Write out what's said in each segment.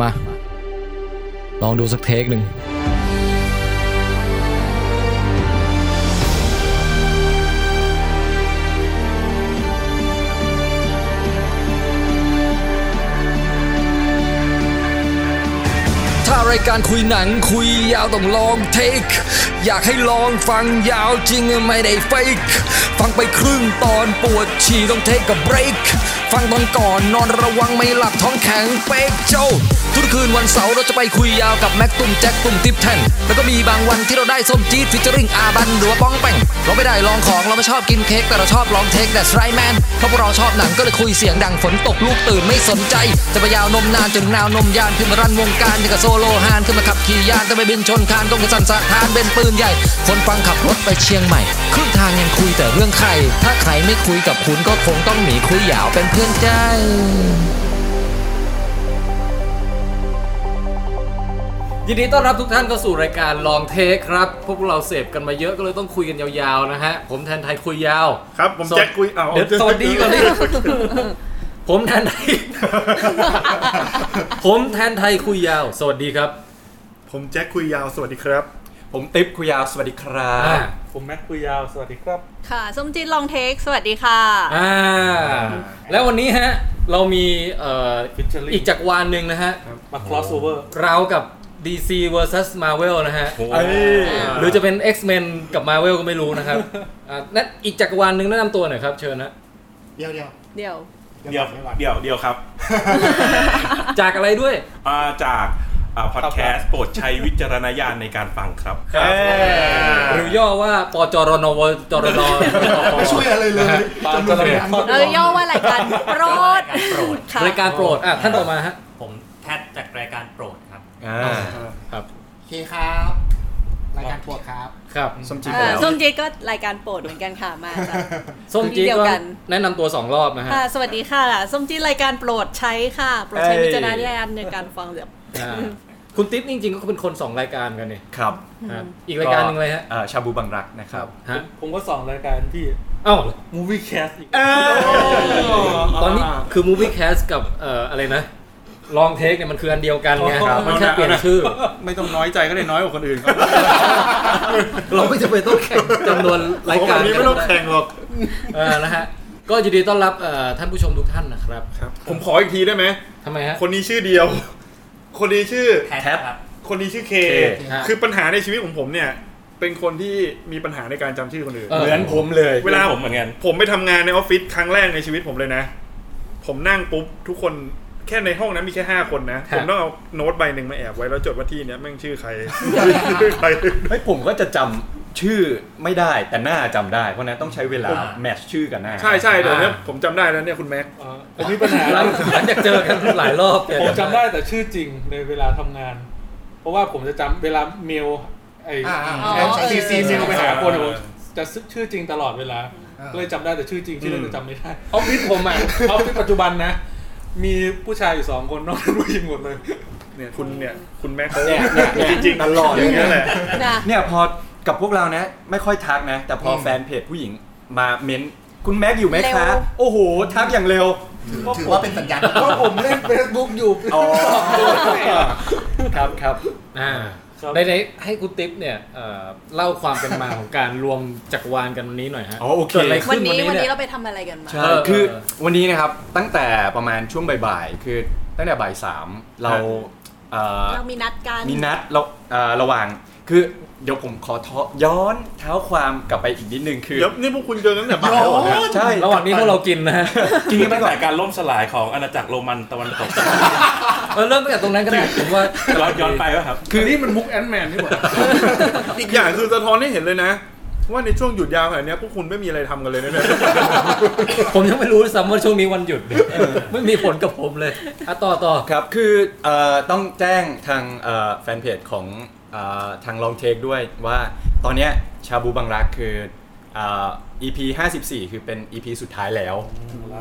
มา ลองดูสักเทคหนึ่ง ถ้ารายการคุยหนังคุยยาวต้องลองเทค อยากให้ลองฟังยาวจริงไม่ได้เฟกฟังไปครึ่งตอนปวดฉี่ต้องเทคกับเบรกฟังตอนก่อนนอนระวังไม่หลับท้องแข็งเป๊กเจ้า ทุกคืนวันเสาร์เราจะไปคุยยาวกับแม็กตุ่มแจ็คตุ่มทิปแทนแล้วก็มีบางวันที่เราได้ส้มจี๊ดฟิชเจอริงอาบันหรือว่าป้องแป้งเราไม่ได้ลองของเราไม่ชอบกินเค้กแต่เราชอบลองเทคแต่ไรแมนเพราะพวกเราชอบหนังก็เลยคุยเสียงดังฝนตกลูกตื่นไม่สนใจ จะไปยาวนมนานจนนาวนมยานขึ้นมารันวงการอย่างกับโซโลฮานขึ้นมาขับขี่ยานจะไปบินชนคานต้องกระสันสะทานเป็นปืนใหญ่ คนฟังขับรถไปเชียงใหม่ครึ่งทางยังคุยแต่เรื่องใคร ถ้าใครไม่คุยกับคุณก็คงต้องหนีคุยยาวเป็นเพื่อนใจ ยินดีต้อนรับทุกท่านเข้าสู่รายการลองเทคครับ พวกเราเสพกันมาเยอะก็เลยต้องคุยกันยาวๆนะฮะ ผมแทนไทยคุยยาว ครับผม สวัส แจ็คคุยอ้าว เดี๋ยวสวัสดีก่อนดิ ผมแทนไทย ผมแทนไทยคุยยาว สวัสดีครับ ผมแจ็คคุยยาวสวัสดีครับ ผมติ๊บคุยยาว สวัสดีครั อ่า บ ผมแม็กคุยยาว สวัสดีครับ ค่ะส้มจีนลองเทค สวัสดีค่ะ อ่าแล้ววันนี้ฮะ เรามีเอ่อ Featuring อีกจักรวาลหนึ่งนะฮะ มา cross over เรากับ DC vs Marvel นะฮะ เอ้ย หรือจะเป็น X-Men กับ Marvel ก็ไม่รู้นะครับอ่านั่นอีกจักรวาลหนึ่งแนะนำตัวหน่อยครับเชิญนะ เดี๋ยวเดี๋ยว เดี๋ยว เดี๋ยวเดี๋ยวเดี๋ยวครับ จากอะไรด้วย มาจากพอดแคสต์โปรดใช้วิจารณญาณในการฟังครับ หรือย่อว่าปจรนวจร น ไม่ช่วยอะไรเลย ปาจะระเบิดข้อ เราย่อว่ารายการโปรดค่ะ รายการโปรดอ่ะท่านต่อมาฮะ ผมแพทย์จากรายการโปรดครับ โอเคครับ รายการปวดครับ ครับ สมจี เอ่อส้มจีนก็รายการโปรดเหมือนกันค่ะมาจาก ส้มจี๊ด เดียว ก็ กัน แนะนำตัวสองรอบนะฮะ ค่ะ สวัสดีค่ะ ส้มจีนรายการโปรดใช้ค่ะ โปรดใช้ เอ้ย วิจารณญาณในการฟังเดี๋ยว อ่าคุณติ๊บจริงๆ ก็เป็นคนสองรายการกันเนี่ย ครับ อ่ะอีกรายการหนึ่งเลยฮะ อ่าชาบูบังรักนะครับ ฮะ ผมก็สองรายการพี่ เอ้า movie cast อีก ตอนนี้คือ Movie Cast กับเอ่ออะไรนะลองเทคเนี่ยมันคืออันเดียวกันไงมันแค่เปลี่ยนชื่อ ไม่ต้องน้อยใจก็ได้น้อยกว่าคนอื่นครับ เราไม่จำเป็นต้องแข่งจำนวนรายการ ผมแบบนี้ไม่ต้องแข่งหรอก เออนะฮะก็ยินดีต้อนรับเอ่อท่านผู้ชมทุกท่านนะครับ ผมขออีกทีได้ไหม ทำไมฮะ คนนี้ชื่อเดียว คนนี้ชื่อ แพทย์ครับ คนนี้ชื่อเค ฮะ คือปัญหาในชีวิตของผมเนี่ย เป็นคนที่มีปัญหาในการจำชื่อคนอื่น เอ เหมือนผมเลย เวลา ผมเหมือนกัน ผมไปทำงานในออฟฟิศครั้งแรกในชีวิตผมเลยนะ ผมนั่งปุ๊บทุกคนแค่ในห้องนั้นมีแค่ห้าคนนะ ฮะ ผมต้องเอาโน้ตใบหนึ่งมาแอบไว้แล้วจดว่าที่เนี้ยแม่งชื่อใคร ชื่อใคร เฮ้ยผมก็จะจำชื่อไม่ได้แต่หน้าจำได้ เพราะนั้นต้องใช้เวลาแมทช์ชื่อกันหน้า ใช่ใช่เดี๋ยวเนี้ยผมจำได้แล้วเนี่ยคุณแม็ก อ่าผมมีปัญหา หลังหลังจากเจอกันหลายรอบเนี่ย ผมจำได้แต่ชื่อจริงในเวลาทำงาน เพราะว่าผมจะจำเวลาเมลไอ้ อ่า อ๋อ แอมใช้ซีซี เม ซี ล ลง ไป ไป หา หา คนอะผมจะชื่อจริงตลอดเวลา อ่า ก็เลยจำได้แต่ชื่อจริงที่อเล่น อืม จะจำไม่ได้ออฟฟิศผมอ่ะออฟฟิศปัจจุบันนะ มีผู้ชายอยู่สองคนนอกนั้นผู้หญิงหมดเลย เนี่ยคุณเนี่ยคุณแม็กเขา เนี่ยเนี่ยเนี่ย จริงๆ ตลอด อย่างเงี้ยแหละ นะ เนี่ยพอกับพวกเรานะ ไม่ค่อยทักนะ แต่พออ ม แฟนเพจผู้หญิงมาเม้นคุณแม็กอยู่ไหมคะโอ้โห ทักอย่างเร็ว ถือว่าเป็นสั ญญาณ ก็ผมเล่นเฟซบุ๊กอยู่ อ๋อครับครับ อ่า ครับ ได้ๆให้คุณติ๊บเนี่ยเอ่อเล่าความเป็นมาของการรวมจักรวาลกันวันนี้หน่อยฮะ อ๋อโอเค กิดะไร วัน ขึ้ นี้วันนี้ เย เราไปทำอะไรกันมา ใช่ เออ คือ เออ วันนี้นะครับตั้งแต่ประมาณช่วงบ่ายๆ คือตั้งแต่บ่ายสามเราเอ่อ เรามีนัดกัน มีนัดเราเอ่อระหว่างคือเดี๋ยวผมขอเทาะย้อนเท้าความกลับไปอีกนิดนึงคือ เดี๋ยวนี่พวกคุณเจอกันตั้งแต่บ่ายแล้วเหรอครับ ใช่ ระหว่างนี้พวกเรากินนะฮะ กินกันไปก่อน แต่การล่มสลายของอาณาจักรโรมันตะวันตก เออเริ่มตั้งแต่ตรงนั้นก็ได้ผมว่า เราย้อนไปวะครับ คือนี่มันมุกแอนแมนนี่หว่า อีกอย่างคือสะท้อนให้เห็นเลยนะ ว่าในช่วงหยุดยาวขนาดเนี้ยพวกคุณไม่มีอะไรทำกันเลยนะเนี่ย ผมยังไม่รู้ด้วยซ้ำว่าช่วงนี้วันหยุดเนี่ยไม่มีผลกับผมเลยอ่ะต่อต่อ ครับ คือเอ่อต้องแจ้งทางเอ่อแฟนเพจของเอ่อทางลองเทคด้วยว่าตอนเนี้ยชาบูบังรักคือเอ่อ EP 54 คือเป็น EP สุดท้ายแล้ว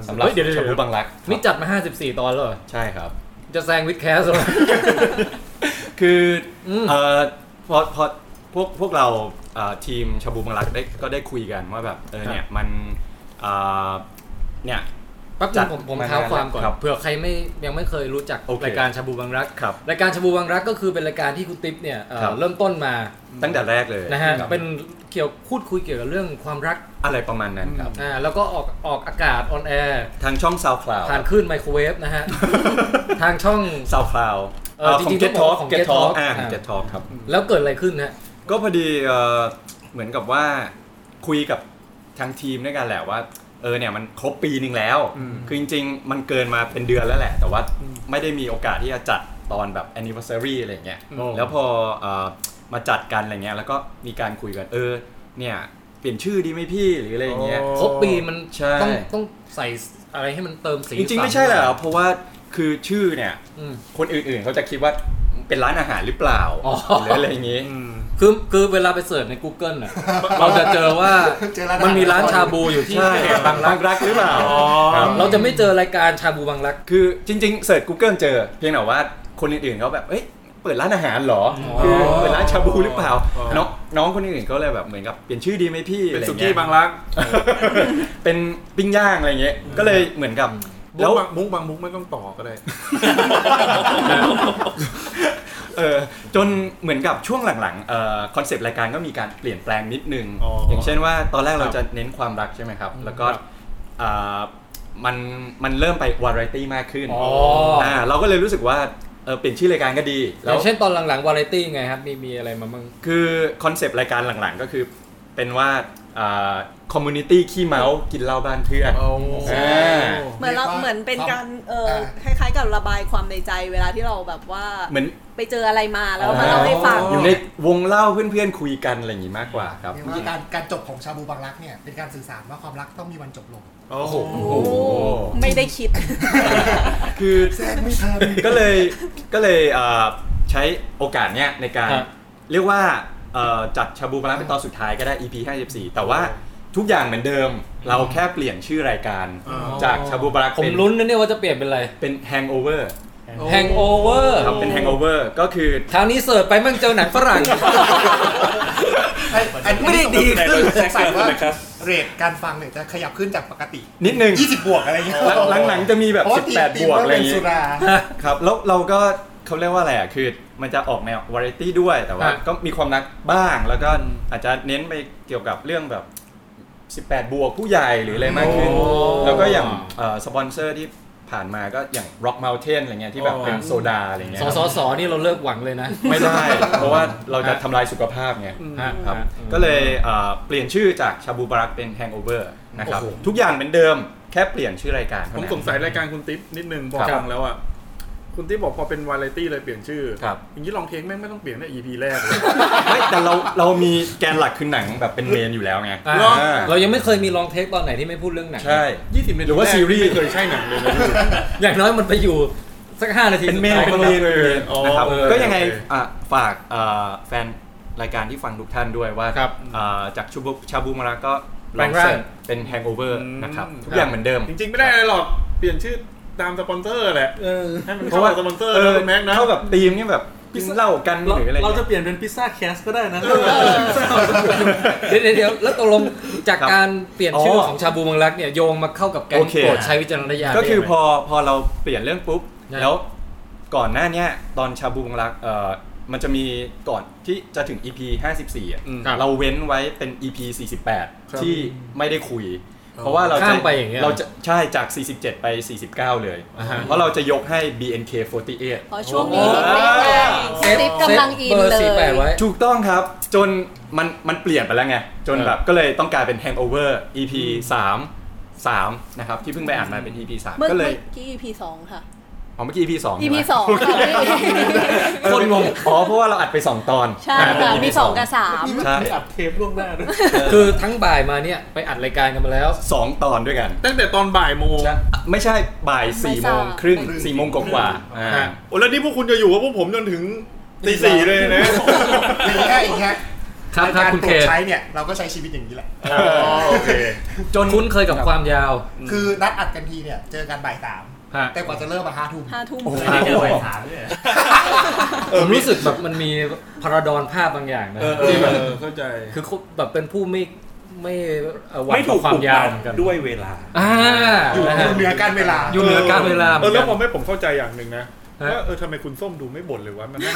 สำหรับ เฮ้ยเดี๋ยวเดี๋ยว ชาบูบังรัก นี่จัดมา 54 ตอนแล้วเหรอ ใช่ครับ จะแซงวิดแคสเหรอ คืออ ม เอ่อพอพอพวกพวกเราเอ่อทีมชาบูมังลักได้ก็ได้คุยกันว่าแบบเออ ครับ เนี่ยมันเอ่อเนี่ย แป๊บนึงผมผม จัด เท้าความก่อน ครับ เผื่อใครไม่ยังไม่เคยรู้จัก โอเค รายการชาบูบังรัก ครับ รายการชาบูบังรักก็คือเป็นรายการที่คุณติ๊บเนี่ยเอ่อ ครับ เริ่มต้นมา ตั้งแต่แรกเลย นะฮะเป็นเกี่ยวพูดคุยเกี่ยวกับเรื่องความรัก อะไรประมาณนั้นครับ อ่าแล้วก็ออกออกอากาศออนแอร์ ทางช่อง SoundCloud ผ่านคลื่นไมโครเวฟนะฮะ ทางช่อง SoundCloud เอ่อจริงๆ เก็ต ต้ ท็ อ องบอกกเก็ต Get ท็อก Talk อ่า อ่า เก็ตท็อกครับ แล้วเกิดอะไรขึ้นฮะ ก็พอดีเอ่อเหมือนกับว่าคุยกับทางทีมด้วยกันแหละว่าเออเนี่ยมันครบปีหนึ่งแล้ว คือจริงๆ มันเกินมาเป็นเดือนแล้วแหละ แต่ว่าไม่ได้มีโอกาสที่จะจัดตอนแบบ anniversary อะไรอย่างเงี้ย โอ้ แล้วพอเอ่อมาจัดกันอะไรเงี้ยแล้วก็มีการคุยกันเออเนี่ยเปลี่ยนชื่อดีไหมพี่หรืออะไรอย่างเงี้ย โอ้ ครบปีมัน ใช่ ต้องต้องใส่อะไรให้มันเติมสี จริงๆ สัน ไม่ใช่แหละเพราะว่าคือชื่อเนี่ย อืม คนอื่นๆ เขาจะคิดว่าเป็นร้านอาหารหรือเปล่า อ๋อ หรืออะไรอย่างงี้ คือคือเวลาไปเสิร์ชใน Google น่ะ เราจะเจอว่า เจอร้านอาหาร มันมีร้านชาบูอยู่ที่ ใช่ เขตบางรัก บางรักหรือเปล่า ครับเราจะไม่เจอรายการชาบูบางรัก คือจริงๆเสิร์ช Google เจอเพียงแต่ว่าคนอื่นๆเขาแบบเอ้ยเปิดร้านอาหารเหรออคือเปิดร้านชาบูหรือเปล่า อ๋อ น้องน้องคนอื่นๆก็เลยแบบเหมือนกับเปลี่ยนชื่อดีไหมพี่ เป็น อะไร สุ เงี้ กี้ ย บางรัก เป็นปิ้งย่างอะไรเงี้ยก็เลยเหมือนกับ แล้ แล้ว ว มุกบางมุกไม่ต้องต่อก็ได้ เออจนเหมือนกับช่วงหลังๆคอนเซปต์รายการก็มีการเปลี่ยนแปลงนิดนึง อย่างเช่นว่าตอนแรกเราจะเน้นความรักใช่ไหมครับ แล้วก็เอ่อมันมันเริ่มไปวาไรตี้มากขึ้น อ๋ออ่ าเราก็เลยรู้สึกว่าเออเปลี่ยนชื่อรายการก็ดี อ แล้ ย่าว งเช่นตอนหลังๆ วาไรตี้ไงครับ มีมีอะไรมาบ้าง คือคอนเซปต์รายการหลังๆ ก็คือเป็นว่าคอมมูนิตี้ขี้เมาส์กินเหล้าบ้านเพื่อน โอ้ ใช่ เหมือนเรา เรียกว่า เหมือนเป็นการเออ อ่า คล้ายๆกับระบายความในใจเวลาที่เราแบบว่า เหมือน ไปเจออะไรมาแล้วมาเล่าให้ฟัง อยู่ในวงเล่าเพื่อนๆคุยกันอะไรอย่างนี้มากกว่าครับ เรียกว่าการการจบของชาบูบางรักเนี่ยเป็นการสื่อสารว่าความรักต้องมีวันจบ ลง โอ้โห โอ้ไม่ได้คิด คือ แทรกไม่ทัน ก็เลยก็เลยเอ่อใช้โอกาสเนี้ยในการ ฮะ เรียกว่าเอ่อจัดชาบูมาแล้วเป็นตอนสุดท้ายก็ได้ EP 54 แต่ว่าทุกอย่างเหมือนเดิม เราแค่เปลี่ยนชื่อรายการ อ๋อ จากชาบูบารัก ผม เป็น ลุ้นนะเนี่ยว่าจะเปลี่ยนเป็นอะไร เป็น hangover Hangover ครับเป็น hangover ก็คือ คราวนี้เสิร์ชไปมั่งเจอหนังฝรั่ง ไม่ได้ดี แต่โด ขึ้ ย น ใช้ ใส่ ใส่ ว่า ว่านะครับ เรทการฟังเนี่ยจะขยับขึ้นจากปกติ นิดนึง 20 บวกอะไรอย่างเงี้ย หลังหลังๆจะมีแบบ 18 บวกอะไรอย่าง นี้ งี้ สุรา ครับ แล้วเราก็เขาเรียกว่าอะไรอ่ะ คือมันจะออกแนววาไรตี้ด้วยแต่ว่า ฮะ ก็มีความรักบ้าง แล้วก็อาจจะเน้นไปเกี่ยวกับเรื่องแบบ 18 บวกผู้ใหญ่หรืออะไรมากขึ้น โอ้ แล้วก็อย่างเอ่อสปอนเซอร์ที่ผ่านมาก็อย่าง Rock Mountain อะไรเงี้ยที่แบบเป็นโซดาอะไรเงี้ย สสสนี่เราเลิกหวังเลยนะ ไม่ ได้ เพราะว่าเราจะทำลายสุขภาพไง ฮะ ครับก็เลยเอ่อเปลี่ยนชื่อจากชาบูบารักเป็น Hangover นะครับ ทุกอย่างเหมือนเดิมแค่เปลี่ยนชื่อรายการ ผ เท่าม นั้น สงสัยรายการคุณติ๊บนิดนึงพอ ครับ ฟังแล้วอ่ะคุณติ๊บบอกพอเป็นวาไรตี้เลยเปลี่ยนชื่อ ครับ อย่างนี้ลองเทคแม่งไม่ต้องเปลี่ยนใน EP แรกเลย ไม่แต่เราเรามีแกนหลักคือหนังแบบเป็นเมนอยู่แล้วไง อ่า ลอง อ่า เรายังไม่เคยมีลองเทคตอนไหนที่ไม่พูดเรื่องหนัง ใช่ ยี่สิบนาที หรือว่าซีรีส์ ไม่เคยใช่หนังเลยนะ อย่างน้อยมันไปอยู่สักห้านาที เป็นเมน สุดท้าย เป็นเมนเป็นเมน อ๋อ นะครับ เออ ก็ยังไง โอเค อ่ะฝากเอ่อแฟนรายการที่ฟังทุกท่านด้วยว่าเอ่อจากชาบูชาบูมาราก็ลองเสิร์ชเป็น Hangover นะครับทุกอย่างเหมือนเดิม จริงๆไม่ได้อะไรหรอกเปลี่ยนชื่อตามสปอนเซอร์แหละ เออ ให้มัน เพ เข้า ราะว่า กับสปอนเซอร์นะคุณแม็กนะ เท่ากับธีมเนี่ยแบบกินเหล้ากันห เรา รืออะไร เรา งี้ย จะเปลี่ยนเป็นพิซซ่าแคสก็ได้นะ เดี๋ยวเดี๋ยวเดี๋ยวแล้วตกลงจาก ครับ การเปลี่ยนชื่ออ อ ของชาบูเมังรักเนี่ยโยงมาเข้ากับแกง โอเค โปรดใช้วิจารณญาณ ก็คือ ได้ไหม พอพอเราเปลี่ยนเรื่องปุ๊บ ใช่ แล้วก่อนหน้าเนี้ยตอนชาบูบังรักเอ่อมันจะมีก่อนที่จะถึง EP 54อ่ะเราเว้นไว้เป็น EP 48 ที่ไม่ได้คุย เพราะว่าเรา ข้า จะ มไปอย่างเงี้ย เราจะใช่จาก 47 ไป 49 เลย เพราะเราจะยกให้ BNK48 เพราะช่วงนี้นิดๆไงสติปกำลังอิน เบอร์ เล สี่แปด ย ไว้ ถูกต้องครับจนมันมันเปลี่ยนไปแล้วไง จนแบบก็เลยต้องกลายเป็น Hangover EP 3 3นะครับที่เพิ่งไปอ่านมาเป็น EP เมื่อ 3ก็เลย กี้ EP สองค่ะ อ๋อเมื่อกี้ EP 2 EP ส องค่ะ คนงงอ๋อเพราะว่าเราอัดไป 2 ตอน ใช่ อ่าเป็น ค่ะ EP มีสองกับสาม ใช่ ไม่อัดเทปล่วงหน้าด้วย คือทั้งบ่ายมาเนี่ยไปอัดรายการกันมาแล้ว สองตอนด้วยกัน ตั้งแต่ตอนบ่ายโมง ใช่ไม่ใช่บ่าย4ี่โมงครึ่ง บ่ายสาม 4ี่โมงกว่าๆอ่า ฮะ โอ้แล้วนี่พวกคุณจะอยู่กับพวกผมจนถึงตีสี่เลยนะ อย่างเงี้ยอย่างเงี้ย ครับครับ การ คุณ ตร เคว จใช้เนี่ยเราก็ใช้ชีวิตอย่างนี้แหละ โอเค จนคุ้นเคยกับความยาว คือนัดอัดกันทีเนี่ยเจอกันบ่ายสาม ฮะ แต่กว่าจะเริ่มมาห้าทุ่ม ห้าทุ่ม ไม่ได้เจอบ่ายสามด้วย ผมรู้สึกแบบมันมีพาราดอนภาพบางอย่างนะ เออเอ ที่แบบ อเข้าใจ คือเขาแบบเป็นผู้ไม่ ไม่เอ่อหวัง ไม่ถูก ควา ปลุ ม ก ยาว ปั่น เหมือนกัน ด้วยเวลา อ่า อยู่ นะ อ ฮะ ยู่เหนือการเวลา อยู่เหนือการเวลาเห เอ มือ อน แล้ กั วน ผมไม่ผมเข้าใจอย่างหนึ่งนะ ฮะ ว่าเออทำไมคุณส้มดูไม่บ่นเลยว่ามันนั่ง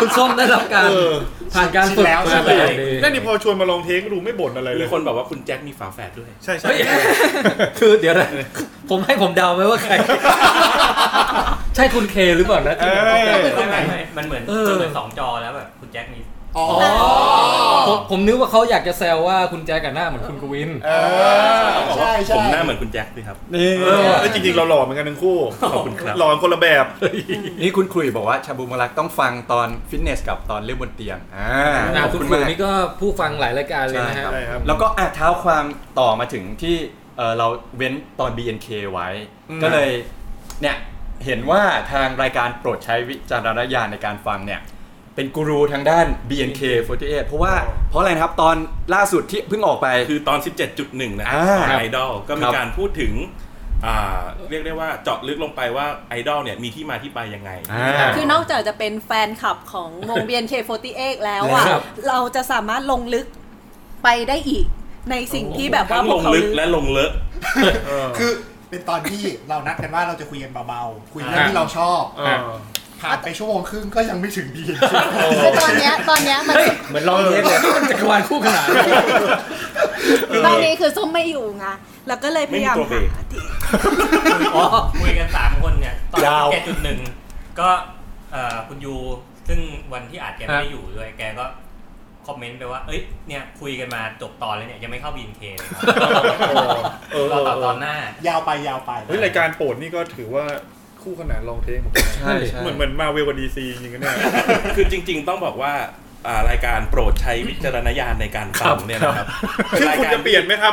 คุณส้มได้รับการ เออ ผ่านการ ชิน ฝึก แล้ว มาเป็นอย่างดี นั่นนี่พอชวนมาลองเทคดูไม่บ่นอะไรเล มี ย คนบอกว่าคุณแจ็คมีฝาแฝดด้วย ใช่ใช่ เฮ้ย คือเดี๋ยวนะผมให้ผมเดาไหมว่าใคร ใช่คุณเคหรือเปล่านะ เอ ที่ อ ไม่ไม่ไม่มันเหมือน เออ มันเหมือนสองจอแล้วแบบคุณแจ็คมี อ๋อ ผมผมนึกว่าเขาอยากจะแซวว่าคุณแจกับหน้าเหมือนคุณกวิน เออ ใช่ใช่ ผมหน้าเหมือนคุณแจ็คด้วยครับ นี่ เออแล้วจริงๆเราหล่อเหมือนกันทั้งคู่ ขอบคุณครับ หล่อคนละแบบ นี่คุณคุยบอกว่าชาบูบังรักต้องฟังตอนฟิตเนสกับตอนเล่นบนเตียงอ่า อ่า ขอบ คุณ คุณ ครู มาก นี่ก็ผู้ฟังหลายรายการเลยนะฮะ ใช่ครับ แล้วก็อ่ะเท้าความต่อมาถึงที่เอ่อเราเว้นตอน BNK ไว้ อืม ก็เลยเนี่ยเห็นว่าทางรายการโปรดใช้วิจารณญาณในการฟังเนี่ยเป็นกูรูทางด้าน BNK48 เพราะว่าเพราะอะไรนะครับตอนล่าสุดที่เพิ่งออกไป คือตอน 17.1 นะ อ่า ของไอดอลก็มี ครับ การพูดถึงอ่าเรียกได้ว่าเจาะลึกลงไปว่าไอดอลเนี่ยมีที่มาที่ไปยังไง อ่า คือนอกจากจะเป็นแฟนคลับของวง BNK48 แล้วอ่ะ ครับ เราจะสามารถลงลึกไปได้อีก ในสิ่งที่แบบว่า ทั้ง พ ล วก ง เขา ลึก รู้ และลงเลอะ คือเป็นตอนที่เรานัดกันว่าเราจะคุยกันเบาๆ คุยเรื่องที่เราชอบ เออ ผ่านไปชั่วโมงครึ่งก็ยังไม่ถึงดี คือตอนเนี้ยตอนเนี้ยมัน เหมือนลองเทสเลยจักรวาลคู่ขนาน ตอนนี้คือส้มไม่อยู่ไง แล้วก็เลยพยายาม ไม่มีตัวเบร หาก ที่ คุยกันสามคนเนี่ย ตอน ยาว แกจุดหนึ่งก็เอ่อคุณยูซึ่งวันที่อาจแกไม่ได้อยู่ด้วยแกก็คอมเมนต์ไปว่า เอ้ยเนี่ยคุยกันมาจบตอนแล้วเนี่ยยังไม่เข้าบีนเค เออ ร เอ อ อ ต่อต เอ อ อน หน้า ยาวไปยาวไป เฮ้ยรายการโปรดนี่ก็ถือว่าคู่ขนานลองเทคเหมือนกันนะ ใช่ใช่ เหมือนเหมือนมาเวลกับดีซีจริงกันเนี่ย คือจริง ๆ ต้องบอกว่าอ่ารายการโปรดใช้วิจารณญาณในการฟังเนี่ยนะครับ ชื่อคุณจะเปลี่ยนไหมครับ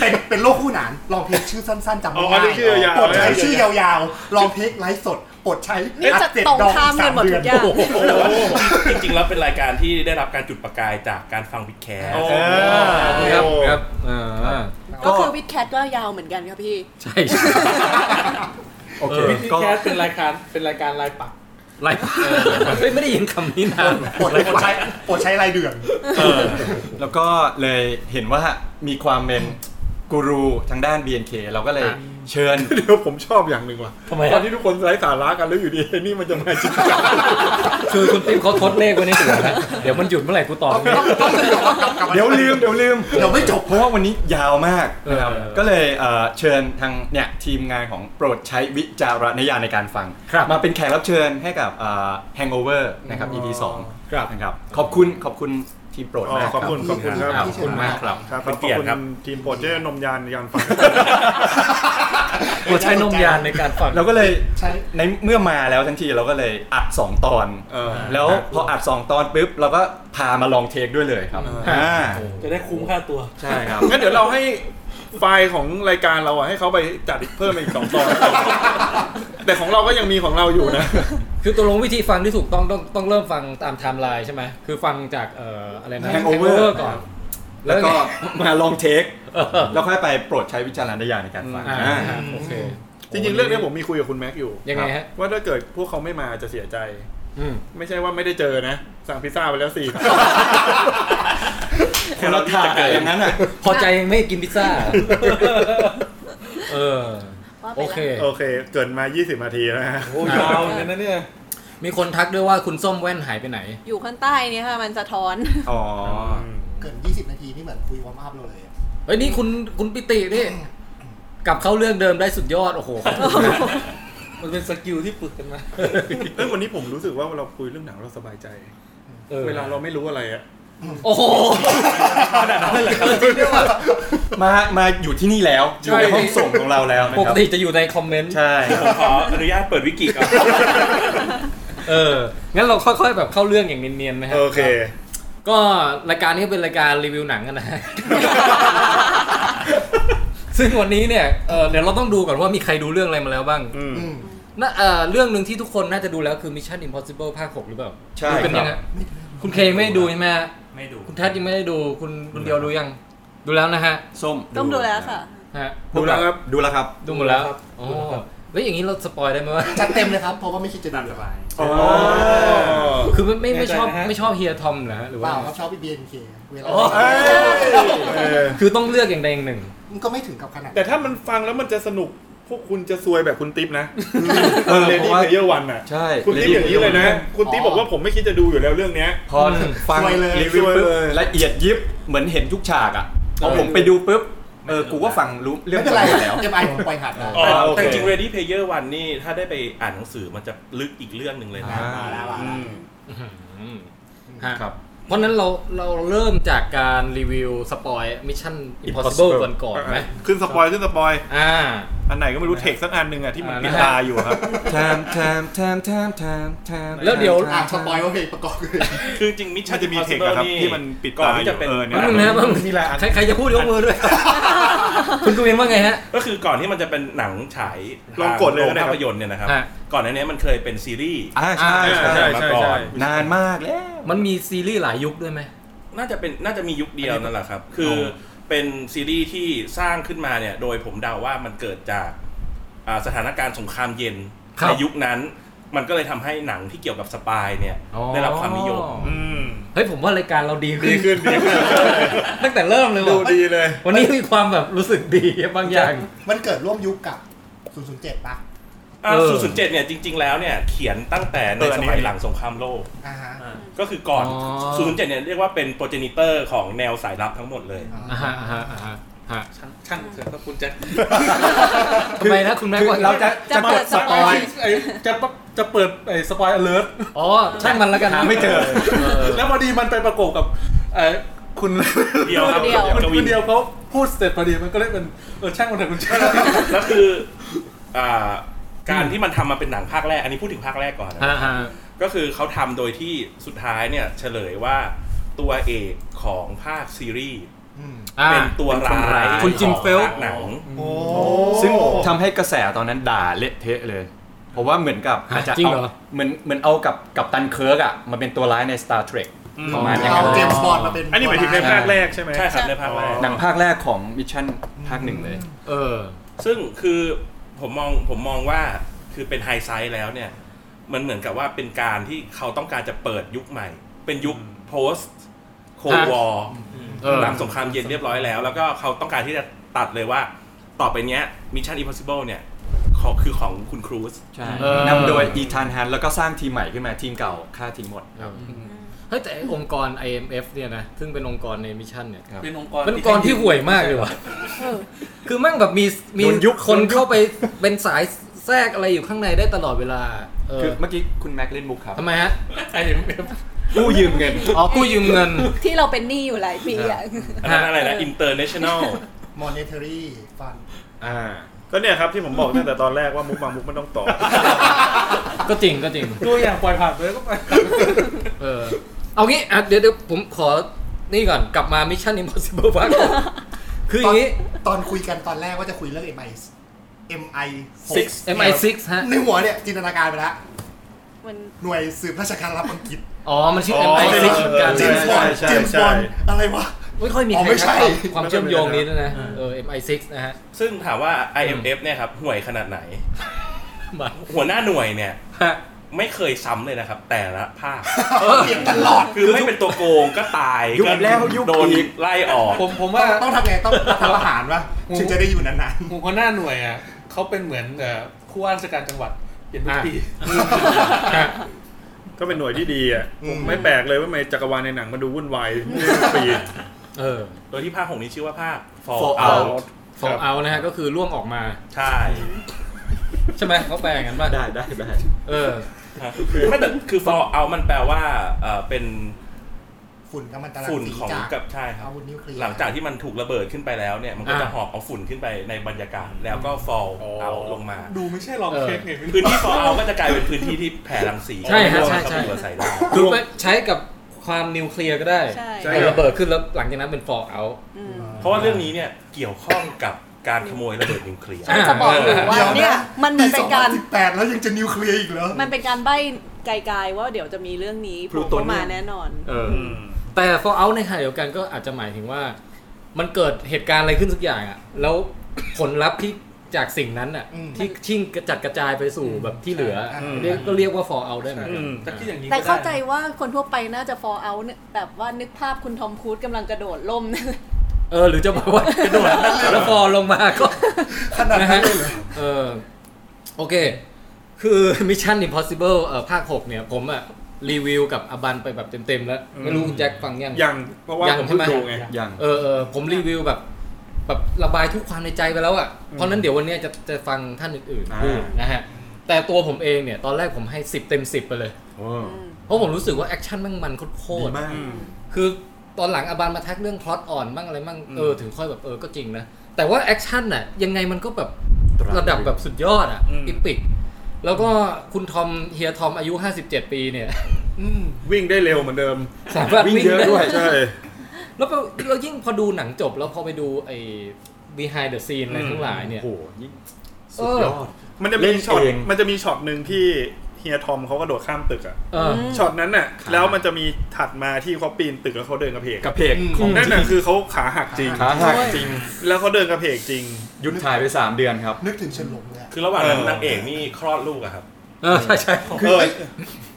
เป็นเป็นโลกคู่หนาน ลองเทคชื่อสั้นๆจำ อ๋ ไม่ อ ได้ ชื่อยาวๆ ปลดใช้ชื่อยาวๆ ลองเทคไลฟ์สดปลดใช้ นี่จะตรงข้ามกันหมดทุกอย่าง จริงๆแล้วเป็นรายการที่ได้รับการจุดประกายจากการฟังวิดแคส โอ้โห ครับครับอ่า ก็คือวิดแคทก็ยาวเหมือนกันครับพี่ ใช่ใช่ โอเค วิธี ก็ แคสเป็นรายการเป็นรายการรายปัก ไรเฮ้ยไม่ได้ยินคำนี้นาน ปลดปลดใช้ปลดใช้รายเดือน แล้วก็เลยเห็นว่ามีความเป็นกูรูทางด้าน BNK เราก็เลยเชิญ เดี๋ยวผมชอบอย่างหนึ่งว่ะตอนที่ทุกคนไร้สาระกันแล้วอยู่ดีไอ้นี่มันจะมาจริงจัง คือคุณติ๊มเขาทดเลขไว้ในหัวนะเดี๋ยวมันหยุดเมื่อไหร่กูตอบไม่ได้ เดี๋ยวลืมเดี๋ยวลืม เดี๋ยวไม่จบ เพราะว่าวันนี้ยาวมากนะครับ เออ ก็เลยเอ่อเชิญทางเนี่ยทีมงานของโปรดใช้วิจารณญาณในการฟัง ครับ มาเป็นแขกรับเชิญให้กับเอ่อ Hangover นะครับ EP 2 ครับ นะครับขอบคุณขอบคุณทีมโปรด อ๋อ มาก ขอบคุณขอบคุณครับ ขอบคุณมากครับ ครับข เป็ อบ นเกียรติ คุณ ครับ ทีมโปรดเจนมยานในการฟัง หัวใช้นมยานในการฟัง เราก็เลย ใช่ ในเมื่อมาแล้วทั้งทีเราก็เลยอัด 2 ตอน เออ แล้วพออัด 2 ตอนปุ๊บ เราก็พามาลองเทคด้วยเลยครับอ่า จะได้คุ้มค่าตัว ใช่ครับ งั้นเดี๋ยวเราให้ไฟล์ของรายการเราอ่ะให้เขาไปจัดเพิ่มอีกสองตอน แต่ของเราก็ยังมีของเราอยู่นะ คือตกลงวิธีฟังที่ถูกต้องต้องต้องเริ่มฟังตามไทม์ไลน์ใช่ไหมคือฟังจากเอ่ออะไรนะ Hangover Hangover ก่อน แล้วก็มาลองเทค เออ แล้วค่อยไปโปรดใช้วิจารณญาณในการฟัง อ่า อ่า โอเค จริงๆ เรื่องนี้ผมมีคุยกับคุณแม็กอยู่ ยังไงฮะ ว่าถ้าเกิดพวกเขาไม่มาจะเสียใจ อืม ไม่ใช่ว่าไม่ได้เจอนะ สั่งพิซซ่าไปแล้วสี่ คนละถาดอะอย่างนั้นอ่ะ พอใจยังไม่กินพิซซ่า เออ ว่าไปโอแล้วเค โอเค เกินมา 20นาทีแล้วฮะ โอ้ยาวเหมือนกันนะเนี่ย มีคนทักด้วยว่าคุณส้มแว่นหายไปไหน อยู่ข้างใต้เนี่ยค่ะมันสะท้อน อ๋อ เกิน 20 นาทีนี่เหมือนคุยวอร์มอัพเราเลยอะ เฮ้ยนี่คุณคุณปิตินี่กลับเข้าเรื่องเดิมได้สุดยอด โอ้โห มันเป็นสกิลที่ฝึกกันมา เอ้ยวันนี้ผมรู้สึกว่าเราคุยเรื่องหนังเราสบายใจ เออ เวลาเราไม่รู้อะไรอะ โอ้โห มา มาอยู่ที่นี่แล้ว อยู่ในห้องส่งของเราแล้วนะ ป ค ก รับ ติจะอยู่ในคอมเมนต์ ใช่ ผมขออนุญาตเปิดวิกิก่อน เออ งั้นเราค่อยๆแบบเข้าเรื่องอย่างเนียนๆนะฮะ โอเค ก็รายการนี้เป็นรายการรีวิวหนังกันนะฮะ ซึ่งวันนี้เนี่ย เออเดี๋ยวเราต้องดูก่อนว่ามีใครดูเรื่องอะไรมาแล้วบ้าง อืม อืม น่าเอ่อเรื่องหนึ่งที่ทุกคนน่าจะดูแล้วคือ Mission Impossible ภาค 6 หรือเปล่า ใช่ ดูเป็นยังไง ครับ คุณเคยังไม่ได้ดูใช่ไหมฮะ ไม่ดู คุณแทดยังไม่ได้ดูคุณคุณเดียวดูยัง ดูแล้วนะฮะ ส้ม ต้องดูแล้วค่ะ ฮะ ดูแล้วครับ ดูแล้วครับ ดูหมดแล้วอ๋อ เฮ้ยอย่างนี้เราสปอยได้ไหมว่า จัดเต็มเลยครับ เพราะว่าไม่คิดจะดูหรอก อ๋อ คือไม่ไม่ไม่ชอบ แน่ใจนะฮะ ไม่ชอบเฮียทอมเหรอฮะหรือ เป ว่า ล่าครับชอบบีบีเอ็นเคเวลา เอ้ย คือต้องเลือกอย่างใดอย่างหนึ่ง มันก็ไม่ถึงกับขนาด แต่ถ้ามันฟังแล้วมันจะสนุกพวกคุณจะซวยแบบคุณติ๊บนะ เออ เล เพ ดี้ ราะว่า เพลเยอร์วันอ่ะ ใช่ คุณติ๊บอย่างนี้เลยนะ คุณติ๊บบอกว่าผมไม่คิดจะดูอยู่แล้วเรื่องเนี้ย พอฟัง ซวยเลย รีวิว ซวย ปุ๊บ เลย ละเอียดยิบเหมือนเห็นทุกฉากอ่ะพอผมไปดูปุ๊บเออกูก็ฟังรู้เรื่อ ไม่ ง เป็นไร หมดแล้ว เอ็มไอผมปล่อยหัดได้ อ๋อโอเค แต่จริง Ready Player One นี่ถ้าได้ไปอ่านหนังสือมันจะลึกอีกเรื่องหนึ่งเลยนะ อ่า มาแล้วมา อื แล้ว ม ฮะ ครับ เพราะฉะนั้นเราเราเริ่มจากการรีวิวสปอยมิชชั่น Impossible impossible ก่อนก่อนๆไหม ขึ้นสปอยขึ้นสปอย อ่า อันไหนก็ไม่รู้เทคสักอันหนึ่งอ่ะที่มัน อ่า ปิด นะฮะ ตาอยู่อะครับ แทมแทมแทมแทมแทมแทม แล้วเดี๋ยว อ่ะสปอยว่าเพลงประกอบ คือ คือจริงมิช มั ชั่น นจะมีเทคอะครับที่มันปิด ก่อน ตาอ ที่จะ ยู่ เป็น เออเนี่ย แป๊บนึงนะแป๊บนึงใครใครจะพูดยกมือด้วย คุณกูเองว่าไงฮะ ก็คือก่อนที่มันจะเป็นหนังฉาย ลองกดเลยก็ได้ ทางครับโรภาพยนตร์เนี่ยนะครับ ฮะ ก่อนหน้านี้มันเคยเป็นซีรีส์ อ่าใช่ ใช่ ใช่ ใช่ใช่ใช่ นานมากแล้ว มันมีซีรีส์หลายยุคด้วยไหม น่าจะเป็นน่าจะมียุคเดียวนั่นแหละครับ คือเป็นซีรีส์ที่สร้างขึ้นมาเนี่ย โดยผมเดาว่ามันเกิดจากอ่าสถานการณ์สงครามเย็น ครับ ในยุคนั้น มันก็เลยทำให้หนังที่เกี่ยวกับสปายเนี่ย อ๋อ ได้รับความนิยม อืม เฮ้ยผมว่ารายการเราดีขึ้ ดี น ขึ้นดีขึ้น ตั้งแต่เริ่มเลย ดู ว่ะ ดีเลย วันนี้มีความแบบรู้สึกดีบางอย่าง มันเกิดร่วมยุคกับ 007ปะ อ่า เออ ศูนย์เจ็ดเนี่ยจริง ๆ แล้วเนี่ยเขียนตั้งแต่ในสมัยหลังสงครามโลก อ่าฮะ ก็คือก่อน อ๋อ ศูนย์เจ็ดเนี่ยเรียกว่าเป็นโปรเจนิเตอร์ของแนวสายลับทั้งหมดเลย อ่าฮะอ่าฮะอ่าฮะฮะ ช่างช่างเถอะถ้าคุณจะ ทำไมนะคุณแม่ คือ ว่า เราจะจะกดสปอย ไอ้จะจะเปิดไอ้สปอย alert อ๋อช่างมันแล้วกัน หาไม่เจอ แล้วพอดีมันไปประกบกับไอ้คุณ เดียวครับ คุณคุณเดียวเขาพูดเสร็จพอดีมันก็เลยเป็นเออช่างมันเถอะคุณช่าง แล้วคืออ่าการที่มันทำมาเป็นหนังภาคแรก อันนี้พูดถึงภาคแรกก่อนนะ ฮะฮะ ก็คือเขาทำโดยที่สุดท้ายเนี่ยเฉลยว่าตัวเอกของภาคซีรีส์ อ่า เป็นตัวร้าย คุณจิมเฟล ของภาคหนัง โอ้ ซึ่งทำให้กระแสตอนนั้นด่าเละเทะเลย เพราะว่าเหมือนกับอาจจะ จริง เอา เหรอ เหมือนเหมือนเอากับกับตันเคิร์กอ่ะมาเป็นตัวร้ายใน Star Trek ประมาณอย่าง เอา นั้น เจมส์บอลมาเป็น อันนี้หมายถึงในภาคแรกใช่ไหม ใช่ครับในภาคแรก หนังภาคแรกของมิชชั่นภาคหนึ่งเลย เออ ซึ่งคือผมมองผมมองว่าคือเป็นไฮไซส์แล้วเนี่ย มันเหมือนกับว่าเป็นการที่เขาต้องการจะเปิดยุคใหม่ เป็นยุค post cold อ่ะ war เออ หลังสงครามเย็นเรียบร้อยแล้ว แล้วก็เขาต้องการที่จะตัดเลยว่าต่อไปเนี้ย Mission Impossible เนี่ยของคือของคุณครูซ ใช่ เออ นำโดยอีธานฮันแล้วก็สร้างทีมใหม่ขึ้นมาทีมเก่าฆ่าทิ้งหมด เฮ้ยแต่ไอ้องค์กร IMF เนี่ยนะ ซึ่งเป็นองค์กรในมิชชั่นเนี่ย ครับ เป็นองค์กร เป็นองค์กรที่ห่วยมากเลยว่ะคือมั่งแบบมีมี โดนยุบ คนเข้าไปเป็นสายแทรกอะไรอยู่ข้างในได้ตลอดเวลา เออ คือเมื่อกี้คุณแม็กเล่นมุกครับ ทำไมฮะ กู้ยืมเงิน อ๋อกู้ยืมเงิน ที่เราเป็นหนี้อยู่หลายปีอ่ะ อันนั้น ฮะ อะไรนะ international มอนิเตอรี่ฟัน อ่า ก็เนี่ยครับที่ผมบอกตั้ งแต่ตอนแรกว่ามุกบางมุกมันต้องต่อ ก็จริงก็จริง ตัวอย่างปล่อยผ่านไปแล้วก็ไป เออ เอางี้อ่ะเดี๋ยวเดี๋ยวผมขอ นี่ก่อนกลับมามิชชั่น impossible บ้างคืออย่างนี้ ตอนคุยกันตอนแรกว่าจะคุยเรื่อง MI MI 6 MI6 ฮะ ในหัวเนี่ยจินตนาการไปแล้ว มัน หน่วยสืบราชการรับอังกฤษ อ๋อ มันชื่อ อ๋อ MI6 เหมือนกัน เจมส์บอล ใช่ใช่ เจมส์ ใช่ บอลอะไรวะ ไม่ค่อยมี อ๋ ใครอไม่ใช่ รับความเชื่อมโยงนี้ด้วยนะ เออ MI6 นะฮะ ซึ่งถามว่า IMF เนี่ยครับห่วยขนาดไหน มา หัวหน้าหน่วยเนี่ย ฮะ ไม่เคยซ้ำเลยนะครับ แต่ละภาค เปลี่ยนตลอด คือไม่เป็นตัวโกงก็ตาย ยุบแล้วยุบ โดน อีก ไล่ออก ผมผมว่า ต้องทำไงต้องทำอาหารวะ โอ้โห ถึงจะได้อยู่นาน หัวหน้าหน่วยอ่ะเขาเป็นเหมือนเอ่อผู้ว่าราชการจังหวัดเปลี่ยนทุกปี ก็เป็นหน่วยที่ดีอ่ะผมไม่แปลกเลยว่าทำไมจักรวาลในหนังมันดูวุ่นวายปี เออ โดยที่ภาคหกนี้ชื่อว่าภาค Fall Fallout Out ฟองเอานะฮะ ก็คือร่วงออกมา ใช่ ใช่ไหมเขาแปลอย่างนั้นป่ะ ได้ได้ได้ เออ ฮะไม่แต่คือ Fallout มันแปลว่าเอ่อเป็น ๆฝุ่นกัมันตรัง ฝุ่น สี ของ จาก กับใช่ครับ อาวุธนิวเคลียร์ หลังจากที่มันถูกระเบิดขึ้นไปแล้วเนี่ย มันก็จะ อ่า หอบเอาฝุ่นขึ้นไปในบรรยากาศแล้วก็ Fall Out ลงมา ดูไม่ใช่ลอง เออ เค้กเนี่ยไม่รู้ พื้นที่ Fall Out ก็จะกลายเป็นพื้นที่ที่แผ่รังสี ใช่ฮะใช่ใช่ เข้าไปอยู่อาศัยได้ คือไปใช้กับความนิวเคลียร์ก็ได้ ใช่ ใช่ เอาระเบิดขึ้นแล้วหลังจากนั้นเป็นฟองเอา อืม เพราะว่าเรื่องนี้เนี่ยเกี่ยวข้องกับการขโมยระเบิดนิวเคลียร์ อ่า จะบอกอยู่ว่าเนี่ยมันเหมือนเป็นการ ปี2018แล้วยังจะนิวเคลียร์อีกเหรอ มันเป็นการใบ้ไกลๆว่าเดี๋ยวจะมีเรื่องนี้โผล่เข้ามาแน่นอน เอออ แต่ฟอเอาในขณะเดียวกันก็อาจจะหมายถึงว่า มันเกิดเหตุการณ์อะไรขึ้นสักอย่างอะแล้วผลลัพธ์ที่ จากสิ่งนั้นอ่ะ อืม ที่ชิ่งกระจัดกระจายไปสู่แบบที่เหลืออ ม เรียกก็เรียกว่า fall out ได้เหมือนกัน แต่คิดอย่างนี้ แต่ ก็ได้นะ เข้าใจว่าคนทั่วไปน่าจะ fall out เนี่ยแบบว่านึกภาพคุณทอมครูซกำลังกระโดดล่ม เออหรือจะบอกว่ากระโดดแล้วฟอลลงมาก็ ขนาดนั้นเลยเหรอ เออโอเค คือ Mission Impossible เอ่อภาค 6 เนี่ย ผมอะรีวิวกับอบันไปแบบเต็ม ๆ แล้ว ไม่รู้คุณแจ็คฟังยัง ยังเพราะว่า ยัง ผมเพิ่ง ใช่ไหม ดูไง ยัง เออเออผมรีวิวแบบ แบบระบายทุกความในใจไปแล้วอะเพราะนั้นเดี๋ยววันเนี้ยจะจะฟังท่านอื่น อ่า ๆพูดนะฮะ แต่ตัวผมเองเนี่ย ตอนแรกผมให้ 10 เต็ม 10 ไปเลย โอ้ เพราะผมรู้สึกว่าแอคชั่นแม่งมันโค ดี ตรๆ มาก คือตอนหลังอาบานมาทักเรื่องพล็อตอ่อนบ้างอะไรบ้างเออถึงค่อยแบบเออก็จริงนะ แต่ว่าแอคชั่นน่ะยังไงมันก็แบบ ตราตรึง ระดับแบบสุดยอดอ่ะ อืม อิปิก แล้วก็คุณทอมเฮียทอมอายุ 57 ปีเนี่ย วิ่งได้เร็วเหมือนเดิม สามารถ วิ่ง วิ่ง เยอะ ได้ ด้วยใช่ แล้วพอเรายิ่งพอดูหนังจบแล้วพอไปดูไอ้ behind the scene อะไรทั้งหลายเนี่ย โอ้โหยิ่ง เอ สุด อ ยอด มันจะ เล่ มี น ช็อต เอง มันจะมีช็อตหนึ่งที่เฮียทอมเขาก็โดดข้ามตึกอะ เออ ม ช็อตนั้นน่ะแล้วมันจะมีถัดมาที่เขาปีนตึกแล้วเขาเดินกระเพก กระเพกของ นั่นน่ะคือเขาขาหักจริง ขาหักจริง แล้วเขาเดินกระเพกจริง หยุดถ่ายไป 3 เดือนครับ นึกถึงเฉินหลงเลยอะ คือระหว่างนั้น เออ นางเอกนี่คลอดลูกอะครับ เออ ใช่ใช่ คือ เออ เอ้ย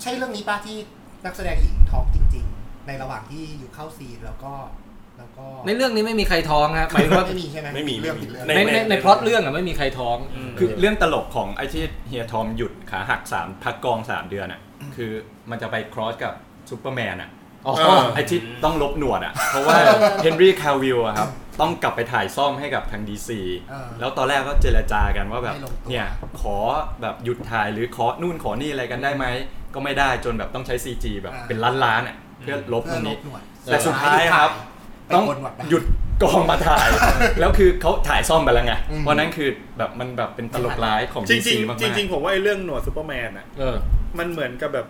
ใช่เรื่องนี้ป้าที่นักแสดงหญิงท้องจริง ๆ ในระหว่างที่อยู่เข้าซีนแล้วก็ แล้วก็ ในเรื่องนี้ไม่มีใครท้องครับหมายถึงว่า ไม่มีใช่ไหม ไม่มี เรื่อง ไม่มี ผิดเรื่อง ในในในพล็อตเรื่องอ่ะไม่มีใครท้อง คือเรื่องตลกของไอ้ที่เฮียทอมหยุดขาหัก 3 พักกอง 3 เดือนอ่ะ คือมันจะไปครอสกับซูเปอร์แมนอ่ะ อ๋อ ไอ้ที่ต้องลบหนวดอ่ะ เพราะว่าเฮนรี่คาวิลอะครับ ต้องกลับไปถ่ายซ่อมให้กับทางดีซีแล้วตอนแรกก็เจรจากันว่าแบบ เนี่ย ขอแบบหยุดถ่ายหรือขอนู่นขอนี่อะไรกันได้ไหม ก็ไม่ได้จนแบบต้องใช้ CG แบบเป็นล้านล้านๆอ่ะเพื่อลบตรเพื่องล นี้ บหนวด แต่สุดท้ายครับ ไป ต้อง กดหนวดมา หยุดกองมาถ่าย แล้วคือเขาถ่ายซ่อมไปแล้วไง อืม เพราะนั้นคือแบบมันแบบเป็นตลกร้ายของ จริ DC งจริง มาก จริงๆจริง ๆ ผมว่าไอ้เรื่องหนวดซูเปอร์แมนอะ เออ มันเหมือนกับแบบ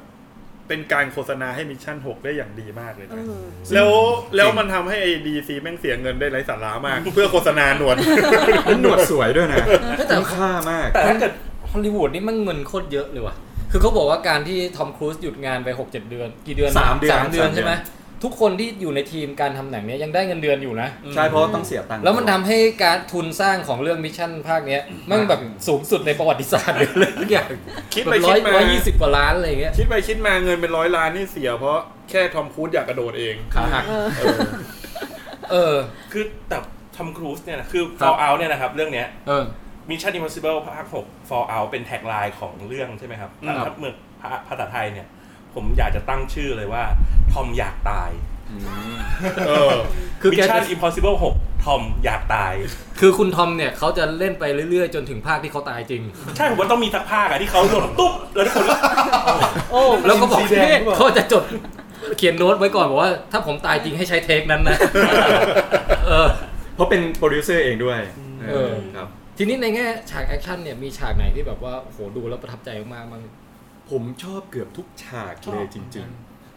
เป็นการโฆษณาให้มิชชั่น 6 ได้อย่างดีมากเลย เอ นะ อ แล้วแล้วมันทำให้ไอ้ดีซีแม่งเสียเงินได้ไร้สาระมาก เพื่อโฆษณาหนวด ๆแล้วหนวดสวยด้วยนะ แต่ คุ้มค่ามาก แต่ถ้าเกิดฮอลลีวูดนี่มันเงินโคตรเยอะเลยว่ะ คือเขาบอกว่าการที่ทอมครูซหยุดงานไป6 7 เดือน กี่เดือนนะ สามเดือน สามเดือน สามเดือน ใช่ไหมทุกคนที่อยู่ในทีมการทำหนังเนี้ยยังได้เงินเดือนอยู่นะ ใช่เพราะต้องเสียตังค์ แล้วมันทำให้การทุนสร้างของเรื่องมิชชั่นภาคเนี้ยมันแบบสูงสุดในประวัติศาสตร์เลยเลย ทุกอย่าง คิดไปคิดมา ร้อยยี่สิบกว่าล้านอะไรอย่างเงี้ย คิดไปคิดมาเงินเป็นร้อยล้านนี่เสีย เพราะแค่ทอมครูซอยากกระโดดเอง ขาหัก เออ คือแต่ทอมครูซเนี่ยนะคือ ครับ fall out เนี่ยนะครับ เรื่องเนี้ย เออ Mission Impossible ภาค 6 Fall Out เป็นแท็กไลน์ของเรื่องใช่ไหมครับ ครับ ถ้าเมืองภาษาไทยเนี่ย ผมอยากจะตั้งชื่อเลยว่า ทอมอยากตาย เออ คือแก Mission Impossible 6 ทอมอยากตาย คือคุณทอมเนี่ยเขาจะเล่นไปเรื่อยๆ จนถึงภาคที่เขาตายจริง ใช่ผมว่าต้องมีสักภาคอะที่เขาโดนตุ๊บ แล้วทุกคน ก็ โอ้แล้วก็บอก สีแดง เฮ้ย หรือเปล่า เขาจะจดเขียนโน้ตไว้ก่อนบอกว่า ถ้าผมตายจริงให้ใช้เทคนั้นนะ เออ เพราะเป็นโปรดิวเซอร์เองด้วย เออ ครับ ทีนี้ในแง่ฉากแอคชั่นเนี่ยมีฉากไหนที่แบบว่าโอ้โหดูแล้วประทับใจมากๆมั้ง ผมชอบเกือบทุกฉากเลยจริง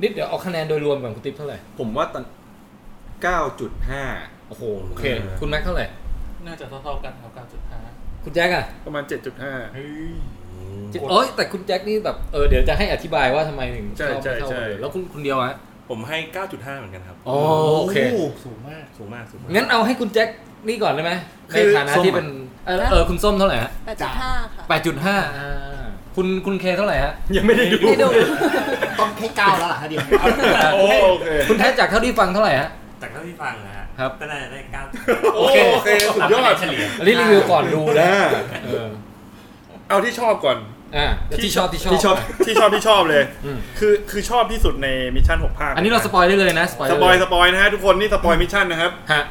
นิดเดี๋ยวเอาคะแนนโดยรวมก่อนคุณติ๊บเท่าไหร่ ๆ ผมว่าตอน 9.5 โอ้โหโอเค คุณแม็กเท่าไหร่ น่าจะเท่าๆกันครับการจุดท้าย คุณแจ็คอะ ประมาณ 7.5 โอ้ยแต่คุณแจ็คนี่แบบเออเดี๋ยวจะให้อธิบายว่าทำไมถึง ใช่ ชอบ ใช่ ไม่เท่า ใช่ กันแล้วคุณคุณเดียวฮะ ผมให้ 9.5 เหมือนกันครับ อ๋อโอเค สูงมาก สูงมากสูงมาก งั้นเอาให้คุณแจ็คนี่ก่อนได้ไหม คื ใน อ ฐานะที่เป็นเออเออคุณส้มเท่าไหร่ฮะ แต่จุดห้าค่ะ แปดจุดห้าคุณคุณเคเท่าไหร่ฮะ ยังไม่ได้ดู ไม่ดู ต้องให้ก้าวแล้วล่ะเดี๋ยว โอ้โอเค คุณแท้จากเท่าที่ฟังเท่าไหร่ฮะ แต่เท่าที่ฟังนะฮะ ครับ ก็น่าจะได้เก้า โอเคโอเคสุดยอด เฉลี่ย อันนี้รีวิวก่อนดูนะเออ เอาที่ชอบก่อน อ่าที่ชอบที่ชอบ ที่ชอบ ที่ชอบที่ชอบเลย อืม คือคือชอบที่สุดในมิชชั่น6ภาค อันนี้เราสปอยได้เลยนะสปอสยได้ ป เล อย ย สปอยนะฮะทุกคนนี่สปอยมิชชั่นนะครับ ฮะ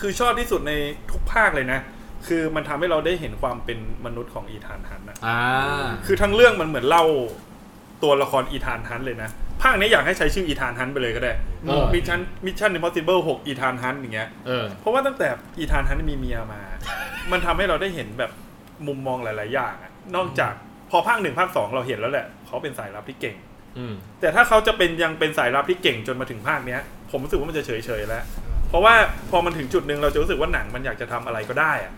คือชอบที่สุดในทุกภาคเลยนะ คือมันทำให้เราได้เห็นความเป็นมนุษย์ของอีธานฮันต์นะ อ่า คือทั้งเรื่องมันเหมือนเล่าตัวละครอีธานฮันต์เลยนะ ภาคนี้อยากให้ใช้ชื่ออีธานฮันต์ไปเลยก็ได้ เออ มิชชั่นมิชชั่นอิมพอสิเบิลหกอีธานฮันต์อย่างเงี้ย เออ เพราะว่าตั้งแต่อีธานฮันต์มีเมียมา มันทำให้เราได้เห็นแบบมุมมองหลาย ๆ อย่างอะนอกจากพอภาคหนึ่งภาคสองเราเห็นแล้วแหละ เขาเป็นสายลับที่เก่ง อืม แต่ถ้าเขาจะเป็นยังเป็นสายลับที่เก่งจนมาถึงภาคเนี้ย ผมรู้สึกว่ามันจะเฉย ๆ แล้ว เพราะว่าพอมันถึงจุดหนึ่งเราจะรู้สึกว่าหนังมันอยากจะทำอะไรก็ได้อะ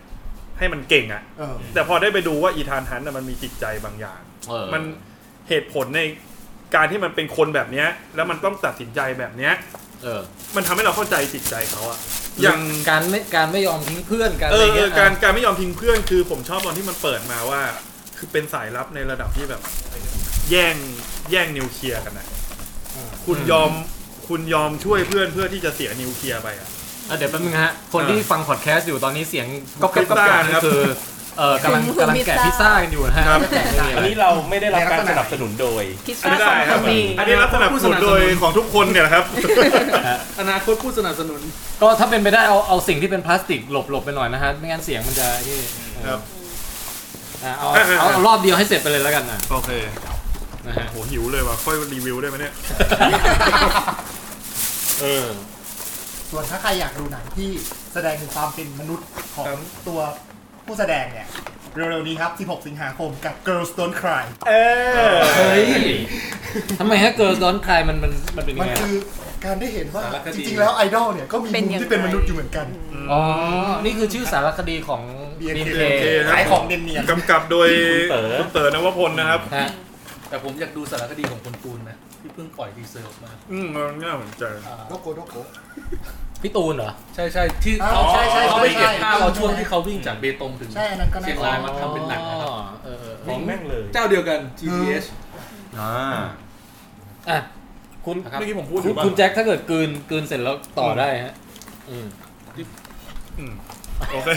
ให้มันเก่งอะ เออ แต่พอได้ไปดูว่าอีธานฮันต์น่ะมันมีจิตใจบางอย่าง เออ มันเหตุผลในการที่มันเป็นคนแบบเนี้ยแล้วมันต้องตัดสินใจแบบเนี้ย เออ มันทำให้เราเข้าใจจิตใจเขาอะ อย่าง การไม่การไม่ยอมทิ้งเพื่อนการ เอ อะไร อเอ เงี้ อย การการไม่ยอมทิ้งเพื่อนคือผมชอบตอนที่มันเปิดมาว่า คือเป็นสายลับในระดับที่แบบ แย่งแย่งนิวเคลียร์กันนะคุณยอมคุณยอมช่วยเพื่อนเพื่อที่จะเสียนิวเคลียร์ไปอ่ะ อ่ะเดี๋ยวแป๊บนึงฮะ คนที่ฟังพอดแคสต์อยู่ตอนนี้เสียงก็แกรพิบซ ก็ ซ่า แกรบ นะครับ คือเออกำลังกำลังแกะพิซซ่ากันอยู่นะฮะ ครับ อันนี้เราไม่ได้รับการสนับสนุนโดย คิด อัน ว่า นี้ สได้คองครับ นนี้ อันนี้รับสนับสนุนโดยของทุกคนเนี่ยนะครับ อนาคตผู้สนับสนุน ก็ถ้าเป็นไปได้เอาเอาสิ่งที่เป็นพลาสติกหลบหลบไปหน่อยนะฮะ ไม่งั้นเสียงมันจะนี่ ครับ อ่ะเอาเอาเอาเอารอบเดียวให้เสร็จไปเลยแล้วกันนะ โอเค นะฮะ โหหิวเลยว่ะค่อยรีวิวได้ไหมเนี่ย เออ ส่วนถ้าใครอยากดูหนังที่แสดงถึงความเป็นมนุษย์ของ ครับ ตัวผู้แสดงเนี่ย เร็วๆนี้ครับ 16 สิงหาคมกับ Girls Don't Cry เออ เฮ้ยทำไมฮะเกิร์ลดอนคลายมันมันมันเป็นยั มั ง น ไง คือการได้เห็นว่า สารค จ ดี ริงๆแล้วไอดอลเนี่ยก็มี เป็น มุม ยัง ที่เป็น ไง มนุษย์อยู่เหมือนกัน อ๋อ นี่คือชื่อสารคดีของ BNK BNK ขายของเนียน กำกับโดย คุณเต๋อ คุณเต๋อนวพลนะครับ ฮะ แต่ผมอยากดูสารคดีของคนปูนนะที่เพิ่งปล่อยทีเซอร์ออกมา อืมมันน่าสนใจ ๆโลโกโลโก พี่ตูนเหรอ ใช่ใช่ที่ อ๋อ เขา ใช่ใช่ใช่ เขาไปเก็บ ใช่ ภาพเอาช่วงที่เขาวิ่งจากเบตงถึง ใช่อันนั้นก็น่า เชียงรายมาทำเป็นหนังนะครับ เออเออเอ ข อ องแม่งเลย เจ้าเดียวกัน GDH อ่า อ่ะคุณ นะครับ เมื่อกี้ผมพูดอ คุ ยู่ ณ บ้าง คุณแจ็คถ้าเกิดกลืนกลืนเสร็จแล้วต่อได้ฮะอืม อืมโอเค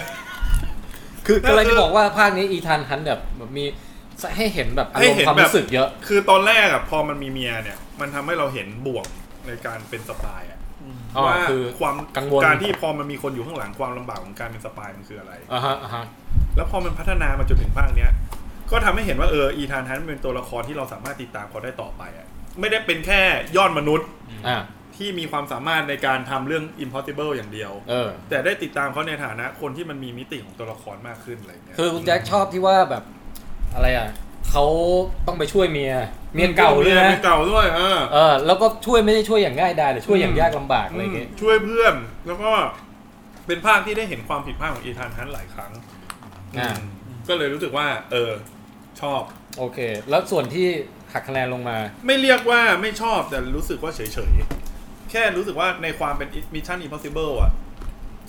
คือกำลังจะบอกว่าภาคนี้อีธานฮันต์แบบแบบมีให้เห็นแบบอารม ให้เห็ ณ์ น ความ แบบ รู้สึกเยอะ คือตอนแรกอะพอมันมีเมียเนี่ย มันทำให้เราเห็นบวกในการเป็นสปายอะ อ๋อ ว่า คือ ความ กังวล การที่พอมันมีคนอยู่ข้างหลังความลำบากของการเป็นสปายมันคืออะไร อ่าฮะอ่าฮะ แล้วพอมันพัฒนามาจนถึงภาคเนี้ย ก็ทำให้เห็นว่าเอออีธานฮันต์เป็นตัวละครที่เราสามารถติดตามเขาได้ต่อไปอะไม่ได้เป็นแค่ยอดมนุษย์ อ่า ที่มีความสามารถในการทำเรื่อง impossible อย่างเดียว เออ แต่ได้ติดตามเขาในฐานะคนที่มันมีมิติของตัวละครมากขึ้นอะไรอย่างเงี้ย คือคุณแจ็คชอบที่ว่าแบบอะไรอ่ะเขาต้องไปช่วยเมียเมียเก่าด้วยนะ เมีเก่าด้วยเออ เออแล้วก็ช่วยไม่ได้ช่วยอย่างง่ายดายแต่ช่วยอย่างยากลำบากอะไรอย่างเงี้ย ช่วยเพื่อน แล้วก็เป็นภาคที่ได้เห็นความผิดพลาดของอีธานฮันต์หลายครั้ง อ่า อืมก็เลยรู้สึกว่า เออ ชอบ โอเค แล้วส่วนที่หักคะแนนลงมา ไม่เรียกว่าไม่ชอบแต่รู้สึกว่าเฉยๆ แค่รู้สึกว่าในความเป็น Mission Impossible อ่ะ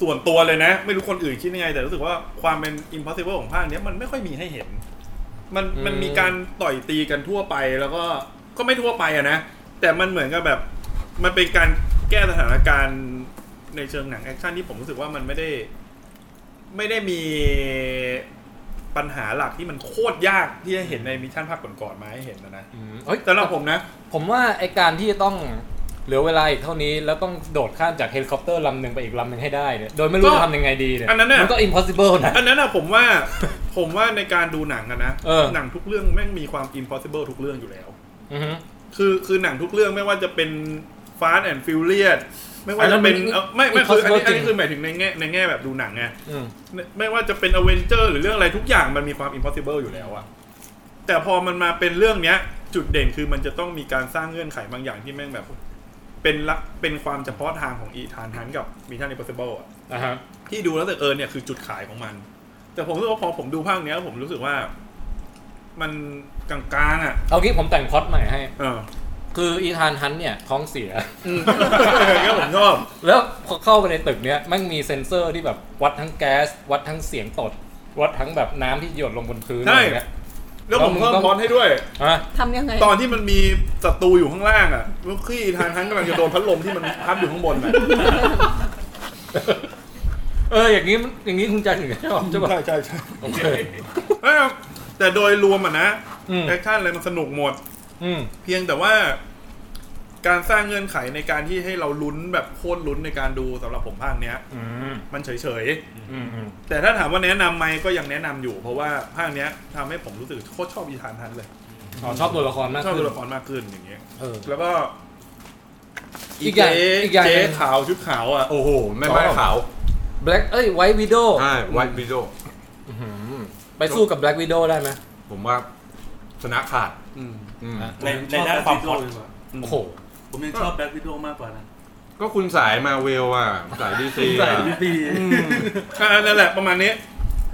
ส่วนตัวเลยนะ ไม่รู้คนอื่นคิดยังไง แต่รู้สึกว่าความเป็น Impossible ของภาคเนี้ยมันไม่ค่อยมีให้เห็น มัน อืม มันมีการต่อยตีกันทั่วไปแล้วก็ก็ไม่ทั่วไปอะนะ แต่มันเหมือนกับแบบ มันเป็นการแก้สถานการณ์ในเชิงหนังแอคชั่นที่ผมรู้สึกว่ามันไม่ได้ ไม่ได้มีปัญหาหลักที่มันโคตรยากที่จะเห็นในมิชชั่นภาคก่อนๆมาให้เห็นนะนะ อืมเฮ้ย สำหรับผมนะ ผมว่าไอการที่จะต้องเหลือเวลาอีกเท่านี้แล้วต้องโดดข้ามจากเฮลิคอปเตอร์ลำหนึ่งไปอีกลำหนึ่งให้ได้เนี่ยโดยไม่รู้ ก็ จะทำยังไงดีเนี่ย อันนั้นน่ะ มันก็ impossible นะ อันนั้นอะผมว่า ผมว่าในการดูหนังอะนะ เออ หนังทุกเรื่องแม่งมีความ impossible ทุกเรื่องอยู่แล้ว อือฮึ คือคือหนังทุกเรื่องไม่ว่าจะเป็น Fast and Furious ไม่ว่าจะเป็น อันนั้นมัน เอ่อไม่ไม่คืออันนี้ impossible อันนี้ จริง คือหมายถึงในแง่ในแง่แบบดูหนังไง อืม ไม่ไม่ว่าจะเป็น a v e n g e r หรือเรื่องอะไรทุกอย่างมันมีความ impossible อยู่แล้วอะแต่พอมันมาเป็นเรื่องเนี้ย จุดเด่นคือมันจะต้องมีการสร้างเงื่อนไขบางอย่างที่แม่งแบบ เป็นละเป็นความเฉพาะทางของอีธานฮันกับมิชชั่น impossible อะ อ่าฮะ ที่ดูแล้วแต่เออเนี่ยคือจุดขายของมัน แต่ผมรู้สึกว่าพอผมดูภาคเนี้ยผมรู้สึกว่า มันกลางๆอ่ะ เอางี้ผมแต่งพล็อตใหม่ให้ เออ คืออีธานฮันต์เนี่ยท้องเสีย เนี้ยผมชอบ แล้วพอเข้าไปในตึกเนี่ยมันมีเซ็นเซอร์ที่แบบวัดทั้งแก๊ส วัดทั้งเสียงตด วัดทั้งแบบน้ำที่หยดลงบนพื้น ใช่ อะไรเงี้ย แล้วผม ต้ เพิ่ อง มพรอนให้ด้วย อ่ะ ทำยังไง ตอนที่มันมีศัตรูอยู่ข้างล่างอ่ะลูกขี้ทานทั้งกำลังจะโดนพัดลมที่มันพัดอยู่ข้างบนอ่ะ เอออย่างนี้มันอย่างนี้คุณแจ็คถึงจะชอบใช่ป่ะ ใช่ใช่ใช่ โอเค เอ้าแต่โดยรวมอ่ะนะ อืม แอคชั่นอะไรมันสนุกหมด อืม เพียงแต่ว่าการสร้างเงื่อนไขในการที่ให้เราลุ้นแบบโคตรลุ้นในการดูสำหรับผมภาคเนี้ย อืม มันเฉยๆ อืมอืม แต่ถ้าถามว่าแนะนำไหมก็ยังแนะนำอยู่ เพราะว่าภาคเนี้ยทำให้ผมรู้สึกโคตรชอบอีธานฮันต์เลย อ๋อชอบตัวละครมาก ชอบ ขึ้น ตัวละครมากขึ้นอย่างเงี้ย เออ แล้วก็ อีกอย่าง เจ๊ อีกอย่าง เจ๊ หนึ่ง ขาวชุดขาวอ่ะ โอ้โหแม่ไม้ขาว Black เอ้ย White Widow ใช่ไวท์วิดโอ อื้อหือไปสู้กับ Black Widow ได้ไหม ผมว่าชนะขาดอืม ในในด้านความพล็อต โอ้โห ผมยังชอบแบทวิดโอมากกว่านะ ก็คุณสายมาเวลอ่ะ สายดีซี ใส่ดี อ่ะนั่นแหละประมาณนี้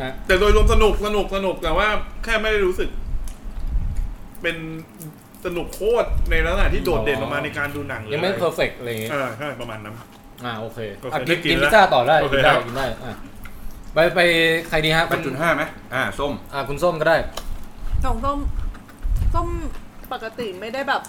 ฮะ แต่โดยรวมสนุกสนุกสนุกแต่ว่าแค่ไม่ได้รู้สึก เป็นสนุกโคตรในลักษณะที่โดดเด่นออกมาในการดูหนังหรือ ยัง อะร ไม่เพอร์เฟกต์อะไรอย่างเงี้ย อ่าใช่ประมาณนั้น อ่าโอเค โอเค อ่ะกิน ได้กิน กิน แล้ว พิซซ่าต่อได้ โอเค กินได้ ครับ กินได้อ่ะไปไปใครดีฮะ แปดจุดห้าไหมอ่าส้ม อ่ะคุณส้มก็ได้ ของส้มส้มปกติไม่ได้แบบ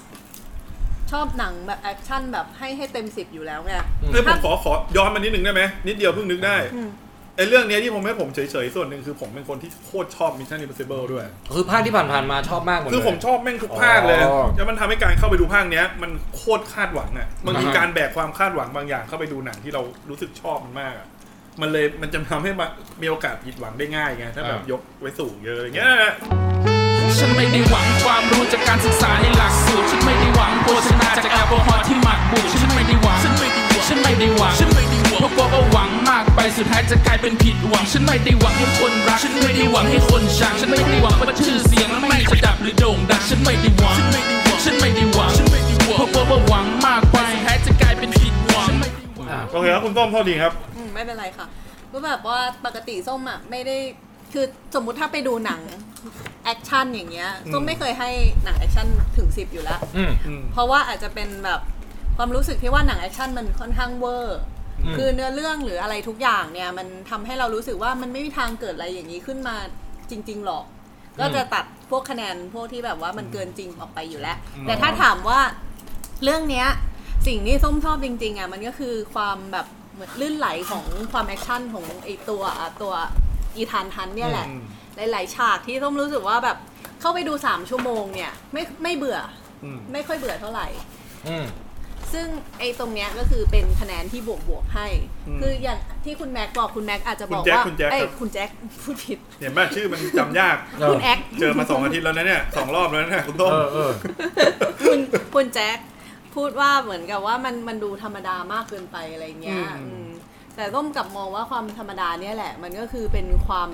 ชอบหนังแบบแอคชั่นแบบให้ให้เต็มสิบอยู่แล้วไง เฮ้ยผมขอขอย้อนมานิดนึงได้ไหมนิดเดียวเพิ่งนึกได้ อืม ไอ้เรื่องเนี้ยที่ผมให้ผมเฉยๆส่วนหนึ่งคือผมเป็นคนที่โคตรชอบ Mission Impossible ด้วย คือภาคที่ผ่านๆมาชอบมากหมดเลย คือผมชอบแม่งทุกภาคเลย อ๋อ แล้วมันทำให้การเข้าไปดูภาคเนี้ย มันโคตรคาดหวังอ่ะ มันคือ นะฮะ การแบกความคาดหวังบางอย่างเข้าไปดูหนังที่เรารู้สึกชอบมันมากอ่ะ มันเลยมันจะทำให้มามีโอกาสผิดหวังได้ง่ายไงถ้าแบบยกไว้สูงเยอะอะไรเงี้ย ฉันไม่ได้หวังความรู้จากการศึกษาในหลักสูตร ฉันไม่ได้หวังโฆษณาจากแอลกอฮอล์ที่หมักบูดฉันไม่ได้หวัง ฉันไม่ได้หวัง ฉันไม่ได้หวัง ฉันไม่ได้หวังเพราะกลัวว่าหวังมากไปสุดท้ายจะกลายเป็นผิดหวัง ฉันไม่ได้หวังให้คนรัก ฉันไม่ได้หวังให้คนชัง ฉันไม่ได้หวังว่าชื่อเสียงและไม่จะดับหรือโด่งดัง ฉันไม่ได้หวัง ฉันไม่ได้หวัง ฉันไม่ได้หวังเพราะกลัวว่าหวังมากไปสุดท้ายจะกลายเป็นผิดหวัง โอเคครับคุณต้อมเท่าดีครับ อืมไม่เป็นไรค่ะก็แบบว่าปกติส้มอ่ะไม่ได้คือสมมุติถ้าไปดูหนังแอคชั่นอย่างเงี้ยส้มไม่เคยให้หนังแอคชั่นถึงสิบอยู่แล้ว อืม เพราะว่าอาจจะเป็นแบบความรู้สึกที่ว่าหนังแอคชั่นมันค่อนข้างเวอร์ คือเนื้อเรื่องหรืออะไรทุกอย่างเนี่ย มันทำให้เรารู้สึกว่ามันไม่มีทางเกิดอะไรอย่างนี้ขึ้นมาจริง ๆ หรอก ก็จะตัดพวกคะแนนพวกที่แบบว่ามันเกินจริงออกไปอยู่แล้ว แต่ถ้าถามว่าเรื่องเนี้ยสิ่งที่ส้มชอบจริง ๆอ่ะมันก็คือความแบบเหมือนลื่นไหลของความแอคชั่นของไอตัวอ่ะตัวอีธานทันเนี่ยแหละ หลายๆฉากที่ส้มรู้สึกว่าแบบเข้าไปดูสามชั่วโมงเนี่ยไม่ไม่เบื่ออ ม ไม่ค่อยเบื่อเท่าไหร่ อืม ซึ่งไอ้ตรงเนี้ยก็คือเป็นคะแนนที่บวกบวกๆให้ คืออย่างที่คุณแม็กบอกคุณแม็กอาจจะบอกว่า คุณแจ็ค เอ้ย ครับ คุณแจ็คพูดผิด เห็นป่ะชื่อมันจำยาก คุณแอ็ก เจอมาสองอาทิตย์แล้วนะเนี่ยสองรอบแล้วนะคุณต้อม เออเออ คุณคุณแจ็คพูดว่าเหมือนกับว่ามันมันดูธรรมดามากเกินไปอะไรเงี้ย อืม อืมแต่ต้มกลับมองว่าความธรรมดาเนี่ยแหละ มันก็คือเป็นความ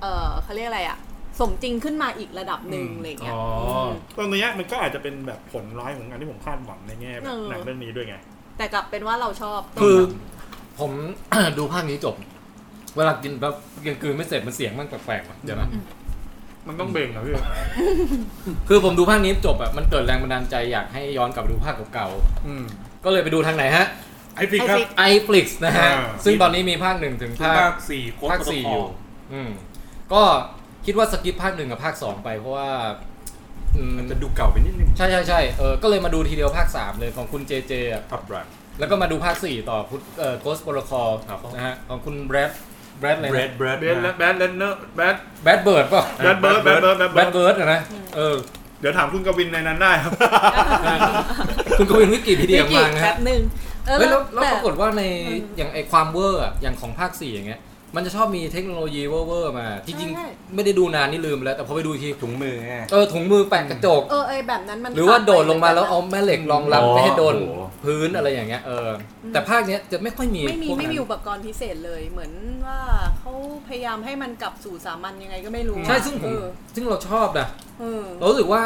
เออเขาเรียกอะไรอะสมจริงขึ้นมาอีกระดับหนึ่งอะไรเงี้ยม ตอนเนี้ยมันก็อาจจะเป็นแบบผลร้ายของการที่ผมคาดหวังในแง่แบบ เออ หนังเรื่องนี้ด้วยไง แต่กลับเป็นว่าเราชอบต้ม คือ แบบ ผม ดูภาคนี้จบ เวลากินแบบยังกลืนไม่เสร็จมันเสียงมันแปลกๆว่ะเดี๋ยวนะ มันต้องเบ่งเหรอพี่ คือผมดูภาคนี้จบอ่ะมันเกิดแรงบันดาลใจอยากให้ย้อนกลับไปดูภาคเก่า อืม ๆก็เลยไปดูทางไหนฮะ ไอฟิกครับ ไอฟลิกซ์นะฮะ อ่า ซึ่งตอนนี้มีภาคหนึ่งถึงภา ภา ค คสี่โค้ด ภาค โปรโต สี่ ค อ อยู่ อืม ก็คิดว่าสกิปภาคหนึ่งกับภาคสองไปเพราะว่าอืม จะดูเก่าไปนิดนึง ใช่ใช่ใช่เออก็เลยมาดูทีเดียวภาคสามเลยของคุณเจเจอ่ะ อับรัน แล้วก็มาดูภาค 4 ต่อพุทเอ่อ Ghost Protocol ครับ นะฮะ ของคุณแบรดแบรดอะไร เบรดเบรด เบนและแบนเลนเนอร์แบน แบดเบิร์ดป่ะ แบนเบิร์ดแบนเบิร์ด แบดเบิร์ดนะ เออ เดี๋ยวถามคุณกวินในนั้นได้ครับ คุณกวินวิกิพีเดีย วิ มา กิ นะ แป๊ ฮะ บหนึ่งเออ เฮ้ยแล้วแล้ว แต่ ปรากฏว่าใน อืม อย่างไอความเวอร์อะอย่างของภาค 4 อย่างเงี้ย มันจะชอบมีเทคโนโลยีเวอร์ๆมา จริง ใช่ ๆ ไม่ได้ดูนานนี่ลืมไปแล้ว แต่พอไปดูอีกที ถุงมือไง เออถุงมือแปะกระจก เออไอแบบนั้นมัน หรือว่าโดดลงมาแล้วเอาแม่เหล็กรองรับ อ๋อ ไม่ให้โดน โอ้โห พื้นอะไรอย่างเงี้ย เออ แต่ภาคเนี้ยจะไม่ค่อยมี ไม่มี พวก ไม่ นั้น มีอุปกรณ์พิเศษเลยเหมือนว่าเขาพยายามให้มันกลับสู่สามัญยังไงก็ไม่รู้ ใช่ซึ่งผม เออ ซึ่งเราชอบนะ เออ เรารู้สึกว่า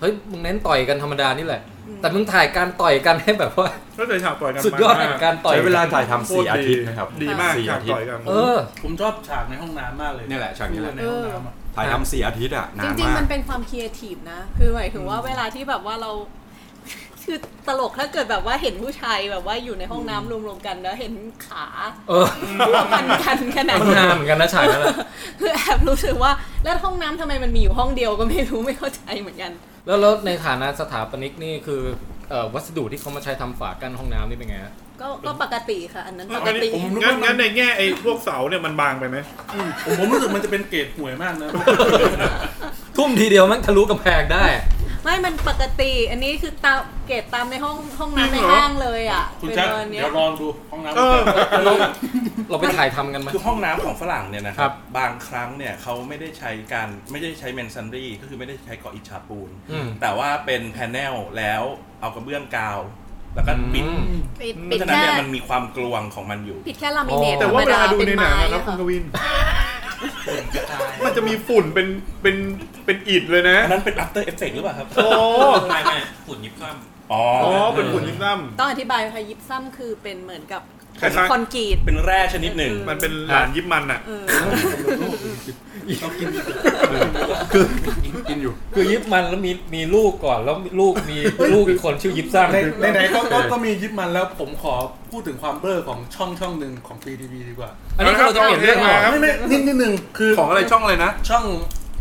เฮ้ย มึงเน้นต่อยกันธรรมดานี่แหละ อืม แต่มึงถ่ายการต่อยกันให้แบบว่า ก็เลยฉากต่อยกัน สุดยอดแห่งการต่อย ใช้เวลาถ่าย โค ทำ ตร สี่ ดี อาทิตย์นะครับ ดีมาก สี่ ฉา อากทิต ต่อย ย์ กัน เออ ผมชอบฉากในห้องน้ำมากเลย เนี่ยแหละฉากนี้แหละ ในห้องน้ำอะ ถ่ายทำสี่อาทิตย์อ่ะ จ นาน ริงๆ มา มั ก นเป็นความครีเอทีฟนะ คือหมายถึงว่าเวลาที่แบบว่าเรา คือตลกถ้าเกิดแบบว่าเห็นผู้ชายแบบว่าอยู่ในห้องน้ำรวมๆกันแล้วเห็นขา เออ ร่วมกันกันข นาด มัน นั้น นานเหมือนกันนะฉากนั้นอะ คือแอบรู้สึกว่าแล้วห้องน้ำทำไมมันมีอยู่ห้องเดียวก็ไม่รู้ ไม่เข้าใจเหมือนกัน แล้วแล้วในฐานะสถาปนิกนี่คือเอ่อวัสดุที่เขามาใช้ทำฝากั้นห้องน้ำนี่เป็นไงฮะ ก็ก็ปกติค่ะ อันนั้นปก งั้น ติ งั้นงั้นในแง่ไอ้พวกเสาเนี่ยมันบางไปไหม ผมผมรู้สึกมันจะเป็นเกรดห่วยมากนะ ทุ่มทีเดียวมันทะลุกำแพงได้ ไม่มันปกติ อันนี้คือตามเกตตามในห้องห้อง จริ น้ำ ง ใน เหรอ ห้างเลยอ่ะ คุณ เป็น แจ็ค เงินเนี้ เดี๋ ย ยวลองดูห้องน้ำ เออ เราไปถ่ายทำกันไหม คือห้องน้ำของฝรั่งเนี่ยนะค ครั รับ บางครั้งเนี่ยเขาไม่ได้ใช้การไม่ได้ใช้เมนซันดี้ก็คือไม่ได้ใช้เกาะอิฐฉาบปูน อืม แต่ว่าเป็นแผ่นแนลแล้วเอากระเบื้องกาว แล้วก็ปิด อืม ปิด เพ ปิด ราะฉะนั้น แค่ เนี่ยมันมีความกลวงของมันอยู่ ปิดแค่ลามิเนต อ๋อ แต่ว่าเวลาดู ธรรม ในหนัง เป็ นะครับ ไม้ คุณก อะ วิน มันจะมีฝุ่นเป็นเป็นเป็นอิฐเลยนะ อันนั้นเป็น after effect หรือเปล่าครับ โอ้ ไม่ไม่ฝุ่นยิบซ้ำ อ๋อ อ๋อ อ เป็นฝุ่นยิ่งซ้ ต้องอธิบายพายิปซ้ำคือเป็นเหมือนกับ คล้าย คอนกรีต เป็นแร่ชนิดหนึ่ง มันเป็นหลานยิบมันอ่ะ คือกินอยู่ คือยิบมันแล้วมีมีลูกก่อนแล้วลูกมีลูกอีกคนชื่อยิบซ้ำ ในในไหนก็ก็ก็มียิบมันแล้วผมขอพูดถึงความเบ้อของช่องช่องหนึ่งของฟรีทีวีดีกว่า อันนี้คือเราจะเปลี่ยนเรื่องเหรอ ไม่ไม่นิดนิดหนึ่งคือ ของอะไรช่องอะไรนะ ช่อง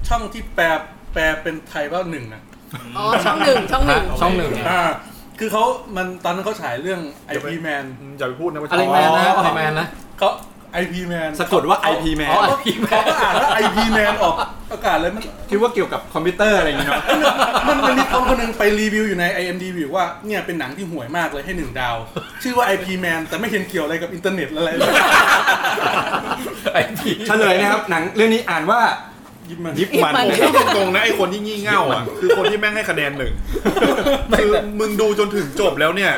ช่องที่แปลแปลเป็นไทยว่าหนึ่งนะ อ๋อช่องหนึ่งช่องหนึ่ง ช่องหนึ่ง อ่าคือเขามันตอนนั้นเขาฉายเรื่องไอพีแมน อย่าไปพูดนะว่า อะไรแมนนะอะไรแมนนะ เขาไอพีแมน สะกดว่า IP แมน อ๋อ IP เขาก็อ่านว่าไอพีแมนออกอากาศเลยมัน คิดว่าเกี่ยวกับคอมพิวเตอร์อะไรอย่างเงี้ยเนาะ มันมันมีคนคนหนึงไปรีวิวอยู่ใน IMDb ว่าเนี่ยเป็นหนังที่ห่วยมากเลยให้หนึ่งดาว ชื่อว่า IP Man แต่ไม่เห็นเกี่ยวอะไรกับอินเทอร์เน็ตอะไรเลย เฉลยนะครับ หนังเรื่องนี้อ่านว่า ยิบมัน ยิบมัน ยิบมัน พูดตรงๆนะไอคนที่งี่เง่าอ่ะ คือคนที่แม่งให้คะแนนหนึ่งคือมึงดูจนถึงจบแล้วเนี่ย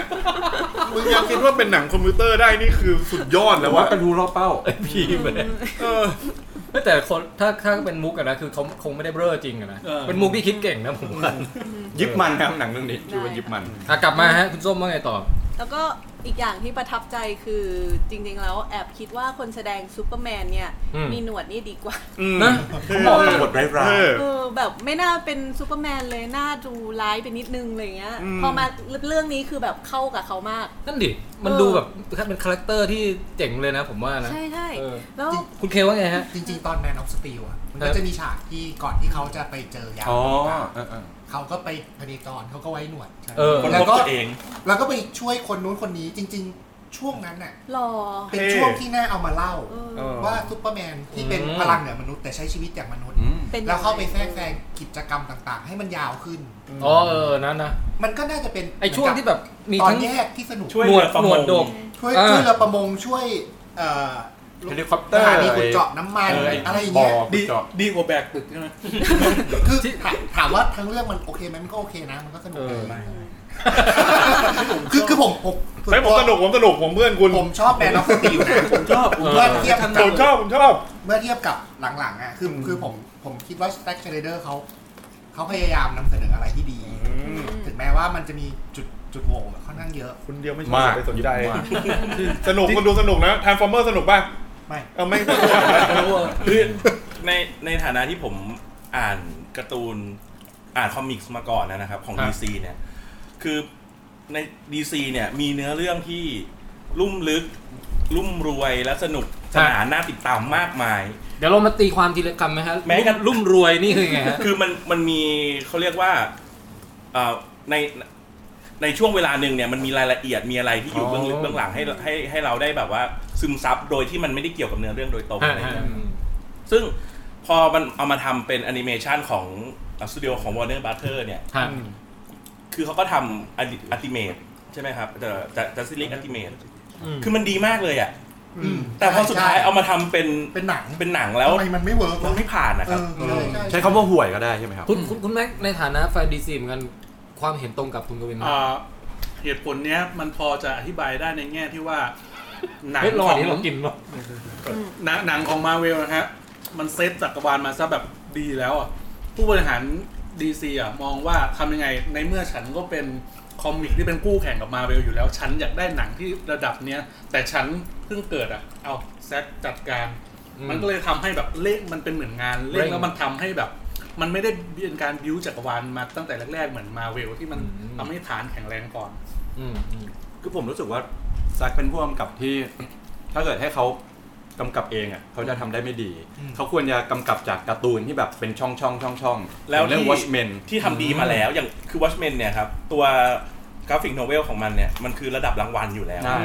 มึงยังคิดว่าเป็นหนังคอมพิวเตอร์ได้นี่คือสุดยอดแล้ว ว่า ว่ะ กระทูรอบเป้า พีแมน เออ แต่คนถ้าถ้าเป็นมุกอะนะคือเขาคงไม่ได้เบ้อจริงอะนะ เออ เป็นมุกที่คิดเก่งนะผมว่า ยิบมันครับหนังเรื่องนี้ชื่อว่ายิบมัน อ่ะกลับมาฮะคุณส้มว่าไงต่อ แล้วก็อีกอย่างที่ประทับใจคือจริงๆแล้วแอบคิดว่าคนแสดงซูเปอร์แมนเนี่ย อืม มีหนวดนี่ดีกว่า อืม นะ เขาเหมาะกับบทไร้รา เอย อ เออแบบไม่น่าเป็นซูเปอร์แมนเลยน่าดูร้ายไปนิดนึงอะไรเงี้ย อืม พอมาเรื่องนี้คือแบบเข้ากับเขามาก นั่นดิ มัน เออ ดูแบบเป็นคาแรคเตอร์ที่เจ๋งเลยนะผมว่านะ ใช่ใช่ เออ แล้ว จริง คุณเคว่าไงฮะ จริงๆ ตอนแมนออฟสตีลอ่ะมัน ครั ก็ บ จะมีฉากที่ก่อนที่เขาจะไปเจอยา อ๋อ เก่า เออเออ เขาก็ไปพเนจรเขาก็ไว้หนวด เออ คน แล้ พ ว บ ก็ ตัวเอง แล้วก็ไปช่วยคนนู้นคนนี้จริง ๆ ช่วงนั้นน่ะ หล่อ เป็นช่วงที่น่าเอามาเล่า เออ เออ ว่าซูเปอร์แมนที่เป็น อืม พลังเหนือมนุษย์แต่ใช้ชีวิตอย่างมนุษย์ อืม ป็น แล้วเข้าไปแทรกแซงกิจกรรมต่างๆ ให้มันยาวขึ้น อ๋อเออนั้นนะ มันก็น่าจะเป็น ไอช่วงที่แบบมี ตอน ทั้ง แยกที่สนุก ช่วย หนวด เรือประ หน มง วดโดก ช่วย อ่า ช่วยเรือประมงช่วยเอ่อ เฮลิคอปเตอร์ สถานีขุดเจาะน้ำมัน เออไอ้ อะไรอย่างเงี้ย บ่อ ดีดีกว่าแบกตึกใช่ไหม คือถามถามว่าทั้งเรื่องมันโอเคไหมมันก็โอเคนะ มันก็สนุกดีคือคือผมผม แต่ผมสนุกผมสนุกผมเพื่อนคุณ ผมชอบแมนออฟสตีลนะ ผมชอบผมช เมื่ อ อบ เทียบ ผมชอบผมชอบ เมื่อเทียบกับหลังๆอ่ะคืออ ม คือผมผมคิดว่าสแต็กเชเดอร์เขาเขาพยายามนำเสนออะไรที่ดี ถึงแม้ว่ามันจะมีจุดจุดโหว่ค่อนข้างเยอะ คุณเดียวไม่ช มาก ไปสนใจ มาก สนุกคนดูสนุกนะทานฟอร์เมอร์สนุกป่ะ ไม่ เออไม่ คือในในฐานะที่ผมอ่านการ์ตูนอ่านคอมิกส์มาก่อนนะครับ ของ ครับ DC เนี่ยคือใน DC เนี่ยมีเนื้อเรื่องที่ลุ่มลึก ลุ่มรวยและสนุกสนานน่าติดตามมากมาย เดี๋ยวเรามาตีความทีละคำไหมฮะ แม้กระทั่ง ลุ่มรวยนี่คือไงฮะ คือมันมันมีเขาเรียกว่าเอ่อในในช่วงเวลาหนึ่งเนี่ยมันมีรายละเอียดมีอะไรที่อยู่ อ๋อ เบื้องลึกเบื้องหลังให้ให้ให้เราได้แบบว่าซึมซับโดยที่มันไม่ได้เกี่ยวกับเนื้อเรื่องโดยตรงอะไรอย่างเงี้ย ซึ่งพอมันเอามาทำเป็นแอนิเมชันของสตูดิโอของ Warner Brother เนี่ย ฮะ คือเขาก็ทำอัติเมตใช่ไหมครับแต่แต่จัสติลิกอัติเมต อืม คือมันดีมากเลยอ่ะ อืม แต่พอสุดท้าย ใช่ เอามาทำเป็น เป็นหนัง เป็นหนังแล้ว ทำไมมันไม่เวิร์ก มันไม่ผ่านนะครับ เออใช่ ใช้คำว่าห่วยก็ได้ใช่ไหมครับ คุณคุณคุณแม็กในฐานะแฟนดีซีเหมือนกันความเห็นตรงกับคุณกวินไหม อ่าเหตุผลเนี้ยมันพอจะอธิบายได้ในแง่ที่ว่า หนัง เฮ้ยรอ ของ เดี๋ยวเรากินป่ะ หนังหนังของมาเวลนะฮะมันเซตจักรวาลมาซะแบบดีแล้วอ่ะผู้บริหารดีซีอ่ะมองว่าทำยังไงในเมื่อฉันก็เป็นคอมิกที่เป็นคู่แข่งกับมาเวลอยู่แล้ว ฉันอยากได้หนังที่ระดับเนี้ยแต่ฉันเพิ่งเกิดอ่ะ เอาแซกจัดการ มันก็เลยทำให้แบบเละมันเป็นเหมือนงานเละ เร่ง แล้วมันทำให้แบบ มันไม่ได้เป็นการบิวจักรวาลมาตั้งแต่แรกๆเหมือนมาเวลที่มัน อืม ทำให้ฐานแข็งแรงก่อน อืมอืม คือผมรู้สึกว่าแซักเป็นผู้กำกับที่ ถ้าเกิดให้เขากำกับเองอ่ะเขาจะทำได้ไม่ดี เขาควรจะกำกับจากการ์ตูนที่แบบเป็นช่องช่องช่องช่อง แล้ว เรื่อง ที่ Watchmen ที่ทำดีมาแล้วอย่างคือ Watchmen เนี่ยครับ ตัวกราฟิกโนเวลของมันเนี่ย มันคือระดับรางวัลอยู่แล้ว ใช่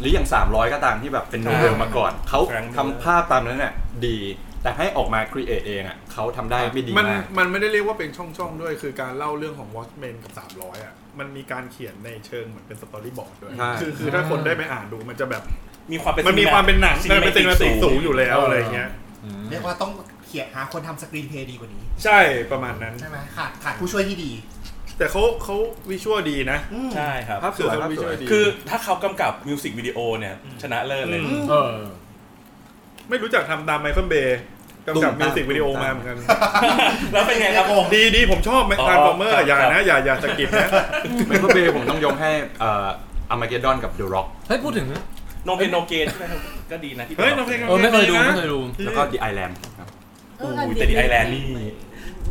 หรืออย่าง 300 ก็ตามที่แบบเป็นโนเวลมาก่อน เขาทำภาพตามนั้นน่ะดี แต่ให้ออกมาครีเอทเองอ่ะเขาทำได้ไม่ดี มัน มาก มันไม่ได้เรียกว่าเป็นช่องช่องๆด้วย คือการเล่าเรื่องของ Watchmen กับ 300 อ่ะ มันมีการเขียนในเชิงเหมือนเป็นสตอรี่บอร์ดด้วย ใช่ คือคือถ้าคนได้ไปอ่านดูมันจะแบบ มีความเป็น มันมีความเป็นหนัง ซี มันเป็นสิ่ง ติก สูงอยู่แล้วอะไรเงี้ย เรียกว่าต้องเขียนหาคนทำสกรีนเพลย์ดีกว่านี้ ใช่ประมาณนั้น ใช่ไหมขาดขาดผู้ช่วยที่ดี แต่เขาเขาวิชวลดีนะ อืม ใช่ครับ ภาพสวยภาพสวย คื คือ อ ถ้าเขากำกับมิวสิกวิดีโอเนี่ยชนะเลิศเลย เออ ไม่รู้จักทำตามไมเคิลเบย์กำกับ ตุ้ม มิ ตาม วสิกวิดีโอมาเหมือนกัน แล้วเป็นไงครับ ดีดีผมชอบ อ๋อ ทานฟอร์เมอร์อย่า ครับ นะ อย่าอย่าสะกิปนะ ไมเคิลเบย์ผมต้องยกให้เอ่อมาเกดอนกับเดอะร็อก เฮ้ยพูดถึง โนเพนโนเกนใช่ไหมครับก็ดีนะที่ เฮ้ยน้องเพลง เออไม่เคยดูไม่เคยดู แล้วก็ดีไอแลนด์ครับ เ โอ้ยแต่ดีไอแลนด์นี่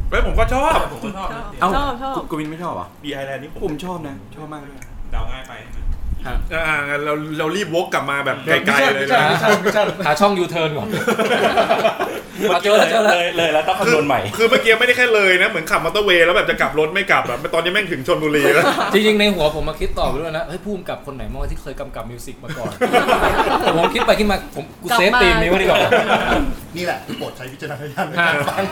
เฮ้ยผมก็ชอบ ผมก็ชอบนะ เอ้า ชอบชอบ กูวินไม่ชอบเหรอ ดีไอแลนด์นี่ผ ผม มชอบนะ ชอบมากเลย เดาง่ายไปใช่ไหม อ่างั้นเราเรารีบวกกลับมาแบบไกลๆเลยนะ หาช่องยูเทิร์นก่อน เมื่อกี้ เจอแล้วเจอแล้ว เลยเลยแล้วต้องคำนวณใหม่ คือเมื่อกี้ไม่ได้แค่เลยนะ เหมือนขับมอเตอร์เวย์แล้วแบบจะกลับรถไม่กลับแบบตอนนี้แม่งถึงชนบุรีแล้ว จริงๆ ในหัวผมมาคิดต่อไปด้วยนะเฮ้ยพูมกับคนไหนมางวะที่เคยกำกับมิวสิกมาก่อน แต่ผมคิดไปคิดมาผมกู กลับ เซฟ มา ตีมนี้ไว้ดีกว่า นี่แหละโปรดใช้วิจารณญาณในการฟัง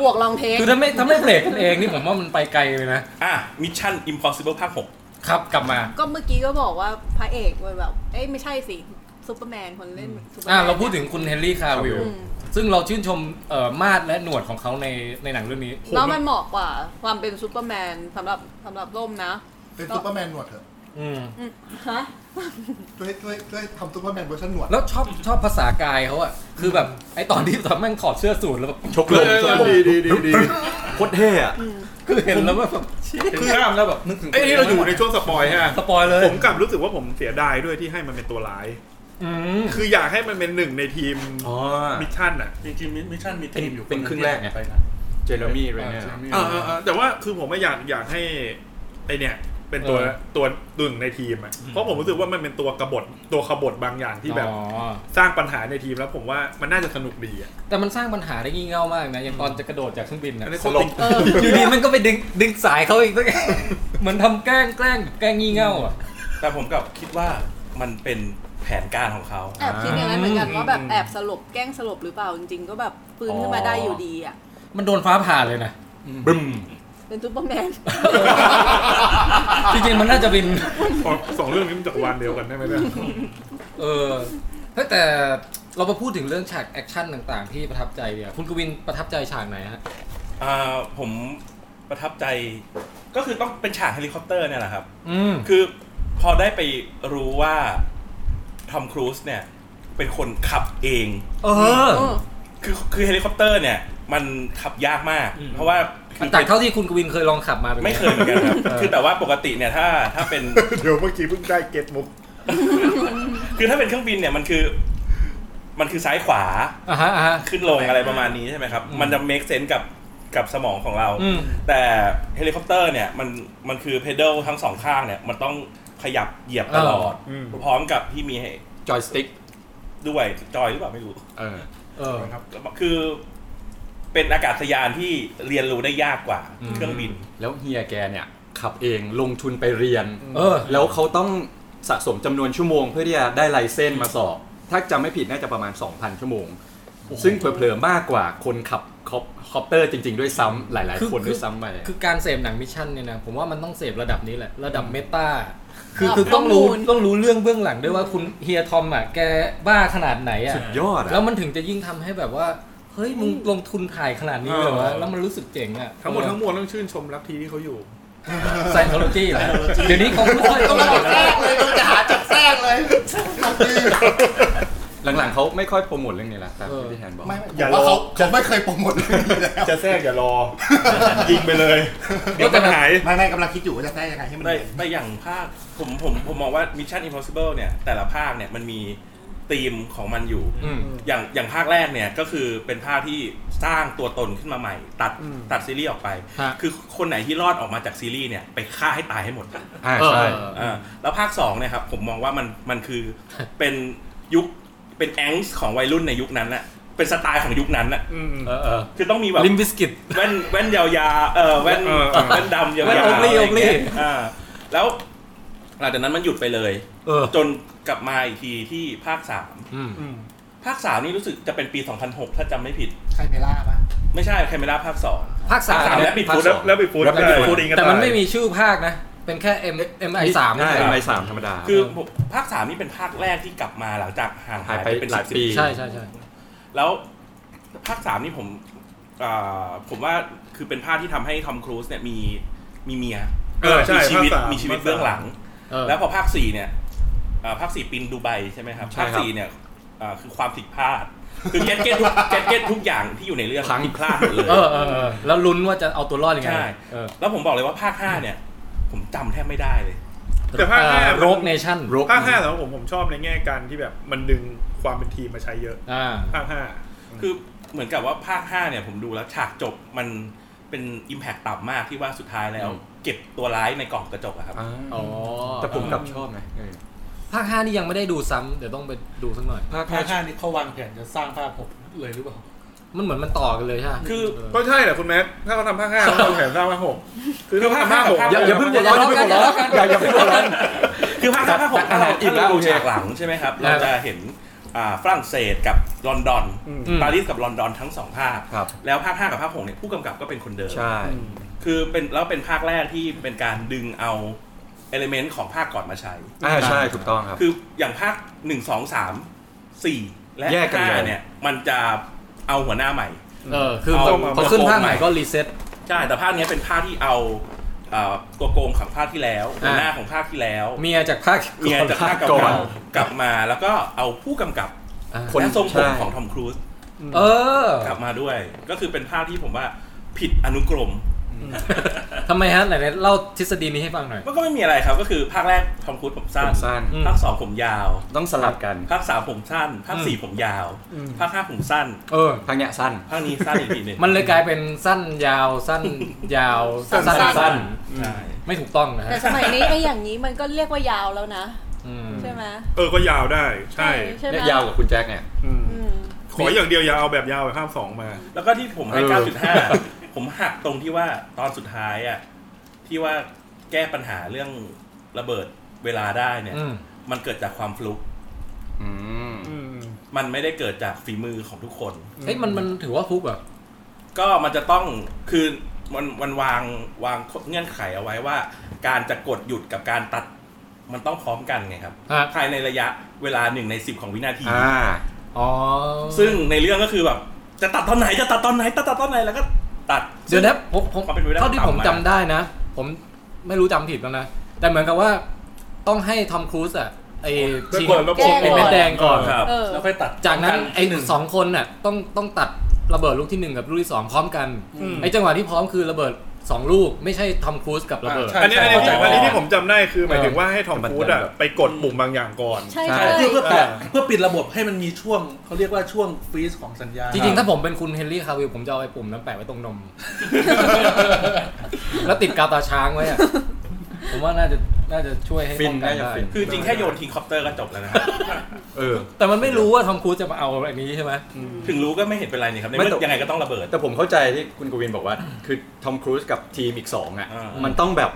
บวกลองเทค คือถ้าไม่ถ้าไม่เบรกกันเองนี่ผมว่ามันไปไกลเลยนะ อ่ะมิชชั่นอิมพอสิเบิลภาคหก ครับกลับมา ก็เมื่อกี้ก็บอกว่าพระเอกมันแบบ เอ้ยไม่ใช่สิซูเปอร์แมนคนเล่นซูเปอร์แมน อ่ะเราพูดถึงคุณเฮนรี่คาวิล อืม ซึ่งเราชื่นชมเอ่อมาดและหนวดของเขาในในหนังเรื่องนี้ แล้วมันเหมาะกว่า ความเป็นซูเปอร์แมนสำหรับสำหรับร่มนะ เป็นซูเปอร์แมนหนวดเถอะ อืม อืมฮะ ช่วยช่วยช่วยทำซูเปอร์แมนเวอร์ชันหนวด แล้วชอบชอบภาษากายเขาอะคือแบบไอตอนที่ตอนแม่งถอดเสื้อสูทแล้วแบบ ชกลมชกลม ดีดีดีดี โคตรเท่อะ คือเห็นแล้วว่าแบบ เห็นข้ามแล้วแบบนึกถึง ไอ้ยนี่เราอยู่ในช่วงสปอยฮะ สปอยเลย ผมกลับรู้สึกว่าผมเสียดายด้วยที่ให้มันเป็นตัวร้าย อืม คืออยากให้มันเป็นหนึ่งในทีม อ๋อ มิชชั่นอ่ะ จริงๆมิชชั่นมีทีมอยู่ เป็นครึ่งแรกไง ไปนะ เจเรมี่เรเนอร์ มี เออเออเออแต่ว่าคือผมไม่อยากอยากให้ไอเนี่ย เป็นตัว เออ ตัวหนึ่งในทีมอะเพราะผมรู้สึกว่ามันเป็นตัวกบฏตัวขบฏบางอย่างที่แบบ อ๋อ สร้างปัญหาในทีมแล้วผมว่ามันน่าจะสนุกดีอ่ะ แต่มันสร้างปัญหาได้งี่เง่ามากนะอย่างตอนจะกระโดดจากเครื่องบินนะ อันนี้โค ส ต ล ร บ ติง เออ อยู่ดีมันก็ไปดึงดึงสายเขาอีกตั้ง แต่ เหมือนทำแกล้งแกล้งแกล้งงี่เง่าอ่ะ แต่ผมกลับคิดว่ามันเป็นแผนการของเขา แอบคิดอย่างนั้นเหมือนกันว่าแบบแอบสลบแกล้งสลบหรือเปล่าจริงๆ ก็แบบฟื้นขึ้นมาได้อยู่ดีอ่ะ มันโดนฟ้าผ่าเลยนะ บึ้ม เป็นซูเปอร์แมน จริงๆมันน่าจะบิน สองสองเรื่องนี้มันจักรวาลเดียวกันได้ไหมเนี่ย เออเฮ้ยแต่เรามาพูดถึงเรื่องฉากแอคชั่นต่างๆ ที่ประทับใจเนี่ยคุณกวินประทับใจฉากไหนฮะ อ่าผมประทับใจก็คือต้องเป็นฉากเฮลิคอปเตอร์เนี่ยแหละครับ อืม คือพอได้ไปรู้ว่าทอมครูซเนี่ยเป็นคนขับเอง เออ คือคือเฮลิคอปเตอร์เนี่ยมันขับยากมาก เพราะว่าคื แต่เท่าที่คุณกวินเคยลองขับมาเป็นง ไม่เคยเหมือนกันครับ คือแต่ว่าปกติเนี่ยถ้าถ้าเป็น เดี๋ยวเมื่อกี้เพิ่งได้เก็ตมุก คือถ้าเป็นเครื่องบินเนี่ยมันคือ มันคือซ้ายขวา อ่ะฮะอ่ะฮะ ขึ้นลงอะไรประมาณนี้ใช่ไหมครับ อืม มันจะ make sense กับกับสมองของเรา อืม แต่เฮลิคอปเตอร์เนี่ยมันมันคือเพด a ลทั้งสองข้างเนี่ยมันต้องขยับเหยียบตลอด อืม พร้อมกับที่มีให้ จอยสติ๊ก ด้วยจอยหรือเปล่าไม่รู้ เออ เออ ครับคือเป็นอากาศยานที่เรียนรู้ได้ยากกว่าเครื่องบิน แล้วเฮียแกเนี่ย ขับเองลงทุนไปเรียน เออ แล้วเขาต้องสะสมจำนวนชั่วโมงเพื่อที่จะได้ไลเซนส์มาสอบ ถ้าจำไม่ผิดน่าจะประมาณ 2,000 ชั่วโมง ซึ่งเผลอๆมากกว่าคนขับคอปคอปเตอร์จริง ๆ ด้วยซ้ำหลายๆ คนด้วยซ้ำไป คือการเสพหนังมิชชั่นเนี่ยนะผมว่ามันต้องเสพระดับนี้แหละ ระดับเมตาคือ ระดับ คือต้องรู้ ข้อมูล ต้องรู้เรื่องเบื้องหลังด้วยว่าคุณเฮียทอมอ่ะแกบ้าขนาดไหนอ่ะ สุดยอดอะ แล้วมันถึงจะยิ่งทำให้แบบว่า เฮ้ยมึงลงทุนถ่ายขนาดนี้เลยเหรอวะ เออ แล้วมันรู้สึกเจ๋งอ่ะ ทั้งหมดทั้งมวลต้องชื่นชมรักทีที่เขาอยู่ ไซนโลจีเหรอเดี๋ยวนี้เขาไม่ค่อย กำลังจะแทรกเลยกำลังจะหาจับแทรกเลย หลังๆเขาไม่ค่อยโปรโมทเรื่องนี้ละตามที่พี่แทนบอก ไม่ไม่ อย่า ผมว่า ล เขา บ เขาไม่เคยโปรโมทเรื่องนี้แล้ว จะแทรกอย่ ารอ ยิงไปเลย เดี๋ยวมันหาย ไม่ไม่กำลังคิดอยู่ว่าจะแทรกยังไงให้มัน แต่ เนียน แต่อย่างภาคผมผมผมมองว่า Mission Impossible เนี่ย แต่ละภาคเนี่ยมันมีธีมของมันอยู่ อืม อย่างอย่างภาคแรกเนี่ยก็คือเป็นภาคที่สร้างตัวตนขึ้นมาใหม่ ตัดตัดซีรีส์ออกไป ฮะ คือคนไหนที่รอดออกมาจากซีรีส์เนี่ยไปฆ่าให้ตายให้หมด อ่า เออ ใช่ เออแล้วภาคสองเนี่ยครับผมมองว่ามันมันคือ เป็นยุคเป็นแองส์ของวัยรุ่นในยุคนั้นน่ะเป็นสไตล์ของยุคนั้นน่ะ อืม เออเออ คือต้องมีแบบ ลิมบิสกิต แว่นแว่นยาวๆเออแว่น เออเออ แว่นดำยาวๆ แว่น Oakley ะไรย่างเงี้ย Oakley อ่าแล้วหลังจากนั้นมันหยุดไปเลย เออ จนกลับมาอีกทีที่ภาคสาม อืม อืม ภาคสามนี่รู้สึกจะเป็นปี 2006 ถ้าจำไม่ผิด ใครเมล่าปะ ไม่ใช่แคมเมล่าภาคสอง ภาคสาม ภาคสาม เนี่ย และปิด ภาค ฟูด ส แล้ว อง แล้วไปฟูด แล้วไปฟูด ด้ แต่มันไม่มีชื่อภาคนะ เป็นแค่ M M I สาม ใช่ ใช่ ไอสามธรรมดา คือผมภาคสามนี่เป็นภาคแรกที่กลับมาหลังจากห่างหายไป หายไป เป็น หลาย สิบ ปี ปี ใช่ใช่ใช่ แล้วภาคสามนี่ผมอ่าผมว่าคือเป็นภาคที่ทำให้ทอมครูซเนี่ยมีมีเมีย เออใช่ มีชีวิต ภาคสา มีชีวิตเบื้องหลัง เออ แล้วพอภาคสี่เนี่ยเอ่อภาคสี่ปีนดูไบใช่ไหมครับ ใช่ ภาค ครับ สี่เนี่ยเอ่อคือความผิดพลาด คือแกตเก็ตทุกแกตเก็ตทุกอย่างที่อยู่ในเรื่อง พัง ผิดพลาดหมดเลย เออเออเออแล้วลุ้นว่าจะเอาตัวรอดยังไง ใช่ เออ แล้วผมบอกเลยว่าภาคห้าเนี่ย ผมจำแทบไม่ได้เลย แต่ภาคห้ามัน โรกเนชั่น รก ภาคห้าสำหรับผมผมชอบในแง่การที่แบบมันดึงความเป็นทีมมาใช้เยอะ อ่า ภาคห้า คือเหมือนกับว่าภาคห้าเนี่ยผมดูแล้วฉากจบมันเป็นอิมแพ t ต่ำมากที่ว่าสุดท้ายแล้ว เก็บตัวร้ายในกล่องกระจกอะครับ อ่า อ๋อ แต่ผมกลับชอบนะเออ ภาคห้านี่ยังไม่ได้ดูซ้ำเดี๋ยวต้องไปดูสักหน่อย ภาค ภา ห้า คห้านี่เขาวางแผนจะสร้างภาคหกเลยหรือเปล่า มันเหมือนมันต่อกันเลยใช่ไหม คือ เ ก็ใช่แหละคุณแม่ถ้าเขาทำภาคห้าเขาทำแผนสร้างภาคหกคือถ้าภาคห้าหก อย่าอย่าเพิ่งหัวร้อนอย่าเพิ่งหัวร้อนอย่าอย่าเพิ่งหัวร้อน คือ ภาคห้าภาคหกถ้าเรา อีก ถ้า แล้ เรา ว ดู โอเค ฉากหลังใช่ไหมครับ เราจะเห็นอ่าฝรั่งเศสกับลอนดอน อืม ปารีสกับลอนดอนทั้งสองภาค ครับ แล้วภาคห้ากับภาคหกเนี่ยผู้กำกับก็เป็นคนเดิม ใช่ คือเป็นแล้วเป็นภาคแรกที่เป็นการดึงเอาเอลิเมนต์ของภาคก่อนมาใช้ อ่าใช่ถูกต้องครับ คืออย่างภาคหนึ่งสองสามสี่และ แยกกัน ห้า เลย เนี่ยมันจะเอาหัวหน้าใหม่ ออ คือ เอา พอพอขึ้น เอา ภาคใหม่ก็รีเซ็ต ใช่แต่ภาคเนี้ยเป็นภาคที่เอาเอ่อตัวโกงของภาคที่แล้ว อ่า หัวหน้าของภาคที่แล้ว เมียจากภาค เมียจากภาค ก่ เก่า อน ๆกลับมาแล้วก็เอาผู้กำกับ อ่า คน และทรงผ ใช่ มของทอมครูซ เออ กลับมาด้วย ก็คือเป็นภาคที่ผมว่าผิดอนุกรม ทำไมฮะไหนๆเล่าทฤษฎีนี้ให้ฟังหน่อย มันก็ไม่มีอะไรครับ ก็คือภาคแรกทอมครูซผมสั้ ผ น มสั้น อืม ภาคสองผมยาว ต้องสลับกัน ภาคสามผมสั้น ภาคสี่ผมยาว ภาคห้าผมสั้น เออ ภาคเนี้ยสั้น ภาคนี้สั้นอีกทีหนึ่ง มันเลยกลายเป็นสั้นยาวสั้นยาว สั้น สั้น สั้น ใช่ ไม่ถูกต้องนะฮะ แต่สมัยนี้ไอ้อย่างนี้มันก็เรียกว่ายาวแล้วนะ อืม ใช่ไหม เออก็ยาวได้ ใช่ ใช่ไหม เนี่ยยาวกว่าคุณแจ็คเนี่ย อืม อืม ขออย่างเดียวอย่าเอาแบบยาวแบบข้ามสองมา แล้วก็ที่ผมให้ เออ 9.5 ผมหักตรงที่ว่าตอนสุดท้ายอ่ะที่ว่าแก้ปัญหาเรื่องระเบิดเวลาได้เนี่ย อืม มันเกิดจากความฟลุก อืม อืม มันไม่ได้เกิดจากฝีมือของทุกคน เฮ้ยมันมันถือว่าฟุกเหรอ่ะ ก็มันจะต้องคือมันมันวางวางเงื่อนไขเอาไว้ว่า การจะกดหยุดกับการตัดมันต้องพร้อมกันไงครับ ฮะ ภายในระยะเวลาหนึ่งในสิบของวินาที อ่า อ๋อ ซึ่งในเรื่องก็คือแบบ จะตัดตอนไหนจะตัดตอนไหนตัดตัดตอนไหนแล้วก็ตัด เดี๋ยวนะผมผม ความเป็นไปได้ เท่าที่ผมจำ ต่ำมาก ได้นะ ผมไม่รู้จำผิดแล้วนะ แต่เหมือนกับว่าต้องให้ทอมครูซอ่ะไอ้ชิง เปิดระบบ ไอ้เม็ดแดงก่อน ครับ เออ แล้วค่อยตัด จากนั้นไอ้ หนึ่ง สองคนน่ะต้องต้องตัดระเบิดลูกที่หนึ่งกับลูกที่สองพร้อมกันไอ้จังหวะที่พร้อมคือระเบิดสองลูกไม่ใช่ทอมครูซกับระเบิด ใช่ อันนี้อันนี้ ใช่ ที่ เข้าใจ อันนี้ที่ผมจำได้คือหมายถึงว่าให้ทอม แต่มัน ครูดอะ แบบ ไปกดปุ่มบางอย่างก่อน ใช่ ใช่ ใช่ เพื่อเพื่อปิดเพื่อปิดระบบให้มันมีช่วงเขาเรียกว่าช่วงฟรีซของสัญญา จริงๆ ถ้าผมเป็นคุณเฮนรี่คาวิลผมจะเอาไอ้ปุ่มนั้นแปะไว้ตรงนม แล้วติดกาวตาช้างไว้อะผมว่าน่าจะน่าจะช่วยให้ ฟิน ป้องกัน น่าจะ ได้ ฟิน คือจริงแค่โยนทิ้งคอปเตอร์ก็จบแล้วนะครับ เออ แต่มันไม่รู้ว่าทอมครูซจะมาเอาอันนี้ใช่ไหม ถึงรู้ก็ไม่เห็นเป็นไรนี่ครับใน ไม่ เมื่ แต่ อยังไงก็ต้องระเบิด แต่ผมเข้าใจที่คุณกวินบอกว่า คือทอมครูซกับทีมอีกสองอ่ะ อ่ามั มันต้องแบบ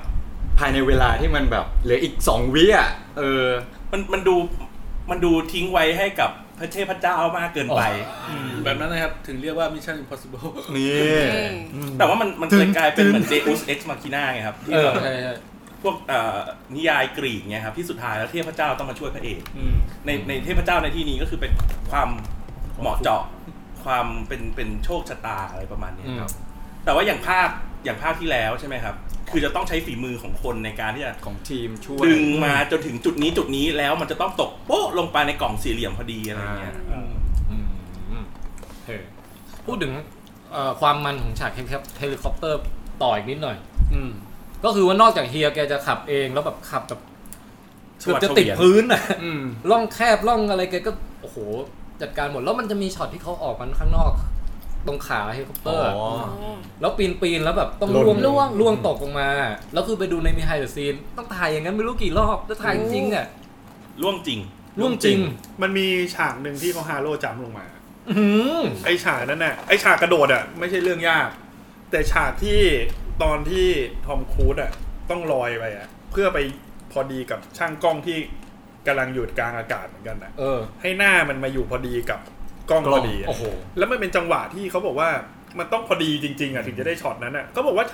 ภายในเวลาที่มันแบบเหลืออีกสองวิอ่ะ เออ มันมันดูมันดูทิ้งไว้ให้กับพระเทพเจ้ามากเกินไป แบบนั้นนะครับ ถึงเรียกว่า Mission Impossible นี่ เออ แต่ว่ามันมันเลยกลายเป็นเหมือน Deus Ex Machina ไงครับที่ เออ แบบ ใช่ใช่ พวกเอ่อนิยายกรีกเนี่ยครับที่สุดท้ายแล้วเทพเจ้าต้องมาช่วยพระเอกในในเทพเจ้าในที่นี้ก็คือเป็นความเหมาะเจาะความเป็นเป็นโชคชะตาอะไรประมาณเนี้ย อืม ครับ แต่ว่าอย่างภาคอย่างภาคที่แล้วใช่ไหมครับ คือจะต้องใช้ฝีมือของคนในการที่จะ ของทีมช่วย ดึงมาจนถึงจุดนี้จุดนี้แล้วมันจะต้องตกโป๊ะลงไปในกล่องสี่เหลี่ยมพอดีอะไรอย่างเงี้ย อืมเออพูดถึงเอ่อความมันของฉากเฮลิคอปเฮลิคอปเตอร์ต่ออีกนิดหน่อย ก็คือว่านอกจากเฮียแกจะขับเองแล้วแบบขับแบบ ส เกือบวัสดิ์ จะ เสวียน ติดพื้นอ่ะล่องแคบล่องอะไรแกก็โอ้โห จัดการหมดแล้วมันจะมีช็อตที่เขาออกมันข้างนอก ตรงขาเฮลิคอปเตอร์อะ อ๋อ แล้วปีนปีนแล้วแบบต้อง หล่น ล่วง ล่วง ล่วงตกลงมา แล้วคือไปดูในมีไฮเดอร์ซีน ต้องถ่ายอย่างนั้นไม่รู้กี่รอบแล้วถ่ายจริงๆอ่ะ ร่วงจริง ล่วงจริง มันมีฉากหนึ่งที่เขาฮาโร่จัมป์ลงมา อื้อหือ ไอฉากนั้นน่ะไอฉากกระโดดอ่ะไม่ใช่เรื่องยาก แต่ฉากที่ตอนที่ทอมครูซอ่ะต้องลอยไปอ่ะเพื่อไปพอดีกับช่างกล้องที่กำลังอยู่กลางอากาศเหมือนกันนะ เออ ให้หน้ามันมาอยู่พอดีกับกล้องพอดีอะ โอ้โห แล้วมันเป็นจังหวะที่เขาบอกว่ามันต้องพอดีจริงๆอ่ะถึงจะได้ช็อตนั้นอ่ะเขาบอกว่า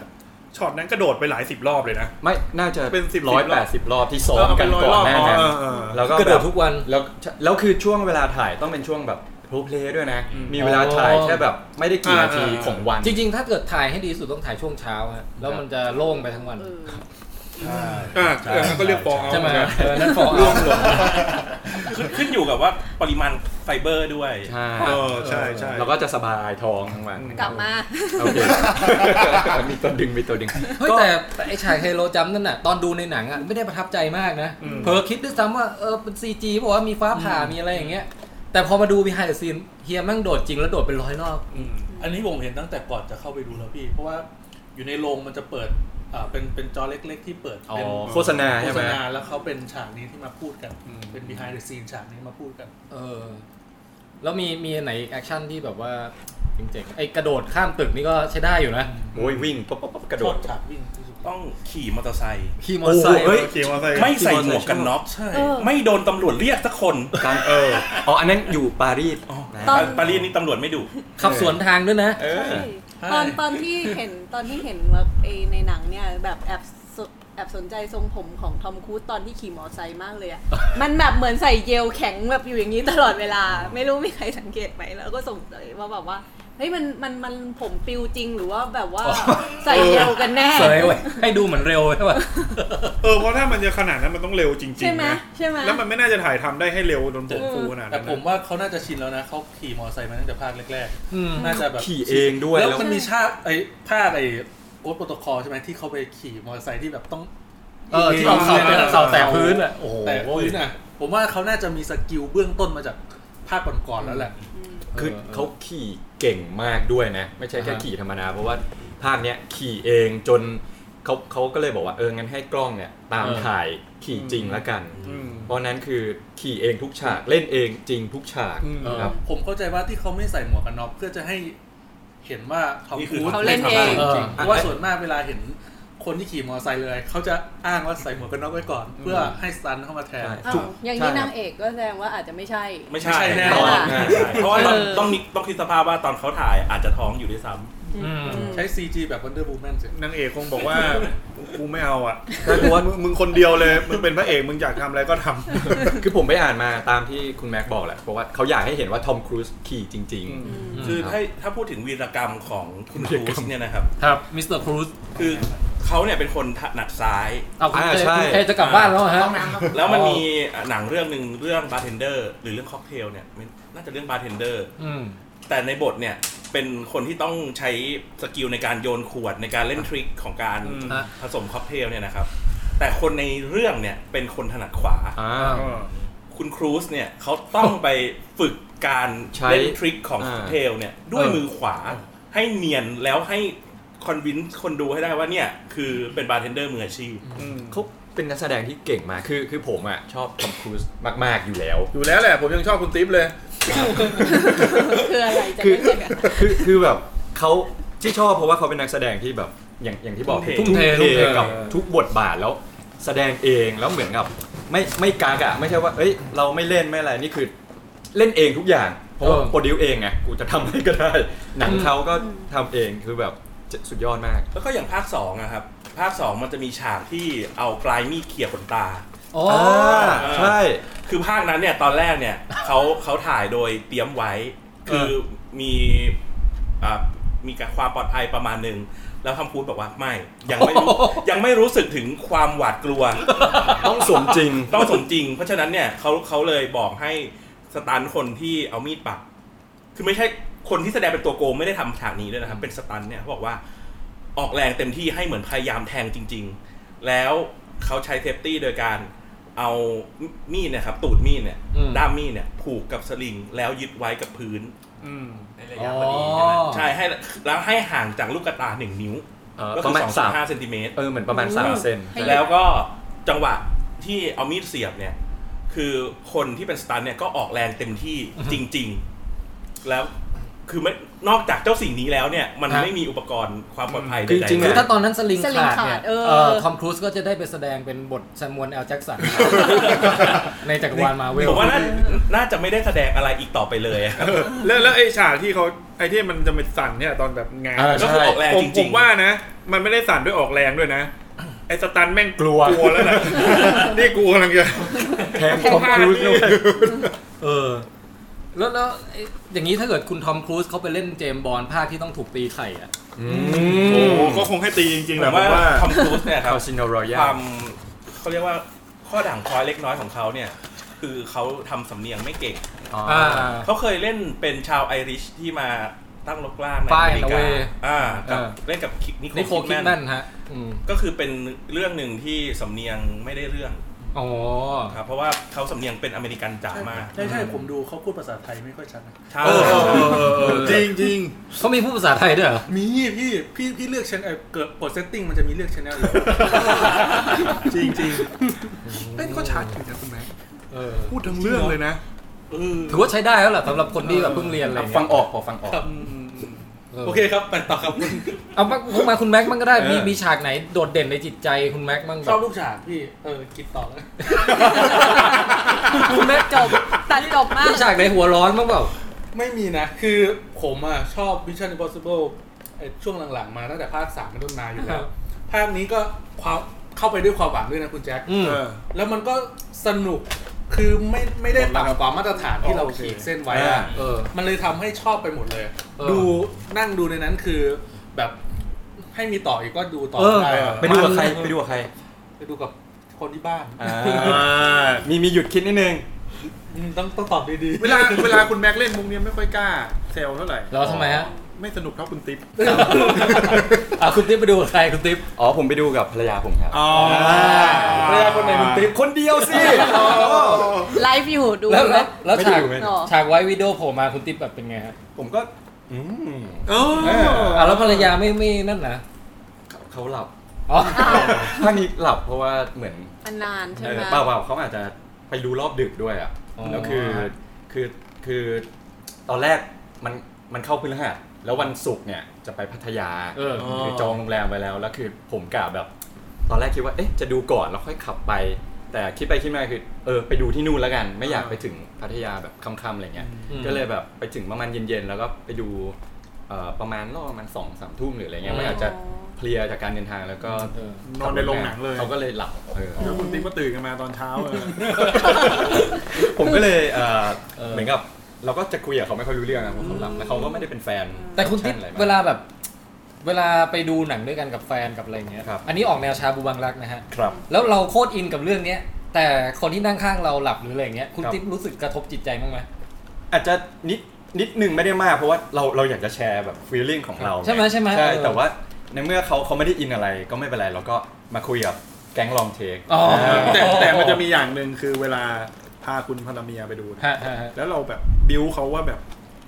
ช็อตนั้นกระโดดไปหลายสิบรอบเลยนะ ไม่ น่าจะ เป็น10 ร้อยแปดสิบรอบที่ซ้อมกัน เเป็ ก่อร้ยรนบ หน้านั้น เออเออเออ แล้วก็ กระ แบ โด บ ดทุกวัน แล้วแล้วคือช่วงเวลาถ่ายต้องเป็นช่วงแบบโรเพลย์ด้วยนะ มีเวลาถ่ายแค่แบบไม่ได้กี่ อ่า นาที อ่า ของวัน จริง ๆ ถ้าเกิดถ่ายให้ดีที่สุดต้องถ่ายช่วงเช้าฮะแล้วมันจะโล่งไปทั้งวัน เออ อ่า ใช่ เออก็เรียกฟองเอา ใช่ไหม เหมือนกัน เออ นั่นฟอง ร่วมหลง ขึ้นขึ้นอยู่กับว่าปริมาณไฟเบอร์ด้วย ใช่ เออใช่ใช่ เราก็จะสบายท้องทั้งวัน กลับมา โอเค มีตัวดึงมีตัวดึง เฮ้ยแต่แต่ไอ้ฉากไฮโลจัมป์นั่นน่ะตอนดูในหนังอ่ะไม่ได้ประทับใจมากนะ อืม เผลอคิดด้วยซ้ำว่าเออเป็นซีจีบอกว่ามีฟ้าผ่ามีอะไรอย่างเงี้ย แต่พอมาดู behind the scene เฮียแมั่งโดดจริงแล้วโดดเป็นร้อยรอบ อืม อันนี้ผมเห็นตั้งแต่ก่อนจะเข้าไปดูแล้วพี่ เพราะว่าอยู่ในโรงมันจะเปิดอ่าเป็นเป็นจอเล็ก ๆ ที่เปิด อ๋อ เป็น โฆษณา โฆ ใช่ ษ ไหม ณาแล้วเขาเป็นฉากนี้ที่มาพูดกัน อืม เป็น behind the scene ฉากนี้มาพูดกัน เออ แล้วมีมีอันไหนแอคชั่นที่แบบว่าเจ๋งๆไอ้กระโดดข้ามตึกนี่ก็ใช้ได้อยู่นะ โอ้ยวิ่งปุ๊บปุ๊บปุ๊บกระ ช โด อ ด บฉากวิ่งที่สุด ต้องขี่มอเตอร์ไซค์ ขี่มอเตอร์ไซค์ โอ้โหเฮ้ย ขี่มอเตอร์ไซค์ ไม่ใส่หมวกกันน็อก ใช่ เออ ไม่โดนตำรวจเรียกสักคน การเอออ๋ออันนั้นอยู่ปารีสนะ ตอน ปารีสนี่ตำรวจไม่ดุ ขับสวนทางด้วยนะ เออ ใช่ ตอนตอนที่เห็นตอนที่เห็นว่าไอในหนังเนี่ยแบบแอบสนแอบสนใจทรงผมของทอมครูซตอนที่ขี่มอไซค์มากเลย อะมันแบบเหมือนใส่เยลแข็งแบบอยู่อย่างนี้ตลอดเวลา ไม่รู้มีใครสังเกตไหมแล้วก็สงสัยว่าแบบว่าเฮ้ยมันมันมันผมปิวจริงหรือว่าแบบว่าใส่เยลกันแน่ เสยไว้ยให้ดูเหมือนเร็วใช่ป่ะ เออเพราะถ้ามันจะขนาดนั้นมันต้องเร็วจริงๆ ใช่ไหม นะ ใช่ไหม แล้วมันไม่น่าจะถ่ายทำได้ให้เร็วโดนผม เออ ฟูขนาดนั้น แต่ นะ ผมว่าเขาน่าจะชินแล้วนะเขาขี่มอเตอร์ไซค์มาตั้งแต่ภาคแรก อืม ๆน่าจะแบบ ขี่เองด้วย แล้วมันมีฉากไอ้ภาคไอ้โอ๊ตโปรโตคอลใช่ไหมที่เขาไปขี่มอเตอร์ไซค์ที่แบบต้อง เออ ที่เอาเสาแตะเสาแตะพื้นอ่ะ โอ้โห แต่พื้นอ่ะผมว่าเขาน่าจะมีสกิลเบื้องต้นมาจากภาคก่อนๆแล้วแหละ คือเขาขี่เก่งมากด้วยนะ ไม่ใช่แค่ขี่ธรรมดา เพราะว่าภาคเนี้ยขี่เองจนเขาเขาก็เลยบอกว่าเอองั้นให้กล้องเนี่ยตามถ่ายขี่จริงละกัน อืม เพราะนั้นคือขี่เองทุกฉากเล่นเองจริงทุกฉาก อืม นะครับ ผมเข้าใจว่าที่เขาไม่ใส่หมวกกันน็อกเพื่อจะให้เห็นว่าเขา นี่คือ พูด เขา เล่นเอง จริง เออ เพราะว่าส่วนมากเวลาเห็นคนที่ขี่มอเตอร์ไซค์เลย เขาจะอ้างว่าใส่หมวกกันน็อกไว้ก่อน เพื่อให้สตันเข้ามาแทน ใช่ อ้าว ทุก อย่างนี้นางเอกก็แสดงว่าอาจจะไม่ใช่ ไม่ใช่ ไม่ใช่แน่ ต ต อ อนน เออ ใช่ เพราะว่าต้องต้องนิต้องคิดสภาพว่าตอนเขาถ่ายอาจจะท้องอยู่ด้วยซ้ำ อืม ใช้ CG แบบวันเดอร์บูแมนเสร็จ นางเอกคงบอกว่ากูไม่เอาอ่ะ ใช่เพราะว่า มึงมึงคนเดียวเลยมึงเป็นพระเอกมึงอยากทำอะไรก็ทำ คือผมไปอ่านมาตามที่คุณแม็กบอกแหละ เพราะว่าเขาอยากให้เห็นว่าทอมครูซขี่จริง อืม อืม คือ ครับ ถ้าถ้าพูดถึงวีรกรรมของคุณครูสเนี่ยนะครับ ครับ มิสเตอร์ครูซ คือเขาเนี่ยเป็นคนถนัดซ้าย เอาคุณ อ่า เต้ ใช่ คุณเต้จะกลับบ้านแล้วเหรอฮะ ห้องน้ำครับ แล้วมันมีหนังเรื่องหนึ่งเรื่องบาร์เทนเดอร์หรือเรื่องค็อกเทลเนี่ยมันน่าจะเรื่องบาร์เทนเดอร์ อืม แต่ในบทเนี่ย เป็นคนที่ต้องใช้สกิลในการโยนขวดในการเล่นทริคของการ อืม ฮะ ผสมค็อกเทลเนี่ยนะครับ แต่คนในเรื่องเนี่ยเป็นคนถนัดขวา ๆอ่า เออ คุณครูซเนี่ยเขาต้องไปฝึกการ ใช้ เล่นทริคของ อ่า เทลเนี่ยด้วยมือขวาให้เนียนแล้วให้คอนวินคนดูให้ได้ว่าเนี่ย คือเป็นบาร์เทนเดอร์มืออาชีพ อืม เขาเป็นนักแสดงที่เก่งมาก คือคือผมอ่ะชอบทอมครูซมาก ๆ อยู่แล้ว อยู่แล้วแหละผมยังชอบคุณติ๊บเลย คืออะไรจะ คือ ไม่ใช่แบบ คือคือแบบเขาที่ชอบเพราะว่าเขาเป็นนักแสดงที่แบบอย่างอย่างที่บอก ทุ่มเท ทุ่มเท กับทุกบทบาทแล้วแสดงเองแล้วเหมือนกับไม่ไม่กากอะไม่ใช่ว่า เอ้ย เราไม่เล่นไม่อะไรนี่คือเล่นเองทุกอย่าง เพราะว่า เออ โปรดิวเองไงกูจะทำให้ก็ได้ หนังเขาก็ทำเองคือแบบสุดยอดมาก แล้วก็อย่างภาค2อะครับ ภาค 2 มันจะมีฉากที่เอาปลายมีดเขี่ยขนตา อ๋อ อ่า อ ใช่ คือภาคนั้นเนี่ย ตอนแรกเนี่ย เขาเขาถ่ายโดยเตรียมไว้ คือมีอ่ามีการความปลอดภัยประมาณหนึ่ง แล้วคำพูดบอกว่าไม่ ยังไม่รู้ ยังไม่รู้สึกถึงความหวาดกลัว ต้องสมจริง ต้องสมจริง เพราะฉะนั้นเนี่ยเขาเขาเลยบอกให้สตันคนที่เอามีดปัก คือไม่ใช่คนที่แสดงเป็นตัวโกงไม่ได้ทำฉากนี้ด้วยนะครับ เป็นสตันเนี่ยเขาบอกว่าออกแรงเต็มที่ให้เหมือนพยายามแทงจริง ๆ แล้วเขาใช้เซฟตี้โดยการเอามีดเนะครับ ตูดมีดเนี่ย อืม ด้ามมีดเนี่ยผูกกับสลิงแล้วยึดไว้กับพื้น อืม ในระยะพอดีใช่ไหม ใช่ให้แล้วให้ห่างจากลูกกระตาหนึ่งนิ้ว เอ่อ ก็ ป คื ระ อ มาณ สอง สาม ห้าเซนติเมตร เออเหมือนประมาณสามเซน แล้วก็จังหวะที่เอามีดเสียบเนี่ย คือคนที่เป็นสตันเนี่ยก็ออกแรงเต็มที่จริง ๆ แล้วคือไม่นอกจากเจ้าสิ่งนี้แล้วเนี่ย มัน ฮะ ไม่มีอุปกรณ์ความปลอดภัย คือ ใด จริง ๆ คือ นะ ถ้าตอนนั้นสลิง สลิง ขาด ขา เนี่ย ดเออ เอ่อทอมครูซก็จะได้ไปแสดงเป็นบทแซมมวลแอลแจ็กสัน ในจักรวาลมาเวล ผมว่าน่าน่าจะไม่ได้แสดงอะไรอีกต่อไปเลยอะ แล้วแล้วไอ้ฉากที่เขาไอ้ที่มันจะไปสั่นเนี่ยตอนแบบงาน เออใช่ ก็คือออกแรง ผม จ ผ ริง มว่านะ มันไม่ได้สั่นด้วยออกแรงด้วยนะ ไอ้สตันแม่ง กลัว กลัวแล้วนะนี่กูกำลังจะ แทงทอมครูซด้วย เออ แล้วแล้วไอ้อย่างนี้ถ้าเกิดคุณทอมครูซเขาไปเล่นเจมส์บอลภาคที่ต้องถูกตีไข่อะ โอ้โหก็คงให้ตีจริงๆแห แต่ ละผมว่าว่า ทอมครูซเนี่ยครับ คาสิโนรอยั ควา ล มเขาเรียกว่าข้อด่างพร้อยเล็กน้อยของเขาเนี่ย คือเขาทำสำเนียงไม่เก่ง อ่า เขาเคยเล่นเป็นชาวไอริชที่มาตั้งลกลากใน ฝ่าย อเมริกา Norway อ่ากับ เออ เล่นกับนิโค นิโคลคิดคิด แม แม น น ฮะอืม ก็คือเป็นเรื่องหนึ่งที่สำเนียงไม่ได้เรื่อง อ๋อ ครับเพราะว่าเขาสำเนียงเป็นอเมริกันจ๋ามาก ใช่ใช่ผมดูเขาพูดภาษาไทยไม่ค่อยชัดนะ ใช่ จริงจริง เขามีผู้ภาษาไทยด้วยเหรอ มีพี่พี่พี่เลือกชแนลเกิดกดเซตติ้งมันจะมีเลือกชแนล อยู่ จริงจริงเป็นก็ชัดอยู่นะคุณแม่ เออ พูดทั้งเรื่องเลยนะ ถือว่าใช้ได้แล้วแหละสำหรับคนที่แบบเพิ่งเรียนอะไรเงี้ย ฟังออกพอฟังออก โอเคครับไปต่อครับคุณ เอามาคุณมาคุณแม็กซ์มันก็ได้ มี เออ มีฉากไหนโดดเด่นในจิตใจคุณแม็กซ์มั่ง ช แบ อบบ ลูกฉากพี่ เออ กินต่อแล้ว คุณแม็กซ์ จบตัดจบมาก มีฉากไหนหัวร้อนบ้างเปล่า ไม่มีนะ คือผมอ่ะ ชอบ Mission Impossible ไอ้ช่วงหลังๆ มาตั้งแต่ภาคสามเป็นต้นมาอยู่คแล้รั ว บ ภาคนี้ก็ความเข้าไปด้วยความหวังด้วยนะคุณแจ็ค อืม เออ แล้วมันก็สนุก คือไม่ไม่ได้ต่ำกว่ามาตรฐานที่เรา โอเค ขีดเส้นไว้อะ เออ มันเลยทำให้ชอบไปหมดเลย เออ ดูนั่งดูในนั้นคือแบบให้มีต่ออีกก็ดูต่อ เออ ได้อะ ไปดูกับใครไปดูกับใคร ไปดูกับคนที่บ้าน อ่า อ่า มีมีหยุดคิดนิดนึง อืมต้องต้องตอบดีๆ เวลาเวลาคุณแม็กเล่นมุกเนี้ยไม่ค่อยกล้าเซลเท่าไหร่ แล้วทำไมฮะ ไม่สนุกเท่าคุณติ๊บ อ่ะคุณติ๊บไปดูกับใครคุณติ๊บ อ๋อผมไปดูกับภรรยาผมครับ อ๋อ ภรรยาคนไหนคุณติ๊บ คนเดียวสิ ไลฟ์อยู่ดู แล้ว ไหม แล้วแล้ว ไม่ ฉาก ดูไม่ดู หรอ ฉากไว้วิดีโอโผล่มาคุณติ๊บแบบเป็นไงฮะ ผมก็อืม โอ้ อ่ะแล้วภรรยาไม่ไม่นั่นนะ เขาหลับ อ๋อ ท่านนี้หลับเพราะว่าเหมือน อันนานใช่ เอ ไห อ ม เปล่าเปล่าเขาอาจจะไปดูรอบดึกด้วยอ่ะ อ๋อ แล้วคือคือคือตอนแรกมันมันเข้าพฤหัสแล้ววันศุกร์เนี่ยจะไปพัทยา เออ คือจองโรงแรมไว้แล้วแล้วคือผมกะแบบ ตอนแรกคิดว่าเอ๊ะจะดูก่อนแล้วค่อยขับไป แต่คิดไปคิดมาคือเออไปดูที่นู่นแล้วกัน ไม่อยากไปถึงพัทยาแบบค่ำๆอะไรเงี้ย อืม ก็เลยแบบไปถึงประมาณเย็นๆแล้วก็ไปดูเอ่อประมาณรอบประมาณสองสามทุ่มหรืออะไรเงี้ยมันอาจจะ อ๋อ เพลียจากการเดินทางแล้วก็ เออ นอนในโรงหนังเลย เขาก็เลยหลับเออ แล้วคุณติ๊บก็ตื่นกันมาตอนเช้าเลย ผมก็เลยเอ่อ เออ เหมือนกับเราก็จะคุยกับเขาไม่ค่อยรู้เรื่องนะเพราะเขาหลับแล้วเขาก็ไม่ได้เป็นแฟน แต่คุณติ๊บ อะไรมก เวลาแบบ เวลาไปดูหนังด้วยกันกับแฟนกับอะไรอย่างเงี้ย ครับ อันนี้ออกแนวชาบูบังรักนะฮะ ครับ แล้วเราโคตรอินกับเรื่องเนี้ย แต่คนที่นั่งข้างเราหลับหรืออะไรอย่างเงี้ยคุณ ครับ ติ๊บรู้สึกกระทบจิตใจบ้างไหม อาจจะนิดนิดหนึ่งไม่ได้มากเพราะว่าเราเราอยากจะแชร์แบบฟีลลิ่งของเรา ใช่ไหมใช่ไหม ใช่ เออ แต่ว่าในเมื่อเขาเขาไม่ได้อินอะไรก็ไม่เป็นไรเราก็มาคุยกับแก๊งลองเทค อ๋อ แต่แต่มันจะมีอย่างหนึ่งคือเวลาพาคุณภรรเมียไปดูนะ ฮะฮะฮะ แล้วเราแบบบิวเขาว่าแบบ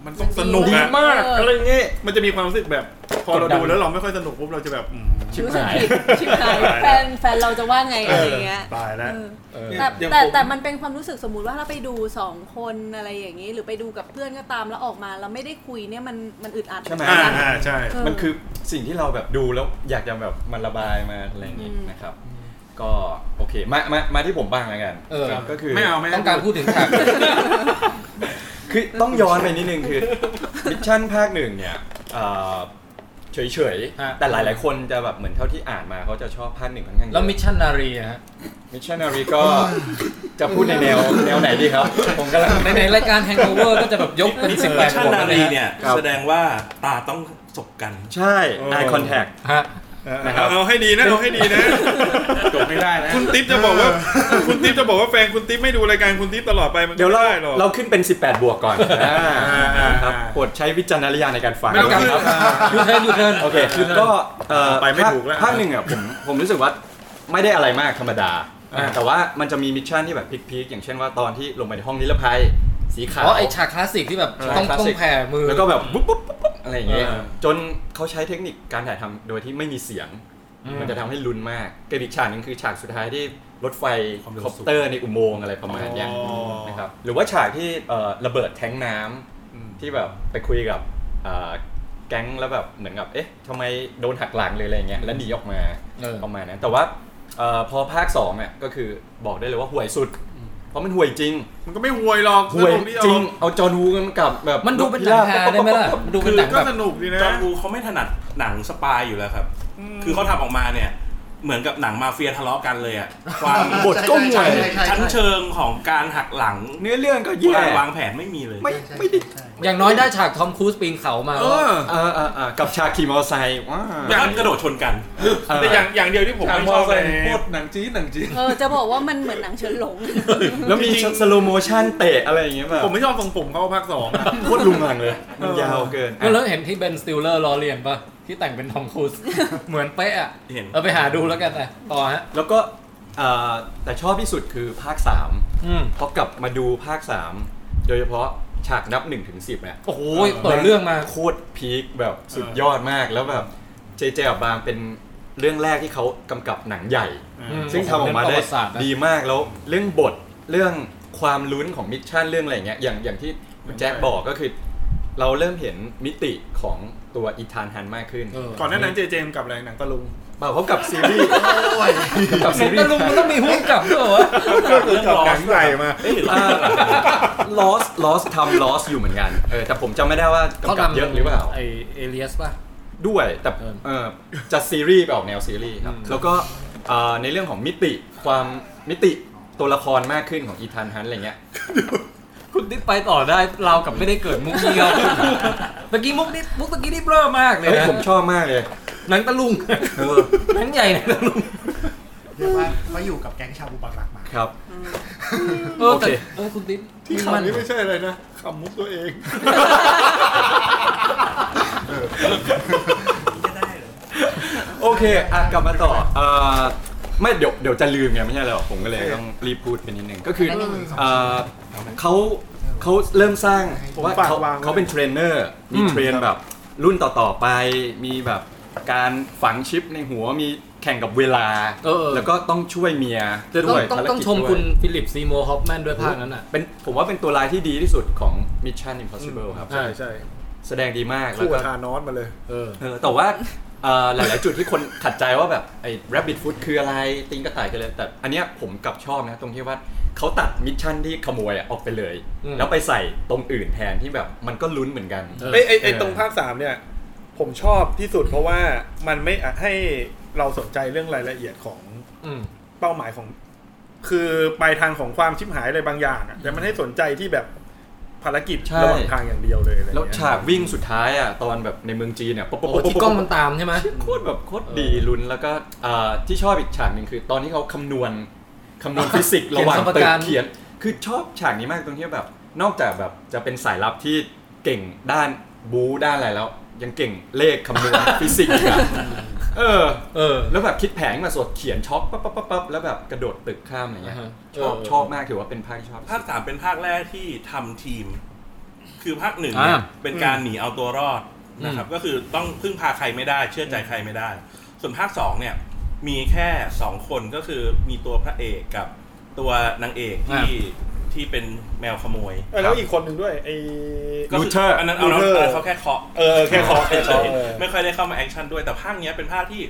มันต้องสนุก ดี อะ มาก อะไรเงี้ยมันจะมีความรู้สึกแบบ พอกเรา ดดัน ดูแล้วเราไม่ค่อยสนุกปุ๊บเราจะแบบอืม ชิบ รู้สึก หาย ผิดชิบหายแฟนแฟนเราจะว่าไงอะไรอย่างเงี้ย ตายแล้ว เออ เออ แต่ อย่าง แต่ ผม แต่มันเป็นความรู้สึกสมมุติว่าถ้าไปดูสองคนอะไรอย่างนี้ หรือไปดูกับเพื่อนก็ตามแล้วออกมาแล้วไม่ได้คุยเนี่ยมันมันอึดอัด ใช่ไหม อ่าอ่าใช่ เ มันคือสิ่งที่เราแบบดูแล้วอยากจะแบบมันระบายมาอะไรอย่างงี้นะครับ ก็โอเคมามามาที่ผมบ้างแล้วกัน เออ ครับก็คือ ไม่เอาไม่ ต้องการพูดถึงฉาก คือต้องย้อนไปนิดนึงคือ มิชชั่นภาคหนึ่งเนี่ยเอ่อเฉย ฮะ ๆ แต่หลายๆ คนจะแบบเหมือนเท่าที่อ่านมาเขาจะชอบภาคหนึ่งค่อนข้างเย แล้ว อะ มิชชันนารีอะฮะ มิชชั่นนารีก็จะพูดในแนวแนวไหนดีครับ ผมกำลัง ในในรายการแฮง g อ v เวอร์ก็จะแบบยกเป็นสิบแปด ชา บท นา อะไร รี เนี่ เนี่ยย แสดงว่าตาต้องสบกัน ใช่ eye contact ฮะ นะครับ เอาให้ดีนะเอาให้ดีนะ จบไม่ได้นะ คุณติ๊บจะบอกว่า คุณติ๊บจะบอกว่าแฟนคุณติ๊บไม่ดูรายการคุณติ๊บตลอดไปมัน เดี๋ยวเรา ไม่ไหรอก เราขึ้นเป็น 18 บวกก่อนอ่า อ่า ครับ อ่า โปรดใช้วิจารณญาณในการฟัง ไม่ต้องขึ้น ยูเทิร์นยูเทิร์น โอเคคือก็เอ่อ ไปไม่ถูกแล้ว ภาคหนึ่งอ่ะผมผมรู้สึกว่าไม่ได้อะไรมากธรรมดา แต่ว่ามันจะมีมิชชั่นที่แบบพลิกๆ อย่างเช่นว่าตอนที่ลงไปในห้องนิรภัยสีขาว อ๋อไอฉากคลาสสิกที่แบบ ใช่ ต้อง คลาส ต้อง สิก แผ่มือ แล้วก็แบบปุ๊บปุ๊บปุ๊บปุ๊บอะไรอย่างเงี้ย เออ จนเขาใช้เทคนิคการถ่ายทำโดยที่ไม่มีเสียง มันจะทำให้ลุ้นมากกับอีกฉากหนึงคือฉากสุดท้ายที่รถไฟ ความเร็วสูง คอปเตอร์ในอุโมงค์อะไรประมาณเนี้ย นะครับหรือว่าฉากที่เอ่อระเบิดแท้งน้ำ อืม ที่แบบไปคุยกับเอ่อแก๊งแล้วแบบเหมือนกับเอ๊ะทำไมโดนหักหลังเลยอะไรเงี้ยแล้วหนีออกมา เออ ประมาณนั้นแต่ว่าเอ่อพอภาค2อ่ะก็คือบอกได้เลยว่าห่วยสุด เพราะมันห่วยจริง มันก็ไม่ห่วยหรอก ห่วย สนุกดี จริง เ เอาจอห์นวูกันกับแบบ มันดูเป็นหนังฮาได้ไหมล่ะมันดู อาคืเป็นอ หนัง ก็ แบบ สนุกดีนะ จอห์นวูเขาไม่ถนัดหนังสปายอยู่แล้วครับ คือเขาทำออกมาเนี่ย เหมือนกับหนังมาเฟียทะเลาะกันเลยอะความ บทก็ห่วย ใช่ใช่ใช่ ชั้นเชิงของการหักหลัง เนื้อเรื่องก็แย่ การวางแผนไม่มีเลย ไม่ ใช่ใช่ ไม่ได้ ใช่ อย่างน้อยได้ฉากทอมครูซปีนเขามา เอ ก็ อ เออเออเออกับฉากขี่มอเตอร์ไซค์ว้า แล้วก็กระโดดชนกัน เออ แต่อย่างอย่างเดียวที่ผม ฉาก ไม่ ม ช อ อบ ไซ เลยค์โคตรหนังจีนหนังจีน เออจะบอกว่ามันเหมือนหนังเชิญหลง แล้วมี จริงๆ สโลโมชั่นเตะอะไรอย่างเงี้ยแบบ ผมไม่ชอบทรงผมเขาภาคสองอะ โคตรลุงหังเลย มันยาวเกิน ก็ อ่ะ แล้วเห็นที่เบนสติลเลอร์ล้อเลียนปะที่แต่งเป็นทอมครูซ เหมือนเป๊ะอะ เห็น เอาไปหาดูแล้วกันนะต่อฮะ แล้วก็เอ่อแต่ชอบที่สุดคือภาค 3 อืม พอกลับมาดูภาค 3 โดยเฉพาะฉากนับ1นถึงสิบเนี่ย โอ้โหเปิดเรื่องมา โคตรพีคแบบสุดยอดมากแล้วแบบเจเจอับบางเป็นเรื่องแรกที่เขากำกับหนังใหญ่ อืม ซึ่งทำออกมา เน้นประวัได้ติศาสตร์นะ ดีมากแล้วเรื่องบทเรื่องความลุ้นของมิชชั่นเรื่องอะไรอย่างเงี้ยอย่างอย่างที่คุณแจ็คบอกก็คือ เราเริ่มเห็นมิติของตัวอีธานฮันมากขึ้น เออ ก่อนหน้านั้นเจเจมกับอะไรหนังตะลุง เปล่าเขากับซีรีส์กับซีรี ตะ ส์ ลุงมันต้องมีหุ้นกลับด้วยวะ เรื่องล้อ หนังใหญ่มา ลอสลอสทำลอสอยู่เหมือนกันเออแต่ผมจำไม่ได้ว่ากำกับเยอะหรือเปล่า ไอเอเลียสป่ะ ด้วยแต่ เออ เออจะซีรีส์ไปออกแนวซีรีส์ครับ แล้วก็เอ่อในเรื่องของมิติความมิติตัวละครมากขึ้นของอีธานฮันอะไรเงี้ย คุณนี่ไปต่อได้เรากับไม่ได้เกิดมุกเดี ยว เมื่อกี้มุกนี่มุกเมื่อกี้นี่เบลอมากเลย เฮ้ย นะ ผมชอบมากเลย หนังตะลุงหนังใหญ่หนังตะลุง เรียกว่าเขาอยู่กับแก๊งชาวบูบังรักมา ครับ เออแต่ โอเค เออคุณติ๊บ ที่คำนี้ ไม่ใช่อะไรนะคำมุกตัวเอง จะได้เหรอ โอเคอ่ะกลับมาต่อเอ่อไม่เดี๋ยวเดี๋ยวจะลืมไงไม่ใช่หรอกผมก็เลยต้องรีบพูดไปนิดนึงก็คือเอ่อเขาเขาเริ่มสร้าง ผม ว่า ฝาก เขา วางไว้ เขาเป็นเทรนเนอร์มีเทรนแบบรุ่นต่อๆไปมีแบบการฝังชิปในหัวมีแข่งกับเวลา เออ แล้วก็ต้องช่วยเมีย ต้อง ด้วย ต้อง ภาร ต้อง กิจ ชม ด้วย คุณฟิลิปซีโมฮอฟแมนด้วยภาคนั้นอ่ะ เป็นผมว่าเป็นตัวลายที่ดีที่สุดของ Mission Impossible ครับ ใช่ ใช่ใช่ แสดงดีมากแล้ว คู่ ก็ กับทานอสมาเลย เออ เออแต่ว่าเอ่อหลาย ๆ จุดที่คนขัดใจว่าแบบไอ้ rabbit food คืออะไรติงกระต่ายคืออะไรแต่อันเนี้ยผมกลับชอบนะ ตรงที่ว่าเขาตัดมิชชั่นที่ขโมยอะออกไปเลย อืม แล้วไปใส่ตรงอื่นแทนที่แบบมันก็ลุ้นเหมือนกัน เออ เอ้ยไอ้ไอ้ตรงภาคสามเนี่ย ผมชอบที่สุดเพราะว่ามันไม่อ่ะให้เราสนใจเรื่องรายละเอียดของ อืม เป้าหมายของ คือปลายทางของความชิบหายอะไรบางอย่างอ่ะแต่มันให้สนใจที่แบบภารกิจ ใช่ ระหว่างทางอย่างเดียวเลยอะไร แล้ว เงี้ย ฉากวิ่งสุดท้ายอ่ะตอนแบบในเมืองจีนเนี่ยปะปะ โอ้ ปะปะ ที่กล้องมันตามใช่ไหม โคตรแบบโคตรดีลุ้นแล้วก็เอ่อที่ชอบอีกฉากหนึ่งคือ ตอนที่เขาคำนวณคำนวณฟิสิกส์ระหว่าง เขียนสมตึก การ เขียน คือชอบฉากนี้มากตรงที่แบบ นอกจากแบบจะเป็นสายลับที่เก่งด้านบูด้านอะไรแล้ว ยังเก่งเลขคำนวณ ฟิสิกส์อีกอะเออ เออ แล้วแบบคิดแผนมาสดเขียนช็อกปั๊บปั๊บปั๊บปั๊บแล้วแบบกระโดดตึกข้ามอะไรเงี้ย อ่าฮะ ชอบ เออ ชอบมากถือว่าเป็นภาคที่ชอบ ภาคสามเป็นภาคแรกที่ทำทีม คือภาคหนึ่งเนี่ย อ่า เป็นการหนีเอาตัวรอดนะครับ ก็คือต้องพึ่งพาใครไม่ได้ เชื่อใจใครไม่ได้ ส่วนภาคสองเนี่ย มีแค่สองคนก็คือมีตัวพระเอกกับตัวนางเอกที่ที่เป็นแมวขโมย เอ้ยแล้วอีกคนหนึ่งด้วยไอ้ ก็คื Luther อันนั้นเอาน้อง Luther เออเขาแค่เคาะ เออแค่ขอแค่ขอเออ ไม่ค่อยได้เข้ามาแอคชั่นด้วยแต่ภาคเนี้ยเป็นภาคที่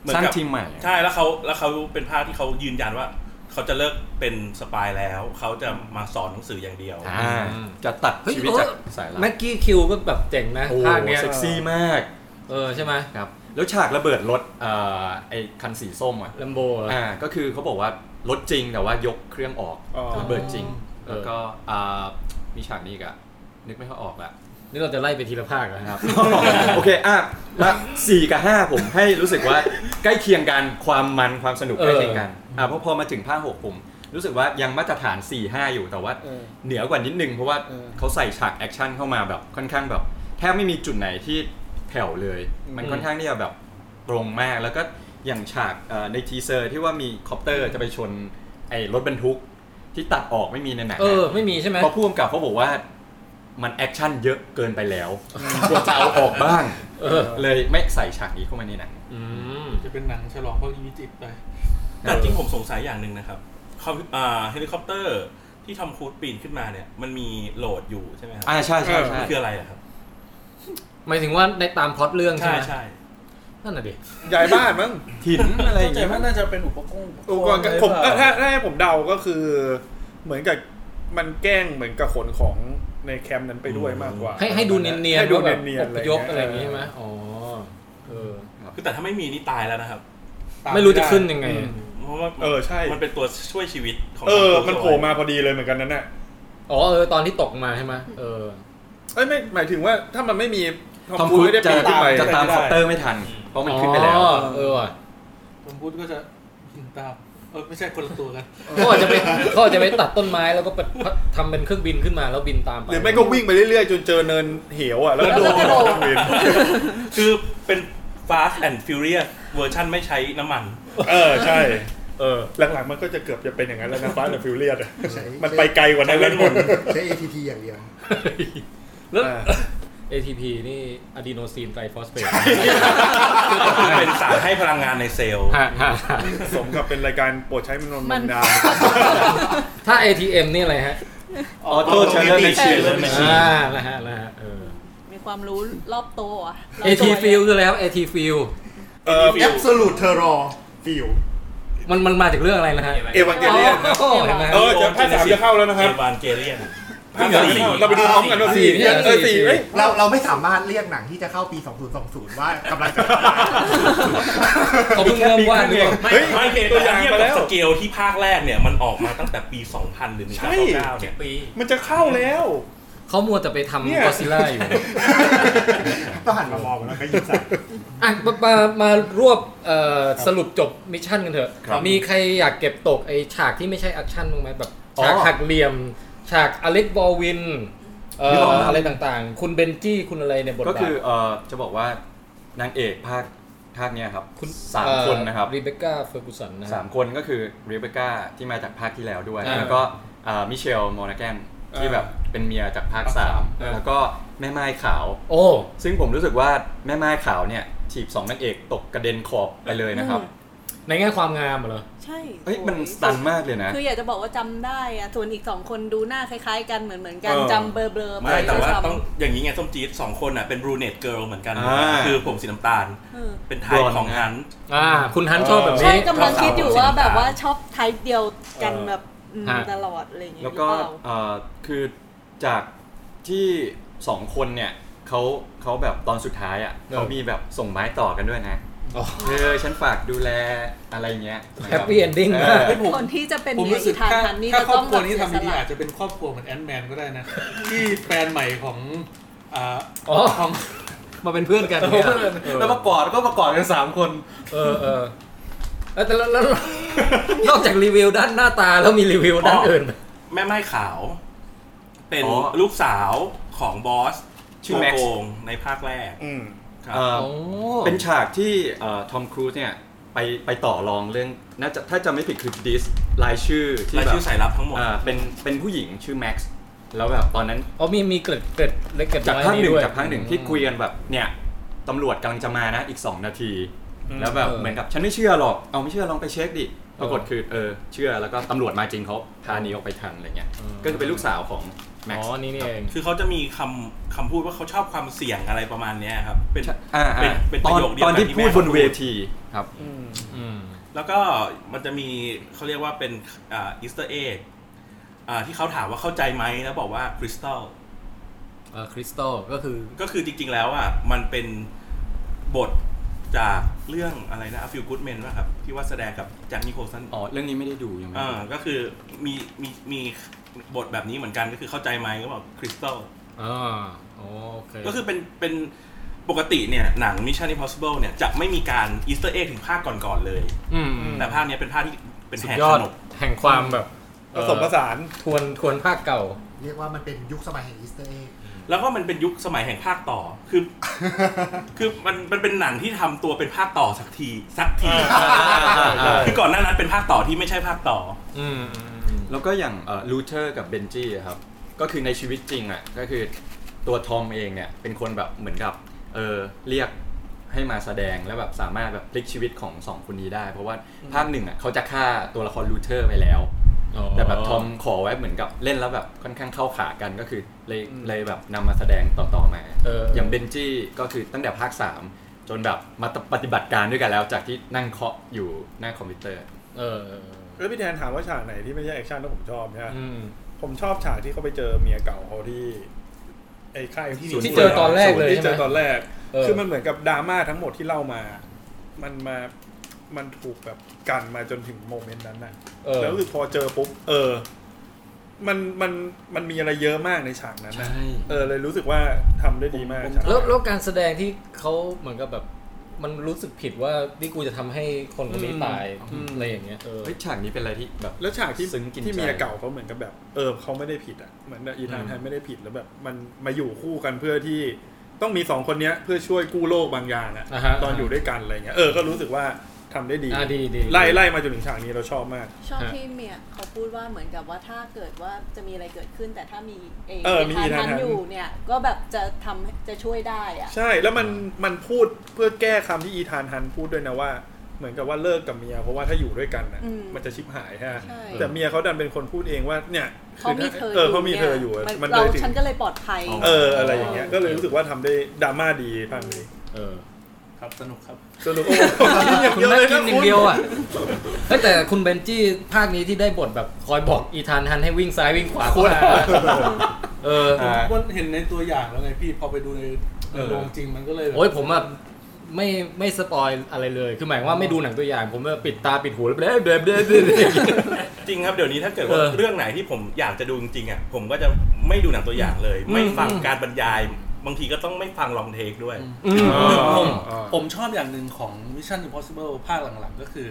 เหมือน สร้าง กับ ทีมใหม่ ใช่แล้วเขาแล้วเขาเป็นภาพที่เขายืนยันว่า เขาจะเลิกเป็นสปายแล้ว เขาจะมาสอนหนังสืออย่างเดียว อ่าจะตัด เฮ้ย ชีวิต เออ จากสายลับ แม็กกี้คิวก็แบบเจ๋งนะ โอ้โห ภาคเนี้ย เซ็กซี่มาก เออใช่ไหม ครับ แล้วฉากระเบิดรถเอ่อไอ้คันสีส้มอ่ะ ลัมโบเหรอ อ่าก็คือเขาบอกว่ารถจริงแต่ว่ายกเครื่องออก อ๋อ ระเบิดจริง เออ แล้วก็อ่ามีฉากนี้อีกอะนึกไม่ค่อยออกละ นี่เราจะไล่ไปทีละภาคเหรอครับ โอเคอ่ะละสี่กับห้าผมให้รู้สึกว่าใกล้เคียงกันความมันความสนุก เออ ใกล้เคียงกันอ่ะเพราะพอมาถึงภาคหกผมรู้สึกว่ายังมาตรฐาน4ี่ห้าอยู่แต่ว่า เออ เหนือกว่านิดนึงเพราะว่า เออ เขาใส่ฉากแอคชั่นเข้ามาแบบค่อนข้างแบบแทบไม่มีจุดไหนที่แผ่วเลย มันค่อนข้างที่จะแบบตรงมากแล้วก็อย่างฉากเอ่อในทีเซอร์ที่ว่ามีคอปเตอร์จะไปชนไอ้รถบรรทุกที่ตัดออกไม่มีในหนัง เอออะไม่มีใช่ไหม เพราะผู้กำกับเขาบอกว่ามันแอคชั่นเยอะเกินไปแล้วควรจะเอาออกบ้าง เออ เลยไม่ใส่ฉากนี้เข้ามาในหนัง อืม จะเป็นหนังฉลองพระอียิปต์ไป แต่จริงผมสงสัยอย่างหนึ่งนะครับเขาอ่าเฮลิคอปเตอร์ที่ทอมครูซปีนขึ้นมาเนี่ย มันมีโหลดอยู่ใช่ไหมครับ อ่าใช่ใช่ มั ใช่ นคืออะไรอะครับ หมายถึงว่าในตามพล็อตเรื่องใช่ ใช่ ไหม ใช่ นั่นน่ะดิ ยายบ้านมั้ง หินอะไรอย่าง ใจ เงี้ย ว่าน่าจะเป็นอุปกรณ์ อุปกรณ์ก็ผมก็ถ้าถ้าให้ผมเดาก็คือ เหมือนกับมันแกล้งเหมือนกับขนของในแคมป์นั้นไปด้วยมากกว่า ให้ให้ดูเนียน ให้ ๆ ดู ว่าแบบ เนียนๆ อพยพอะไรอย่างเงี้ใช่ไหมอ๋อ เออ คือแต่ถ้าไม่มีนี่ตายแล้วนะครับ ไม่รู้จะขึ้นยังไง เพราะว่า เออใช่ มันเป็นตัวช่วยชีวิตของ เออ ทอครูซ มันโผล่มาพอดีเลยเหมือนกันนั่นน่ะ อ๋อเออตอนที่ตกมาใช่ไหมเออ เ อ้ยไม่หมายถึงว่าถ้ามันไม่มี ทอม ครู ครู ซ ซจะ ปีนขึ้นไป จะตามคอปเตอร์ไม่ทัน เพราะมันขึ้นไปแล้ว อ๋อเออว่ะ ผมพูดก็จะตามเออไม่ใช่คนละตัวกัน เขาอาจจะไปเขาอาจจะไปตัดต้นไม้แล้วก็ไปทำเป็นเครื่องบินขึ้นมาแล้วบินตามไป หรือไม่ก็วิ่งไปเรื่อยๆ จนเจอเนินเหวอ่ะแล้วก็โดดลงบิน คือเป็น Fast and Furious เวอร์ชันไม่ใช้น้ำมัน เออใช่ เออหลังๆมันก็จะเกือบจะเป็นอย่างนั้นแล้วนะฟ้าแต่ฟิวเลียด ใช้ มันไปไกลกว่านั้นแล้วหมด ใช้ ATP อย่างเดียว แล้ว อ่า ATP นี่อะดีโนซีนไตรฟอสเฟต เป็นสารให้พลังงานในเซลล์ ฮะฮะฮะ สมกับเป็นรายการโปรดใช้มันนนท์ มัน นดา ถ้า ATM นี่อะไรฮะ ออโต้เชลเลอร์ Automatic แมชชีน Teller Machine อ่านะฮะนะฮะเออ มีความรู้รอบตัวอะรบ AT ตัว field คืออะไรครับ AT field เออ Absolute Terror Feel มันมันมาจากเรื่องอะไรนะฮะ เอวังเกเลียน โอ้เห็นไหมฮะ เออจะภาคสามจะเข้าแล้วนะครับ เอวานเกเลียน ภาคสามจะเข้าเราไปดูพร้อมกันว่าสี่ สี่เนี่ย เออสี่ สี่ เอ้ย เราเราไม่สามารถเรียกหนังที่จะเข้าปี 2020 ว่ากำลังจะ เข้าเขาเพิ่งเริ่มวาดหรือเปล่า ไม่ เฮ้ย ไม่เพียง ตั ตัว วออาย่ย่าง ง มา มา แล้ แล้ว วสเกลที่ภาคแรกเนี่ย มันออกมาตั้งแต่ปี 2000 หรือ ใช่ 1999เนี่ย เจ็ดปี มันจะเข้าแล้ว เขามัวแต่ไป เนี่ ทำ ย กอซิล่าอยู่ ก็หันมามองแล้วก็ยิ้มใส่ อ่ะมามามารวบเอ่อสรุปจบมิชชั่นกันเถอะ ครับ มีใครอยากเก็บตกไอฉากที่ไม่ใช่แอคชั่นบ้างไหมแบบ อ๋อ ฉากหักเหลี่ยม ฉากอเล็กบอลวินเอ่ออะไรต่างๆ คุณเบนจี้คุณอะไรในบท ก็ บา คื ท อเออจะบอกว่านางเอกภาคภาคเนี้ยครับสาม เอ่อ คนนะครับ รีเบคก้าเฟอร์กูสันนะค สา รับ มคนก็คือเรเบคก้าที่มาจากภาคที่แล้วด้วย อ่า แล้วก็อ่ามิเชลมอร์นาแกนที่แบบเป็นเมียจากภาคสาม เออ แล้วก็แม่ไม้ขาว โอ้ ซึ่งผมรู้สึกว่าแม่ไม้ขาวเนี่ยถีบสองนางเอกตกกระเด็นขอบไปเลยนะครับ ในแง่ความงามเหรอ ใช่ เฮ้ยมัน สว สตันมากเลยนะ คืออยากจะบอกว่าจำได้อะส่วนอีกสองคนดูหน้าคล้ายๆ กันเหมือนเหมือนๆกัน เออ จำเบลอเบลอๆไป ไม่แต่ว่า ซ้ำ ต้องอย่างนี้ไงส้มจี๊ดสองคนอ่ะเป็นบรูเนตเกิร์ลเหมือนกัน อ่า คือผมสีน้ำตาล เออ เป็นไทายของฮัน อ่า คุณฮันชอบแบบ ใช่ นี้ กำลังคิดอยู่ว่า สาวๆ แบบว่าชอบไทป์เดียวกันแบบอืม ฮะ ตลอดอะไรอย่างเงี้ย แล้วก็ หรือเปา เอ่อคือจากที่สองคนเนี่ยเขาเขาแบบตอนสุดท้ายอ่ะ เออ เขามีแบบส่งไม้ต่อกันด้วยนะ อ๋อ เออฉันฝากดูแลอะไรเงี้ยนะครั Happy ending มาก เออ ผม คนที่จะเป็น ผม เมีย รู้สึ อี ก ธาน ถ้า ฮันนี่ ถ้า จะ ครอ ต้ บ องแบบครัวนี้ เสียส ทำดีๆ ละ อาจจะเป็นครอบครัวเหมือนแอนด์แมนก็ได้นะ ที่แฟนใหม่ของอ่า อ๋อ ของ มาเป็นเพื่อนกันเนี่ยเออ แล้วมากอดก็มากอดกันสามคน เออเออเออแต่แล้วแล้วแล้วนอกจากรีวิวด้านหน้าตาแล้วมีรีวิวด้านอื่นไหม แม่ไม้ขาว เป็น อ๋อ ลูกสาวของบอส ชื่อแม็กซ์ โกงในภาคแรก อืม ครับ เอ่อเป็นฉากที่เอ่อทอมครูซเนี่ยไปไปต่อรองเรื่องน่าจะถ้าจะไม่ผิดคือดิสรายชื่อที่ ราย แบบ ชื่อสายลับทั้งหมด อ่าเป็นเป็นผู้หญิงชื่อแม็กซ์แล้วแบบตอนนั้น อ๋อมีมีเกร็ดเกร็ดเล็กเกร็ด จาก น้อย ภาคหนึ่ง ด้วย จากภาคหนึ่งที่คุยกันแบบเนี่ยตำรวจกำลังจะมานะอีก 2 นาที แล้วแบบ เออ เหมือนกับฉันไม่เชื่อหรอกเอาไม่เชื่อลองไปเช็คดิปรากฏคือเออเชื่อแล้วก็ตำรวจมาจริงเขาพาหนีออกไปทันอะไรเงี้ย เออ ก็จะเป็นลูกสาวของแม็ก อ๋อ ซ์ นี่นี่เอง คือเขาจะมีคำคำพูดว่าเขาชอบความเสี่ยงอะไรประมาณเนี้ยครับ เป็น อ่าอ่า เป็นตเป็นป อนระโยคเดียว ตอนที่ กับที่ พูด แม่ บน พูด เวทีครับ อืม แล้วก็มันจะมีเขาเรียกว่าเป็นอ่าอีสเตอร์เอ็กที่เขาถามว่าเข้าใจไหมแล้วบอกว่าคริสตัล เอ่อคริสตัลก็คือ ก็คือจริงๆ แล้วอ่ะมันเป็นบทจากเรื่องอะไรนะฟิลกูดเมนป่ะครับ ที่ว่าแสดงกับแจ็คนิโคลสัน อ๋อเรื่องนี้ไม่ได้ดูยังไม่ อ่า ได้ดู ก็คือมีมีมีบทแบบนี้เหมือนกันก็คือเข้าใจไหมก็บอกคริสตัล อ่าอ๋อโอเค ก็คือเป็นเป็นปกติเนี่ย หนัง Mission Impossible เนี่ย จะไม่มีการอีสเตอร์เอ็กถึงภาคก่อนๆเลย อืม แต่ภาคเนี้ยเป็นภาคที่เป็น สุ แห ด ก ยอ ข ด นบ แห่งความแบบ ผสมผสาน ทวนทวนภาคเก่า เรียกว่ามันเป็นยุคสมัยแห่งอีสเตอร์เอ็ก แล้วก็มันเป็นยุคสมัยแห่งภาคต่อ คือ คือมันมันเป็นหนังที่ทำตัวเป็นภาคต่อสักทีสักทีคือก่อนหน้านั้นเป็นภาคต่อที่ไม่ใช่ภาคต่อ อืม แล้วก็อย่างลูเทอร์กับเบนจี้ครับ ก็คือในชีวิตจริงอ่ะก็คือตัวทอมเองเนี่ย เป็นคนแบบเหมือนกับเออเรียกให้มาแสดงแล้วแบบสามารถแบบพลิกชีวิตของสองคนนี้ได้ เพราะว่าภาคหนึ่งอ่ะเขาจะฆ่าตัวละครลูเทอร์ไปแล้ว อ๋อ แต่แบบทอมขอไว้เหมือนกับเล่นแล้วแบบค่อนข้างเข้าขากันก็คือเลยเลยแบบนำมาแสดงต่อๆมา เออ อย่างเบนจี้ก็คือตั้งแต่ภาค 3 จนแบบมาปฏิบัติการด้วยกันแล้วจากที่นั่งเคาะอยู่หน้าคอมพิวเตอร์ เออเออ แล้วพี่แทนถามว่าฉากไหนที่ไม่ใช่แอคชั่นแล้วผมชอบเนี่ย อืม ผมชอบฉากที่เขาไปเจอเมียเก่าเขาที่ไอ้ค่ายที่ ที่เจอตอนแรกเลย ที่ ใช่ เจ ไหม อตอนแรก เออ คือมันเหมือนกับดราม่าทั้งหมดที่เล่ามา มันมา มันถูกแบบกันมาจนถึงโมเมนต์นั้นน่ะ เออ แล้วรู้สึกพอเจอปุ๊บ เออ มันมันมันมีอะไรเยอะมากในฉากนั้นนะ ใช่ เออเลยรู้สึกว่าทำได้ดีมาก ผม ฉาก แล้วแล้วการแสดงที่เขาเหมือนกับแบบ มันรู้สึกผิดว่านี่กูจะทำให้คนคนนี้ตายอะไรอย่างเงี้ยเออ เฮ้ยฉากนี้เป็นอะไรที่แบบ แล้วฉากที่ ซึ้งกินใจ ที่เมียเก่าเขาเหมือนกับแบบ เออเขาไม่ได้ผิดอ่ะเหมือนแบบอีธานไทยไม่ได้ผิดแล้วแบบ มันมาอยู่คู่กันเพื่อที่ต้องมีสองคนเนี้ยเพื่อช่วยกู้โลกบางอย่างอ่ะ อ่าฮะ ตอนอยู่ด้วยกันอะไรเงี้ยเออก็รู้สึกว่าทำได้ดี อ่าดีดี ไล่ไล่มาจนถึงฉากนี้เราชอบมาก ชอบ ฮะ ที่เมียเขาพูดว่าเหมือนกับว่าถ้าเกิดว่าจะมีอะไรเกิดขึ้น แต่ถ้ามีเอ เออมี ทา อี น ธาน นั้ฮันน อยู่เนี่ยก็แบบจะทำจะช่วยได้อะ ใช่แล้วมันมันพูดเพื่อแก้คำที่อีธานฮันพูดด้วยนะว่า เหมือนกับว่าเลิกกับเมียเพราะว่าถ้าอยู่ด้วยกันนะ อืม มันจะชิบหายฮะ ใช่ แต่เมียเขาดันเป็นคนพูดเองว่าเนี่ย เพราะมีเธอ เออเขาะมีเธออยู่อะ เนี่ย มัน เรา เลยถึง ฉันก็เลยปลอดภัย เอออะไรอย่างเงี้ยก็เลยรู้สึกว่าทำได้ดราม่าดีภาคนี้ เออ ครับสนุกครับ สรุปโอ้โหกินอย่าง คุเดีณยว นัก เลย กิ นะ นอ คุ ย่าง ณ เดียวอ่ะเฮ้ยแต่คุณเบนจี้ภาคนี้ที่ได้บทแบบคอยบอกอีธานฮันให้วิ่งซ้ายวิ่งขวาคนเออ มันเห็นในตัวอย่างแล้วไงพี่พอไปดูในในโรงจริงมันก็เลยแบบ โอ้ยผมแบบไม่ไม่สปอยอะไรเลย คือหมายความว่าไม่ดูหนังตัวอย่าง ผมแบบปิดตาปิดหูแล้วเด้เด้เด้เด้ จริงครับเดี๋ยวนี้ถ้าเกิดว่า เออ เรื่องไหนที่ผมอยากจะดูจริงๆอ่ะผมก็จะไม่ดูหนังตัวอย่างเลย อืม ไม่ฟังการบรรยาย บางทีก็ต้องไม่ฟังลองเทคด้วย ผมผมชอบอย่างหนึ่งของ Mission Impossible ภาคหลังๆ ก็คือ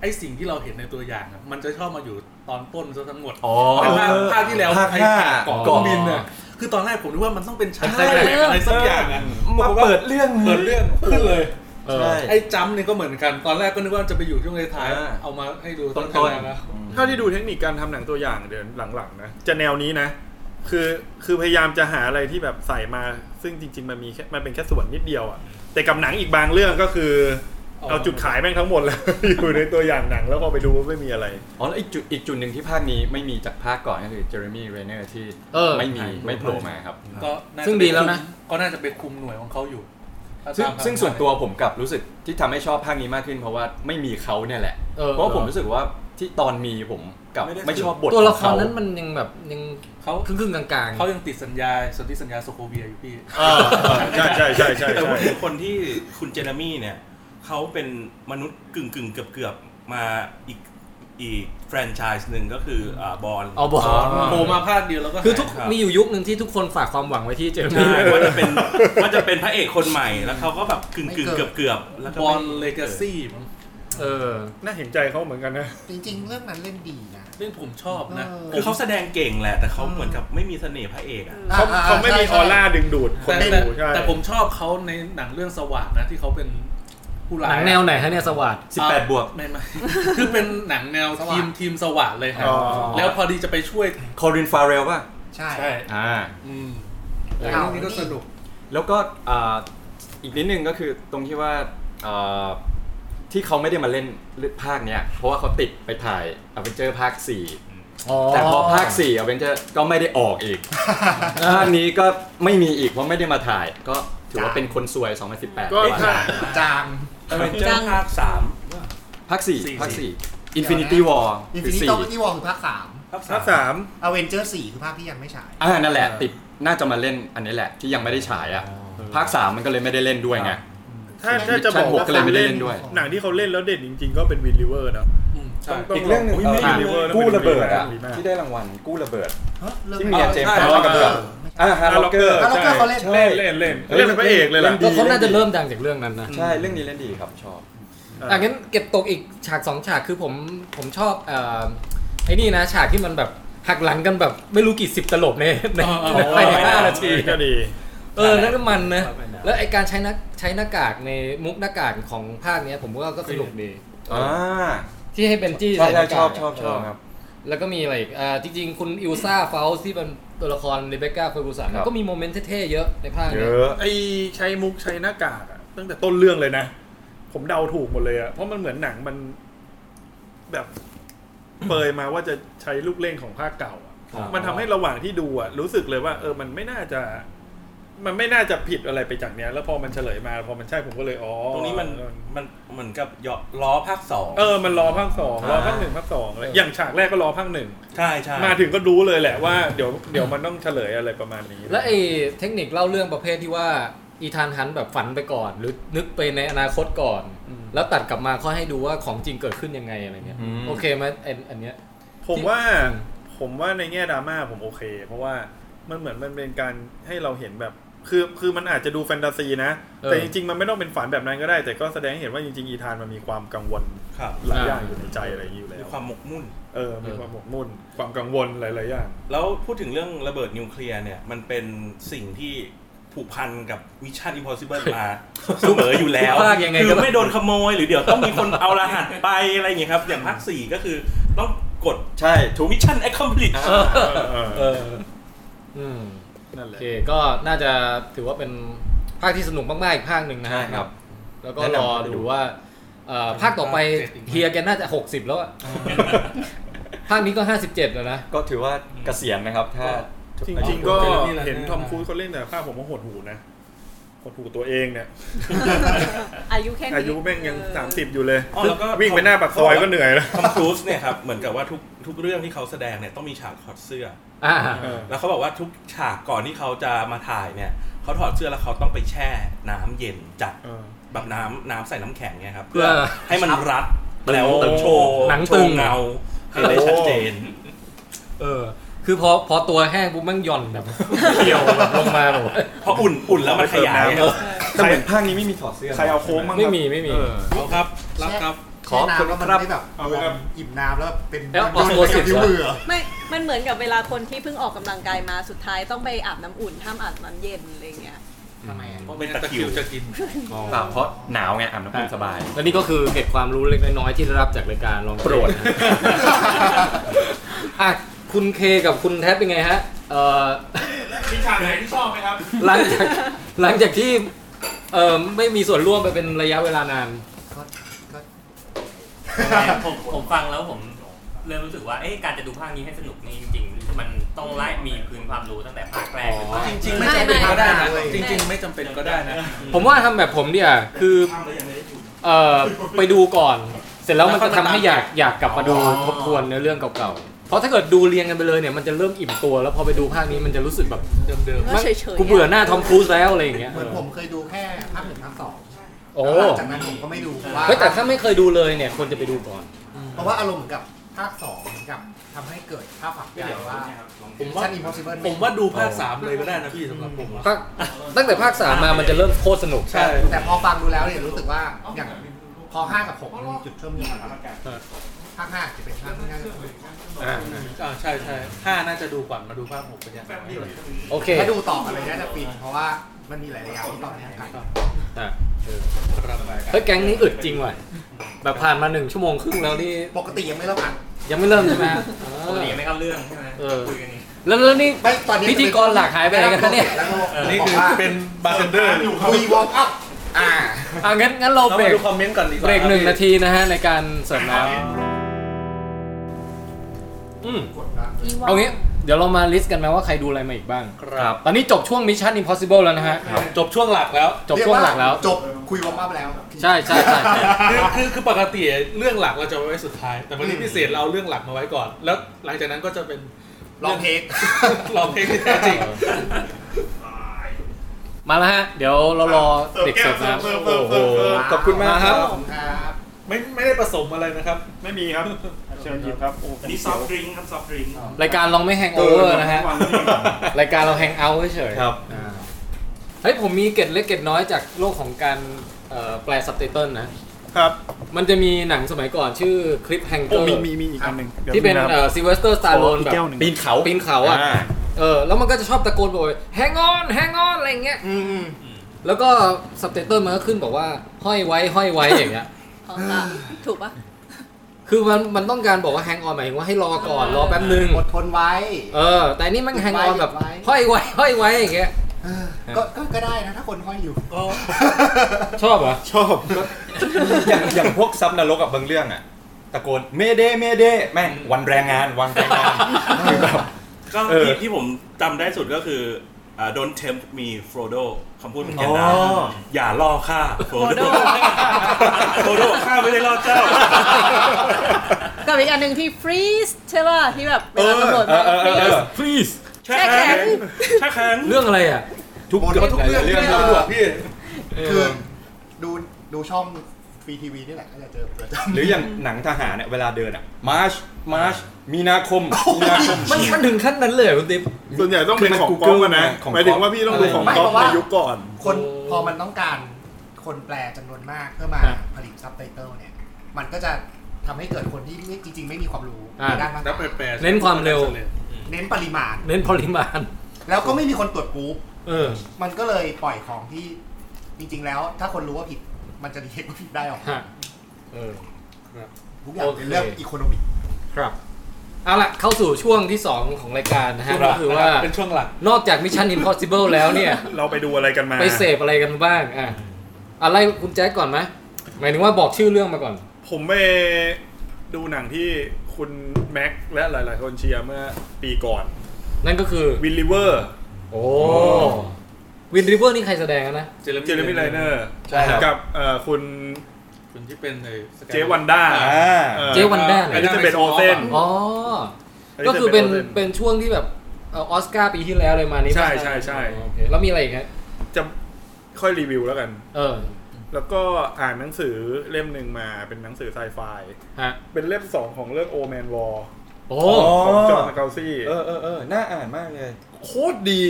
ไอ้สิ่งที่เราเห็นในตัวอย่างอะมันจะชอบมาอยู่ตอนต้นซะทั้งหมด อ๋อ แต่ภาคภาคที่แล้ว ภาค ไอ้ ห้า เกาะเครื่ เกาะ องบินเนี่ยคือตอนแรกผมนึกว่ามันต้องเป็นชา ใช่ แหลกอะไรสักอย่างอะ มาเปิดเรื่อง เปิดเรื่องขึ้นเลย เออ ใช่ ไอ้จัมป์เนี่ยก็เหมือนกัน ตอนแรกก็นึกว่าจะไปอยู่ช่วงท้ายๆ อ่า เอามาให้ดู ต้น แต่ ต้น แรกแล้ว เท่าที่ดูเทคนิคการทำหนังตัวอย่างเดือนหลังๆนะจะแนวนี้นะ คือคือพยายามจะหาอะไรที่แบบใส่มา ซึ่งจริง ๆ มันมีแค่มันเป็นแค่ส่วนนิดเดียวอ่ะแต่กับหนังอีกบางเรื่องก็คือ เอา เอาจุดขายแม่งทั้งหมดเลย อยู่ในตัวอย่างหนังแล้วพอไปดูว่าไม่มีอะไร อ๋อแล้วอีกจุดอีกจุดหนึ่งที่ภาคนี้ไม่มีจากภาคก่อนก็คือเจอร์มี่เรเนอร์ที่ เออ ไม่มีไม่โผล่มาครับ ก็น่าจะ ซึ่งดีแล้วนะ ก็น่าจะไปคุมหน่วยของเขาอยู่ถ้า ซึ่ง ตาม ซึ่งส่วนตัวผมกลับรู้สึกที่ทำให้ชอบภาคนี้มากขึ้นเพราะว่าไม่มีเขาเนี่ยแหละ เออ เพราะผมรู้สึกว่าที่ตอนมีผมกลับ ไม่ได้ ไม่ชอบบท ตัวละค ข ร องเขา นั้นมันยังแบบยัง เขา ครึ่งๆกลางๆ เขายังติดสัญญาสนธิสัญญาโซโคเวียอยู่พี่ ใช่ใช่ใช่ใช่ แต่ ใช่ ว่าคนที่คุณเจเรมี่เนี่ยเขาเป็นมนุษย์กึ่งกึ่งๆเกือบเกือบๆมาอีกอีกแฟรนไชส์หนึ่งก็คืออ่าบอล เอาบอก โผล่มาภาคเดียวแล้วก็ คือทุก ครับ มีอยู่ยุคหนึ่งที่ทุกคนฝากความหวังไว้ที่เจอร์มี่ ใช่ว่าจะเป็นว่าจะเป็นพระเอกคนใหม่แล้วเขาก็แบบกึ่งกึ่งๆเกือบเกือบๆแล้วก็ บอล ไม่ เลกาซี่มั้ง เออ น่าเห็นใจเขาเหมือนกันนะ จริง ๆ เรื่องนั้นเล่นดีนะ เรื่องผมชอบนะ เอ คือเขาแสดงเก่งแหละ แต่เขาเหมือนกับไม่มีเสน่ห์พระเอกอะ เขาเขาไม่มีออร่าดึงดูดคน แต่ ดู แต่ ใช่ แต่ผมชอบเขาในหนังเรื่องสว่างนะที่เขาเป็นผู้ร้าย หนังแนวไหนฮะเนี่ยสวัสด 18 บวก ไม่ไม่ คือเป็นหนังแนวทีมทีมสว่างเลยฮะ อ๋อ แล้วพอดีจะไปช่วย คอรินฟาเรลป่ะ ใช่ ใช่ อ่า อืม เ แต่เรื่องนี้ก็สนุก แล้วก็อ่าอีกนิดนึงก็คือตรงที่ว่าอ่าที่เขาไม่ได้มาเล่นภาคเนี้ยเพราะว่าเขาติดไปถ่ายอเวนเจอร์ภาค 4 แต่พอภาค4อเวนเจอร์ก็ไม่ได้ออก อีกภาคนี้ก็ไม่มีอีกเพราะไม่ได้มาถ่าย ก็ถือว่าเป็นคนซวย 2018 ก็ ว่า ค่ะ จาง อเวนเจอร์ภาคสาม ภาค สี่ 4ภาค4 Infinity War อิน คือฟินิ สี่ ตี้ที่วอลคือภาคสาม ภาคสาม อเวนเจอร์สี่คือภาคที่ยังไม่ฉาย อ่านั่นแหละติดน่าจะมาเล่นอันนี้แหละที่ยังไม่ได้ฉายอ่ะภาค 3 มันก็เลยไม่ได้เล่นด้วยไง ถ้าถ้าจะบอกว่า ชั้นหกก็เลยไม่ได้เล่นด้วย หนังที่เขาเล่นแล้วเด่นจริง ๆ ก็เป็นวินลิเวอร์เนอะ อืมใช่ อีกเรื่องหนึ่ง ต้ เออ Unilever กู้ระเบิดอะ ดีมาก ที่ได้รางวัลกู้ระเบิด เฮ้ยเริ่ ที่มีเจมส์ ออ แคมรอนกับ เอ เพื่อน อ อ่าฮาร์ล็อกเกอร์ ฮาร์ล็อกเกอร์เขาเล่น ใช่ เล่นเล่นเล่นเล่นเป็นพระเอกเลยล่ะ ดี ก็เขาน่าจะเริ่มดังจากเรื่องนั้นนะ ใช่ เรื่องนี้เล่นดีครับชอบ อ่ะงั้นเก็บตกอีกฉากสองฉากคือผมผมชอบเอ่อไอ้นี่นะฉากที่มันแบบหักหลังกันแบบไม่รู้กี่สิบตลบในใน อ๋อ ในภายในห้านาที ก็ดี เออนั่นก็มันนะ แล้วไอการใช้หน้าใช้หน้ากากในมุกหน้ากากของภาคเนี้ยผมว่าก็สนุกดี อ่า ที่ให้เบนจี้ ใช่ ใส่ห ใช่ น้ากาก ชอบชอบชอบ เ ครับ แล้วก็มีอะไรอีกอ่าจริงๆ คุณอิลซ่าเฟลส์ที่เป็นตัวละครเรเบคก้าเฟอร์กูสัน ครับ ก็มีโมเมนต์เท่ๆ เยอะในภาค เย เนี้ย อะ ไอ้ใช้มุกใช้หน้ากากอะตั้งแต่ต้นเรื่องเลยนะ ผมเดาถูกหมดเลยอะเพราะมันเหมือนหนังมันแบบเปยมาว่าจะใช้ลูกเล่นของภาคเก่าอะ ครับ มันทำให้ระหว่างที่ดูอะรู้สึกเลยว่า เออมันไม่น่าจะ มันไม่น่าจะผิดอะไรไปจากเนี้ย แล้วพอมันเฉลยมา พอมันใช่ผมก็เลยอ๋อ ตรงนี้มันมันเหมือนกับยอล้อภาคสอง เออมันรอภาคสองรอภาคหนึ่งภาคสองอะไรอย่างฉากแรกก็รอภาคหนึ่ง ใช่ใช่ มาถึงก็รู้เลยแหละว่าเดี๋ยวเดี๋ยวมันต้องเฉลยอะไรประมาณนี้ และไอเทคนิคเล่าเรื่องประเภทที่ว่าอีธานฮันต์แบบฝันไปก่อน หรือนึกไปในอนาคตก่อน แล้วตัดกลับมาค่อยให้ดูว่าของจริงเกิดขึ้นยังไงอะไรเงี้ย อืม โอเคไหมไอ้อันเนี้ย ผมว่าผ ผมว่าในแง่ดราม่าผมโอเค เพราะว่ามันเหมือนมันเป็นการให้เราเห็นแบบ คือคือมันอาจจะดูแฟนตาซีนะ เออ แต่จริงๆ มันไม่ต้องเป็นฝันแบบนั้นก็ได้ แต่ก็แสดงให้เห็นว่าจริงๆ อีธานมันมีความกังวล ครับ หลายอย่างอยู่ในใจอะไรอย่างนี้อยู่แล้ มี ว ความหมกมุ่น เออมีความหมกมุ่น ความกังวลหลายๆอย่าง แล้วพูดถึงเรื่องระเบิดนิวเคลียร์เนี่ย มันเป็นสิ่งที่ผูกพันกับวิชั่นอิมพอสิเบิลมาเสมออยู่แล้ว ภาคยังไงก็ คือไม่โดนขโมยหรือเดี๋ยวต้องมีคนเอารหัสไปอะไรอย่างเงี้ยครับ อย่างภาคสี่ก็คือต้องกด ใช่ ถูกวิชั่นแอคคอมพลีท เออเออ เอออืม นั่น โอ แหละ เคก็น่าจะถือว่าเป็นภาคที่สนุกมากๆอีกภาคหนึ่งนะ ใช่ ฮะ ครับ แล้วก็รอดูว่าเอ่อภาคต่อไปเฮียแกน่าจะหกสิบแล้ว อะภาคนี้ก็ห้าสิบเจ็ดแล้วนะ ก็ถือว่าเกษียณนะครับ ถ้า จริงๆ ก็ ผมเป็นเรื่องนี้แหละ เห็นทอมครูซเขาเล่นแต่ภาพผมว่าหดหูนะหดหูตัวเองเนี่ย อายุแค่นี้ อายุแม่งยัง เออ 30 อยู่เลย อ๋อแล้วก็ วิ่งไปหน้าปากซอยก็เหนื่อยแล้ว ทอมครูซเนี่ยครับ เหมือนกับว่าทุกทุกเรื่องที่เขาแสดงเนี่ยต้องมีฉากถอดเสื้อ อ่า เออ แล้วเขาบอกว่าทุกฉากก่อนที่เขาจะมาถ่ายเนี่ยเขาถอดเสื้อแล้วเขาต้องไปแช่น้ำเย็นจัด เออ แบบน้ำน้ำใส่น้ำแข็งเนี่ยครับ เพื่ เพื่ อ อให้มันรัดแล้ว ตึง โชว์ หนัง โช ตึง ว์เงาให้ได้ชัดเจน เออ คือพอพอตัวแห้งปุ๊บแม่งหย่อนแบบ เขียวแบบลงมาแบบ เพราะอุ่นอุ่นแล้วมันขยาย เติมน้ำ แต่เหมือนภาคนี้ไม่มีถอดเสื้อนะ ใครเอาโค้งบ้าง ไม่มีไม่มี เออ เอาครับ รับครับ ขอบคุณ แช่คน้ำแล้วมันรับ ได้แบบ เอาเลยครับ อิ่มน้ำแล้วเป็น แล้วออก โด ตัวน เสร็ กั จ บนิ้ว เหรอ มือเหรอ ไม่ มันเหมือนกับเวลาคนที่เพิ่งออกกำลังกายมาสุดท้ายต้องไปอาบน้ำอุ่นห้ามอาบน้ำเย็นอะไรเงี้ย ทำไมอ่ะ เพราะเป็นตะคริว จะกิน เปล่าเพราะหนาวไงอาบน้ำอุ่นสบาย และนี่ก็คือเก็บความรู้เล็กน้อยๆที่ได้รับจากรายการลองโปรดอ่ะคุณเคกับคุณแท็บเป็นไงฮะเอ่อ มีฉากไหนที่ชอบไหมครับ หลังจากหลังจากที่เอ่อไม่มีส่วนร่วมไปเป็นระยะเวลานาน ผมผมฟังแล้วผมเริ่มรู้สึกว่าเอ๊ะการจะดูภาคนี้ให้สนุกนี่จริงๆ มันต้องไล่มีพื้นความรู้ตั้งแต่ภาคแรก อ๋อ จริงๆ ไม่จำเป็นก็ได้นะจริง ๆ ไม่จำเป็นก็ได้นะ ผมว่าทำแบบผมเนี่ยคือเอ่อไปดูก่อน เสร็จแล้วมันจะทำให้อยากอยากกลับมาดู อ๋อ ทบทวนในเรื่องเก่าๆ เพราะถ้าเกิดดูเรียงกันไปเลยเนี่ยมันจะเริ่มอิ่มตัวแล้วพอไปดูภาคนี้มันจะรู้สึกแบบ เดิม ก็เฉยๆ กูเบื่อหน้าทอมครูซแล้วอะไรอย่างเงี้ย เหมือนผมเคยดูแค่ภาคหนึ่งภาคสอง โอ้ แล้วหลังจากนั้นผมก็ไม่ดูว่า เฮ้ยแต่ถ้าไม่เคยดูเลยเนี่ยควรจะไปดูก่อน เพราะว่าอารมณ์เหมือนกับภาคสองเหมือนกับทำให้เกิดภาพฝังใจว่า ๆผมว่า ชั้นอิมพอสิเบิล ผมว่าดูภาคสามเลยก็ได้นะพี่สำหรับผมอะ ภาคตั้งแต่ภาคสามมามันจะเริ่มโคตรสนุก ใช่ แต่พอฟังดูแล้วเนี่ยรู้สึกว่าอย่างพอห้ากับหกมันมีจุดเชื่อมโยงกันภาคห้าจะเป็นภาคที่น่าจะ อ่าใช่ใช่ห้าน่าจะดูก่อนมาดูภาคหกเป็นยังไง โอเค ถ้าดูต่อกันเลยน่าจะฟินเพราะว่ามันมีหลายๆอย่างที่ต่อเนื่องกัน อ่ะ ครับไป เฮ้ยแก๊งนี้อึดจริงว่ะแบบผ่านมาหนึ่งชั่วโมงครึ่งแล้วนี่ ปกติยังไม่เล่ากัน ยังไม่เริ่มใช่ไหม ปกติไม่เข้าเรื่องใช่ไหมคุยกันนี่ แล้วแล้วนี่ ไม่ตอนนี้ พิธีกรหลักหายไปไหนกันคะเนี่ย แล้วก็บ นี่ อก คือ ว่า เป็นบาร์เทนเดอร์ คุยวอร์มอัพอ่า อ่ะงั้นงั้นเรา เรา เบร มาก ดูคอมเมนต์ก่อนดีกว่า เบรก คบ หนึ่ง พี่ นาทีนะฮะในการเสิร์ฟน้ำอืมเอางี้ เดี๋ยวเรามาลิสต์กันไหมว่าใครดูอะไรมาอีกบ้าง ครับ ตอนนี้จบช่วง Mission Impossible แล้วนะฮะ จบช่วงหลักแล้ว จบช่วงหลักแล้ว จบคุยวอร์มอัพแล้ว ใช่ใช่ใช่ใช่ คือคือคือปกติเรื่องหลักเราจะไว้สุดท้าย แต่วันนี้พิเศษเราเอาเรื่องหลักมาไว้ก่อน แล้วหลังจากนั้นก็จะเป็น ลองเทค ลองเพลงที่แท้จริง มาแล้วฮะ เดี๋ยวเรารอเด็กเสิร์ฟน้ำ เสิร์ฟเสิร์ฟเสิร์ฟ ขอบคุณมากครับ ขอบคุณครับ ไม่ไม่ได้ผสมอะไรนะครับ ไม่มีครับ เชิญหยิบครับโอ้ อันนี้ซอฟต์ดริงครับซอฟต์ดริง รายการเราไม่แฮงโอเวอร์นะฮะ รายการเราแฮงเอาท์เฉยๆ ครับ อ่าเฮ้ยผมมีเกร็ดเล็กเกร็ดน้อยจากโลกของการเอ่อแปลซับไตเติลนะ ครับ มันจะมีหนังสมัยก่อนชื่อคลิปแฮงเก โอ้ อร์ มีมีมีอีกอันหนึ่งดี๋ยว ที่เป็น มีะครับ ซิลเวสเตอร์สตาร์โลน ขออี แบ ก บ แก้วหนึ่ง ปีนเขา ปีนเขาอ่ะ อ่า เออแล้วมันก็จะชอบตะโกนบอกแฮงออนแฮงออนอะไรอย่างเงี้ย อืมอืม แล้วก็ซับไตเติลมันก็ขึ้นบอกว่าห้อยไว้ห้อยไว้อย่างเงี้ย ของอ่ะถูกปะ คือมันมันต้องการบอกว่าแฮงออนหมายถึงว่าให้รอก่อนรอแป๊บนึง อดทนไว้ เออ แต่นี่มันแฮงอ ไว้ อนแบบ ไว้ ห้อยไว้ห้อยไว้อย่างเงี้ย เออก็ก็ก็ได้นะ ถ้าคนห้อยอยู่ ชอบเหรอ ชอบ อย่างอย่างพวกซับนรกกับบางเรื่องอะตะโกนเมเดเมเดแม่งวันแรงงานวันแรงงานคือแบบ ก็ เออ ที่ที่ผมจำได้สุดก็คืออ่า don't tempt me Frodo คำพูดของแกนดาฟอย่าล่อข้า Frodo Frodo ข้าไม่ได้ล่อเจ้า กับอีกอันหนึ่งที่ฟรีซใช่ป่ะ ที่แบบเวลาตำรวจมา เออ ฟรีเออเอ ซ อ please แช่แข็งแช่แข็ง เรื่องอะไรอ่ะ ทุกเรื่องทุกเรื่อง เรื่องตำรวจพี่ คือดูดูช่อง ฟรีทีวีนี่แหละก็จะเจอประจ หรืออย่างหนังทหารเนี่ยเวลาเดินอ่ะมาร์ชมาร์ชมีนาคมมีนาคม มันมันถึงขั้นนั้นเลยเหรอคุณติ๊บ ส่วนใหญ่ต้องเป็น คือมัน ของก๊ Google อฟอะนะ ไงของ หมายถึ ก๊ ง อฟ ว่าพี่ต้องดูของ ำ ก๊อฟในยุคก่อน คน โอ้ พอมันต้องการคนแปลจำนวนมากเพื่อมา ฮะ ผลิตซับไตเติลเนี่ย มันก็จะทำให้เกิดคนที่ไม่จริง ๆ ไม่มีความรู้ อ่า ในด้านภา แล้ว ษา ไปแปล เน้นความเร็ว เน้นปริมาณ เน้นปริมาณ แล้วก็ไม่มีคนตรวจกรุ๊ป เออ มันก็เลยปล่อยของที่จริง ๆ แล้ว ถ้าคนรู้ว่าผิดมันจะดีเทคว่าผิดได้หรอก ฮะ ทุกอย่างเป็น โอเค เรื่องอีโคโนมิก ครับ เอาล่ะ เข้าสู่ช่วงที่ 2 ของรายการนะฮะก็คือว่า เป็นช่วงหลัก นอกจาก Mission Impossible แล้วเนี่ย เราไปดูอะไรกันมา ไปเสพอะไรกันบ้าง อ่ะอะไรคุณแจ็คก่อนไหมหมายถึงว่าบอกชื่อเรื่องมาก่อน ผมไปดูหนังที่คุณแม็กซ์และหลาย ๆ คนเชียร์เมื่อปีก่อน นั่นก็คือ วิลลิเวอร์ โอ้วินริเวอร์นี่ใครแสดงนะ เจอร์ เจอร์ มี่ มี่ไลเนอร์ ใช่ครับ กับเอ่อคุณ คนที่เป็นไอ้สแก เจวันด้า อ่า อ่อ เจวันด้าเหรอ อลิซาเบธโอเซน อ๋อ ก็คือเป็นเป็นช่วงที่แบบเออออสการ์ปีที่แล้วเลยมานี้ ใช่ใช่ใช่ โอเคแล้วมีอะไรอีกฮะ จะค่อยรีวิวแล้วกัน เออ แล้วก็อ่านหนังสือเล่มหนึ่งมาเป็นหนังสือไซไฟ ฮะ เป็นเล่มสองของเรื่องโอแมนวอล โอ้ ของจอห์นเกลซี่ เออเออเออน่าอ่านมากเลย โคตรดี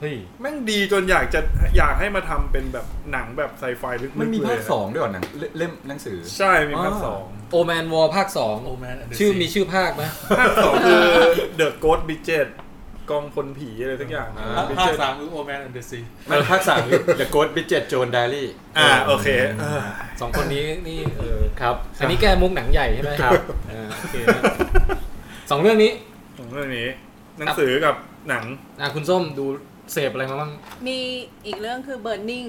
เฮ้ย แม่งดีจนอยากจะอยากให้มาทำเป็นแบบหนังแบบไซไฟลึกๆ มันมี เลย ภาคสองด้วยเหรอหนังเล่มเล่มหนังสือ ใช่มีภาคสอง โอแมนวอลภาคสอง โอแมนด์แนด์เดร์ ชื่อ ซี มีชื่อภาคไหม ภาคสองคือเดอะโกดบิเจตกองพลผีอะไรสักอย่าง อ่ ภาค Bridget สามคือโอแมนด์แอนด์เดอร์ซี ไม่ภาคสามคือ The Ghost Budget Joan Diary อ่าโอเคเออ สองคนนี้นี่ เออ ครับ อันนี้แกมุกหนังใหญ่ใช่ไหมครับโอเคฮะสองเรื่องนี้ ของเรื่องนี้ หนังสือกับหนัง อ่ะคุณส้มดูเสพอะไรมาบ้าง มีอีกเรื่องคือ Burning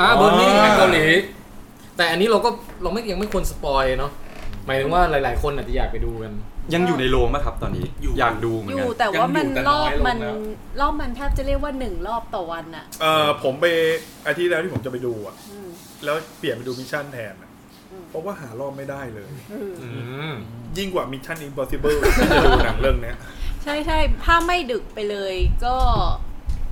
อ่ะเบอร์นี่หนังเกาหลีแต่อันนี้เราก็เราไม่ยังไม่ควรสปอยเนาะหมายถึงว่าหลาย ๆ คนอาจจะอยากไปดูกัน ยังอยู่ในโรงไหมครับตอนนี้ อยากดูเหมือ อน กั ยู่ น แต่ว่ามันรอบมัน ยังอยู่แต่น้อยลงแล้ว รอบมันแทบจะเรียกว่าหนึ่งรอบต่อวันอะ เออผมไปอาทิตย์แล้วที่ผมจะไปดูอ่ะ อืม แล้วเปลี่ยนไปดูมิชชั่นแทนอะ อืม เพราะว่าหารอบไม่ได้เลย อืม ยิ่งกว่ามิชชั่นอิมพอสิเบิลที่จะดูหนังเรื่องเนี้ย ใช่ใช่ถ้าไม่ดึกไปเลยก็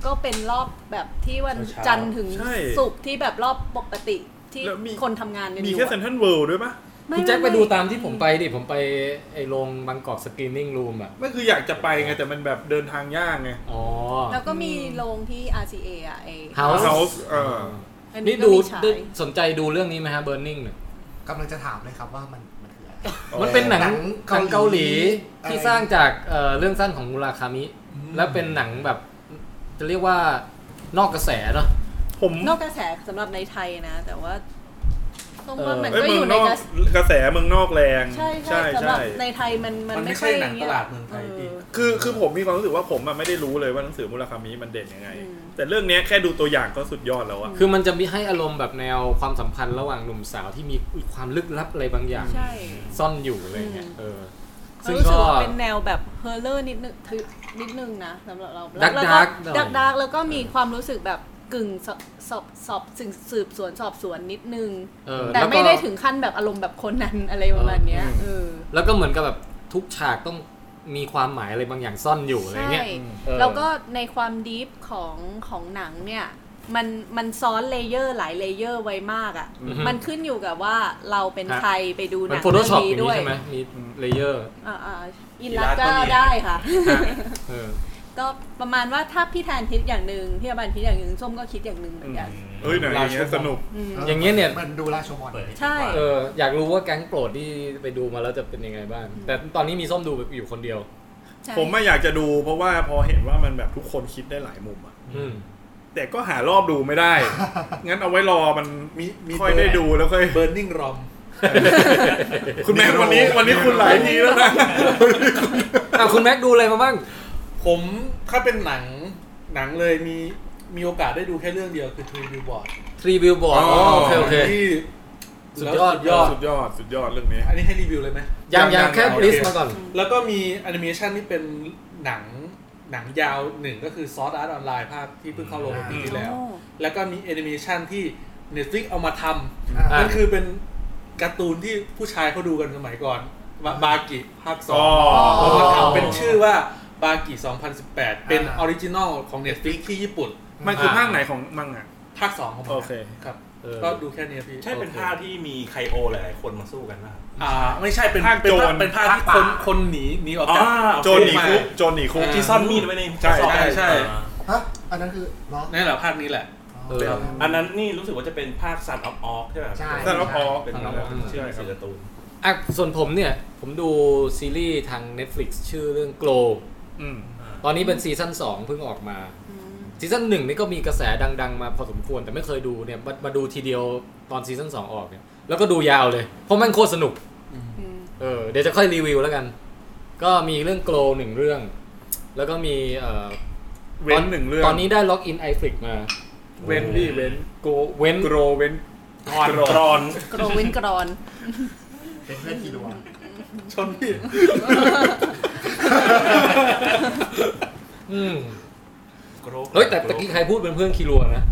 ก็เป็นรอบแบบที่วัน เช้าๆ จันทร์ถึง ใช่ ศุกร์ที่แบบรอบปกติที่ แล้วมี คนทำงานกันอ มี ยู่ แค่ อะ เซนทันเวิลด์ด้วยปะ ม่ คุณแจ็คไป ม่ ดูตามที่ผมไปดิ ผมไปไอ้โรงบางกอกสกรีนนิ่งรูมอ่ะ ไม่คืออยากจะไปไงแต่มันแบบเดินทางยากไง อ๋อ แล้วก็มีโรงที่ RCA อ่ะไอ้ House เฮาส์เออ อั นี่ ก็ ดู มีฉาย ได้สนใจดูเรื่องนี้ไหมฮะ Burning เนี่ย กำลังจะถามเลยครับว่ามันมันคืออะไร มันเป็นหนัง หนัง หนังเกาหลี เกาหลี ที่สร้างจากเอ่อเรื่องสั้นของมูราคามิ และเป็นหนังแบบจะเรียกว่านอกกระแสเนาะ ผม นอกกระแสสำหรับในไทยนะ แต่ว่าต้องว่า เออ มัน เอ้ย ก็อ เมือง ยู่นในอก กกระแสระแสเมืองนอกแรง ใช่ใช่สำหรับในไทยมันมัน มันไม่ ไม่ ใช่ ค่อย ห อ นัง ย่างเงี้ ต ย ลาดเมืองไทยพี่ เออ คือคือผมมีความรู้สึกว่าผมอะไม่ได้รู้เลยว่าหนังสือมุราคามิมันเด่นยังไง อืม แต่เรื่องเนี้ยแค่ดูตัวอย่างก็สุดยอดแล้วอะ คือมันจะมีให้อารมณ์แบบแนวความสัมพันธ์ระหว่างหนุ่มสาวที่มีความลึกลับอะไรบางอย่าง ใช่ ซ่อนอยู่อะไรเงี้ยเออ ซึ่ง รู้สึก ก็ ว่าเป็นแนวแบบเฮอร์เลอร์นิดนึงทึบนิดนึงนะสำหรับเราแล้ว Dark แล้ว Dark หน่อย ดักดักแล้วก็มีความรู้สึกแบบกึ่งสอบสอบสอบสืบสืบสวนสอบสวนนิดนึง เออ แต่ ล้วก็ ไม่ได้ถึงขั้นแบบอารมณ์แบบคนนั้นอะไรประมาณเนี้ยเออ แล้วก็เหมือนกับแบบทุกฉากต้องมีความหมายอะไรบางอย่างซ่อนอยู่อะไร ใช่ เงี้ยเออ แล้วก็ในความดีฟของของหนังเนี่ย มันมันซ้อนเลเยอร์หลายเลเยอร์ไว้มากอะ่ะ อือฮึ มันขึ้นอยู่กับว่าเราเป็นใครไปดูห มั นั น ง โฟโต้ เรื่อ ช็อป ง อ นี้ ย่างนี้ ด้วย ใช่ไหมมีเลเยอร์ อ่าอ่าอินลักก็ได้ค่ะ เออ ก็ประมาณว่าถ้าพี่แทนคิดอย่างหนึ่งพี่อบันคิดอย่างหนึ่งส้มก็คิดอย่างหนึ่งเหมือนกัน เอ้ยหนังอย่างเงี้ยสนุก อืม อย่างเงี้ยเนี่ย มันดูราชมอน เปิด ใช่ เอออยากรู้ว่าแก๊งโปรดที่ไปดูมาแล้วจะเป็นยังไงบ้าง แต่ตอนนี้มีส้มดูอยู่คนเดียว ใช่ ผมไม่อยากจะดูเพราะว่าพอเห็นว่ามันแบบทุกคนคิดได้หลายมุมอะ อืม แต่ก็หารอบดูไม่ได้ งั้นเอาไว้รอมัน มีมี ค่อยได้ดูแล้วค่อย เบิร์นิ่งรอม คุณแม่วันนี้วันนี้คุณหลายทีแล้วนะ อ่ะคุณแม็กดูอะไรมาบ้าง ผมถ้าเป็นหนังหนังเลยมีมีโอกาสได้ดูแค่เรื่องเดียวคือทรีวิวบอร์ด Three Billboard อ๋ อ๋ อ อโอเคโอเค ที่ สุดยอด สุดยอด สุดยอดสุดยอดเรื่องนี้ อันนี้ให้รีวิวเลยไหม ยังยัง ยัง แค่ ยัง ลิสต์มาก่อน แล้วก็มีแอนิเมชันที่เป็นหนังหนังยาวหนึ่งก็คือซอสอาร์ตออนไลน์ภาคที่เพิ่งเข้าโรงปีที่แล้ว โอ้ แล้วก็มีแอนิเมชันที่ Netflix เอามาท อ่า ำ นั่ นั่นคือเป็นการ์ตูนที่ผู้ชายเขาดูกันสมัยก่อนบาบากิภาคสอ อ๋อง อ๋อ เอามาทำเป็นชื่อว่าบากิ 2018 เป็นออริจินอลของ Netflix ที่ญี่ปุ่น มันคือ อ่า ภาคไหนของมังอะ ภาคสองของมัน โอเค ครับ เออ ก็ดูแค่เนี้ยพี่ ใช่เป็น โอเค ท่าที่มีไคโอหลายๆคนมาสู้กันนะ อ่า ไม่ใช่เป็น ภาค เป็น โจร ภาคเป็นภาคที่คนคนหนีหนีออกจาก โจรหนีคุกโจรหนีคุก ที่ซ่อนมีดไว้ใน ใช่ กระสอบ ใช่ใช่ ฮะอันนั้นคือเหรอ นี่นแหละภาคนี้แหละ เออ อันนั้นนี่รู้สึกว่าจะเป็นภาคซันออฟออฟใช่ไหม ใช่ แต่เราพอ เป็นน้องชื่อหนังสือการ์ตูน อ่ะส่วนผมเนี่ย ผมดูซีรีส์ทาง Netflix ชื่อเรื่อง Glow อืม ตอนนี้เป็นซีซั่น2เพิ่งออกมา อืม ซีซั่นหนึ่งนี่ก็มีกระแสดัง ๆ มาพอสมควรแต่ไม่เคยดูเนี่ยมามาดูทีเดียวตอนซีซั่นสองออกเนี่ยแล้วก็ดูยาวเลย เพราะมันโคตรสนุก อืม เออเดี๋ยวจะค่อยรีวิวแล้วกัน ก็มีเรื่องโกลหนึ่งเรื่อง แล้วก็มีเอ่อ เว้ ตอน หนึ่งเรื่อง ตอนนี้ได้ล็อกอินไอฟลิกมา เว้นพี่เว้น โกเว้น โกรเว้น กรอนกรอน กรวินกรอน เป็นเพื่อนกี่ดวง ชนพี่ อืมเฮ้ยแต่ตะกี้ใครพูดเป็นเพื่อนคีรัวนะ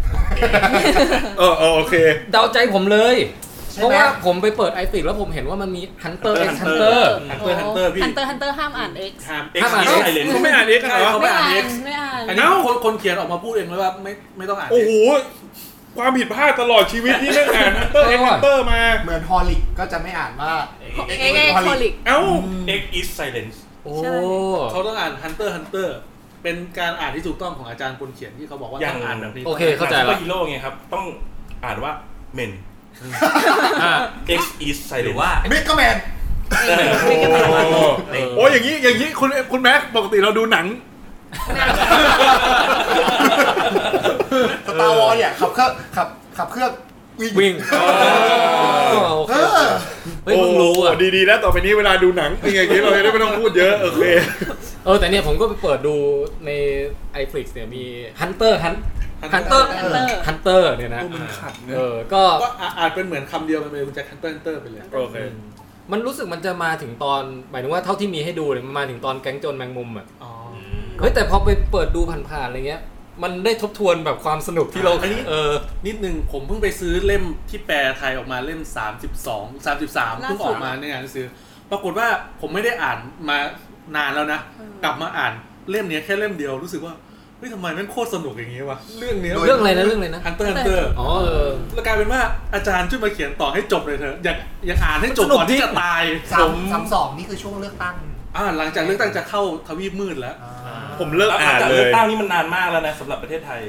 เออเออโอเค เดาใจผมเลย ใช่ เพราะ ไหม ว่าผมไปเปิดไอฟลิกแล้วผมเห็นว่ามันมีฮันเตอร์เอ็ก Hunter ฮันเตอร์ ฮันเตอร์ฮันเตอร์พี่ ฮันเตอร์ฮันเตอร์ห้ามอ่าน X ห้าม เอ็ก ห้าม ซ์ อ่าน ไอเลน เขาไม่อ่านเอ็กซ์ ใช่ เหรอ เขาไม่อ่าน X ไม่อ่าน อันนี้คนคนเขียนออกมาพูดเองเลยว่าไม่ไม่ต้องอ่าน โอ้โห ความผิดพลาดตลอดชีวิตที่ไม่งอ่านฮันเตอร์เอ็กซ์ฮันเตอร์มา เหมือนฮอลิกก็จะไม่อ่านว่า เอ็กซ์คอลิก เอ้า เอ็กซ์อีสไซเลน โอ้ ใช่ เขาต้องอ่านฮันเตอร์ฮันเตอร์เป็นการอ่านที่ถูกต้องของอาจารย์คนเขียนที่เขาบอกว่าต้องอ่านแบบนี้ โอเคเข้าใจ ซูเปอ ละ ร์ฮีโร่ไงครับ ต้องอ่านว่าเมน อ่ะ เอ็กซ์อีสไซ ห เล รื น อว่า เมก a แมน โอ้ยอย่างนี้อย่างนี้คุณคุณแม็กปกติเราดูหนัง สตาร์วอลเนี่ยขับเครื่องขับขับเครื่องวิ่ง วิ่งโอเค เออ เฮ้ยเพิ่งรู้อ่ะ โดีๆแล้วต่อไปนี้เวลาดูหนั งเป็นอย่างนี้เราจะได้ไม่ต้องพูดเยอะโอเค เออแต่เนี่ยผมก็ไปเปิดดูใน iFlix เนี่ยมี Hunter Hunt Hunter Hunter Hunter เนี่ยนะ โอ้มันขัดเนอะ เออก็ ก็อ่านอ่านเป็นเหมือนคำเดียวกันไปเลยคุณแจ็คฮันเตอร์ฮันเตอร์ไปเลย โอเค มันรู้สึกมันจะมาถึงตอนหมายถึงว่าเท่าที่มีให้ดูเนี่ยมันมาถึงตอนแก๊งโจรแมงมุมอ่ะ อ๋อ เฮ้ยแต่พอไปเปิดดูผ่านๆอะไรเงี้ย มันได้ทบทวนแบบความสนุกที่เรา อันนี้ เออ นิดนึงผมเพิ่งไปซื้อเล่มที่แปลไทยออกมาเล่ม 32 33 ล่าสุด เพิ่งออกมาเนี่ยหนังสือ ปรากฏว่าผมไม่ได้อ่านมานานแล้วนะ อืม กลับมาอ่านเล่มเนี้ยแค่เล่มเดียวรู้สึกว่าเฮ้ยทำไมแมันโคตรสนุกอย่างนี้วะเรื่องเนี้ย เรื่องอะไรนะเรื่องอะไรนะ ฮันเตอร์ฮันเตอร์ อ๋อเออ แล้วกลายเป็นว่าอาจารย์ช่วยมาเขียนต่อให้จบเลยเถอะอยากอยากอ่านให้จบก่อนที่จะตาย สา ผม ม สามสองนี่คือช่วงเลือกตั้ง อ่าหลังจากเลือกตั้งจะเข้าทวีปมืดแล้ว อ่า ผมเลิกอ่าน จาก เล เลือก ย ตั้งนี่มันนานมากแล้วนะสำหรับประเทศไทย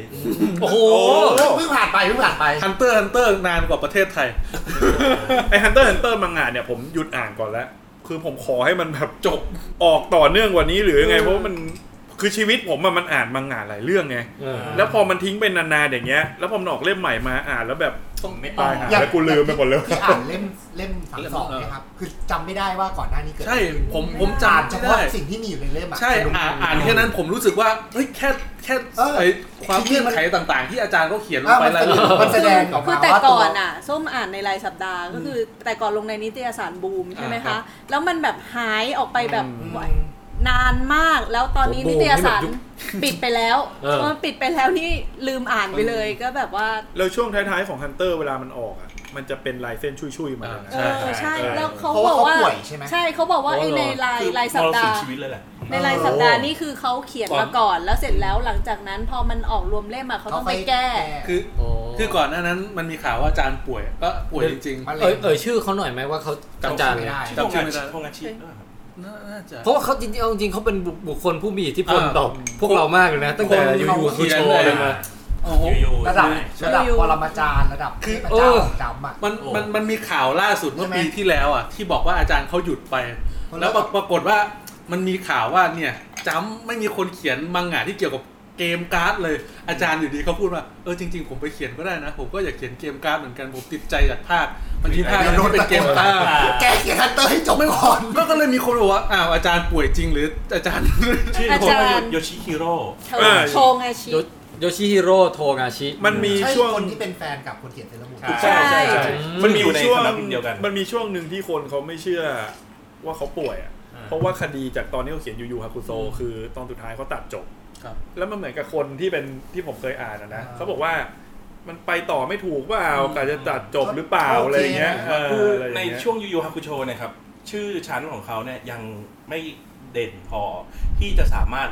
โอ้โห เพิ่งผ่านไปเพิ่งผ่านไป ฮันเตอร์ฮันเตอร์นานกว่าประเทศไทย ไอฮันเตอร์ฮันเตอร์มังงะเนี่ยผมหยุดอ่านก่อนแล้ว คือผมขอให้มันแบบ จบ ออกต่อเนื่องกว่านี้หรือยังไงเพราะว่ามันคือชีวิตผมอะมันอ่านมังงะหลายเรื่องไง เออ แล้วพอมันทิ้งไปนานๆอย่างเงี้ย แล้วพอมันออกเล่มใหม่มาอ่านแล้วแบบ ต้องไม่ต้ ตา อง ยหา อยาก แล้วกูลืมไปหมดเลย ที่อ่านเล่มเล่มสามสองเนี่ยครับ คือจำไม่ได้ว่าก่อนหน้านี้เกิด ใช่ผม ไม่ได้ ผมจา อ่าน นเฉ ไม่ พาะ ได้ สิ่งที่มีอยู่ในเล่มอะ ใช่ สก อ่านอ่านแค่นั้นผมรู้สึกว่าเฮ้ยแค่แค่ เออ ไอ้ความ จริงๆ เงื่อน มัน ไขต่างๆ ที่อาจารย์ก็เขียนลง อ่ะ ไป มัน แล้ แสดงมันวแสดงออก คือ มา แต่ ว่าตั ก่ ว อนอ่ะ ส้มอ่านในรายสัปดาห์ก็คือแต่ก่อนลงในนิตยสารบูมใช่ไหมคะ แล้วมันแบบหายออกไปแบบนานมาก แล้วตอนนี้ โอ้โห นิตยสาร นี่แบบยุค ปิดไปแล้ว เออ พอมันปิดไปแล้วนี่ลืมอ่านไปเลยก็แบบว่า แล้วช่วงท้ายๆของฮันเตอร์เวลามันออกอ่ะมันจะเป็นลายเส้นชุยๆมาเลยนะ เออใช่ เออ แล้วเขา เพราะ บอกว่าว่า เขาป่วยใช่ไหม เขาบอกว่าไอ้ในราย คือ รายสัปดาม ร ห์ ชีวิตเลยแหละ ในรายสัปดาห์นี่คือเขาเขียนมาก่อน แล้วเสร็จแล้วหลังจากนั้นพอมันออกรวมเล่มอะเขาต้องไปแก้ คือ โอ้ คือก่อนหน้านั้นมันมีข่าวว่าอาจารย์ป่วยก็ป่วยจริง มันเล เอย อเออชื่อเขาหน่อยไหมว่าเขาอาจารย์ ไม่ เนี่ย ได้ จำชื่อไม่ได้ ห้องอาชีพห้องอาชีพ ๆน่าน่าจะ เพราะว่าเขาจริงๆเอาจริงๆเขาเป็นบุบุคคลผู้มีอิทธิพล เออ ต่อพวกเรามากเลยนะตั้งแต่ คน ยู เขา ยู เขี คู ยน โช เลย เลยมา โอ้โห อยู่ๆ ระดับ ใช่ ระดับ อยู่ ปรมาจารย์ระดับเทพ เอ เจ้า อ ของจำอ่ะ มัน โอ้ มันมันมีข่าวล่าสุดเมื่อ ใช่ไหม ปีที่แล้วอ่ะที่บอกว่าอาจารย์เขาหยุดไป เพราะ แล้วปรปรากฏว่ามันมีข่าวว่าเนี่ยจำไม่มีคนเขียนมังงะที่เกี่ยวกับเกมการ์ดเลยอาจารย์อยู่ดีเขาพูดว่าเออจริง ๆ ผมไปเขียนก็ได้นะ ผมก็อยากเขียนเกมการ์ดเหมือนกันผมติดใจจากภาคมันที่ภาคนั้นที่เป็นเกมการ์ด แกเขียนฮันเตอร์ให้จบไม่ก่อน ก็ก็เลยมีคนบอกว่า อ้าว อาจารย์ป่วยจริงหรืออาจ ารย์ ชื่อ อาจารย์ โยชิฮิโร่ เธ เอ อ อ โชงอาชี โย พ โยชิฮิโร่โทงาชิ มันมี ใช่ ช่วง คนที่เป็นแฟนกับคนเขียนเซเลอร์มูน ใช่ มันมีอยู่ใน ช่วง สำนักพิมพ์เดียวกัน มันมีช่วงหนึ่งที่คนเขาไม่เชื่อว่าเขาป่วยอะ อ่า เพราะว่าคดีจากตอนที่เขาเขียนยูยูฮาคุโซคือตอนสุดท้ายเขาตัดจบ ครับ แล้วมันเหมือนกับคนที่เป็นที่ผมเคยอ่านอะนะ อ่า เขาบอกว่ามันไปต่อไม่ถูกเปล่า อืม กาจะตัดจบหรือเปล่า โอเค อะไรอย่างเงี้ยเออ คือ อะไรอย่า ใน เย ช่วงยูยูฮาคุโชเนะครับ ชื่อชั้นของเขาเนี่ยยังไม่ เด่นพอที่จะสามารถ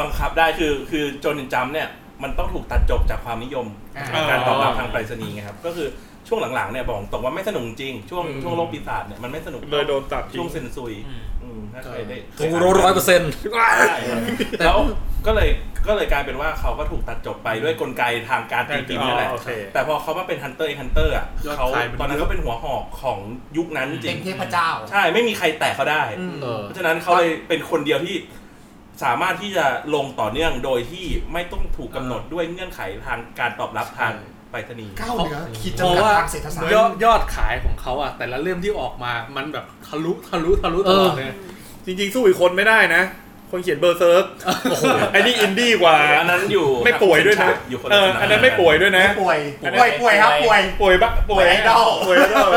บังคับได้คือคือโจนจำเนี่ย มันต้องถูกตัดจบจากความนิยม อ่า จากการตอบรับทางไปรษณีย์ไงครับ ก็คือช่วงหลังๆเนี่ยบอกตรงว่าไม่สนุกจริง ช่วงช่วงโลกปีศาจเนี่ยมันไม่สนุก เลยโดนตัดทิ้ ช่ว ง งเซนซุยอืมถ้าเคยได้ คงรู้ร้อยเปอร์เซ็นต์ ใช่แล้วก็เลยก็เลยกลายเป็นว่าเขาก็ถูกตัดจบไปด้วยกลไกทางการตีพิมพ์นี่แหละ อ๋อโอเค แต่พอเขามาเป็น Hunter x Hunter อ่ะ ยอด เขา ขายมัน ตอนนั้น เยอะ ก็เป็นหัวหอกของยุคนั้นจ เป็ ริ น ง เทพเจ้า ใช่ไม่มีใครแตะเขาได้ เออ เพราะฉะนั้นเขาเลยเป็นคนเดียวที่สามารถที่จะลงต่อเนื่องโดยที่ไม่ต้องถูกกำหนดด้วยเงื่อนไขทางการตอบรับทางไปรษณีย์ ก้าวเหนือขีด เพราะ จำกัด ว่า ทางเศรษฐศาสต ยอด ร์ ยอดขายของเขาอะแต่ละเรื่องที่ออกมามันแบบทะลุทะลุทะลุตลอดเลย จริงๆ สู้อีกคนไม่ได้นะ คนเขียนเบอร์เซิร์ก โอ้โห ไอ้นี่อินดี้กว่า อันนั้นอยู่ ไม่ป่วยด้วยนะ อยู่คน เออละสาย อันนั้นไม่ป่วยด้วยนะ ป่วยป่วยป่วยครับป่วย ป่วยปะป่วย ไอดอล ป่วยไอดอล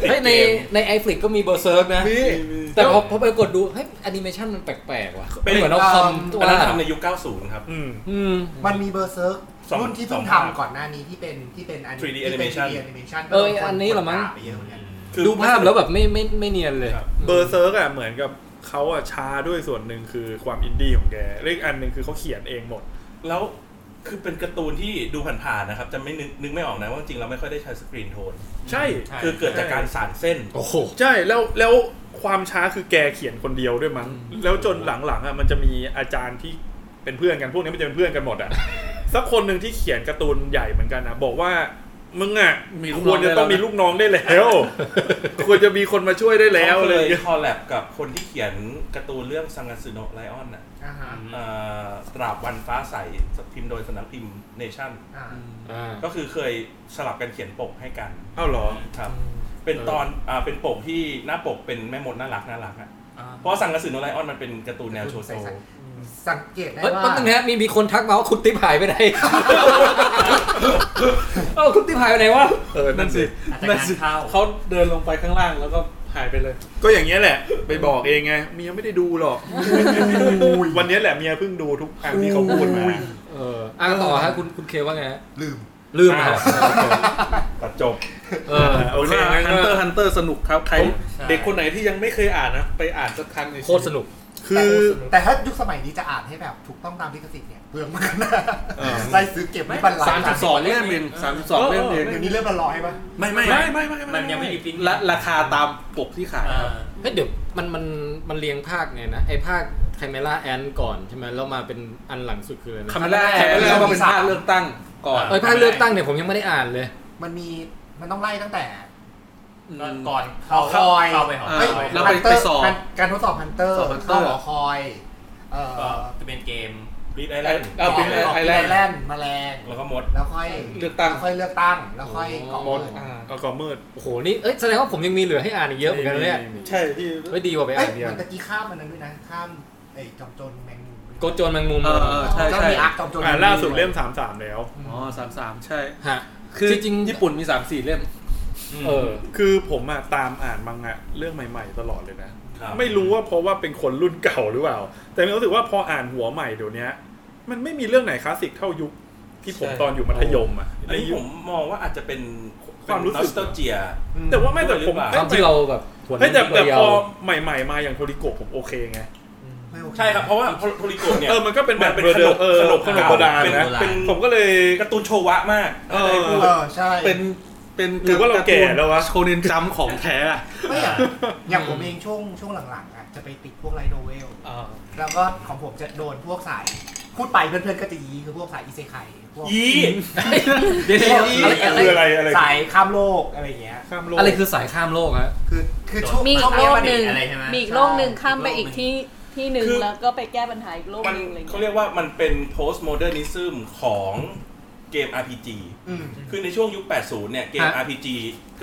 เฮ้ยในในไอฟลิกก็มีเบอร์เซิร์กนะ แต่พอพอไปกดดูเฮ้ยแอนิเมชันมันแปลกๆว่ะ เป็น เหมือนเอาคำตัว อัน นั้นนั้นอะ ทำในยุค 90 ครับ อืม อืม มันมีเบอร์เซิร์ก สอง รุ่นที่เพิ่สองงภาค ทำก่อนหน้านี้ที่เป็นที่เป็นอัน 3D ที่เป็น animation 3D animation เอออันนี้เหรอมั้ง ด่าไปเยอะเหมือนกัน คือ ดูภาพแล้วแบบไม่ไม่ไม่เนียนเลย ครับ เบอร์เซิร์กอ่ะเหมือนกับเขาอ่ะช้าด้วยส่วนหนึ่งคือความอินดี้ของแกเรื่องอันหนึ่งคือเขาเขียนเองหมด แล้วคือเป็นการ์ตูนที่ดูผ่านๆนะครับจะไม่นึกนึกไม่ออกนะว่าจริงๆเราไม่ค่อยได้ใช้สกรีนโทน ใช่ ใช่ คือเกิดจากการสานเส้น โอ้โห ใช่แล้วแล้วความช้าคือแกเขียนคนเดียวด้วยมั้งแล้วจนหลังๆอ่ะมันจะมีอาจารย์ที่เป็นเพื่อนกันพวกนี้มันจะเป็นเพื่อนกันหมดอ่ะ สักคนหนึ่งที่เขียนการ์ตูนใหญ่เหมือนกันนะบอกว่ามึงอ่ะ มีลูก ค น้ ว อ รง จะ ได้แล้วนะ ต้องมีลูกน้องได้แล้ว ควรจะมีคนมาช่วยได้แล้ว เขา เล เลย ยคอลแลบกับคนที่เขียนการ์ตูนเรื่องซังกัสึโนะไลออนน่ะ อ่าฮะ เอ่อตราบวันฟ้าใสพิมพ์โดยสำนักพิมพ์เนชั่น อ่า ก็คือเคยสลับกันเขียนปกให้กัน เอ้าเหรอ ครับ เป็นตอนอ่าเป็นปกที่หน้าปกเป็นแม่มดน่ารักน่ารักอ่ะเพราะว่าซังกัสึโนะไลออนมันเป็นการ์ตูนแนวโชโซ ใส่ สังเกตได้ เฮ้ย ว่า แป๊บนึงนะมีมีคนทักมาว่าคุณติ๊บหาย ไปไหน เอ้าคุณติ๊บหายไปไหนวะ เออนั่นสิ อาจจะงานเข้า เขาเดินลงไปข้างล่างแล้วก็หายไปเลย ก็อย่างเงี้ยแหละ ไปบอกเอง ไงเมียไม่ได้ดูหรอก วันเนี้ยแหละเมียเพิ่งดูทุกอันที่เขาพูดมา เอออ่ะต่อฮะคุณคุณเคว่าไงฮะ ลืม ลืมครับ ตัดจบ เออ โอเคงั้น ฮันเตอ ก็ ร์ฮันเตอร์สนุกครับใคร ใช่ เด็กคนไหนที่ยังไม่เคยอ่านนะ ไปอ่านสักครั้งในชีวิต โคตรสนุก คือ แต่ถ้ายุคสมัยนี้จะอ่านให้แบบถูกต้องตามลิขสิทธิ์เนี่ยเปลืองมากนะ เออ ได้ซื้อเก็บไว้บรรลัย สามจุดสองเล่มเองสามจุดสองเล่มเอง เดี๋ยวนี้เริ่มละร้อยป่ะ ไม่ไม่ ไม่ไม่ไม่ มันยังไม่ได้ปิ้น ละราคาตามปกที่ขาย เอ ครับ อ เฮ้ยเดี๋ยวมันมันมันเรียงภาคไงนะ ไอ้ภาคไคเมล่าแอนก่อนใช่ไหมแล้วมาเป็นอันหลังสุดคืออะไรนะ คำแรก คำแรก แล้วก็เป็นค่าเลือกตั้งก่อน เออภาคเลือกตั้งเนี่ยผมยังไม่ได้อ่านเลย มันมีมันต้องไล่ตั้งแต่ ก็ ม ก่อน หอคอย เข้าไปหอคอ เฮ้ ย แล้วไปไปสอบ การการทดสอบฮันเตอร์ สอบ Hunter เข้าหอคอยเอ่ ก็ อ จะเป็นเกม รีดไอ ไอ แลนด์ เออเป็นไอแลนด์ แลนด์แมลง แล้วก็มด แล้วค่อย เลือกตั้ง แล้วค่อยเลือกตั้ง แล้วค่อย โอ้ ก่อ มด เกิด อ่า เอากอมืด โอ้โห นี่ เอ้ย แสดงว่าผมยังมีเหลือให้อ่านอีกเยอะเหมือนกันนะเนี่ย ใช่พี่ ไม่ดีกว่าไป เอ้ อ่าย นเดียว มันตะกี้ข้ามมันนั้นด้วยนะ ข้ามไอ้จอมโจรแมงมุม โกโจนแมงมุม เออเออ ใช่ เจ้า ใช่ มีอาร์คจอมโจร อ่าล่าสุดเล่มสามสามแล้ว อ๋อสามสามใช่ ฮะ คือ จ จ ริ ริ ง ง ๆ ญี่ปุ่นมีสามสี่เล่ม เออ คือผมอะตามอ่านมังงะเรื่องใหม่ ๆ ตลอดเลยนะ ครับ ไม่รู้ว่าเพราะว่าเป็นคนรุ่นเก่าหรือเปล่า แต่มีความรู้สึกว่าพออ่านหัวใหม่เดี๋ยวเนี้ย มันไม่มีเรื่องไหนคลาสสิกเท่ายุคที่ผม ใช่ ตอนอยู่มัธยมอะ อันนี้ ยุ ผ ค มมองว่าอาจจะเป็น ความรู้สึก นอสเตอร์เจีย แต่ว่าไม่แต่ผม ความที่เราแบบหวน เฮ้ยแต่แต่ เดีย พ ว อใหม่ ๆ มาอย่างโทริโกะผมโอเคไง ไม่โอเ ใช่ครับ เพราะว่าโทริโกะเนี่ย เออมันก็เป็นแบบ มัเป็น เบอร์ ข เดิ น ม ม เออ ขนม ขนมโบ โบ รา รา ณ ณ นะ นะเป็น ผมก็เลย การ์ตูนโชวะมาก เออ เออใช่ เป็นเป็น หรือว่าเราแก่แล้ววะ โชเนนจัมป์ของแท้อะ ไม่อย่างอย่างผมเองช่วงช่วงหลังๆอ่ะจะไปติดพวกไลท์โนเวล อ่า แล้วก็ของผมจะโดนพวกสาย พูดไปเพื่อนๆก็จะยีคือพวกสายอีเซไคพวก ยี เดี๋ยวๆอะไรอะคืออะไรอะไรไร สายข้ามโลกอะไรอย่างเงี้ย ข้ามโลก อะไรคือสายข้ามโลกฮะ คือคือช่วง มีอีก ช่ว โลกหเยมันึ่ง อะไรใช่ไหม มีอีกโลกหนึ่งข้ามไปอีกที่ที่หนึ่งแล้วก็ไปแก้ปัญหาอีกโลก มัน หนึ่งอะไรอย่าง เขา เงี้ย เรียกว่ามันเป็น post modernism ของเกม RPG อืม คือในช่วงยุค 80 เนี่ย เกม ฮะ RPG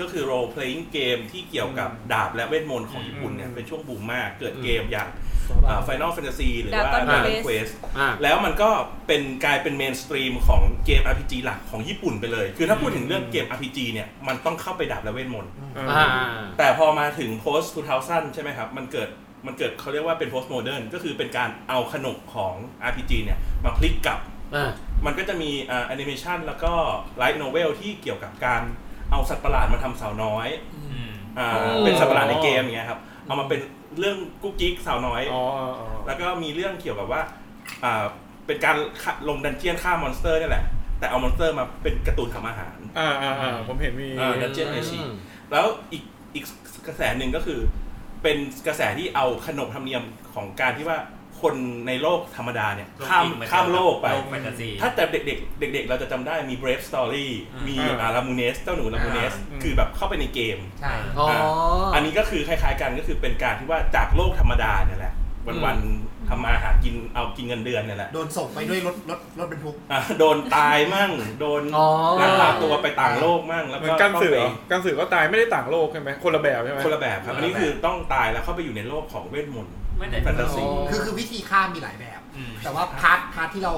ก็คือ role playing เกมที่เกี่ยวกับดาบและเวทมนต์ของญี่ปุ่นเนี่ย เป็นช่วงบูมมาก เกิดเกมอย่างอ่า Final Fantasy หรือว่า Dragon Dragon Quest Quest อ่า แล้วมันก็เป็นกลายเป็นเมนสตรีมของเกม RPG หลักของญี่ปุ่นไปเลย คือถ้าพูดถึงเรื่องเกม RPG เนี่ย มันต้องเข้าไปดาบและเวทมนต์ อ่า แต่พอมาถึง post 2000 ใช่ไหมครับ มันเกิด มันเกิดเขาเรียกว่าเป็น post modern ก็คือเป็นการเอาขนบของ RPG เนี่ยมาพลิกกลับ อ่า มันก็จะมีอ่าแอนิเมชันแล้วก็ไลท์โนเวลที่เกี่ยวกับการเอาสัตว์ประหลาดมาทำสาวน้อย อืม อ่า อ๋อ เป็นสัตว์ประหลาดในเกมอย่างเงี้ยครับ เอามาเป็นเรื่องกุ๊กกิ๊กสาวน้อย อ๋ออ๋ออ๋อ แล้วก็มีเรื่องเกี่ยวกับว่าอ่า เป็นการฆ่าลงดันเจียนฆ่ามอนสเตอร์นี่แหละ แต่เอามอนสเตอร์มาเป็นการ์ตูนทำอาหาร อ่าอ่าอ่าผมเห็นมี อ่า ดัน Dungeon Age แล้วอีกอีกกระแสหนึ่งก็คือ เป็นกระแสที่เอาขนบธรรมเนียมของการที่ว่าคนในโลกธรรมดาเนี่ยข้ามข้ามโลกไป โลกแฟนตาซี ถ้าแต่เด็กๆ เด็ก ๆ เราจะจำได้มี Brave Story อืม มี อ่า อารามูเนสเจ้าหนูลามูเนส อืม คือแบบเข้าไปในเกม ใช่ อ๋อ อันนี้ก็คือคล้ายๆกันก็คือเป็นการที่ว่าจากโลกธรรมดาเนี่ยแหละ วันๆทำมาหากินเอากินเงินเดือนเนี่ยแหละ โดนส่งไปด้วยรถรถรถบรรทุก อ่ะโดนตายมั่ง โดน อ๋อ ลักพาตัวไปต่างโลกมั่งแล้ว เหมื ก็ อนกัน ต้อง สือ ไป เหรอกันสือก็ตายไม่ได้ต่างโลกใช่ไหมคนละแบบใช่ไหม คนละแบบครับ อันนี้คือต้องตายแล้วเข้าไปอยู่ในโลกของเวทมนต์ ไม่แต่ แฟนตาซี คือคือวิธีฆ่ามีหลายแบบ อืม แต่ว่าพาร์ทพาร์ทที่เรา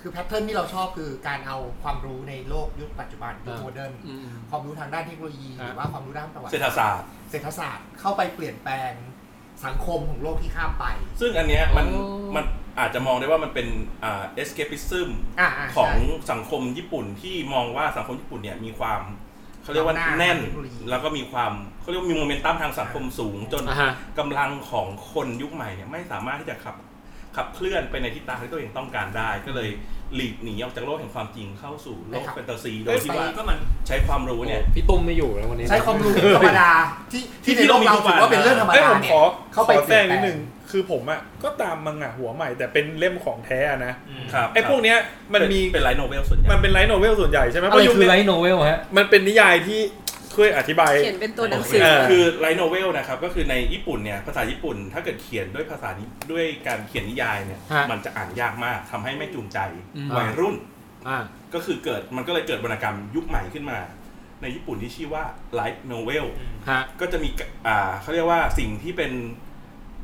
คือแพทเทิร์นที่เราชอบคือการเอาความรู้ในโลกยุคปัจจุบันยุค อ่า โมเดิร์นความรู้ทางด้านเทคโนโลยีหรือว่าความรู้ด้านประวัติ เศรษฐศาสตร์ เศรษฐศาสตร์เข้าไปเปลี่ยนแปลงสังคมของโลกที่ข้ามไป ซึ่งอันเนี้ยมัน อ๋อ มันอาจจะมองได้ว่ามันเป็นอ่า escapism อ่าอ่าใช่ ของสังคมญี่ปุ่นที่มองว่าสังคมญี่ปุ่นเนี่ยมีความเขาเรียกว่า ความน่า แน่น เทคโนโลยี แล้วก็มีความเขาเรียกว่ามีโมเมนตัมทางสังคมสูง จน อ่าฮะ กำลังของคนยุคใหม่เนี่ยไม่สามารถที่จะขับขับเคลื่อนไปในทิศทางที่ตัวเองต้องการได้ ก็เลยหลีกหนีออกจากโลกแห่งความจริงเข้าสู่โลก ไปครับ แฟนตาซีโดยที่ว่า ก็มัน ใช้ความรู้เนี่ย พี่ตุ้มไม่อยู่แล้ววันนี้ ใช้ความรู้ธรรมดาที่ที่ในโลกเราถือว่าเป็นเรื่องธรรม เอ้ย ดา ผม เนี่ ข ย อข เข้า อ ไป แทรก เปลี่ นิดยนแปลง นึงคือผมอ่ะก็ตามมังงะหัวใหม่ แต่เป็นเล่มของแท้อะนะครับ ไอ้พวกเนี้ยมันมี เป็นไลท์โนเวลส่วนใหญ่ มันเป็นไลท์โนเวลส่วนใหญ่ใช่ไหม อะ เพ ไร ราะยุค คือ เนี้ ไล ย ท์โนเวลฮะ มันเป็นนิยายที่ช่วยอธิบาย เขียนเป็นตัวหนังสือ เออ คือไลท์โนเวลนะครับก็คือในญี่ปุ่นเนี่ยภาษาญี่ปุ่น ถ้าเกิดเขียนด้วยภาษานี้ด้วยการเขียนนิยายเนี่ย ฮะ มันจะอ่านยากมากทำให้ไม่จูงใจ อืม วัยรุ่น อ่า ก็คือเกิดมันก็เลยเกิดวรรณกรรมยุคใหม่ขึ้นมา ในญี่ปุ่นที่ชื่อว่าไลท์โนเวล ฮะ ก็จะมีกอ่าเขาเรียกว่าสิ่งที่เป็น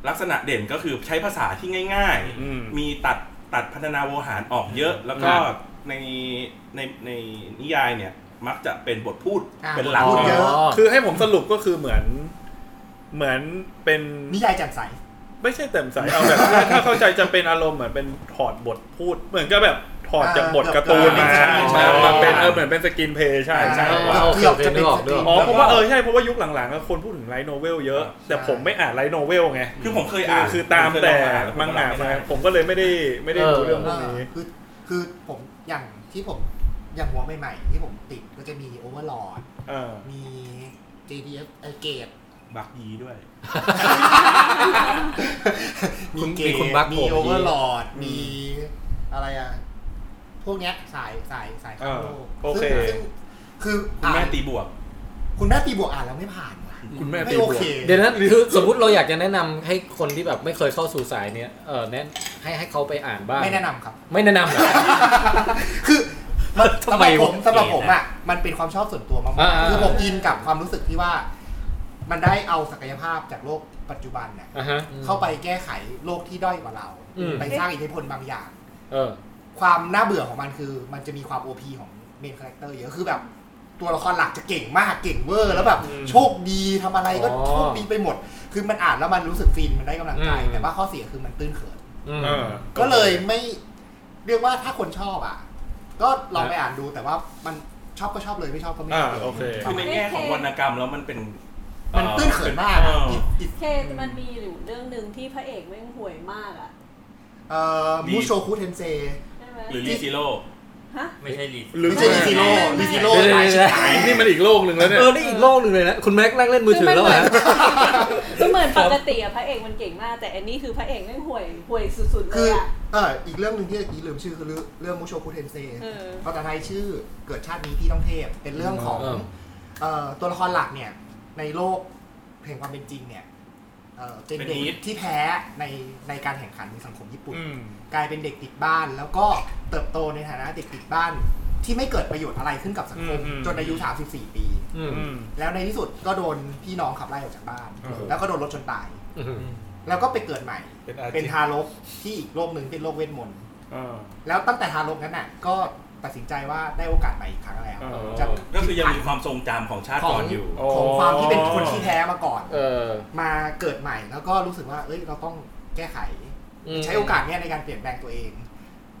ลักษณะเด่นก็คือใช้ภาษาที่ง่าย อืม มีตัดตัดพัฒนาโวหารออกเยอะ แล้วก็ในในในนิยายเนี่ยมักจะเป็นบทพูด อ่า เป็นหลัก พูดเยอะ คือให้ผมสรุปก็คือเหมือน เหมือนเป็น นิยายแจ่มใส ไม่ใช่เต็มสายเอาแบบถ้าถ้าเข้าใจจะเป็นอารมณ์เหมือนเป็นถอดบทพูด เหมือนก็แบบถอดจากบทการ์ตูนมา อ่า ใช่มาเป็นเออเหมือนเป็นสกินเพลย์ใช่ใช่ เอา เกือบจะเป็โอเคนึกนสตรีออกนึกออก ม อ๋อเพราะว่าเออใช่เพราะว่ายุคหลังๆอะคนพูดถึงไลท์โนเวลเยอะ ใช่ แต่ผมไม่อ่านไลท์โนเวลไง คือผมเคย คือ อ่าน คือตามแต่มังงะ ผเค มาย ลองอ่น ผมก็เลยไม่ได้ไม่ได้รู้เรื่องพวก เออ นี้ คือคือผมอย่างที่ผมอย่างหัวใหม่ๆ ที่ผมติดก็จะมีโอเวอร์ลอด เออ มี JDF เอเกต บักยีด้วย มีเก มี ต คุณบัค มี ผม โอเวอร์ลอดมีอะไรอ่ะ พวกเนี้ยสายสายสายข้ามโลก เออโอเค ซึ่งซึ่งคือ คุณแม่ อ่าน ตีบวก คุณแม่ตีบวกอ่านแล้วไม่ผ่านว่ะ คุณแม่ ไม่ ตี โอบ วก เค เดี๋ยวนั้นหรือสมมติเราอยากจะแนะนำให้คนที่แบบไม่เคยเข้าสู่สายเนี้ยเออแนะให้ให้เขาไปอ่านบ้าง ไม่แนะนำครับ ไม่แนะนำเหรอ คือมัน ทำ สำห ไม รับผ วะ มสำหรับผมอ่ะมันเป็นความชอบส่วนตัวมาก อ่า ๆ ๆ คือผมอินกับความรู้สึกที่ว่า มันได้เอาศักยภาพจากโลกปัจจุบันเนี่ย อ่ะฮะ เข้าไปแก้ไขโลกที่ด้อยกว่าเรา อืม ไปสร้างอิทธิพลบางอย่าง เออ ความน่าเบื่อของมันคือ มันจะมีความโอพีของเมนคาแรคเตอร์เยอะคือแบบ ตัวละครหลักจะเก่งมากเก่งเวอร์ แล้วแบบ โชคดีทำอะไรก็ อ๋อ โชคดีไปหมด คือมันอ่านแล้วมันรู้สึกฟินมันได้กำลังใจ อืม แต่ว่าข้อเสียคือมันตื้นเขิน อืม เออ ก็เลยไม่เรียกว่าถ้าคนชอบอ่ะ ก็ลองไปอ่านดูแต่ว่ามันชอบก็ชอบเลยไม่ชอบก็ไม่ อ่า ลย โอเค ป คื ระ อ มา ใน ณ แง่ของวรรณกรรมแล้วมันเป็น มันตื้นเขินมาก เอ อะ อ อิอิ เคมันมีอยู่เรื่องหนึ่งที่พระเอกแม่งห่วยมากอ่ะ เอ่อมูโชคุเทนเซ ใช่ไหม หรือรีซิโร่ ฮะ ไม่ใช่รีส หรือ ไม่ใช่ลิซิโร่ลิซิโร่ เดี๋ยว ตาย ๆๆ ชิบหาย นี่มันอีกโลกหนึ่งแล้วเนี่ย เออได้อีกโลกหนึ่งเลยนะ คุณแม็กนั่งเล่นมือถือแล้วเหรอฮะ คือเหมือนปกติอะพระเอกมันเก่งมาก แต่อันนี้คือพระเอกแม่งห่วยห่วยสุดๆเล คืออย อะ เอออีกเรื่องหนึ่งที่เมื่อกี้ลืมชื่อคือเรื่องเรื่องมูโชคุเทนเซ เออ ภาษาไทยชื่อเกิดชาตินี้พี่ต้องเทพ เป็นเรื่องของ เออ เอ่อตัวละครหลักเนี่ย ในโลกเพลงความเป็นจริงเนี่ยเอ่อเป็นเด็กที่แพ้ในในการแข่งขันในสังคมญี่ปุ่น อืม กลายเป็นเด็กติดบ้านแล้วก็เติบโตในฐานะเด็กติดบ้านที่ไม่เกิดประโยชน์อะไรขึ้นกับสังคม จนอายุ 34 ปี อืม อืม แล้วในที่สุดก็โดนพี่น้องขับไล่ออกจากบ้าน โอ้โห แล้วก็โดนรถชนตาย อืม แล้วก็ไปเกิดใหม่ เป็นอาชีพ เป็นทารกที่อีกโลกหนึ่งเป็นโลกเวทมนต์ อ่า แล้วตั้งแต่ทารกนั้นน่ะ ก็ตัดสินใจว่าได้โอกาสใหม่อีกครั้งแล้ว อ๋อ จะ ก็คือยังมีความทรงจำของชาติก่อนอยู่ ของความที่เป็นคนที่แพ้มาก่อน เออ มาเกิดใหม่แล้วก็รู้สึกว่าเอ้ยเราต้องแก้ไข ม ใช้โอกาสเนี้ยในการเปลี่ยนแปลงตัวเอง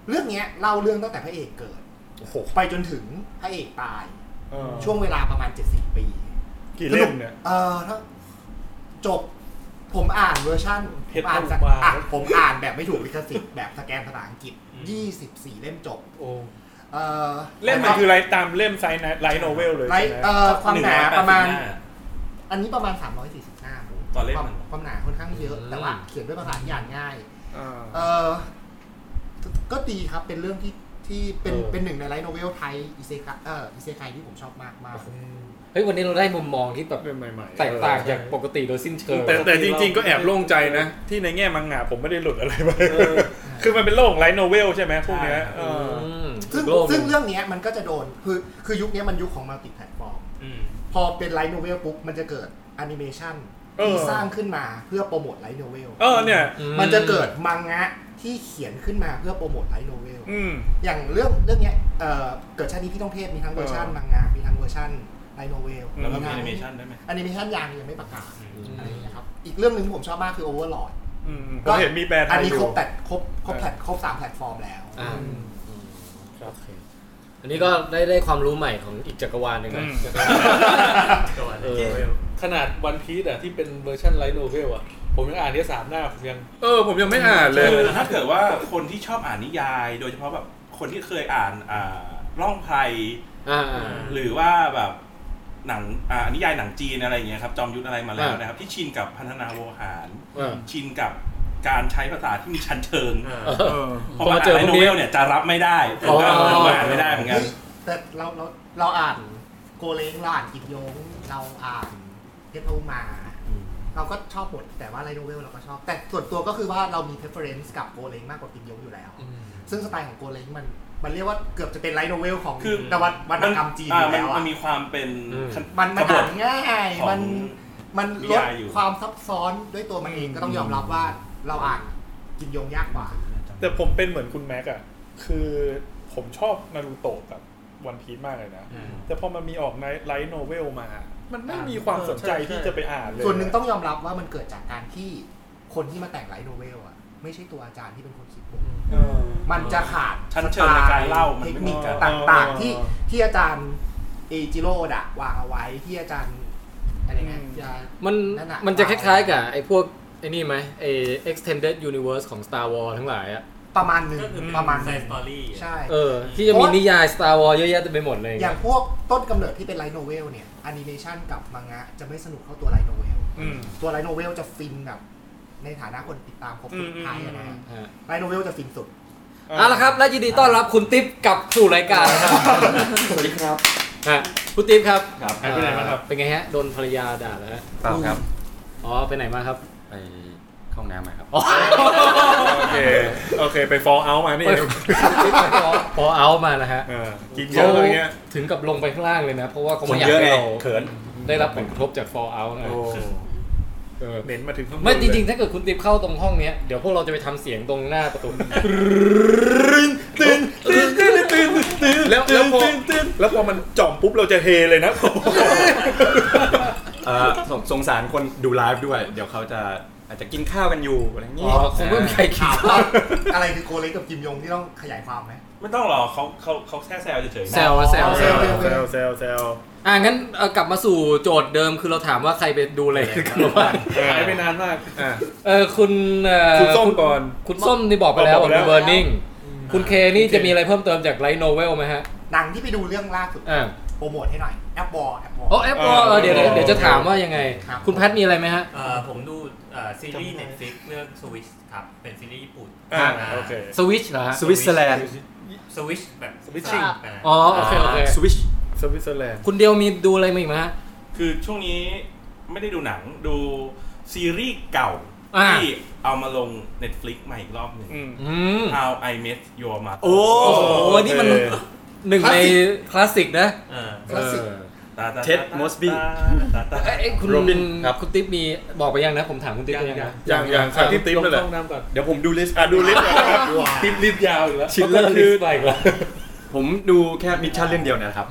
เรื่องเนี้ยเล่าเรื่องตั้งแต่พระเอกเกิด โอ้โห ไปจนถึงพระเอกตาย เออ ช่วงเวลาประมาณ 70 ปี กี่เล่มเนี่ย เออถ้าจบ ผ ผมอ่านเวอร์ชันผมเพชร อ่าน ต้อง สัก วาง อ่ะผมอ่านแบบไม่ถูกลิขสิทธิ์แบบสแกนภาษาอังกฤษ 24 เล่มจบ โอ้ เอ่อ เล่มมันคือไรตามเล่มไซน์ไลท์โนเวลเลย ไร ใช่ไหม เอ่อความหนาประมาณ หนึ่งอยแดสิบหน้ อันนี้ประมาณ 340 หน้า ตอนเล่ม ความ มัน ความหนาค่อนข้างเยอะ อืม แต่ว่าเขียนด้วยภาษาที่อ่านง่าย อ่า เออก็ก็ดีครับเป็นเรื่องที่ที่เป็น เออ เป็นหนึ่งในไลท์โนเวลไทยอิเซคเอออิเซคที่ผมชอบมากมากๆ เฮ้ยวันนี้เราได้มุมมองที่แบบ เป็นใหม่ๆ แตกต่างจากปกติโดยสิ้นเชิง แต่แต่จริงๆก็แอบโล่งใจนะ ที่ในแง่มังงะผมไม่ได้หลุดอะไรไปคือมันเป็นโลกของไลท์โนเวลใช่ไหมพวกเนี้ยเออ อืม ซึ่ง โลก ซึ่งเรื่องเนี้ยมันก็จะโดนคือคือยุคเนี้ยมันยุคของมัลติแพลตฟอร์ม อืม พอเป็นไลท์โนเวลปุ๊บ มันจะเกิดแอนิเมชัน เออ ที่สร้างขึ้นมาเพื่อโปรโมทไลท์โนเวล เออเนี่ย อื มันจะเกิดมังงะที่เขียนขึ้นมาเพื่อโปรโมทไลท์โนเวล อืม อย่างเรื่องเรื่องเนี้ยเอ่อเกิดชาตินี้พี่ต้องเทพมีทั้งเวอร์ชัน เออ มังงะมีทั้งเวอร์ชันไลท์โนเวล แล้วก็มีแอนิเมชันได้วยไหม แอนิเมชันยังยังไม่ประกาศอะไรอย่างเงี้ยครับอีกเรื่องหนึ่งที่ผมชอบมากคือโอเวอร์ลอด อืมผมเห็นมีแปลไท อัน ย นี้ อ คร ยู่ บแปดครบครบแพลตครบสามแพลตฟอร์มแล้ว อ่า อืม โอเคอันนี้ก็ได้ได้ความรู้ใหม่ของอีกจักรวาลหนึ่งนะจักรวาล ตัว เออ ขนาดวันพีซอะที่เป็นเวอร์ชันไลท์โนเวลอะผมยังอ่านแค่สามหน้าผมยัง เออผมยังไม่อ่านเลย คือถ้าเกิดว่าคนที่ชอบอ่านนิยาย โดยเฉพาะแบบคนที่เคยอ่านอ่าร่องไพร อ่า หรือว่าแบบหนังอ่านิยายหนังจีนอะไรอย่างเงี้ยครับจอมยุทธอะไรมาแล้ว อ่าน นะครับ ที่ชินกับพันธนาโวหาร อ่า ชินกับการใช้ภาษาที่มีชั้นเชิง เออ เออ พอมา เจ เจ อ อ พวก โน นี้ เวลเนี่ยจะรับไม่ได้ผมก็ อ๋อ อ่านไม่ได้เหมือนกัน แต่เราเราเราอ่านโกเลงเราอ่านกิมยง เราอ่านเพชรพระอุมา เราก็ชอบหมดแต่ว่าไลโนเวลเราก็ชอบ แต่ส่วนตัวก็คือว่าเรามี preference กับโกเลงมากกว่ากิมยงอยู่แล้ว ซึ่งสไตล์ของโกเลงมันมันเรียกว่าเกือบจะเป็นไลโนเวลของ คือ นวัตวรรณกรรมจีนอยู่แล้ว อ่ามั อะ นมีความเป็น อืม มันมัน ขบว อ่าน นง่าย ของ มันมัน นิ ลด ยายอยู่ ความซับซ้อนด้วยตัวมันเองก็ต้องยอมรับว่าเราอ่านกิมยงยากกว่า แต่ผมเป็นเหมือนคุณแม็กอะคือผมชอบนารูโตะกับวันพีซมากเลยนะ แต่พอมันมีออกในไลท์โนเวลมา มันไม่มีความสนใจที่จะไปอ่านเลย ส่วนหนึ่งต้องยอมรับว่ามันเกิดจากการที่คนที่มาแต่งไลท์โนเวลอะไม่ใช่ตัวอาจารย์ที่เป็นคนคิดบทมันจะขาด ชั้นเชิงในการเล่ามัน เท ไม่ ค มี นิค กัน ต่าง เออ ๆ ที่ที่อาจารย์เอจิโร่ดะวางเอาไว้ที่อาจารย์อะไรเงี้ย อืม จะ มัน นั่นน่ะ มันจะคล้ายๆกับไอ้พวกไอ้นี่ไหมไอ้ extended universe ของ Star Wars ทั้งหลายอะ ประมาณหนึ่ง ก็คือ ประมาณห ไซ นึ่ง ส์สตอรี่ ใช่ เออ ที่จะมีนิยาย Star Wars เยอะแยะเต็มไปหมดเลย อย่างพวกต้นกำเนิดที่เป็นไลท์โนเวลเนี่ยแอนิเมชันกับมังงะจะไม่สนุกเท่าตัวไลท์โนเวล อืม ตัวไลท์โนเวลจะฟินแบบในฐานะคนติดตามครบสุดท้ายอะนะ อืม ฮะ ไลท์โนเวลจะฟินสุด เอาละครับ และยินดีต้อนรับคุณติ๊บกลับสู่รายการนะครับ สวัสดีครับ ฮะคุณติ๊บครับ ครับ อ่า ไปไหนมาครับ เป็นไงฮะ โดนภรรยาด่าแล้วฮะ เปล่าครับ อ๋อ ไปไหนมาครับ ไปเข้าห้องน้ำมาครับ โอเค โอเค ไปฟอลเอามานี่ ไป พอเอามานะฮะ เออกินเยอะอะไรเงี้ย ถึงกับลงไปข้างล่างเลยนะ เพราะว่าเขา คน ไม่อยาก เยอะ ให้ ไง เรา เขิน ได้รับผลกระทบจาก Fallout นะ โอ้ ฮะ เออเหม็นมาถึงข้างบน ไม่จริงๆ เลย ถ้าเกิดคุณติ๊บเข้าตรงห้องเนี้ยเดี๋ยวพวกเราจะไปทำเสียงตรงหน้าประตู ตื่นตื่นตื่นตื่นตื่น แล้วแล้วพอแล้วพอมันจ่อมปุ๊บเราจะเทเลยนะ เอ่อสงสงสารคนดูไลฟ์ด้วย เดี๋ยวเขาจะอาจจะกินข้าวกันอยู่อะไรอย่าง อ๋ งี้ อคงไม่มีใครคิด ถาม ว่า ว่าอะไรคือโกเล็กกับกิมยงที่ต้องขยายความไหม ไม่ต้องหรอกเขาเขาเขาแค่แซวเฉยๆนะ แซวอะแซว อ๋อ แซว แซวแซวแซว อ่ะงั้นเอากลับมาสู่โจทย์เดิมคือเราถามว่าใครไปดูอะไรกันบ้าง หายไปนานมาก อ่ะ เออคุณเอ่อ คุณส้มก่อน คุณส้มนี่บอกไปแล้ว บอกไปแล้ว เบอร์นิ่งคุณเคนี่จะมีอะไรเพิ่มเติมจากไลท์โนเวลไหมฮะ หนังที่ไปดูเรื่องล่าสุด อ่า โปรโมทให้หน่อย แอปบอลแอปบอล โอ้แอปวอเดี๋ยวเดี๋ยวเดี๋ยวจะถามว่ายังไง ครับ คุณแพทมีอะไรไหมฮะ เอ่อผมดูเอ่อซีรีส์ Netflix เรื่อง Switch ครับ เป็นซีรีส์ญี่ปุ่น อ่าโอเค สวิชเหรอฮะ สวิตเซอร์แลนด์ สวิชแบบ Switching อ่า อ๋อโอเคโอเค สวิช สวิตเซอร์แลนด์ คุณเดียวมีดูอะไรมาอีกไหมฮะ คือช่วงนี้ไม่ได้ดูหนังดูซีรีส์เก่า อ่า ที่เอามาลง Netflix ใหม่อีกรอบหนึ่ง อืม อืม How I Met Your Mother โอ้ โอ้โหนี่มันหนึ่งในคลาสสิกนะ เออ คลาสสิก ตาตาตา เท็ดมอสบี้ ตาตา เอ้ยเอ้ยคุณ โรบินครับ คุณติ๊บมีบอกไปยังนะ ผมถามคุณติ๊บไปยัง ยัง นะ อย่างอย่างคาที่ติ๊บ ลง นั่นแหละ ห้องน้ำก่อน เดี๋ยวผมดูลิสต์ อ่ะดูลิสต์ก่อนนะครับ ติดลิฟต์ยาวอีกแล้ว ชิลเลอร์ลิสต์ผมดูแค่มิชชั่นเรื่องเดียวนะครับ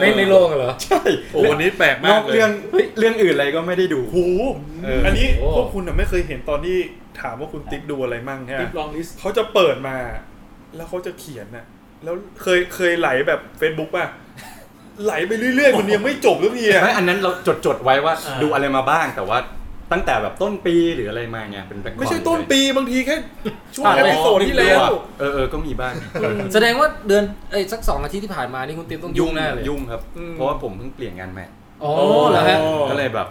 ไม่ไม่โลกเหรอ ใช่ โอ้วันนี้แปลก น มา อก ก เลย เรื่องเฮ้ยเรื่องอื่นอะไรก็ไม่ได้ดู โอ้โห เอออั อันนี้ โอ้ พวกคุณน่ะไม่เคยเห็นตอนที่ถามว่าคุณติ๊บดูอะไรมั่งใช่ไหม ลิฟต์ลองลิสต์ เขาจะเปิดมา แล้วเขาจะเขียนน่ะ แล้วเคยเคยไหลแบบ Facebook ป่ะ ไหลไปเรื่อยๆมันยังไม่จบสักที แต่ อ่ะ ว่าอันนั้นเราจดจดๆไว้ว่าดูอะไรมาบ้างแต่ว่า ตั้งแต่แบบต้นปีหรืออะไรมาเนี่ยเป็น record ไม่ใช่ต้นปีบางทีแค่ช่วง อ่ะ เอพิโซดที่แล้ว เออเออก็มีบ้าง แสดงว่าเดือนไอ้ยสักสองอาทิตย์ที่ผ่านมานี่คุณติ๊บต้องยุ่งแน่เลย ยุ่งครับ อืม เพราะว่าผมเพิ่งเปลี่ยนงานใหม่ อ๋อเหรอฮะ ก็เลยแบบ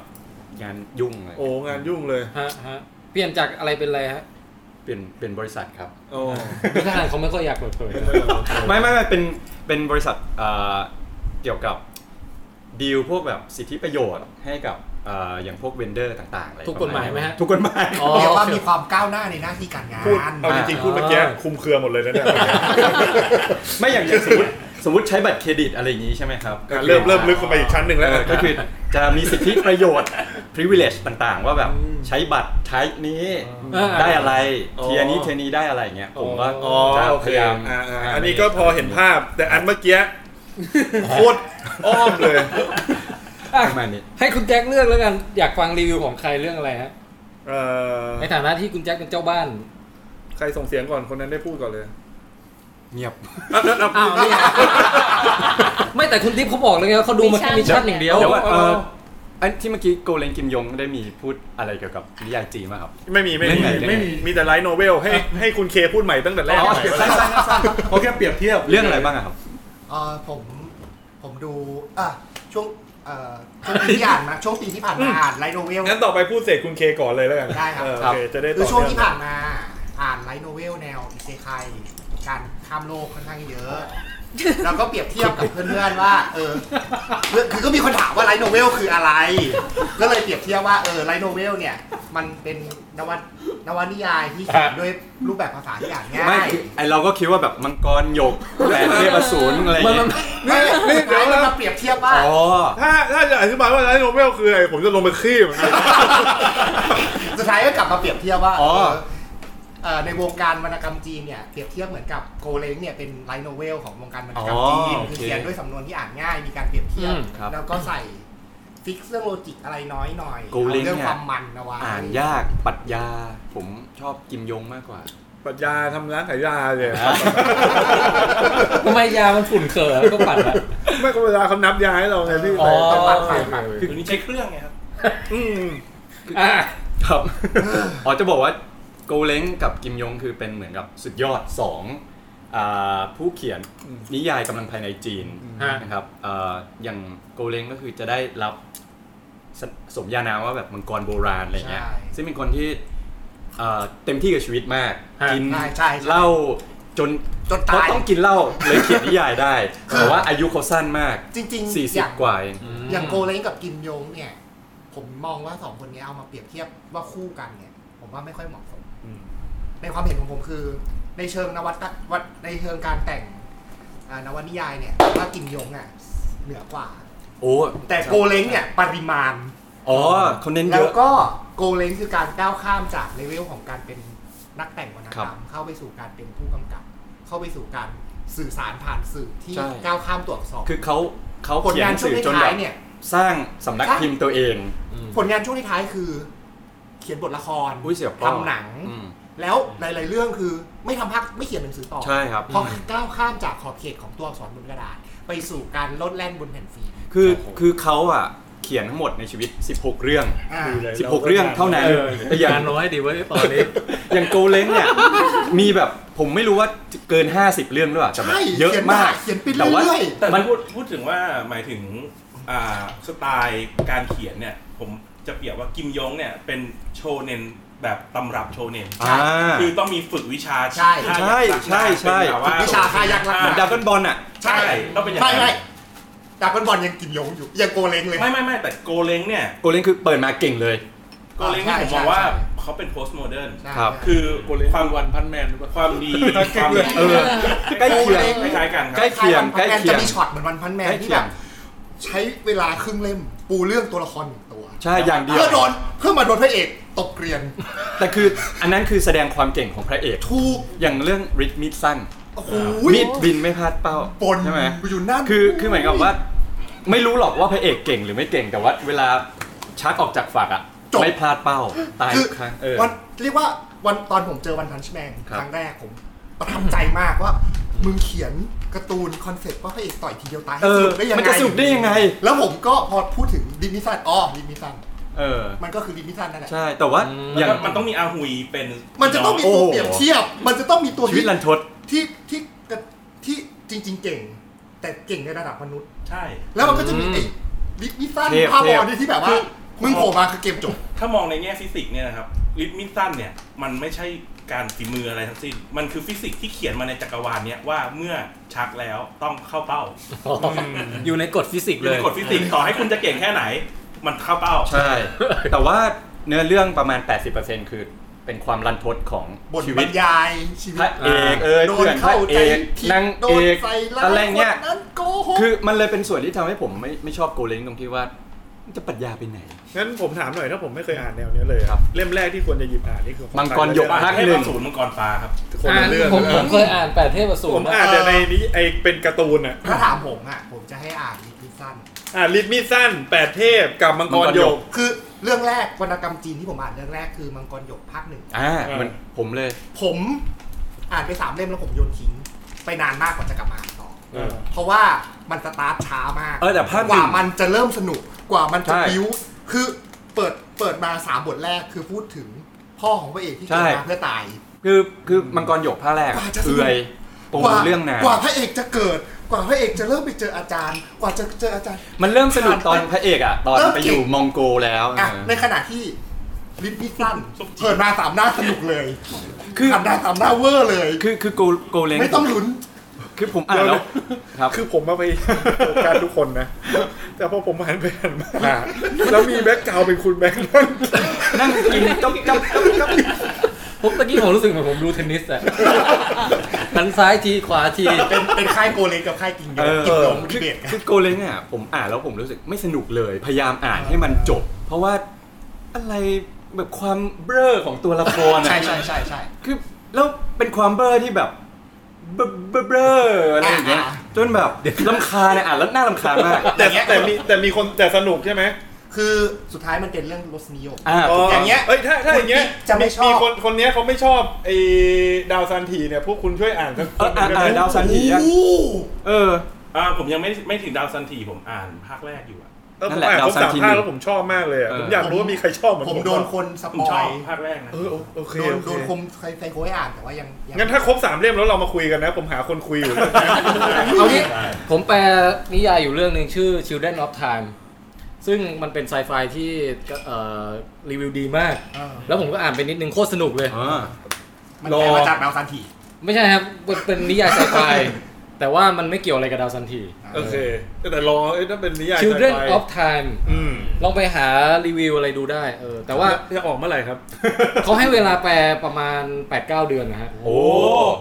งานยุ่งเลย โอ้งานยุ่งเลย ฮะฮะเปลี่ยนจากอะไรเป็นอะไรฮะ เปลี่ยนเป็นบริษัทครับ โอ้ คือทหารเขาไม่ค่อยอยากเปิดเผย ไม่ไม่ไม่เป็นเป็นบริษัทเอ่อเกี่ยวกับดีลพวกแบบสิทธิประโยชน์ให้กับเอ่ออย่างพวกเวนเดอร์ต่างๆอะไร ถูกกฎหมายไหมฮะ ทุกกฎหมาย อ๋อ เรียกว่ามีความก้าวหน้าในหน้าที่การงา พูด น เอาจริงๆพูดเมื่อกี้ อ่า คุมเครือหมดเลยนะ เนี่ย ไม่อย่างอย่างสมมติสมมติใช้บัตรเครดิตอะไรอย่างนี้ใช่ไหมครับก็คือ เริ่มเริ่มลึกลงไปอีกชั้นหนึ่ง เอ แล้ว อก็คือจะมีสิทธิประโยชน์ privilege ต่างๆ ว่าแบบใช้บัตรใช้นี้ อ่า ได้อะไร อ๋อ เทียนี้เทียนี้ได้อะไรอย่างเงี้ยผมก็ อ๋อ จะ โอ พ เค ยายาม อ่าอ่าอันนี้ก็พอเห็นภาพ แต่อันเมื่อกี้โคตรอ้อมเลย อ่ะ ประมาณนี้ ให้คุณแจ็คเลือกแล้วกันอยากฟังรีวิวของใครเรื่องอะไรฮะ เอ่อ ในฐานะที่คุณแจ็คเป็นเจ้าบ้าน ใครส่งเสียงก่อนคนนั้นได้พูดก่อนเลย เงียบ อ่ะแล้วแล้ว อ้าว นี่ไงไม่แต่คุณติ๊บเขาบอกเลยไงว่าเขาดูมาแค่มิชชั่นอย่างเดียว เดี๋ยวก่อนเอ่ออันที่เมื่อกี้โกเลนกิมยงได้มีพูดอะไรเกี่ยวกับนิยายจีนไหมครับ ไม่มีไม่มี ไม่มี ไม่มีมีแต่ไลท์โนเวลให้ให้คุณเคพูดใหม่ตั้งแต่แรก สั้นๆสั้น เพราะแค่เปรียบเทียบ ๆเรื่องอะไรบ้างอะครับ เออผมผมดูเออช่วงเออช่วงปีที่ผ่านมาช่วงปีที่ผ่านมาอ่านไลโนเวล งั้นต่อไปพูดเสกคุณเคก่อนเลยแล้วกัน ได้ครับ เออ ครั โอบ เคจะได้ คือ ต่อ ช่วงที่ เนื่อง ผ่านมาอ่านไลโนเวลแนวอิเซไคการข้ามโลกค่อนข้างเยอะ แล้วก็เปรียบเทียบกับเพื่อนๆว่าเออเพื่อนคือก็มีคนถามว่าไลโนเวลคืออะไร ก็เลยเปรียบเทียบว่าเออไลโนเวลเนี่ย มันเป็นนวนนวนิยายที่เขียนด้วยรูปแบบภาษาที่อ่านง่า ไม่ ย คือไอเราก็คิดว่าแบบมังกรหยกแหวนเทพอสูรอะไรอย่างเงี้ย ไม่ไม่เดี๋ยวเราเปรียบเทียบว่า อ๋อ ถ้าถ้าจะอธิบายว่าไลท์โนเวลคืออะไรผมจะลงไปขี้มันนะ สุดท้ายก็กลับมาเปรียบเทียบว่า อ๋อ เออเอ่อในวงการวรรณกรรมจีนเนี่ยเปรียบเทียบเหมือนกับโกเล้งเนี่ยเป็นไลท์โนเวลของวงการวรรณกรรมจีน อ๋อโอเค คือเขียนด้วยสำนวนที่อ่านง่ายมีการเปรียบเทียบ อืมครับ แล้วก็ใส่ฟิกเรื่องโลจิกอะไรน้อยหน่อย โกเล้ง อาเรื่อง เนี่ย ความมันเอาไว้ อ่านยากปรัชญาผมชอบกิมยงมากกว่า ปรัชญาทำร้านขายยาเลย ทำไมยามันฝุ่นเขินก็ปัดอะ ไม่ก็เวลาเขานับยาให้เราไงพี่ อ๋อ ต้องปัด ใส่ ใส่ มัน คือนี่ใช้เครื่องไงครับ อืม อ่ะ ครับ อ๋อจะบอกว่าโกเล้งกับกิมยงคือเป็นเหมือนกับสุดยอดสองอาผู้เขียนนิยายกำลังภายในจีน ฮะ นะครับอาอย่างโกเล้งก็คือจะได้รับสสมญานามว่าแบบมังกรโบราณอะไรเงี้ย ใช่ ซึ่งเป็นคนที่อ่าเต็มที่กับชีวิตมาก กิน ใช่ใช่ใช่ เหล้าจน จนตาย เพระต้องกินเหล้าเลยเขียนนิยายได้ คือ แต่ว่าอายุเขาสั้นมาก จริงๆ สี่ อ สิบ ย่าง กว่าเอง อย่างโกเล้งกับกิมยงเนี่ย ผมมองว่าสองคนนี้เอามาเปรียบเทียบว่าคู่กันเนี่ย ผมว่าไม่ค่อยเหมาะสม ในความเห็นของผมคือ ในเชิงนวัตวัตในเชิงการแต่งอ่านวนิยายเนี่ยว่ากิมยงอ่ะเหนือกว่า โอ้ แต่โกเล้งเนี่ยปริมาณ อ๋อเขาเน้นเย แล้ว อะ ก็โกเล้งคือการก้าวข้ามจากเลเวลของการเป็นนักแต่งวรรณกรรมเข้าไปสู่การเป็นผู้กำกับ เข้าไปสู่การสื่อสารผ่านสื่อที่ ใช่ ก้าวข้ามตัวอักษร คือเขาเขา ผล เขียน งา หนันง ช่ว สืองจนแบ ท้าย บ ๆเนี่ย สร้างสำนัก ใช่ พิมพ์ตัวเอง ผลงานช่วงท้ายๆคือ เขียนบทละคร อุ้ยเสียเป้า ทำหนัง อืม แล้วหลายๆเรื่องคือไม่ทำภาคไม่เขียนหนังสือต่อ ใช่ครับ พอก้าวข้ามจากขอบเขตของตัวอักษรบนกระดาษ ไปสู่การโลดแล่นบนแผ่นฟิล์ม คือคือเขาอ่ะ เขียนทั้งหมดในชีวิต 16 เรื่อง อ่า 16 เรื่องเท่านั้น เออ แต่อย่าง งานน้อยดีเว้ยตอนนี้ อย่างโกเล้งเนี่ย มีแบบผมไม่รู้ว่าเกิน 50 เรื่องหรือเปล่าแต่แบบ ใช่ เยอะ ขีน มาก เขียนไป แต่ว่า เรื่อย แต่มันพูดพูดถึงว่าหมายถึงอ่าสไตล์การเขียนเนี่ย ผมจะเปรียบว่ากิมยงเนี่ยเป็นโชเนนแบบตำรับโชเนน อ่า คือต้องมีฝึกวิชา ใช่ ฆ่ายักษ์ ใช่ใช่ เป็นแบบ ฝึกวิชาคายักษ์รัก เหมือนดับเบิลบอลอ่ะ ใช่ต้องเป็นอย่าง ใช่ นั้น ใช่ดับเบิลบอลยังกินยงอยู่ยังโกเล้งเลย ไม่ไม่ไม่แต่โกเล้งเนี่ย โกเล้งคือเปิดมาเก่งเลย โกเล้งเนี่ยผใช่มมใช่องว่า ใช่ เขาเป็นโพสต์โมเดิร์น ใช่ ครับ คือ โกเลน ความ วันพันแมนหรือเปล่า ความดีความ เออ ใกล้เคียง คล้ายๆกันค ใก รั ล้ บ เคียง ใกล้ ใกล้เคี เคียยงงจะมีช็อตเหมือนวันพันแมน ใกล้ ที่ เคี แบ ยง บใช้เวลาครึ่งเล่มปูเรื่องตัวละครหนึ่งตัว ใช่อย่างเดียว เพื่อโดนเพื่อมาโดนพระเอกตบเกลียน แต่คืออันนั้นคือแสดงความเก่งของพระเอก ถูก อย่างเรื่องริดมิดสั้น โอ้โห มีดบินไม่พลาดเป้า ปน ใช่ไหม อยู่นั่น คือคือเหมือนกับว่า ไม่รู้หรอกว่าพระเอกเก่งหรือไม่เก่งแต่ว่าเวลาชักออกจากฝักอ่ะ จบ ไม่พลาดเป้าตาย คือ ทุกครั้งเออ วันเรียกว่าวันตอนผมเจอวันพันช์แมน ครับ ครั้งแรกผมประทับใจมากว่า มึงเขียนการ์ตูนคอนเซ็ปต์ว่าพระเอกต่อยทีเดียวตายให้ เอ ส อ นุกได้ยังไง มันจะสนุกได้ยังไง แล้วผมก็พอพูดถึงดิมิซันอ๋อดิมิซัน เออ มันก็คือดินพิซันนั่นแหละ ใช่ แต่ว่า อ อย่ า ย่าง ง มันต้องมีอาหุยเป็น มันจะต้องมี โอ้ ตัว โห เปรียบเทียบ มันจะต้องมีตัว ชีวิต ที่ ลันทด ที่ที่ที่จริง ๆ เก่ง แต่เก่งในระดับมนุษย์ ใช่ แล้วมันก็จะมีไอ้ดินพิซัน เทพ พาบ เท อ พ ลที่แบบว่า มึงโผล่มาคือเกมจบ ถ้ามองในแง่ฟิสิกส์เนี่ยนะครับลิปมินตันเนี่ยมันไม่ใช่การฝีมืออะไรทั้งสิ้น มันคือฟิสิกส์ที่เขียนมาในจักรวาลเนี่ยว่าเมื่อชักแล้วต้องเข้าเป้า อยู่ในกฎฟิสิกส์ อยู่ เล ใน ย กฎฟิสิกส์ต่อให้คุณจะเก่งแค่ไหน มันเข้าเป้า ใช่ แต่ว่าเนื้อเรื่องประมาณ 80%คือเป็นความรันทดของ บท ชี บร วิต รยายชีวิ พระ ต เอกเอย โดน เพื่อนพ เข้า ระ ใจ เอก ผิด นาง โด เอน ก ใส่ร้าย อะไรเงี้ย คนนั้นโกหก คือมันเลยเป็นส่วนที่ทำให้ผมไม่ไม่ชอบโกเลงตรงที่ว่าจะปรัชญาไปไหน งั้นผมถามหน่อยถ้าผมไม่เคยอ่านแนวเนี้ยเลยอะ ครับ เล่มแรกที่ควรจะหยิบอ่านนี่คือของ มังกรหยก ว่า ภาค เท หนึ่ พ ง ศูนย์มังกรฟ้าครับ คนละเรื่อง ผม เอ ผ อ มเคยอ่านแปดเทพอสู ผ ร ม นะ อ่านแต่ในนี้ไอเป็นการ์ตูนอ่ะ ถ้าถามผมอ่ะ ผมจะให้อ่านดินพิซัน อ่านลิทมิสั้นแปดเทพกับมังกรหยก คือเรื่องแรกวรรณกรรมจีนที่ผมอ่านเรื่องแรกคือมังกรหยกภาคหนึ่ง อ่า เออ มันผมเลย ผมอ่านไปสามเล่มแล้วผมโยนทิ้ง ไปนานมากกว่าจะกลับมาอ่านต่อ เออ เพราะว่ามันสตาร์ทช้ามาก เออแต่ภาคหนึ่ง กว่ามันจะเริ่มสนุกกว่ามันจะ ใช่ บิ้วคือเปิดเปิดมาสามบทแรกคือพูดถึงพ่อของพระเอกที่ ใช่ เกิดมาเพื่อตาย คือคือมังกรหยกภาคแรก กว่าจะ เอื่อยปู กว่า เรื่องนาน กว่าพระเอกจะเกิด กว่าพระเอกจะเริ่มไปเจออาจารย์ กว่าจะเจออาจารย์ มันเริ่มสนุกตอนพระเอกอ่ะ ตอน เริ่ม ไปอยู่ เก่ง มองโกแล้ว อ่ะ เออ ในขณะที่ลิ้นพิซซันเปิดมาสามหน้าสนุกเลย คือ สามหน้าสามหน้าเวอร์เลย คือคือโกโกเลง ไม่ต้องลุ้น คือผมอ่านแล้วครับ คือผมมาไป โฟกัสทุกคนนะ แต่พอผมหันไปหันมาแล้วมีแบ็คกราวด์เป็นคุณแบ็คนั่น นั่งกินจ๊อบจ๊อบจ๊อบจ๊อบ ผมตะกี้ผมรู้สึกเหมือนผมดูเทนนิส อะหันซ้ายทีขวาที เป็นเป็นค่ายโกเลงกับค่ายกิงโย เออ กิงโยม คือดีเบตกัน คือโกเลงอ่ะผมอ่านแล้วผมรู้สึกไม่สนุกเลย พยายามอ่านให้มันจบ เพราะว่าอะไรแบบความเบ้อของตัวละครอ่ะ ใช่ใช่ใช่ใช่ คือแล้วเป็นความเบ้อที่แบบเบ้อเบ้อเบ้ออะไรอย่างเงี้ย อ่า จนแบบลำคาเนี่ยอ่านแล้วน่าลำคาญมาก แต่แต่มีแต่มีคนแต่สนุกใช่ไหม คือสุดท้ายมันเป็นเรื่องรสนิยม อ่า อย่างเงี้ย เอ้ยถ้าถ้าอย่างเงี้ย จะไม่ชอบ มีคนคนเนี้ยเขาไม่ชอบไอ้ดาวซันทีเนี่ยพวกคุณช่วยอ่านสักคนหนึ่งได้ เอออ่านอ่าน ไหม ดาวซันทีอ่ะ โอ้โห เออ อ่าผมยังไม่ไม่ถึงดาวซันทีผมอ่านภาคแรกอยู่อะ เออ นั่ ผมนแหละ อ่านครบ ดาวซัน สาม ที ภาคแล้วผมชอบมากเลยอะ เออ ผมอยากรู้ว่ามีใครชอบเหมือน ผ ผมม โดน บ้าง คนส ผม ป ช อ อย บภาคแรกนะ เออโอโอเค โดน โอ โดน เค คมใครใครโค้ยอ่านแต่ว่ายังยั งั้นถ้าครบสามเล่มแล้วเรามาคุยกันนะ ผมหาคนคุยอยู่ เอางี้ผมแปลนิยายอยู่เรื่องหนึ่งชื่อ Children of Time ซึ่งมันเป็นไซไฟที่เอ่อรีวิวดีมาก เออ แล้วผมก็อ่านไปนิดนึงโคตรสนุกเลย อ่า มันแปลมาจากดาวซันที ไม่ใช่ครับมันเป็นนิยายไซไฟ แต่ว่ามันไม่เกี่ยวอะไรกับดาวซันที โอเค แต่รอเอ้ยถ้าเป็นนิยาย Children sci-fi of Time อืม ลองไปหารีวิวอะไรดูได้เออแต่ว่า จะออกเมื่อไหร่ครับ เขาให้เวลาแปลประมาณ 8-9 เดือนนะฮะ โอ้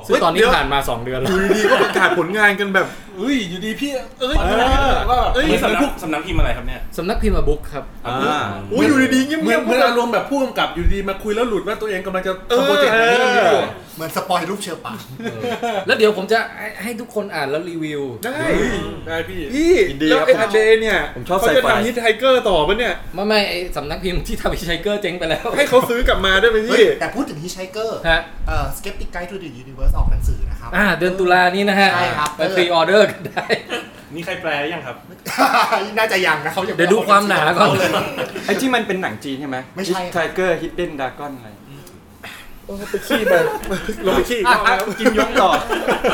ซึ่งตอนนี้ เดี๋ยว ผ่านมา 2 เดือนแล้ว อยู่ดีๆก็ประกาศผลงานกันแบบเอ้ยอยู่ดีพี่เอ้ยว่าแบบ เอ้ เอ้ ย ย สำนักสำนักพิมพ์อะไรครับเนี่ย สำนักพิมพ์มาบุ๊กครับ อ่า อุ้ยอยู่ดีๆเงียบ เห เงี มือย น บ เหมือนอารมณ์แบบผู้กำกับอยู่ดีมาคุยแล้วหลุดว่าตัวเองกำลังจะทำโปรเจกต์อะไรเรื่องนี้อยู่ เหมือนสปอยรูปเชอร์ปา แล้วเดี๋ยวผมจะให้ให้ทุกคนอ่านแล้วรีวิว ได้ ได้พี่ พี่ ยินดี แล้ว ครับ ไอ้อาเดเนี่ย ผมชอบ เขาจะ sci-fi ทำฮิตไทเกอร์ต่อปะเนี่ย ไม่ไม่ไอสำนักพิมพ์ที่ทำพิชัยเกอร์เจ๊งไปแล้ว ให้เขาซื้อกลับมาได้ไหม เฮ้ย พี่ แต่พูดถึงฮิชไชเกอร์ ฮะ เอ่อสเก็ปติกไกด์ทูดิยูนิเวิร์สออกหนังสือนะครับ อ่าเดือนตุลานี้นะฮะ ใช่ครับ ไปพรีออเดอร์กันได้ นี่ใครแปลหรือยังครับ น่าจะยังนะเขางไม่ เดี๋ยวดูความหนาก่อน ไอ้ที่มันเป็นหนังจีนใช่ไหม ไม่ใช่ ไทเกอร์ฮิดเด้นดากอนอะไร ไปขี้ไปลงไปขี้อีกรอบ อ่ะ แล้ว กินยกต่อ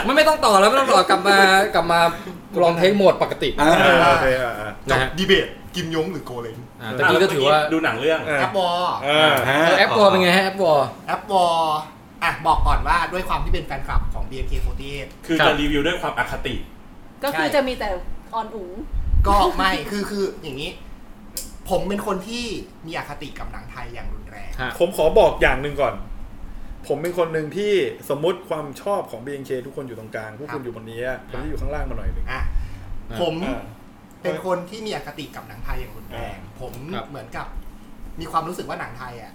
มันไม่ต้องต่อแล้วไม่ต้องต่อกลับมากลับมาลองเทคโหมดปกติ อ่ อ่าาโอเคอ่าอ่า นะฮะ ดีเบตกิมยงหรือโกเลง อ่าแต่กี้ก็ถือว่า ดูหนังเรื่อง อ่า แอปวอร์ อ่า อ่า เออแอปวอร์เป็นไงฮะแอปวอร์ แอปวอร์อ่ะบอกก่อนว่าด้วยความที่เป็นแฟนคลับของ BNK48 คือ ครั จะ บ รีวิวด้วยความอคติ ก็คือจะมีแต่ออนอุ๋ง ก็ไม่ คือคืออย่างนี้ ผมเป็นคนที่มีอคติกับหนังไทยอย่างรุนแรง ผมขอบอกอย่างหนึ่งก่อน ผมเป็นคนหนึ่งที่สมมติความชอบของ BNK ทุกคนอยู่ตรงกลางพวกคุณอยู่บนนี้ผมที่อยู่ข้างล่างมาหน่อยหนึ่ง อ่ะ อ่า ผม อ่า เป็นคนที่มีอคติกับหนังไทยอย่างรุนแรง ผม ครับ เหมือนกับ มีความรู้สึกว่าหนังไทยอ่ะ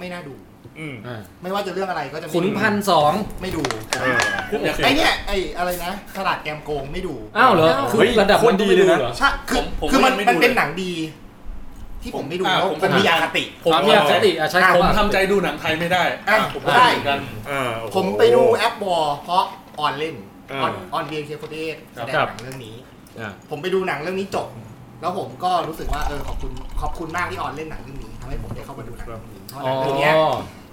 ไม่น่าดู อืม อ่า ไม่ว่าจะเรื่องอะไรก็จะไม่ดู ขุนพันสอง ไม่ดู เออ ไอเนี่ยไออะไรนะขนาดแกมโกงไม่ดู อ้าวเหรอ อ้าว คือ เฮ้ย ระดับ โคตรดีเลยนะ มัก็ไม่หรอ ใช่คือ ผมผม คือมัน ไม่ดู มันเป็น เลย หนังดี ที่ผมไม่ดู อ่ะ แล้ว ผม ผ ก็ ม ทำ มีอคติ ผมอยากสติอ่ะใช่ อ่ะ ค ผม รับ ทำใจดูหนังไทยไม่ได้ อ่ะ ผม ได้ ได้เหมือนกัน อ่าโอ้โห ผมไปดูแอปวอลเพราะออนเล่น อ่า ออนออนเบียนเคโฟเดสแสดง ครับ หนังเรื่องนี้ อ่า ผมไปดูหนังเรื่องนี้จบ แล้วผมก็รู้สึกว่าเออขอบคุณขอบคุณมากที่ออนเล่นหนังเรื่องนี้ทำให้ผมได้เข้ามาดูหนังเรื่องนี้เพราะหนังเรื่องเนี้ย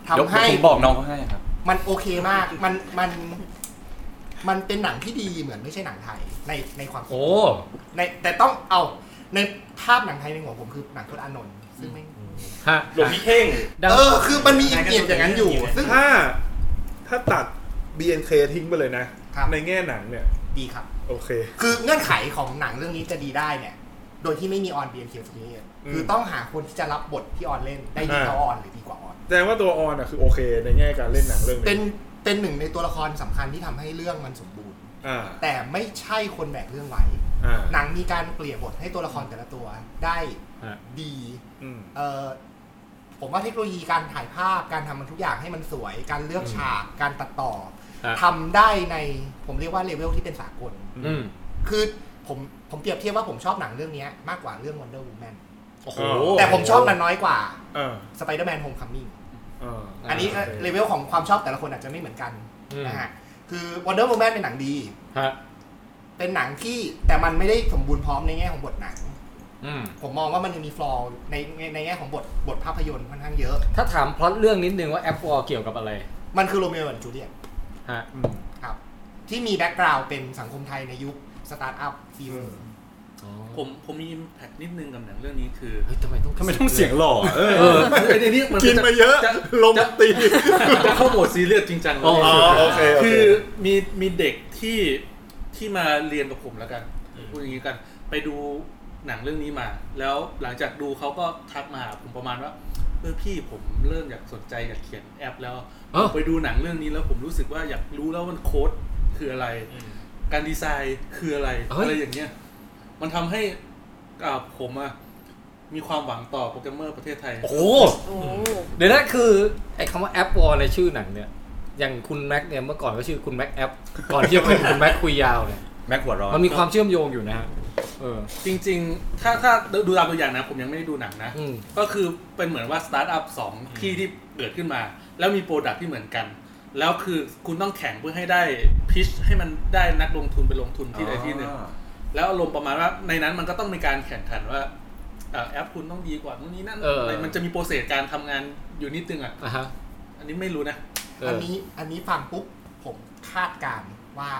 เดี๋ยว ทำให้ ผมบอกน้องเขาให้ครับ มันโอเคมากมันมันมันเป็นหนังที่ดีเหมือนไม่ใช่หนังไทยในในความคิด โอ้ ในแต่ต้องเอาในภาพหนังไทยในหัวผมคือหนังทศอานนท์ซึ่งไม่ง ฮะ หลวงพี่เท่ง ดัง เออคือมันมีอิมเมจอย่างนั้นอยู่ ซึ่ง ถ้าถ้าตัด BNK ทิ้งไปเลยนะ ครับ ในแง่หนังเนี่ย ดีครับ โอเค คือเงื่อนไขของหนังเรื่องนี้จะดีได้เนี่ย โดยที่ไม่มีออนเบียนเคียวสกนี อืม คือต้องหาคนที่จะรับบทที่ออนเล่นได้ดี อ่า เท่าออนหรือดีกว่าออน แสดงว่าตัวออนอ่ะคือโอเค ในแง่การเล่นหนังเรื่องนี้ เป็นเป็นหนึ่งในตัวละครสำคัญที่ทำให้เรื่องมันสมบูรณ์ อ่า แต่ไม่ใช่คนแบกเรื่องไว้ อ่า หนังมีการเปลี่ยนบทให้ตัวละครแต่ละตัวได้ดี อืม เออผมว่าเทคโนโลยีการถ่ายภาพการทำมันทุกอย่างให้มันสวย การเลือกฉากการตัดต่อ ฮะ ทำได้ในผมเรียกว่าเลเวลที่เป็นสากล อืม คือผมผมเปรียบเทียบว่าผมชอบหนังเรื่องเนี้ยมากกว่าเรื่อง Wonder Woman โอ้โห อ้ แต่ผมชอบมันน้อยกว่า อ่า Spider-Man Homecoming อ่า อันนี้ โอเค เลเวลของความชอบแต่ละคนอาจจะไม่เหมือนกัน อืม นะฮะคือ Wonder Woman เป็นหนังดี ฮะ เป็นหนังที่แต่มันไม่ได้สมบูรณ์พร้อมในแง่ของบทหนัง อืม ผมมองว่ามันยังมีฟลอร์ในในในแง่ของบทบทภาพยนตร์ค่อนข้างเยอะ ถ้าถามพล็อตเรื่องนิดนึงว่าแอปวอลเกี่ยวกับอะไร มันคือโรเมโอและจูเลียต ฮะ ครับที่มีแบ็กกราวด์เป็นสังคมไทยในยุคสตาร์ทอัพฟีเวอร์ ผมผมมีอิมแพคนิดนึงกับหนังเรื่องนี้คือ เฮ้ยทำไมต้อง ทำไมต้องเสียงหล่อเออ เออไอ้นี่มัน กินมาเยอะ จ ลมตี จะเข้าโหมดซีเรียสจริงจังเล อ๋อย โอเคโอเค คือมีมีเด็กที่ที่มาเรียนกับผมแล้วกันพูดอย่างนี้กัน ไปดูหนังเรื่องนี้มา แล้วหลังจากดูเขาก็ทักมาหาผมประมาณว่าเออพี่ผมเริ่มอยากสนใจอยากเขียนแอป แล้วผมไปดูหนังเรื่องนี้แล้วผมรู้สึกว่าอยากรู้แล้วมันโค้ดคืออะไร การดีไซน์คืออะไรอะไรอย่างเงี้ยมันทำให้อ่าผมอะมีความหวังต่อโปรแกรมเมอร์ประเทศไทย โอ้โห โอ้ เดี๋ยวนะคือไอ้คำว่าแอปวอลในชื่อหนังเนี่ยอย่างคุณแม็กเนี่ยเมื่อก่อนก็ชื่อคุณแม็กแอปก่อนที่จะเป็นคุณแม็กคุยยาวเนี่ย แม็กหัวร้อน มันมีความเชื่อมโยงอยู่นะฮะเออ จริงๆ ถ้าถ้าดูตามตัวอย่างนะ ผมยังไม่ได้ดูหนังนะ อืม ก็คือเป็นเหมือนว่าสตาร์ทอัพสองที่ที่เกิดขึ้นมา แล้วมีโปรดักที่เหมือนกัน แล้วคือคุณต้องแข่งเพื่อให้ได้พิชให้มันได้นักลงทุนไปลงทุนที่ใดที่หนึ่ง แล้วอารมณ์ประมาณว่าในนั้นมันก็ต้องมีการแข่งขันว่าเอ่อแอปคุณต้องดีกว่านู่นนี่นั่น เออ ะไรมันจะมีโปรเซสการทำงานอยู่นิดนึงอ่ะ อ่ะฮะ อันนี้ไม่รู้นะ เอ อัน อ นี้อันนี้ฟังปุ๊บผมคาดการณ์ว่า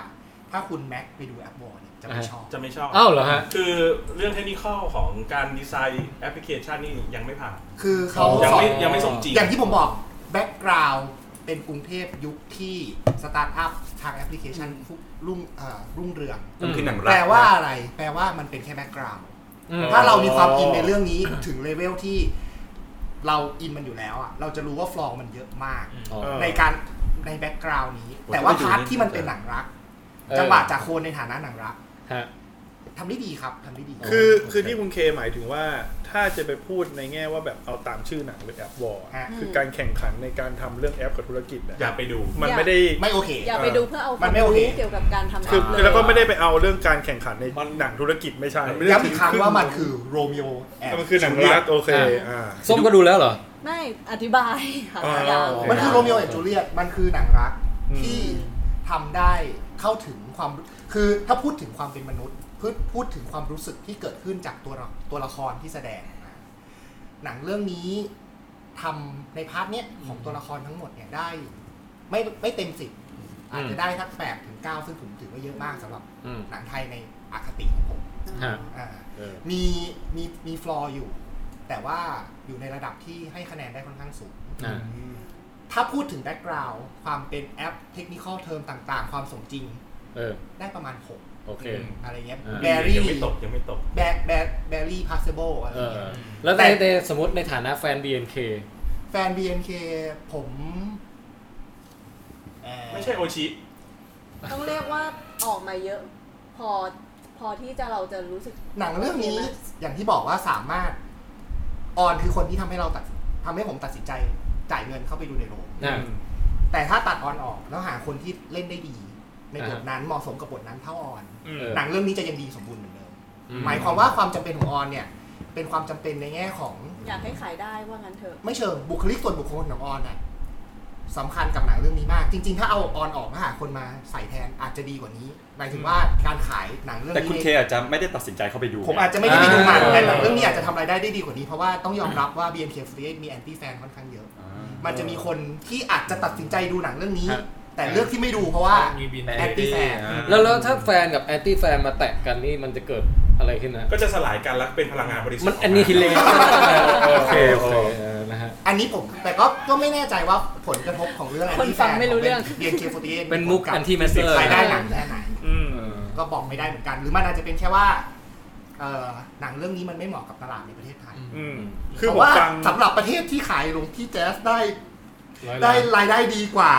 ถ้าคุณแม็กไปดูแอปบอเนี่ยจะไม่ชอบ จะไม่ชอบ อ้าวเหรอฮะ คือเรื่องเทคนิคอลของการดีไซน์แอปพลิเคชันนี่ยังไม่ผ่าน คือเขา อ๋อ ยัง สอน ไม่ยังไม่สมจริง อย่างที่ผมบอกแบ็กกราวด์เป็นกรุงเทพยุคที่สตาร์ทอัพทางแอปพลิเคชันรุ่งเอ่อรุ่งเรือง มันคือหนังรัก แปลว่าอะไร แปลว่ามันเป็นแค่แบ็กกราวด์ อืม ถ้าเรามีความอินในเรื่องนี้ถึงเลเวลที่เราอินมันอยู่แล้วอ่ะเราจะรู้ว่าฟลอร์มันเยอะมาก อ๋อ ในการในแบ็กกราวด์นี้ ผม แต่ว่า ไม่ดู พาร์ท นี่ ที่มันเป็นหนังรัก เออ จังหวะจากโคนในฐานะหนังรัก ฮะ ทำได้ดีครับ ทำได้ดี คือ โอเค คือที่คุณเคหมายถึงว่าถ้าจะไปพูดในแง่ว่าแบบเอาตามชื่อหนังหรือแอปวอล ฮะ คือการแข่งขันในการทำเรื่องแอปกับธุรกิจอะ อย่าไปดู มันไม่ได้ ไม่โอเค อย่าไปดูเพื่อเอาค มั วานม ไม่โอ รู้ เค เกี่ยวกับการทำแอ คือ ปเล แล้วก็ ย ไม่ได้ไปเอาเรื่องการแข่งขันในหนังธุรกิจไม่ใช่ มันไม่ ย้ำอีกครั้งว่ามันคือโรมิโอแอน มันคือหนังรักโอเคอ่า ส้มก็ดูแล้วเหรอ ไม่อธิบายค่ะ อ๋อ ยัง มันคือโรมิโอแอนจูเลียตมันคือหนังรัก อืม ที่ทำได้เข้าถึงความคือถ้าพูดถึงความเป็นมนุษย์ พูดพูดถึงความรู้สึกที่เกิดขึ้นจากตัวละตัวละครที่แสดงมาหนังเรื่องนี้ทำในพาร์ทเนี้ยของตัวละครทั้งหมดเนี่ยได้ ไม่ไม่เต็มสิบอาจจะได้สักแปดถึงเก้าซึ่งผมถือว่าเยอะมากสำหรับ อืม หนังไทยในอคติของผม ฮะ อ่า เออ มีมีมีฟลอร์อยู่ แต่ว่าอยู่ในระดับที่ให้คะแนนได้ค่อนข้างสูง อ่า ถ้าพูดถึงแบ็กกราวด์ความเป็นแอปเทคนิคอลเทอมต่างๆ ความสมจริง เออ ได้ประมาณ โอเค 6 อะไรเงี้ย อ่า แบรี่ ยังไม่ตกยังไม่ตก แบแบแบรี่พาสเซเบิลอะไร เออ เงี้ย แล้วใน แต่ ในสมมติในฐานะแฟน BNK แฟน BNK ผมเอ่อ ไม่ใช่โอชิ ต้องเรียกว่าออกมาเยอะ พอพอที่จะเราจะรู้สึก หนังเรื่องนี้ โอเคไหม อย่างที่บอกว่าสามารถ ออนคือคนที่ทำให้เราตัดทำให้ผมตัดสินใจจ่ายเงินเข้าไปดูในโรง นะ แต่ถ้าตัดออนออกแล้วหาคนที่เล่นได้ดี ในบท อ่าฮะ นั้นเหมาะสมกับบทนั้นเท่าออน เออ หนังเรื่องนี้จะยังดีสมบูรณ์เหมือนเดิม อืม หมายความว่าความจำเป็นของออนเนี่ย เป็นความจำเป็นในแง่ของ อยากให้ขายได้ว่างั้นเถอะ ไม่เชิงบุคลิกส่วนบุคคลของออนน่ะ สำคัญกับหนังเรื่องนี้มาก จริง ๆ ถ้าเอาออนออกมาหาคนมาใส่แทนอาจจะดีกว่านี้หมายถึงว่าการขายหนังเรื่อง แต่คุณ นี้ เคอาจจะไม่ได้ตัดสินใจเข้าไปดู ผมอาจจะไม่ได้ไปดูมัน อ่า แต่หนังเรื่องนี้อาจจะทำรายได้ได้ดีกว่านี้เพราะว่าต้องยอมรับว่า BMK48 มีแอนตี้แฟนค่อนข้างเยอะ อ่า มันจะมีคนที่อาจจะตัดสินใจดูหนังเรื่องนี้ ครับ แต่เลือกที่ไม่ดูเพราะว่า มีบิน แอนตี้แฟน อ่า แล้วแล้วถ้าแฟนกับแอนตี้แฟนมาแตะกันนี่มันจะเกิดอะไรขึ้นนะ ก็จะสลายกันแล้วเป็นพลังงานบริสุทธิ์ มันอันนี้ฮิเล โอเคโอเค นะฮะ อันนี้ผมแต่ก็ก็ไม่แน่ใจว่าผลกระทบของเรื่อง คนฟังไม่รู้เรื่อง เบียนเคฟตี เป็นมุกอันที่แมสเซอร์ รายได้หนังแค่ไหน อืม ก็บอกไม่ได้เหมือนกัน หรือมันอาจจะเป็นแค่ว่าเอ่อหนังเรื่องนี้มันไม่เหมาะกับตลาดในประเทศไทย อืม คือผมเพราะว่า ฟัง สำหรับประเทศที่ขายลงที่แจ๊สได้ ร้อยล้า ได้ น รายได้ดีกว่า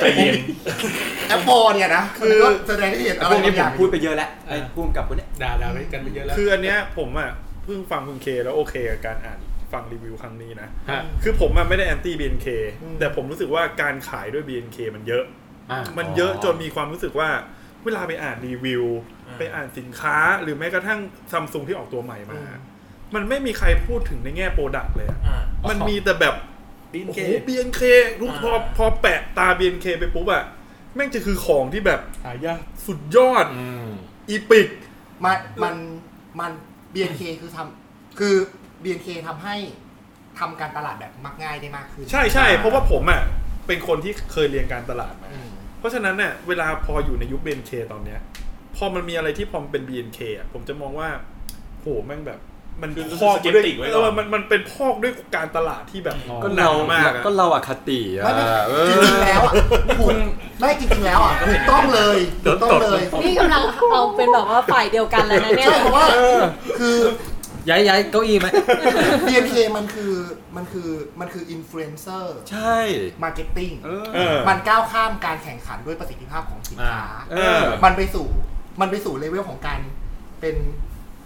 ใจเย็น แอปเปิลเนี่ยนะ คื คือ อแสดงให้เห็นอะไร พวกนี้ บาง ผ อย่าม ง พูดไปเยอะแล้วไอ้พุ่มกับคนเนี้ย ด่าด่าไปกันไปเยอะแล้ว คืออันเนี้ยผมอ่ะเพิ่งฟังคุณเคแล้วโอเคกับการอ่านฟังรีวิวครั้งนี้นะ ฮะ คือผมอะไม่ได้แอนตี้ BNK แต่ผมรู้สึกว่าการขายด้วย BNK มันเยอะ อ่ะ มันเยอะจนมีความรู้สึกว่าเวลาไปอ่านรีวิว อืม ไปอ่านสินค้าหรือแม้กระทั่งซัมซุงที่ออกตัวใหม่มา มันไม่มีใครพูดถึงในแง่โปรดักต์เลยอะ อ่า มันมีแต่แบบ BNK โอ้โห BNK รู้พอ อ่า พอแปะตา BNK ไปปุ๊บอะแม่งจะคือของที่แบบ หายาก สุดยอดอีปิก มันมันมันเบียนเคคือทำคือ BNK ทำให้ทำการตลาดแบบมักง่ายได้มากขึ้น ใช่ใช่เพราะว่าผมอ่ะเป็นคนที่เคยเรียนการตลาดมา เพราะฉะนั้นเนี่ยเวลาพออยู่ในยุค BNK ตอนเนี้ย พอมันมีอะไรที่พอมนเป็น BNK อ่ะผมจะมองว่าโหแม่งแบบ มัน คือ พอก คือ ด้วย skeptic ไว้ก่อน เออมันมันเป็นพอกด้วยการตลาดที่แบบ อ๋อ ก็ หนั เรา ก มาม าก ก็ อะ เราอะคติอะ ไม่ไม่ เอ จ อ ริงๆแล้วอ่ะถูกไม่จริงๆแล้วอ่ะถูกต้องเลยถูกต้องเลย นี่กำลังเอาเป็นแบบว่าฝ่ายเดียวกันแล้วนะเนี่ย ใช่เพราะว่าคือ ย้ายย้ายเก้าอี้ไหม เ b n k มันคือมันคือมันคืออินฟลูเอนเซอร์ ใช่ มาร์เก็ตติ้ง เออ เออ มันก้าวข้ามการแข่งขันด้วยประสิทธิภาพของสินค้า เออ มันไปสู่มันไปสู่เลเวลของการเป็น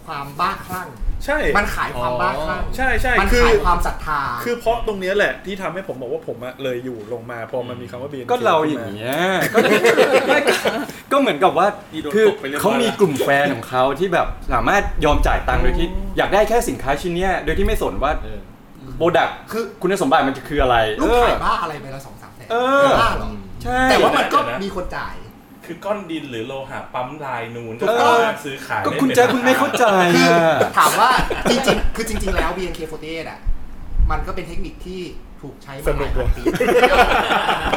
ความบ้าคลั่ง ใช่ มันขายความบ้าคลั่ง ใช่ใช่ มัน คือ ขายความศรัทธา คือเพราะตรงเนี้ยแหละที่ทำให้ผมบอกว่าผมอะเลยอยู่ลงมาพอมันมีคำว่า BNK ก็เราอย่างเงี้ยก็ไม่ก็ก็เหมือนกับว่า อีโดน คือ ตบไปเรียบร้อยแล้ว เขามีกลุ่มแฟนของเขาที่แบบสามารถยอมจ่ายตังค์โดยที่ อยากได้แค่สินค้าชิ้นเนี้ยโดยที่ไม่สนว่าโปรดัก คือ คุณสมบัติมันจะคืออะไร ลูก เออ ขายบ้าอะไรไปละสองสามแสน เออ บ้าเหรอ ใช่ แต่ว่ามันก็มีคนจ่าย คือก้อนดินหรือโลหะปั๊มลายนูน ถูกต้อง สามารถซื้อขาย ก็ ได้ คุณ ป็น แจ๊คคุณไม่เข้าใจ คือ อะ ถามว่าจริงๆ คือจริง ๆ แล้ว BNK48 อ่ะ มันก็เป็นเทคนิคที่ถูกใช้มาหลายพันปี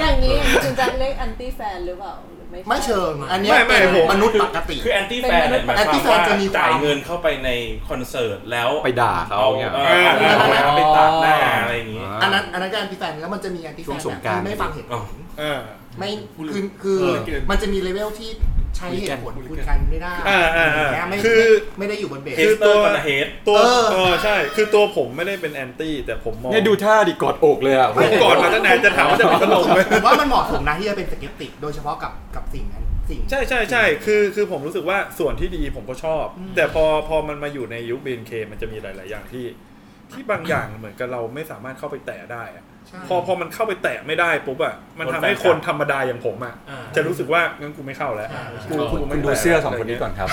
อย่างนี้คุณจะเรียกแอนตี้แฟนหรือเปล่าหรือไม่ใช่ ไม่เชิง อันเนี้ย ไม่ไม่ เป็น ผม มนุษย์ปกติ คือแอนตี้แฟนเนี่ยหมายค แอนตี้ วาม แฟน ว่า จะมี จ่าย ความ เงินเข้าไปในคอนเสิร์ตแล้ว ไปด่าเขา เอา เนี่ย เออเอาเอาไปตัดหน้าอะไรอย่างงี้ อันนั้นอันนั้นก็แอนติแฟนแล้วมันจะมีแอนติแฟ ช่วง น สงแบบ กรานต์ ที่ไม่ฟังเหตุผล เออ ไม่คือคือมันจะมีเลเวลที่ใช้เหตุผลคุณกันไม่ได้ อ่าอ่าอ่า นะไม่ คือ ไม่ได้อยู่บนเบส เฮสเตอร์กับเฮด ตัว เออ เออใช่ คือตัวผมไม่ได้เป็นแอนตี้แต่ผมมอง เนี่ยดูท่าดิกอดอกเลยอ่ะ ผมกอดมาตั้งนานจะถามว่าจะเป็นตลกไหม ผมว่ามันเหมาะสมนะที่จะเป็นสเก็ปติกโดยเฉพาะกับกับสิ่งนั้นสิ่ง ใช่ใช่ใช่คือคือผมรู้สึกว่าส่วนที่ดีผมก็ชอบ แต่พอพอมันมาอยู่ในยุค BNK มันจะมีหลาย ๆ อย่างที่ ที่บางอย่างเหมือนกับเราไม่สามารถเข้าไปแตะได้อะ ใช่ พอพอมันเข้าไปแตะไม่ได้ปุ๊บอะมันทำให้คนธรรมดาอย่างผมอะจะรู้สึกว่างั้นกูไม่เข้าแล้วกูกู คุ ไม่ ณ แตะ ดูเสื้อสองคนนี้ก่อนครับ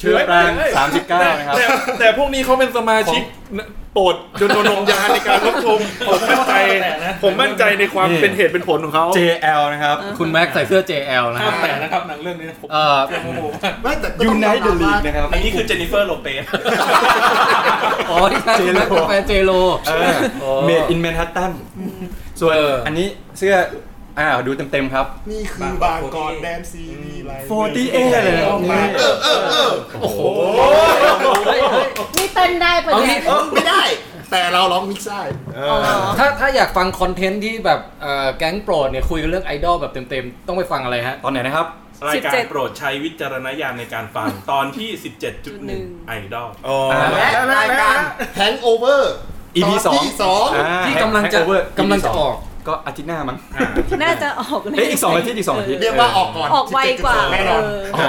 เชื้อปราง39 นะครับ แต่แต่พวกนี้เขาเป็นสมาชิกโปรดจนโดนนมยาในการรับชมผมมั่นใจผมมั่นใจในความ นี่ เป็นเหตุเป็นผลของเขา JL นะครับ คุณแม็กซ์ใส่เสื้อ JL นะ ห้าม ฮะ แต่นะครับหนังเรื่องนี้ผม เอ่อ โมโห ไม่แต่ก็ ยู ต้อง ไน ยอม ต์เดอะลีกรับว่านะครับ อันนี้คือเจนนิเฟอร์โลเปส อ๋อที่ใช่คุณแม็กซ์เป็นแฟนเจโล โอ้ เมดอินแมนฮัตตัน ส่วนอันนี้เสื้อ อ้าวดูเต็มๆครับ นี่คือบางกอนแดนซีวีไลท์ 48 เลยนะครับนี่โอ้โห นี่เต้นได้ปะ เอา เนี่ งี้ ย ไม่ได้ แต่เราร้องมิกซ์ได้ อ๋อ ถ้าถ้าอยากฟังคอนเทนต์ที่แบบเอ่อแก๊งโปรดเนี่ยคุยกันเรื่องไอดอลแบบเต็มๆ ต้องไปฟังอะไรฮะ ตอนไหนนะครับ รายการโปรดใช้วิจารณญาณในการฟัง ตอนที่ 17.1 ไอดอล และรายการแ a งโอเวอร์ EP สอง สอง ที่กำลังจะ Hangover กำลังจะออก ก็อาทิตย์หน้ามั้ง น่าจะออกเล เอ้ยอีกสองอาทิตย์อีกสองอาทิต เรียกว่าออกก่อน ออกไวกว่า แน่นอน เออ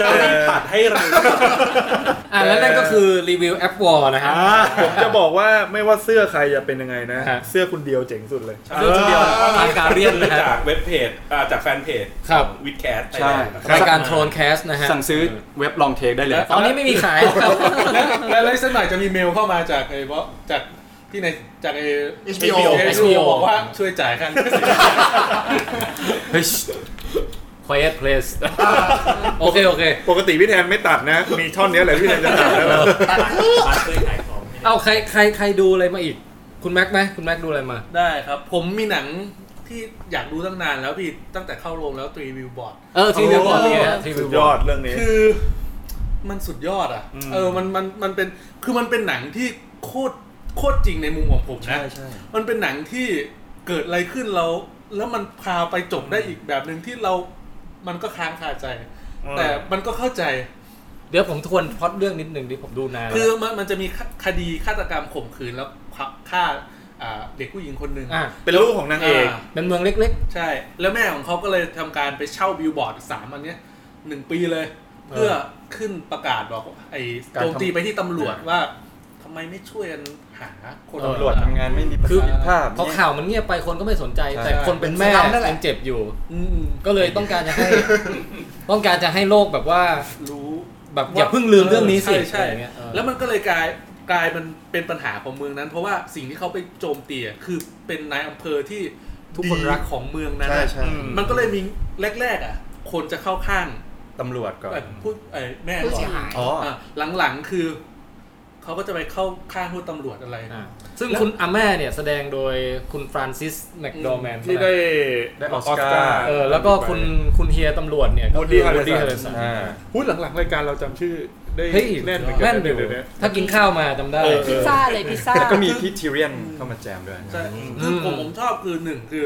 จะรีบตัดให้เร็ว อ่ะแล้วนั่นก็คือรีวิวแอปวอลนะฮะ ผมจะบอกว่าไม่ว่าเสื้อใครจะเป็นยังไงนะ ฮะ เสื้อคุณเดียวเจ๋งสุดเลย เรื่องคนเดียวทางการเรียนนะฮะ จากเว็บเพจอ่าจากแฟนเพจ ครับ วิดแคส ใช่ รายการโทรนแคสนะฮะ สั่งซื้อเว็บลองเทคได้เลย ตอนนี้ไม่มีขาย และและสักหน่อยจะมีเมลเข้ามาจากไอ้บอสจาก ที่ในจากเอ HBO บอกว่าช่วยจ่ายค่าลิขสิทธิ์ เฮ้ย quiet place โอเค โอเค ปกติพี่แทนไม่ตัดนะ มีท่อนเนี้ยแหละพี่แทนจะตัดแล้วแบบ บัตรบัตรเคยขายของเนี่ย เอาใครใครใครดูอะไรมาอีก คุณแม็กไหมคุณแม็กดูอะไรมา ได้ครับ ผมมีหนังที่อยากดูตั้งนานแล้วพี่ตั้งแต่เข้าโรงแล้วตรีวิวบอร์ด เออทีวีบอร์ดเนี่ยทีสุวีด บ ย อ อ ร์ด ดเรื่องนี้ คือมันสุดยอดอ่ะ เออมันมันมันเป็นคือมันเป็นหนังที่โคตรโคตรจริงในมุมของผมนะมันเป็นหนังที่เกิดอะไรขึ้นเรา แล้วมันพาไปจบได้อีกแบบหนึ่งที่เรามันก็ค้างคาใจ อืม แต่มันก็เข้าใจ เดี๋ยวผมทวนพล็อตเรื่องนิดหนึ่งดิผมดูนานแล้ว คือมันมันจะมีคดีฆาตกรรมข่มขืนแล้วฆ่าอ่าเด็กผู้หญิงคนหนึ่ง อ่ะ เป็นลูกของนางเอก า เป็นเมืองเล็ก ใช่ แล้วแม่ของเขาก็เลยทำการไปเช่าบิลบอร์ดสามอันเนี้ยหนึ่งปีเลย เออ เพื่อขึ้นประกาศบอกไอ้ การทำ โจมตีไปที่ตำรวจว่าทำไมไม่ช่วยกันหาคน เออ ตำรวจทำงานไม่มีประ คือ สิทธิภาพ ๆ พอข่าวมันเงียบไปคนก็ไม่สนใจ ใช่ แต่คนเป็นแม่ เป็นสลัมนั่นแหละ ยังเจ็บอยู่ อืม ก็เลยต้องการจะให้ ต้องการจะให้โลกแบบว่า รู้ แบบ ว่ อย่าเพิ่งลืมเรื่องนี้สิ ใช่ใช่ อะไรเงี้ยเออ แล้วมันก็เลยกลายกลายมันเป็นปัญหาของเมืองนั้น เพราะว่าสิ่งที่เขาไปโจมตีอะคือเป็นนายอำเภอที่ ทุกคนรัก ดีของเมืองนั้น ใช่ อะ ใช่ อืม มันก็เลยมีแรกๆอ่ะ คนจะเข้าข้าง ตำรวจก่อน เอ่อผู้เอ่อแม่ ผู้ ก่อน เสียหาย อ๋ออ อ่ะหลังๆคือ เขาก็จะไปเข้าข้างผู้ตำรวจอะไร อ่ะซึ่งคุณอาแม่เนี่ยแสดงโดยคุณฟรานซิสแมคโดแมน ที่ได้ ได้ออสการ์ เออแล้วก็คุณคุณเฮียตำรวจเนี่ยก็คื Woody อ Woody Harrelson Harrelson อ่า พูดหลังๆรายการเราจำชื่อได้ เฮ้ย แน่นเหมือนกั แม่นอยู่ เดี๋ยวๆ ถ้ากินข้าวมาจำได้ เออ พิซซ่าเลยพิซซ่า แล้วก็มีพี่ทีเรียนเข้ามาแจมด้วย ใช่ อืม คือผมผมชอบคือหนึ่งคือ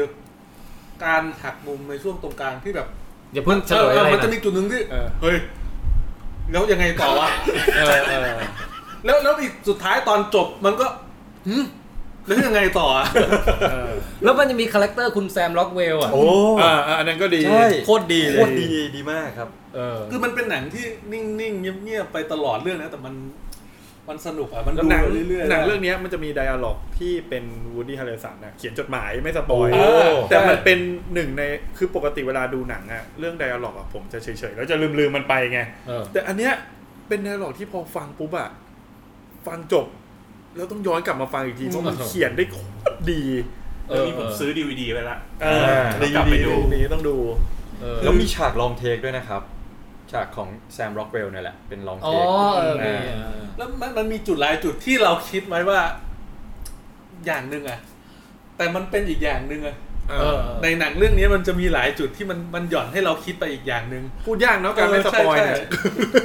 การหักมุมในช่วงตรงกลางที่แบบ อย่าเพิ่งเฉลย เออ อะไร มันจะมี นะ จุดหนึ่งที่ เออ เฮ้ย แล้วยังไงต่อวะ เออเออ แล้วแล้วอีกสุดท้ายตอนจบมันก็หึแล้วยังไงต่ออะ แล้วมันจะมีคาแรคเตอร์คุณแซมล็อกเวลอ่ะ โอ้ ๆอ่าอ่าอันนั้นก็ดี ใช่ โคตรดีเลย โคตรดีดีมากครับ เออ คือมันเป็นหนังที่นิ่งๆเงียบๆไปตลอดเรื่องนะ แต่มันมันสนุกอะมัน แล้ว ดู หนัง ไปเรื่อยหนังๆะ เรื่องเนี้ยมันจะมีไดอะล็อกที่เป็นวูดดี้ฮาร์เรสันนะเขียนจดหมายไม่สปอย โอ้ แต่มันเป็นหนึ่งในคือปกติเวลาดูหนังอะเรื่องไดอะล็อกอะผมจะเฉยๆ แล้วจะลืมๆมันไปไง เออ แต่อันเนี้ยเป็นไดอะล็อกที่พอฟังปุ๊บอะฟังจบ แล้วต้องย้อนกลับมาฟังอีกทีเพราะมันเขียนได้โคตรดี เอ เรื่อ อง นี้ผมซื้อดีวดีไปละ เออ ต้องกลับไปดู ดีต้องดู เออ แล้วมีฉากลองเทคด้วยนะครับ ฉากของแซมร็อกเวลนี่ยแหละ เป็นลอง อ๋อเทค เออมีเออ แล้วมันมันมีจุดหลายจุดที่เราคิดไว้ว่า อย่างหนึ่งอะแต่มันเป็นอีกอย่างหนึ่งอะ เออ ในหนังเรื่องนี้มันจะมีหลายจุดที่มันมันหย่อนให้เราคิดไปอีกอย่างหนึ่ง พูดยากเนาะการไม่สปอยเนี่ย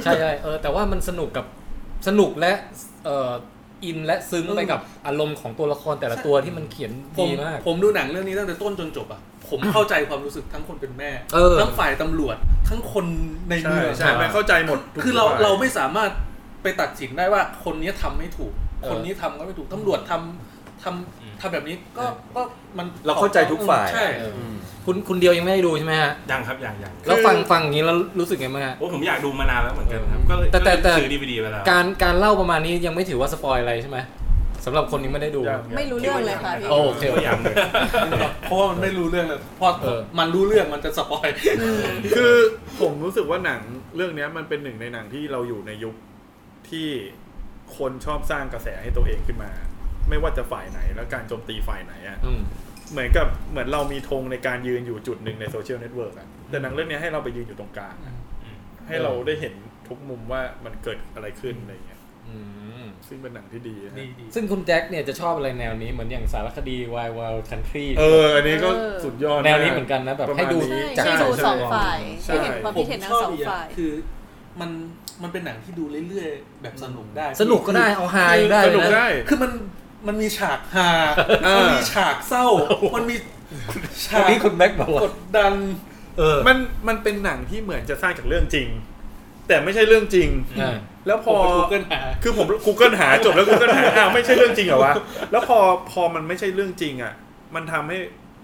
ใช่ใช่ใช่ใช่เออแต่ว่ามันสนุกกับสนุกและเอ่ออินและซึ้งไปกับอารมณ์ของตัวละครแต่ละตัวที่มันเขียน ผม ดีมาก ผมดูหนังเรื่องนี้ตั้งแต่ต้นจนจบอะผมเข้าใจความรู้สึกทั้ งคนเป็นแม่ เออ ทั้งฝ่ายตำรวจทั้งคนใน ใช่ เมือง ใช่มันเข้าใจหมดทุก คือเรา ฝ่ย เราไม่สามารถไปตัดสินได้ว่า คนนี้ทำไม่ถูก คนนี้ทำก็ไม่ถูกตำรวจทำทำทำแบบนี้ก็ก็มัน เราเข้าใจทุกฝ่าย ใช่ เออคุณคุณเดียวยังไม่ได้ดูใช่ไหมฮะ ยังครับยังยัง แล้วฟังฟังอย่างนี้แล้วรู้สึกไงบ้างฮะ โอ้ผมอยากดูมานานแล้วเหมือนกันครับ ก็เลย แต่แต่แต่ ก็เลยซื้อดีวดีไปแล้ว การการเล่าประมาณนี้ยังไม่ถือว่าสปอยอะไรใช่ไหมสำหรับคนยังไม่ได้ดู ยัง ไม่รู้เรื่องเลยค่ะพี่ โอเค ก็ยังเลย เพราะว่ามันไม่รู้เรื่องเลยพอ เออ มันรู้เรื่องมันจะสปอย คือผมรู้สึกว่าหนังเรื่องเนี้ยมันเป็นหนึ่งในหนังที่เราอยู่ในยุคที่คนชอบสร้างกระแสให้ตัวเองขึ้นมา ไม่ว่าจะฝ่ายไหนแล้วการโจมตีฝ่ายไหนอะ อืม เหมือนกับเหมือนเรามีธงในการยืนอยู่จุดหนึ่งในโซเชียลเน็ตเวิร์กอะแต่หนังเรื่องเนี้ยให้เราไปยืนอยู่ตรงกลางอะให้เราได้เห็นทุกมุมว่ามันเกิดอะไรขึ้นอะไรเงี้ย อืม ซึ่งเป็นหนังที่ดีอะ ดีดี ซึ่งคุณแจ็คเนี่ยจะชอบอะไรแนวนี้เหมือนอย่างสารคดี Wild Wild Country เออ อันนี้ก็สุดยอด แนวนี้เหมือนกันนะแบบ ประมาณ ให้ดู นี้ ใช่ จาก ให้ดูสองฝ่าย ใช่ ให้เห็นความคิดเห็นทั้งสองฝ่าย คือ มันมันเป็นหนังที่ดูเรื่อยๆ แบบสนุกได้ สนุกก็ได้เอาฮาอยู่ได้ สนุก นะ ได้ คือมันมันมีฉากฮา เออ มันมีฉากเศร้า มันมีฉาก นี่คุณแม็กบอกว่าก ดดัน เออ มันมันเป็นหนังที่เหมือนจะสร้างจากเรื่องจริง แต่ไม่ใช่เรื่องจริง อ่า แล้วพ พอ อ กูเกิลหา คือผม Google หาจบแล้ว Google หาอ้าวไม่ใช่เรื่องจริงเหรอวะ แล้วพอพอมันไม่ใช่เรื่องจริงอ่ะ มันทำให้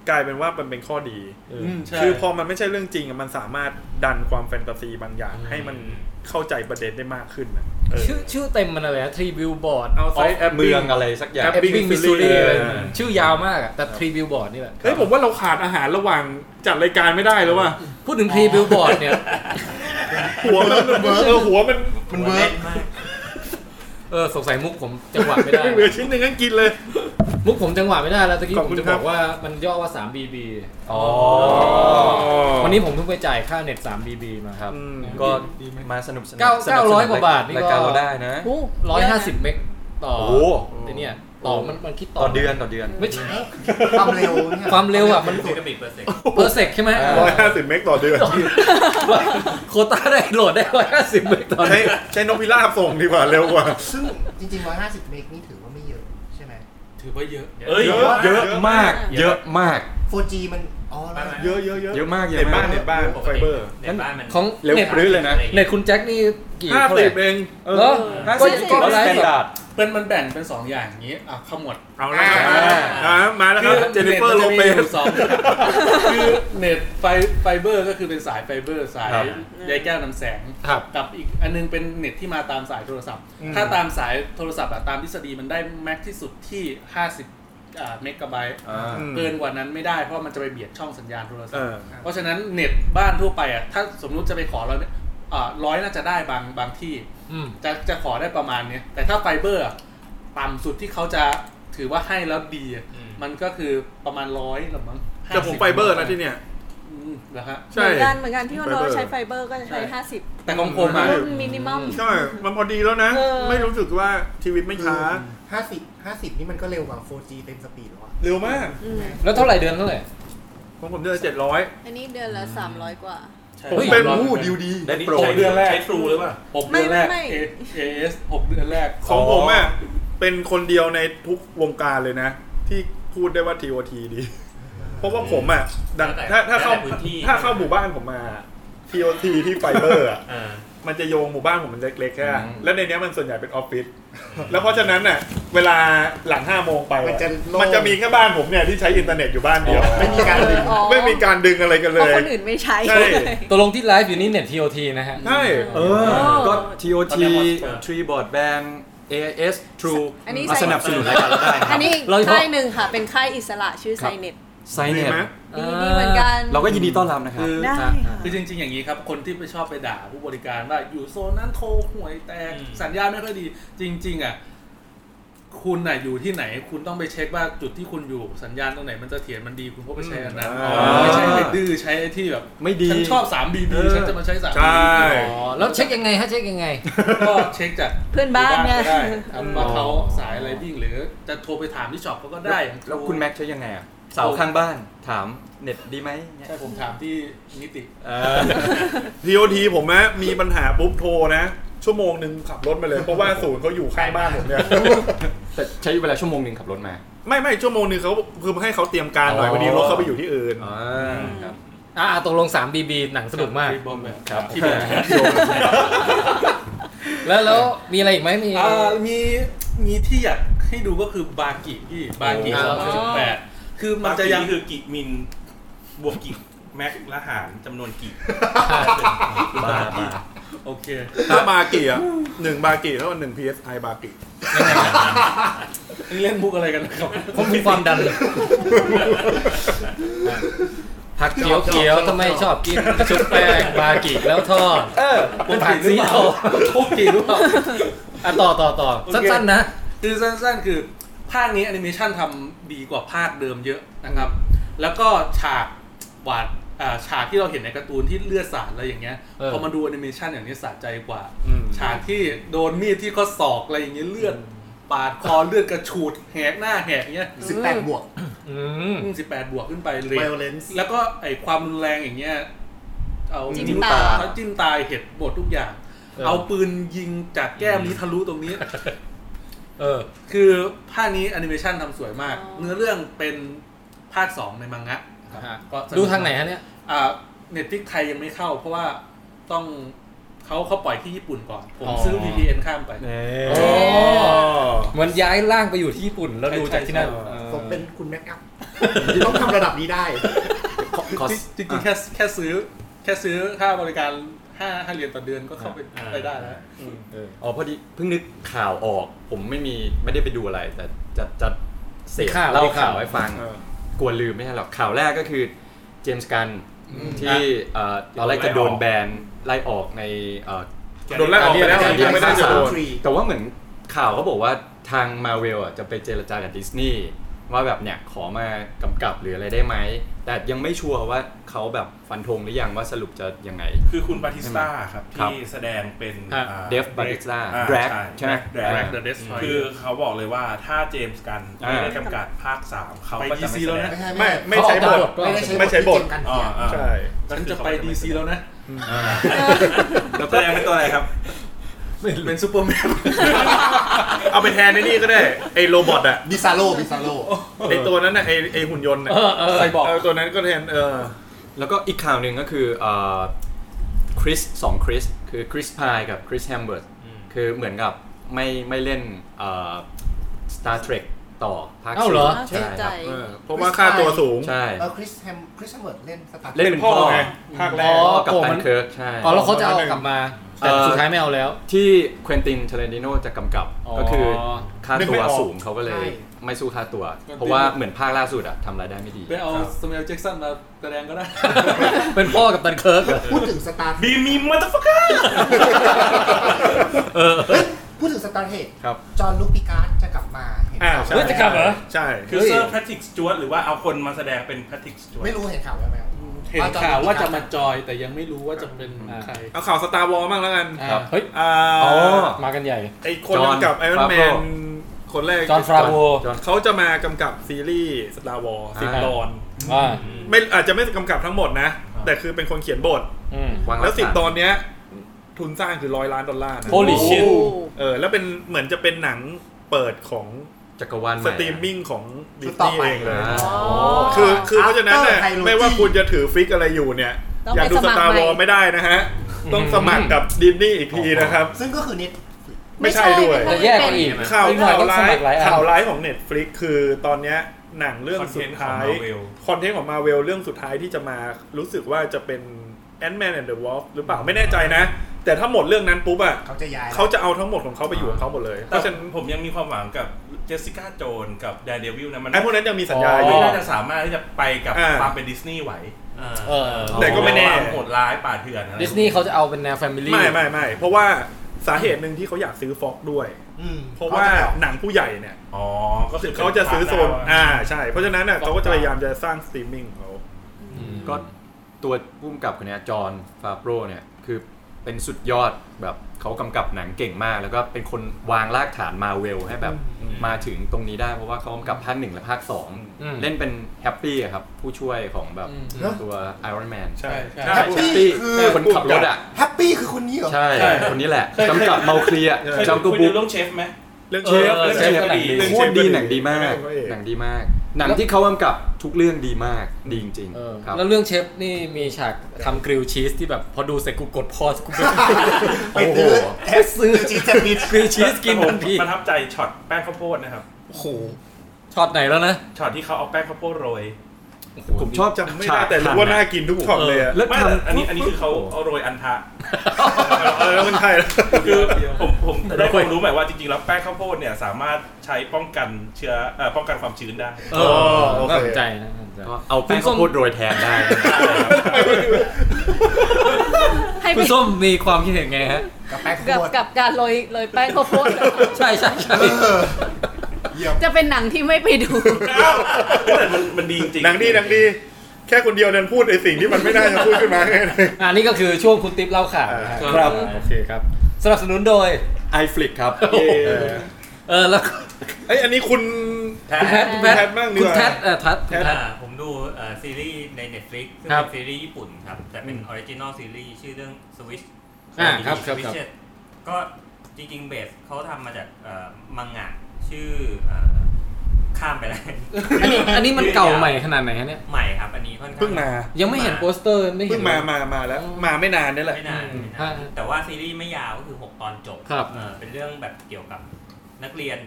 กลายเป็นว่ามันเป็นข้อดี อืมใช่ คือพอมันไม่ใช่เรื่องจริงอ่ะมันสามารถดันความแฟนตาซีบางอย่าง ให้มันเข้าใจประเด็นได้มากขึ้นนะเออ ชื่อชื่อเต็มมันอะไรนะ Three Billboard เอา of ไซส์แอป เมืองอะไรสักอย่าง แอป Ebbing, Ebbing, Missouri Missouri อะไร เออ ชื่อยาวมากอะแต่ Three Billboard นี่แหละ เฮ้ยผมว่าเราขาดอาหารระหว่างจัดรายการไม่ได้แล้วว่ะ พูดถึง Three Billboard เนี่ย หัวมันเออหัวมัน มันเวิร์กมาก เออ สงสัยมุกผมจังหวะไม่ได้ เหลือชิ้นหนึ่งงั้นกินเลย มุกผมจังหวะไม่ได้แล้วตะกี้ ขอบ ผ คุณมจะ ครับ อบ กว่ามันย่อว่า3 BB อ๋อ วันนี้ผมเพิ่งไปจ่ายค่าเน็ต3 BB มาครับ อืม ก็มาสนุกสนาน เก้า สนัสนุน เก้าร้อยกว่าบาทนี่ก็ รายการเราได้นะ โอ้ ร้อยห้าสิบเมกต่อ โอ้โห ไอ้เนี่ยต่อมันมันคิดต่ ต่อเดือนต่อเดือน ไม่ใช่ ความเร็วนี่ย ความเร็วอ่ะมัน กิกะบิตเปอร์เซ็นต์ เพอร์เซกใช่ไหม อ่า ร้อยห้าสิบเมกต่อเดือน โควต้าได้โหลด ได้ร้อยห้าสิบเมกต่อ ใช้ เดือน ใช้นกพิราบส่งดีกว่าเร็วกว่า ซึ่งจริงๆ 150 เมกนี่ถือว่าไม่เยอะใช่ไหม ถือว่าเยอะ เอ้ย เยอะ เยอะมาก เยอะมาก 4G มันอ๋อแล้ว เยอะเยอะเยอะ เยอะมากเยอะ เน็ตบ้าม าน ก เน็ตบ้านไฟเบอร์ ในบ้านมัน ของ เร็ว เน็ต ปรื้อเลยนะ อะไรอย่าง เน็ เงี้ ต ย คุณแจ็คนี่กี่ ห้า เท่าไห สิ ร่ บเอง เหรอ ห้า ก็ สิบ ก็ ก็ ไล สฟ์แตน สด ดาร์ด เป็นมันแบ่งเป็นสองอย่างอย่างนี้อ่ะขมวด เอาละครับ อ่า อ่ามาแล้วครับเจนนิเฟอร์โลเป น็ตมันจะมีอยู่ ส สองคือเน็ตไฟไฟเบอร์ก็คือเป็นสายไฟเบอร์สาย ครับ ใยแก้วนำแสง ครับ กับอีกอันนึงเป็นเน็ตที่มาตามสายโทรศัพท์ อืม ถ้าตามสายโทรศัพท์อะตามทฤษฎีมันได้แม็กที่สุดที่ 50อ่าเมกะไบต์ อ่า เกินกว่านั้นไม่ได้เพราะมันจะไปเบียดช่องสัญญาณโทรศั เอ พท์ อ เพราะฉะนั้นเน็ตบ้านทั่วไปอ่ะถ้าสมมุติจะไปขอเราเนี่ยอ่าร้อยน่าจะได้บางบางที่ อืม จะจะขอได้ประมาณเนี้ยแต่ถ้าไฟเบอร์อะต่ำสุดที่เขาจะถือว่าให้แล้วดีอะ อืม มันก็คือประมาณร้อยหรือมั้ง แต่ผมไฟเบอร์นะที่เนี่ย อืมเหรอฮะ เห ใช่ มือนกันเหมือนกันที่ว่าเราใช้ไฟเบอร์ก็จะใช้ แต่ของผมอะ 50มินิมัม ใช่ มันพอดีแล้วนะ เออ ไม่รู้สึกว่าชีวิตไม่ช้า 50 50 นี่มันก็เร็วกว่า 4G เต็มสปีดแล้วอะ เร็วมาก อืม แล้วเท่าไหร่เดือนเท่าไหร่ ของผมเดือนเจ็ดร้อย อันนี้เดือนละ 300 กว่า ผม เฮ้ย เป็น ร้อย ผู้ เปอร์เซ็นต์ ดิวดี ได้โปร หกเดือนแรก ใช้ทรูหรือเปล่า หกเดือนแรก ไม่ไม่ เอเอสหกเดือนแรก ของผมอ่ะ เป็นคนเดียวในทุกวงการเลยนะ ที่พูดได้ว่า TOT ดี เพราะว่าผมอ่ะดัง แล้วแต่ ถ้าถ้าเข้า แล้วแต่พื้นที่ ถ้าเข้าหมู่บ้านผมมา TOT ที่ไฟเบอร์อ่ะ เออ มันจะโยงหมู่บ้านผมมันเล็กๆแค่ อืม แล้วในเนี้ยมันส่วนใหญ่เป็นออฟฟิศ แล้วเพราะฉะนั้นน่ะ เวลาหลังห้าโมงไปอะ มันจะโล่ง มันจะมีแค่บ้านผมเนี่ยที่ใช้อินเทอร์เน็ตอยู่บ้านเดียว ไม่มีการดึง อ๋อ ไม่มีการดึงอะไรกัน เพ เล ราะ ย คนอื่นไม่ใช้ ใช่ ตกลงที่ไลฟ์อยู่นี่เน็ต TOT นะฮะ ใช่ เออ ก็ TOT ตอนนี้ Hotspur Tree Broadband AIS True อันนี้ มา ไซ สนับสนุนรายการเราได้นะค อั รับ นนี้อีก เราจะ ค่ายหนึ่งค่ะ เป็นค่ายอิสระชื่อไซเน็ต ไซ ดี เน็ต ไหม ดีดีเหมือนกัน เราก็ยินดีต้อนรับนะครับ คือ ได้ค่ะ คือจริง ๆ อย่างนี้ครับ คนที่ไปชอบไปด่าผู้บริการว่าอยู่โซนนั้นโทรห่วยแตก อืม สัญญาณไม่ค่อยดี จริง ๆ อ่ะ คุณน่ะอยู่ที่ไหน คุณต้องไปเช็คว่าจุดที่คุณอยู่สัญญาณตรงไหนมันจะเถียรมันดีคุณก็ไปใช้อันนั้น อ่า ไม่ใช่ไปดื้อใช้ไอ้ที่แบบ ไม่ดี ฉันชอบ3 BB เออ ฉันจะมาใช้3 ใช่ BB อ๋อ แล้วเช็คยังไงฮะเช็คยังไง ก็เช็คจาก เพื่อนบ้าน หมู่ไงก็ได้ครับว่าเขาสายอะไรวิ่งหรือจะโทรไปถามที่ช็อปเขาก็ได้ แล้วคุณแม็กใช้ยังไงอ่ะ เสาข้างบ้านถามเน็ตดีไหมเนี่ย ใช่ผมถามที่นิติ เออ TOT ผมนะมีปัญหาปุ๊บโทรนะ ชั่วโมงหนึ่งขับรถมาเลย เพราะว่าศูนย์เขาอยู่ข้างบ้านผมเนี่ย แต่ใช้เวลาชั่วโมงหนึ่งขับรถ มา ไม่ไม่ชั่วโมงหนึ่งเขาคือให้เขาเตรียมการหน่อย อ๋อ พอดีรถเขาไปอยู่ที่อื่น อ่าครับ อ่าตกลง3 BB หนังสนุกมาก Free Bomb ครับ ที่เดียว แล้วแล้วมีอะไรอีกไหมมี อ่ามีมีที่อยากให้ดูก็คือบากิพี่บากิ อ๋อ สองพันสิบแปดคือมั มัน น จะ จะ ยั ยัง งคือกิกมินบวกกิกแม็กและหารจำนวนกิก บ้าบ้า โอเค ถ้าบากิอ่ะหนึ่งบากิเท่ากับหนึ่ง PSI บากิ นี่เล่นมุกอะไรกันนะครับ ผมมีความดันเลยผักเขียวเขียวๆทำไมชอบกินชุบแป้งบากิแล้วทอด เออ เป็นผักสีทอง ทุกทีหรือเปล่า อ่ะต่อต่อต่อ โอเค สั้นๆนะ คือสั้นๆ คือภาคนี้แอนิเมชันทำดีกว่าภาคเดิมเยอะนะครับ แล้วก็ฉากหวาดอ่าฉากที่เราเห็นในการ์ตูนที่เลือดสาดอะไรอย่างเงี้ย เออ พอมาดูแอนิเมชันอย่างนี้สะใจกว่า ฉากที่โดนมีดที่ข้อศอกอะไรอย่างเงี้ยเลือดปาดคอเลือดกระฉูดแหกหน้าแหกเงี้ย 18 บวก อืม อืม18 บวกขึ้นไปเลย Violence แล้วก็ไอความรุนแรงอย่างเงี้ย เอา จิ้ม นิ้ว ตา เอจิ้มตายเห็ดบดทุกอย่าง เออ เอาปืนยิงจากแก้มนี้ทะลุตรงนี้ เออ คือภาคนี้แอนิเมชันทำสวยมาก เนื้อเรื่องเป็นภาค 2 ในมังงะ ฮะ ก็สก ดูทางไหนฮะเนี่ย อ่าเน็ตฟิกไทยยังไม่เข้า เพราะว่าต้องเขาเขาปล่อยที่ญี่ปุ่นก่อน ผม อ๋อ ซื้อ VPN ข้ามไป โอ้เหมือนย้ายร่างไปอยู่ที่ญี่ปุ่นแล้วดูจากที่นั่น ใช่ใช่ เออ สมเป็นคุณแม็กอัพต้องทำระดับนี้ได้ ขอ จริงจริงๆแค่แค่ซื้อ แค่ซื้อค่าบริการห้าห้าเหรียญต่อเดือนก็เข้าไป อ่า ไปได้แล้ว เอออ๋อพอดีเพิ่งนึกข่าวออก ผมไม่มีไม่ได้ไปดูอะไร แต่จะจะเสพ ข่าว เล่า มีข่า ข่าว วให้ฟัง เออ กลัวลืมไม่ใช่หรอกข่าวแรกก็คือเจมส์กันที่เอ่อตอนแรกจะโดนแบนไล่ออกในเอ่อ โดนไล่ออกไปแล้ว แต่ ยังไม่ได้จะโดน Free แต่ว่าเหมือนข่าวเขาบอกว่าทางมาเวลอ่ะจะไปเจรจากับดิสนีย์ ว่าแบบเนี่ยขอมากำกับหรืออะไรได้ไหม แต่ยังไม่ชัวร์ว่าเขาแบบฟันธงหรือยังว่าสรุปจะยังไง คือคุณบาติสต้าครับ ครับ ที่แสดงเป็น ฮะ อ่า เดฟบาริสตา อ่า แดรก ใช่ ใช่ไหม แดรก The Destroyer คือเขาบอกเลยว่าถ้าเจมส์กัน อ่า ไม่ได้กำกับภาคสามเขา ไป ก็จะ DC ไม่แสดงแล้วนะ ไม่ไม่ เขาอ ใช้ อก บทตามบทก็ ไม่ได้ใช้ ไม่ใช้ บบ ท ท ที่เจมส์กัน อ๋อ เขียน อ่า ใช่ ฉันจะไปดีซีแล้วนะ แล้วก็แสดงเป็นตัวอะไรครับ เป็นซูเปอร์แมน เอาไปแทนในนี่ก็ได้ ไอ้โรบอทอะ บิซาโลบิซาโล ไอ้ตัวนั้นน่ะไอ้ไอ้หุ่นยนต์น่ะ เออเออ ใครบอกเตัวนั้นก็แทนเออ แล้วก็อีกข่าวหนึ่งก็คือเอ่อคริสสองคริสคือคริสพายกับคริสแฮมเบิร์ตคือเหมือนกับไม่ไม่เล่นเอ่อ Star Trek ต่อภาค เอ้าเหรอ สี่ เสียใจใช่ครับ เออเพราะว่าค่าตัวสูง ใช่ เออคริสแฮมคริสแฮมเวิร์ดเล่นสตาร์ท เล่นเป็นพ่อ ไงภาคแรก พ่อกับตันเคิร์กใช่ อ๋อแล้วเขาจะเอากลับมา แต่ เอ่อ สุดท้ายไม่เอาแล้ว ที่เควินตินเทเลนติโนจะกำกับ อ๋อ ก็คือค่า นึก ตั ไม่ ว ออก สูงเขาก็เลย ใช่ ไม่สู้ค่าตัว เพราะว่าเหมือนภาคล่าสุดอะทำรายได้ไม่ดี ไปเอาสมิลแจ็กสันมาแสดงก็ได้ เป็นพ่อกับตันเคิร์กเหรอ พูดถึงสตาร์ บีมีมัตฟักกอร์ เฮ้ยพูดถึงสตาร์เทค ครับ จอห์นลูกปิการ์ดจะกลับมาเห็น อ่า ข่าว ใช่ เฮ้ยจะกลับเหรอ ใช่ คือเซอร์แพทริกสจวตหรือว่าเอาคนมาแสดงเป็นแพทริกสจวต ไม่รู้เห็นข่าวแววๆ เห็นข่าวว่าจะมา จ จอยแต่ยังไม่รู้ว่าจะเป็นใคร เอาข่าวสตาร์วอลบ้างแล้วกัน ครับ เฮ้ย อ่า อ๋อ มากันใหญ่ ไอคนกำกับไอรอนแมนค Favreau นแรก จอห์นฟราโว จอห์น เขาจะมากำกับซีรีส์สตาร์วอลสิบ อ่า ตอน อ่า ไม่อาจจะไม่กำกับทั้งหมดนะ อ่า แต่คือเป็นคนเขียนบท อืม วางห แล้ว ก สิบ ฐาน ตอนเนี้ย ทุนสร้างคือร้อยล้านดอลลาร์นะ Holy shit เออแล้วเป็นเหมือนจะเป็นหนังเปิดของ จักรวาลให ส ม่อะ ตรีมมิ่งของดิ ชุ ส ดต่อ นีย์ ไป เองเลย อ่า คือคือเพราะฉะนั้นเนี่ย After Trilogy ไม่ว่าคุณจะถือฟิกอะไรอยู่เนี่ย ต้อง อยากดู ไป ส สมัคร ตาร์ ใหวม่อลไม่ได้นะฮะ ต้องสมัครกับดิสนีย์อีกทีนะครับ ซึ่งก็คือเน็ต ไม่ใช่ด้วย จะแยกกันอีก ข่าว อีกหน่อข่ายว ต้องส ร้า มั ย ครหลายอัน ข่าวร้ายของ Netflix คือตอนเนี้ยหนังเรื่องสุดท้าย คอนเทนต์คอนเทนต์ของ Marvel ของมาเวลเรื่องสุดท้ายที่จะมารู้สึกว่าจะเป็น Ant-Man and the Wasp หรือเปล่าไม่แน่ใจนะ แต่ถ้าหมดเรื่องนั้นปุ๊บอ่ะ เขาจะย้าย เขาจะเอาทั้งหมดของเขาไปอยู่ของเขาหมดเลย เพ แต่ ราะฉะนั้น ผมยังมีความหวังกับเจสสิก้าโจนกับแดนเดวิลนะมัน ไอ้พวกนั้นยังมีสัญญาอ ไม่ ยู่ น่าจะสามารถที่จะไปกับ อ่า ความเป็นดิสนีย์ไหว เออ แต่ก็ไม่แน่ ความโหดร้ายป่าเถื่อนอะไร ดิสนีย์เขาจะเอาเป็นแนวแฟมิลี่ ไม่ไม่ไม่เพราะว่าสาเหตุหนึ่งที่เขาอยากซื้อฟ็อกด้วย อืม เพราะว่าหนังผู้ใหญ่เนี่ย อ๋อก็คือ เขาจะซื้อโซน อ่า อ่าใช่ เพราะฉะนั้นน่ะเขาก็จะพยายามจะสร้างสตรีมมิ่งของเขา ก็ตัวผู้กำกับคนเนี้ยจอห์นฟาโบรเนี่ยคือเป็นสุดยอดแบบเขากำกับหนังเก่งมาก แล้วก็เป็นคนวางรากฐานมาเวลให้แบบมาถึงตรงนี้ได้เพราะว่าเขากำกับภาคหนึ่งและภาคสอง อืม เล่นเป็นแฮปปี้อะครับ ผู้ช่วยของแบบ อืม ตัวไอรอนแมน ใช่ ใช่ แฮป แฮป ปี้ ปี้ คือ คนขับรถอ่ะ แฮปปี้คือคนนี้เหรอ ใช่ คนนี้แหละกำกับเมาเคลีย เคย จัง คุ กู ยดู บุ๊ก เรื่องเชฟไหม เรื่อง เอ เช อ ฟเรื่องเชฟ เชฟก็หนังดี เรื่อง โค เชฟ ตรดีหนังดีมาก เรื่องเอก หนังดีมาก หนังที่เขากำกับทุกเรื่องดีมากดีจริง เออ ๆครับ แล้วเรื่องเชฟนี่มีฉากทำกริลชีสที่แบบพอดูเสร็จกูกดพอสกูไป ไปซื้อแอปซื้อจีเจมิด กริลชีสกินทันที ประทับใจช็อตแป้งข้าวโพดนะครับ โอ้โหช็อตไหนแล้วนะ ช็อตที่เขาเอาแป้งข้าวโพดโรย ผมชอบ จำไม่ได้แต่รู้ว่าน่ากินทุกช็อตเลยอะ แล้ว ไม่แต่ ทำ อันนี้อันนี้คือเขาเอาโรยอันทะ เออมันใช่แล้ว คือผมผมได้ความรู้ใหม่ว่าจริงๆแล้วแป้งข้าวโพดเนี่ยสามารถใช้ป้องกันเชื้อเอ่อป้องกันความชื้นได้ เอ อ อ โอเค น่าสนใจนะน่าสนใจ ก็เอาแป้งข้าวโพดโรยแทนได้ ให้ไป คุณส้มมีความคิดเห็นไงฮะ กับแป้งโค กับ ตร กับการโรยโรยแป้งข้าวโพด ใช่ใช่ใช่ เยี่ยม จะเป็นหนังที่ไม่ไปดู แต่มันมันดีจริงๆ หนังดีหนังดี แค่คนเดียวเดินพูดไอ้สิ่งที่มันไม่น่าจะพูดขึ้นมาแค่นั้นเอง อันนี้ก็คือช่วงคุณติ๊บเล่าข่าวนะฮะ ครับ โอเคครับสนับสนุนโดย ไอฟลิกครับ เออแล้วก็ ไอยอันนี้คุณ แท้ คุณแทด คุณแพทบ้างดี คุ ก ณ ว่า แทดเออแทัดคุณแทด อ่าผมดูเอ่อซีรีส์ใน Netflix ซึ่ง ครับ เป็นซีรีส์ญี่ปุ่นครับ แต่เป็นออริจินอลซีรีส์ชื่อเรื่อง Switch อ่าครับครับ Switch ก็จริงๆเบสเขาทำมาจากเอ่อมังงะชื่อเอ่อข้ามไปแล้ว อันนี้อันนี้มันเก่าใหม่ขนาดไหนฮะเนี่ย ใหม่ครับ อันนี้ค่อนข้าง เพิ่งมา ยังไม่เห็นโปสเตอร์ไม่เห็ เพิ่ น งมามามาแล้ว มาไม่นานนี่แหละ ไม่นานไม่ ฮะ นานแต่ว่าซีรีส์ไม่ยาวก็คือ 6 ตอนจบ ครับ เอ่อเป็นเรื่องแบบเกี่ยวกับนักเรียน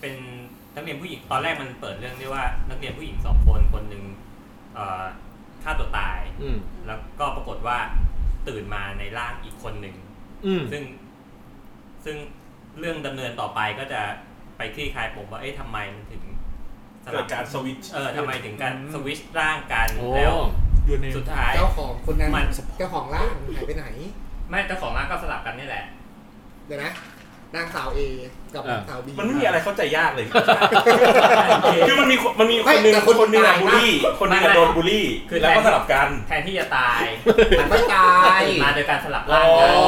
เป็นนักเรียนผู้หญิงตอนแรกมันเปิดเรื่องด้วยว่านักเรียนผู้หญิงสองคนคนหนึ่งเอ่อฆ่าตัวตาย อืม แล้วก็ปรากฏว่าตื่นมาในร่างอีกคนหนึ่ง อืม ซึ่งซึ่งเรื่องดำเนินต่อไปก็จะไปคลี่คลายปมว่าเอ๊ะทำไมมันถึงส เกิ ลั ด บ การสวิตช์ เออทำไมถึงการสวิตชร่างกัน โอ้ แล้ว ยูนิ สุดท้าย เจ้าของคนนั้น มัน เจ้าของร่างหายไปไหน ไม่เจ้าของร่างก็สลับกันนี่แหละ เดี๋ยวนะ นางสาวเอกับ อ่า นางสาวบี มันไม่มีอะไรเข้าใจยากเลย คือมันมีคนมันมี ไม่ คนหนึง แต่คน คนหนึงอะ ตายนะ บูลลี่ คนหนึงอะโดนบูลลี่ คือ แล้วก็ แทน สลับกัน แทนที่จะตาย มันไม่ตาย ตื่นมาโดยการสลับร่างกัน อ๋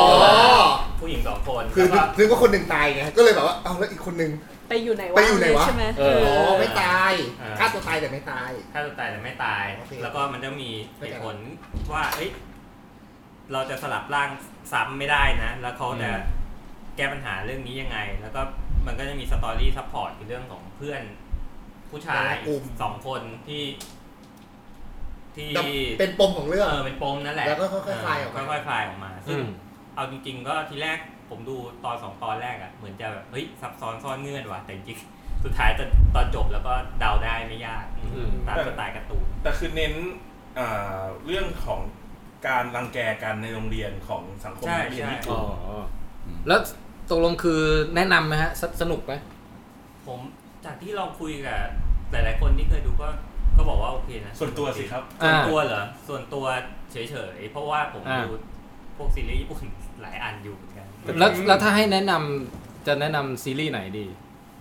อ ผู้หญิงสองคน คือ แล้วก็ นึกว่าคนหนึ่งตายไงก็เลยแบบว่าเอาแล้วอีกคนหนึ่ง ไปอยู่ไหนวะ ไปอยู่ไหนวะ ใช่ไหม เออ อ๋อไม่ตาย อ่า ฆ่าตัวตายแต่ไม่ตาย ฆ่าตัวตายแต่ไม่ตาย โอเค แล้วก็มันจะมี ไม่ เห ตาย ตุผลว่า เอ้ย เราจะสลับร่างซ้ำไม่ได้นะ แล้วเขาจะแก้ปัญหาเรื่องนี้ยังไง แล้วก็มันก็จะมีสตอรี่ซัพพอร์ตคือเรื่องของเพื่อนผู้ชาย กลุ่ม สองคนที่ ที่ แต่เป็นปมของเรื่อง เออเป็นปมนั่นแหละ แล้วก็ค่อยๆคลายออกมา เค่อยๆคลายออกมา ซึ่ง อืม เอาจริง ๆ ก็ทีแรกผมดูตอนสองตอนแรกอะเหมือนจะแบบเฮ้ยซับซ้อนซ่อนเงื่อนว่ะแต่จริงๆสุดท้ายตอนตอนจบแล้วก็เดาได้ไม่ยากอืมตามสไตล์การ์ตูน แต่คือเน้นอ่าเรื่องของการรังแกกันในโรงเรียนของสังคม ใช่ นักเรียน ใช่ ญี่ปุ่น อ๋อแล้วตกลงคือแนะนำไหมฮะสสนุกไหม ผมจากที่เราคุยกับหลาย ๆ คนที่เคยดูก็ก็บอกว่าโอเคนะ ส่วนตัวสิครับ ส่วน อ่า ตัวเหรอส่วนตัวเฉย ๆ เพราะว่าผม อ่า ดูพวกซีรีส์ญี่ปุ่นหลายอันอยู่เหมือนกัน แล้วแล้วถ้าให้แนะนำจะแนะนำซีรีส์ไหนดี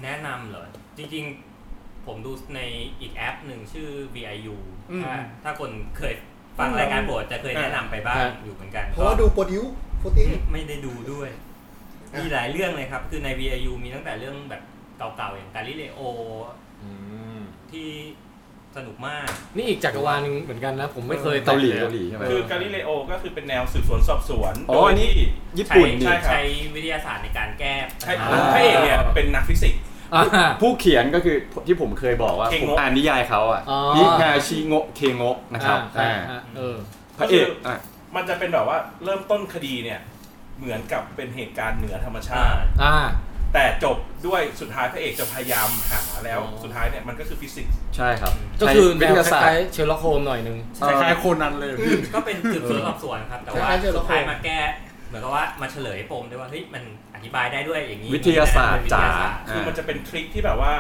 แนะนำเหรอ จริง ๆ ผมดูในอีกแอปหนึ่งชื่อ VIU ถ้าถ้าคนเคยฟังรายการโปรดจะเคยแนะนำไปบ้าง อ่า อยู่เหมือนกัน เพราะว่า ก็ ดูโปรดิวโปรดิว ไม่ได้ดูด้วย อ่ะ มีหลายเรื่องเลยครับ คือใน VIU มีตั้งแต่เรื่องแบบเก่า ๆ อย่างกาลิเลโอที่สนุกมาก นี่อีกจักรวาลหนึงเหมือนกันนะ ผมไม่เคย เกาหลี แตะยอะ เกาหลีใช่ไหม คือกาลิเลโอก็คือเป็นแนวสืบสวนสอบสวน อ๋อ โดย อันนี้ ที่ ญี่ ใช้ ปุ่นนี่ ใช่ครับ ใช้วิทยาศาสตร์ในการแก้ปัญหาให้พระเอกเนี่ยเป็นนักฟิสิกส์ อ่า ผู้เขียนก็คือที่ผมเคยบอกว่า เค ผม งะ อ่านนิยายเขาอ่ะ อ๋อ นิงาชิโงะเคงะนะครับ อ่า อ่า อ่าเออ พระเอกอ่ะ มันจะเป็นแบบว่าเริ่มต้นคดีเนี่ยเหมือนกับเป็นเหตุการณ์เหนือธรรมชา อ่า ติ อ่า แต่จบด้วยสุดท้ายพระเอกจะพยายามหาแล้ว อ๋อ สุดท้ายเนี่ยมันก็คือฟิสิกส์ ใช่ครับ ก็คือ ใช้ แนวควิทยาศาสต ล้าย ร์ ๆเชอร์ล็อกโฮมหน่อยนึง คล้ายๆโคนนั้นเลย ก็เป็นสืบสวนสอบสวนครับ แต่ว่า ใช่ใช่ สุดท้าย เราคง มาแก้ เหมือนกับว่ามาเฉลยปมด้วยว่าเฮ้ยมันอธิบายได้ด้วยอย่างนี้ วิทยาศาสตร์ วิทยศจ๋าสตร์ คือมันจะเป็นทริคที่แบบว่า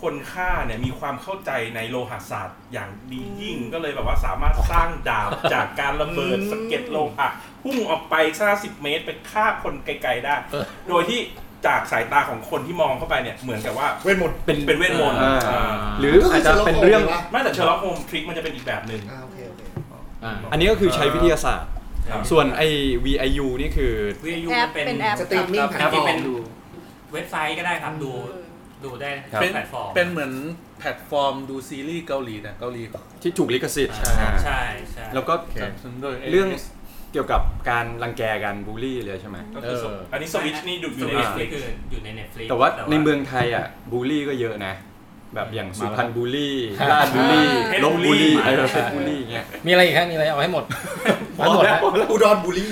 คนฆ่าเนี่ยมีความเข้าใจในโลหะศาสตร์อย่างดียิ่งก็เลยแบบว่าสามารถสร้างดาบ จากการระเบิดสะเก็ดโลหะพุ่งออกไปชาสิบเมตรไปฆ่าคนไกลๆได้ เออ โดยที่จากสายตาของคนที่มองเข้าไปเนี่ยเหมือนกับว่า เวทมนต์ เป็น เป็นเวทมนต์ อ่า อ่า หรืออาจจะเป็นเรื่อง ไม่แต่เชอร์ล็อกโฮมทริคมันจะเป็นอีกแบบหนึ่ง อ่าโอเคโอเค อ่า อันนี้ก็คือใช้วิทยาศาสตร์ ครับ ส่วนไอ้ VIU นี่คือ วิทยุ แอมัปนเป็น เป็นแอป สตรีมมิ่ง ค แพ รับ ลตฟอร์ม จริงๆเป็นเว็บไซต์ก็ได้ครับดูดูได้ ครับ เป็นแพลตฟอร์ม เป็นเหมือนแพลตฟอร์มดูซีรีส์เกาหลีนะเกาหลี ที่ถูกลิขสิทธิ์อ่า ใช่ใช่ แล้วก็ จัดสนโดย เรื่องเกี่ยวกับการรังแกกันบูลลี่เลยใช่ไหม ก็คือ เออ อันนี้สวิตชนี่ดูอยู่ใน เน็ตฟ Netflix ลิกคืออยู่ในเน็ตฟลิก แต่ว่าในเมืองไทยอ่ะบูลลี่ก็เยอะนะ แบบอย่างสุพรรณบุรีราชบุรี เพชร ลบ บุรี บุรีเออเพชรบุรีอย่างเงี้ย มีอะไรอีกฮะมีอะไรเอาให้หมด พอแล้ว อุดรบุรี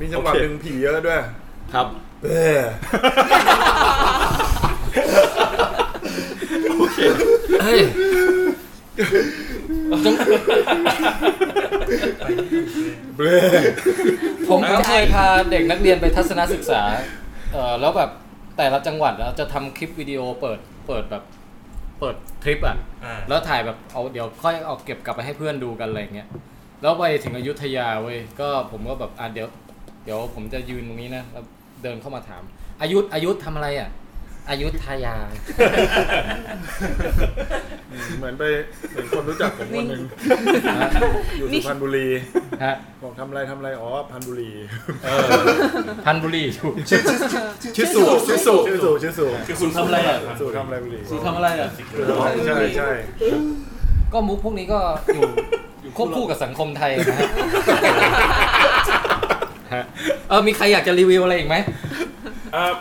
มีจังหวะหนึ่งผีเยอะ ด้วย ครับ เออ เฮ้ย เบ้อ ผมผมเคยพาเด็กนักเรียนไปทัศนศึกษา เออแล้วแบบแต่ละจังหวัดเราจะทำคลิปวิดีโอเปิดเปิดแบบ เปิดทริปอ่ะ อ่า แล้วถ่ายแบบเอาเดี๋ยวค่อยเอาเก็บกลับไปให้เพื่อนดูกันอะไรอย่างเงี้ย แล้วไปถึงอยุธยาเว้ยก็ผมก็แบบอ่ะเดี๋ยว เดี๋ยวผมจะยืนตรงนี้นะแล้วเดินเข้ามาถาม อายุธอายุธทำอะไรอ่ะ อายุทยา เหมือนไปเหมือนคนรู้จักผมคนหนึ่งอยู่สุพรรณบุรี ฮะ บอกทำอะไรทำอะไรอ๋อพันบุรี พันบุรีอยู่ ชื่อสุชื่อสุ ชื่อสูชื่อสู คือคุณทำอะไรอ่ะ สูทำอะไรบุรี สูทำอะไรอ่ะ ใช่ใช่ ก็มุกพวกนี้ก็ อยู่ควบคู่กับสังคมไทยนะฮะ ฮะเออมีใครอยากจะรีวิวอะไรอีกไหม เอ่อ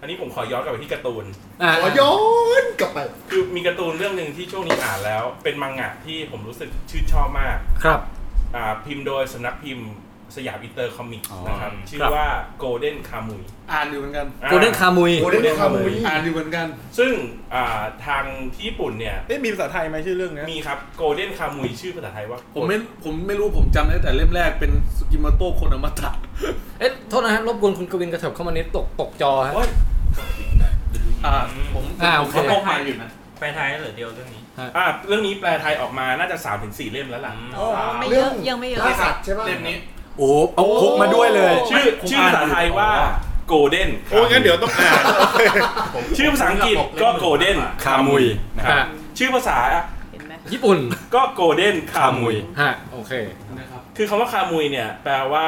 อันนี้ผมขอย้อนกลับไปที่การ์ตูน อ่ะ ขอย้อนกลับไป คือมีการ์ตูนเรื่องหนึ่งที่ช่วงนี้อ่านแล้ว เป็นมังงะที่ผมรู้สึกชื่นชอบมาก ครับ อ่าพิมพ์โดยสำนักพิมพ์สยามอินเตอร์คอมิก อ๋อ นะครับ ชื่อ ครับ ว่า Golden Kamuy อ่านอยู่เหมือนกัน อ่า โกลเด้นคามุย โกลเด้นคามุย อ่านอยู่เหมือนกัน ซึ่งอ่าทางที่ญี่ปุ่นเนี่ย เอ๊ะมีภาษาไทยไหมชื่อเรื่องเนี้ย มีครับ Golden Kamuy ชื่อภาษาไทยว่า ผมไม่ผมไม่รู้ผมจำได้แต่เล่มแรกเป็นสุกิมโตะโคนามาตะ เอ๊ะโทษนะฮะรบกวนคุณกวินกระเถิบเข้ามานิดตกตกจอฮะ โอ้ย อ่า ผม อ่า ผ โอ ม เค เขาพกมาอยู่นะ แปลไทยเหลือเดียวเรื่องนี้ อ่าเรื่องนี้แปลไทยออกมาน่าจะ 3-4 เล่มแล้วล่ะ อืม อ๋อไม่เย เรื่อ อะ ง ยังไม่เยอะ ล่าสัตว์ใช่ป่ะ เล่มนี้ โอ้เอาพกมาด้วยเลย ชื่อ ผม ชื่อ อ่า ภาน ษาไทยว่า โกลเด้น โอ้ยงั้นเดี๋ยวต้องอ่าน ชื่อภาษาอังกฤษก็โกลเด้น คามุยนะค ฮะ รับ ชื่อภาษา เห็นไหม ญี่ปุ่น ก็โกลเด้นคา คา มุ มุ ย ย ฮะโอเค คือคำว่าคามุยเนี่ย แปลว่า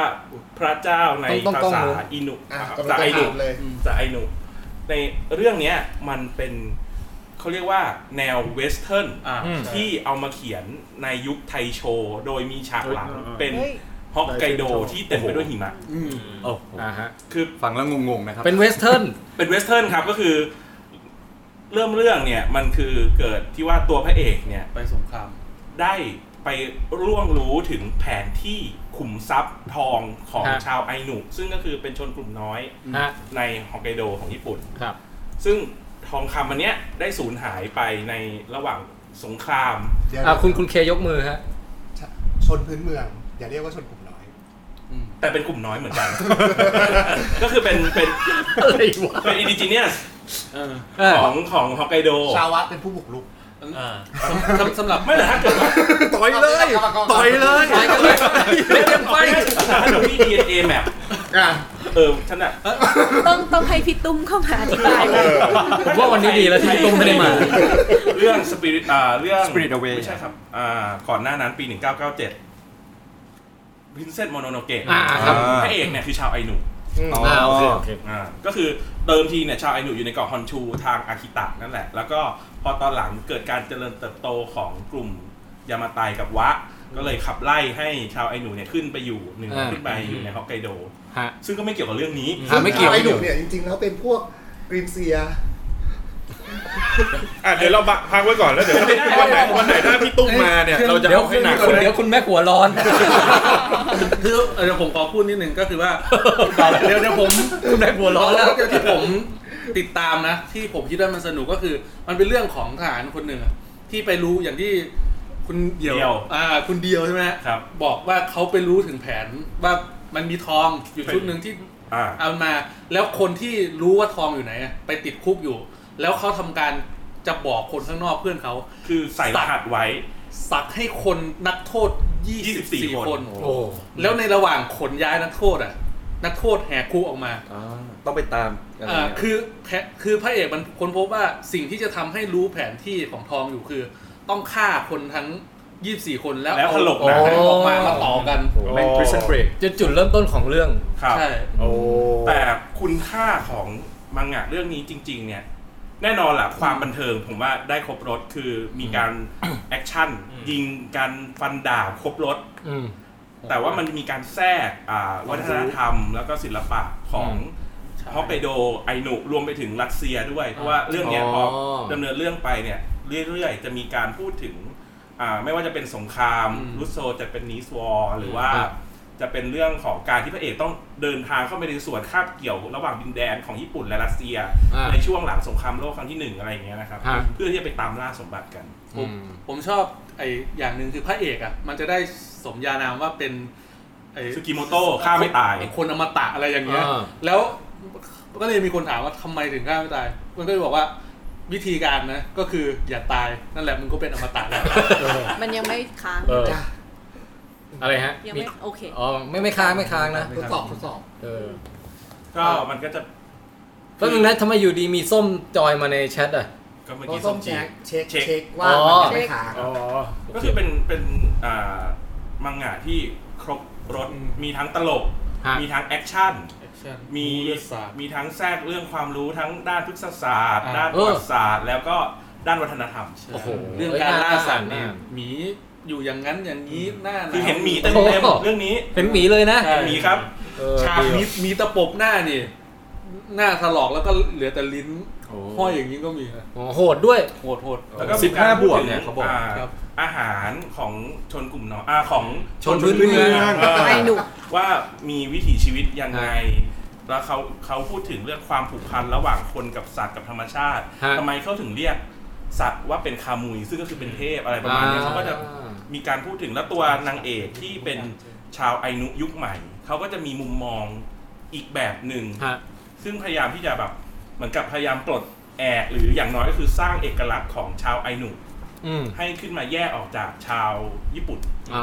พระเจ้าใน ต้อง ภา ต้อง ษา ต้องรู้ อินุ อ่ะ ภาก ำษางลัจะ ไอนุ ถามเลย ภาษาไอนุในเรื่องเนี้ยมันเป็นเขาเรียกว่าแนวเวสเทิร์น อ่า อืม ที่เอามาเขียนในยุคไทโช โดยมีฉากหลัง เฮ้ย เป็น เฮ้ย ฮอกไกโดที่เต็มไปด้วยหิมะ อืม โอ้โห อ่าฮะ คือ ฟังแล้วงงๆนะครับ เป็นเวสเทิร์น เป็นเวสเทิร์นครับก็คือเริ่มเรื่องเนี่ยมันคือเกิดที่ว่าตัวพระเอกเนี่ย ไปสงคราม ได้ไปร่วงรู้ถึงแผนที่ขุมทรัพย์ทองของ ฮะ ชาวไอนุซึ่งก็คือเป็นชนกลุ่มน้อย ฮะ ในฮอกไกโดของญี่ปุ่น ครับ ซึ่งทองคำอันเนี้ยได้สูญหายไปในระหว่างสงคราม เดี๋ยว อ่าคุณคุณเคยกมือฮะ ชนพื้นเมือง อย่าเรียกว่าชนกลุ่มน้อย แต่เป็นกลุ่มน้อยเหมือนกัน ก็คือเป็นเป็น อะไรวะ เป็นอินดิจิเนียส เออ เออ ของของฮอกไกโด ชาวะเป็นผู้บุกรุก เออ สำสำหรับ ไม่เหรอถ้าเกิดว่า ต่อยเลย ต่อยเลย ไปกันเลยเล่นกันไป ถ้าเกิดพี่ DNA map อ่ะ เออฉันอะ ต้องต้องให้พี่ตุ้มเข้ามาอธิบายเลย ผมว่าวันนี้ดีแล้วที่พี่ตุ้มไม่ได้มา เรื่องสปิริตอ่าเรื่อง Spirit Away ไม่ใช่ครับอ่าก่อนหน้านั้นปี 1997 Princess Mononoke อ่าครับ พระเอกเนี่ยคือชาวไอนุ อ๋อ โอเคโอ อ เค อ่าก็คือเดิมทีเนี่ยชาวไอนุอยู่ในเกาะฮอนชูทางอาคิตะนั่นแหละ แล้วก็พอตอนหลังเกิดการเจริญเติบโตของกลุ่มยามาไตกับวะ ก็เลยขับไล่ให้ชาวไอนุเนี่ยขึ้นไปอยู่เหนึ่ง อ่า ขึ้นไปอยู่ในฮอกไกโด ฮะ ซึ่งก็ไม่เกี่ยวกับเรื่องนี้ อ่ะไม่เกี่ยว ไอ้หนุ่มเนี่ยจริงๆแล้วเป็นพวกกรีนเซีย อ่ะเดี๋ยวเราพักไว้ก่อนแล้วเดี๋ยววันไหนวันไหนถ้าพี่ตุ้มมาเนี่ย เราจะ เดี๋ยว เอาให้หนัก คุณ เลย เดี๋ยวคุณแม่หัวร้อน คือเออเดี๋ยวผมขอพูดนิดนึงก็คือว่า เดี๋ยวเดี๋ยวผม คุณแม่หัวร้อนแล้ว ที่ผมติดตามนะ ที่ผมคิดว่ามันสนุกก็คือ มันเป็นเรื่องของทหารคนหนึ่งอะที่ไปรู้อย่างที่คุณเดียว เดี่ยว อ่าคุณเดียวใช่ไหมฮะ ครับ บอกว่าเขาไปรู้ถึงแผนว่ามันมีทองอยู่ชุดหนึ่งที่ อ่า เอามา แล้วคนที่รู้ว่าทองอยู่ไหนอะไปติดคุกอยู่ แล้วเขาทำการจะบอกคนข้างนอกเพื่อนเขา คือใส่รหัสไว้ สักให้คนนักโทษ 24ค24คน น โอ้ แล้วในระหว่างขนย้ายนักโทษอ่ะ นักโทษแหกคุกออกมา อ๋อต้องไปตามอะไร อ่า เนี่ย คือแค่คือพระเอกมันค้นพบว่าสิ่งที่จะทำให้รู้แผนที่ของทองอยู่คือ ต้องฆ่าคนทั้ง 24 คนแล้ว แล้วถลกหนัง เอ ให้ ออกมามาต่อกัน แม่ง prison break จุดจุดเริ่มต้นของเรื่อง ครับ ใช่ โอ้ แต่คุณค่าของมังงะเรื่องนี้จริง ๆ เนี่ย แน่นอนล่ะความบันเทิงผมว่าได้ครบรถคือมีการ แอคชั่น อืม ยิงการฟันดาบครบรถ อืม แต่ว่ามันมีการแทรกอ่าวัฒนธรรมแล้วก็ศิลปะของฮอกไกโดไอนุรวมไปถึงรัสเซียด้วย เพราะว่าเรื่องเนี้ยพอ อ๋อ ดำเนินเรื่องไปเนี่ย เรื่อย ๆ จะมีการพูดถึงอ่าไม่ว่าจะเป็นสงคราม อืม รุสโซจะเป็นนิสวอร์หรือว่า จะเป็นเรื่องของการที่พระเอกต้องเดินทางเข้าไปในส่วนคาบเกี่ยวระหว่างดินแดนของญี่ปุ่นและรัสเซีย อ่า ในช่วงหลังสงครามโลกครั้งที่หนึ่งอะไรอย่างเงี้ยนะครับ ฮะ เพื่อที่จะไปตามล่าสมบัติกัน ผม ผมชอบไออย่างหนึ่งคือพระเอกอ่ะ มันจะได้สมญานามว่าเป็นไอ ซึกิโมโต้ฆ่าไม่ตาย ไอ้คนอมตะอะไรอย่างเงี้ย อ่า แล้วก็เลยมีคนถามว่าทำไมถึงฆ่าไม่ตาย มันก็เลยบอกว่าวิธีการนะ ก็คืออย่าตายนั่นแหละมึงก็เป็นอมตะแล้ว มันยังไม่ค้าง เออ อะไรฮะ ยัง มี ไม่โอเค อ๋อไม่ไม่ค้างไม่ค้างนะ ทดสอบทดสอบ เออ ก็มันก็จะ แล้วนึงนะทำไมอยู่ดีมีส้มจอยมาในแชทอ่ะ ก็เมื่อ ก็ กี้ ต้ ส้ อง มจี เช็คเช็ค เช็ค เช็คว่า อ๋อ มันจะไม่ขาด อ๋อ ก็คือเป็นเป็นอ่ามังงะที่ครบรถมีทั้งตลก ฮะ มีทั้งแอคชั่น Action มี เลือดสาด มีทั้งแทรกเรื่องความรู้ทั้งด้านพฤกษศาสตร์ อ่า ด้านประวัติศาสตร์แล้วก็ด้านวัฒนธรรม โอ้โห เรื่องการล่าสัตว์เนี่ย อ่า หมีอยู่อย่างนั้นอย่างนี้หน้าาว คือเห็นหมีเต็ โอ้ ม โห ๆเรื่องนี้ เป็นหมีเลยนะ ใช่ หมีครับ เออ ฉากมีมีตะปบหน้านี่ หน้าถลอกแล้วก็เหลือแต่ลิ้นห้อยอย่างนี้ก็มี โอ้โหดด้วย โหดโหด แล้วก็ สิบห้าบวกเนี่ย มีรพูดถึง เขาบอก ครับ อาหารของชนกลุ่มน้อยอาของ ชนพื้นเมือง เออ ไอหนุ่ม ว่ามีวิถีชีวิตยังไง แล้วเขาเขาพูดถึงเรื่องความผูกพันระหว่างคนกับสัตว์กับธรรมชาติ ฮะ ทำไมเขาถึงเรียกสัตว์ว่าเป็นคามุย ซึ่งก็คือเป็นเทพอะไรประมาณเนี้ยเขาก็จะมีการพูดถึงแล้วตัวนางเอกที่เป็นชาวไอนุยุคใหม่ เขาก็จะมีมุมมองอีกแบบหนึ่ง ฮะ ซึ่งพยายามที่จะแบบเหมือนกับพยายามปลดแอกหรืออย่างน้อยก็คือสร้างเอกลักษณ์ของชาวไอนุ อืม ให้ขึ้นมาแยกออกจากชาวญี่ปุ่น อ่า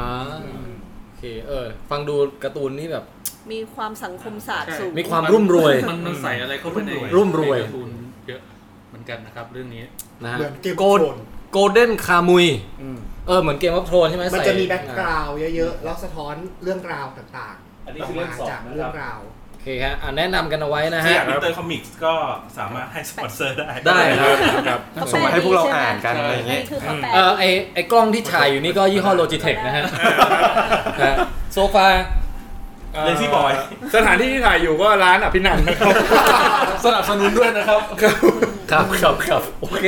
โอเคเออ ฟังดูการ์ตูนนี่แบบ มีความสังคมศาสตร์สูง มีความรุ่มรวย มันมันใส่อะไรเข้าไปใน รุ่มรวย ในการ์ตูนเยอะเหมือนกันนะครับ เรื่องนี้ นะฮะ เหมือนเกม โกล โกน โกลเด้นคามุย อืม เออเหมือนเกมวัฟโทนใช่ไหม มัน ใส่ จะมีแบ็กกราวด์เยอะๆ แล้วสะท้อนเรื่องราวต่างๆ อันนี้คือเรื่องสอง จาก นะครับ เรื่องราว โอเคฮะอ่ะแนะนำกันเอาไว้นะ ถ้า ฮะ อยากมิเตอร์คอมิกส์ก็สามารถให้สปอนเซอร์ได้ ได้ครับ ส่งมาให้พวกเราอ่านกัน ใช่ อะไรอย่างเงี้ย คือเขาแปล เออไอไอกล้องที่ถ่ายอยู่นี่ก็ยี่ห้อโลจิเทคนะฮะฮะโซฟา Lazy Boy สถานที่ที่ถ่ายอยู่ก็ร้านอภินันท์ นะครับ สนับสนุนด้วยนะครับ ครับครับครับโอเค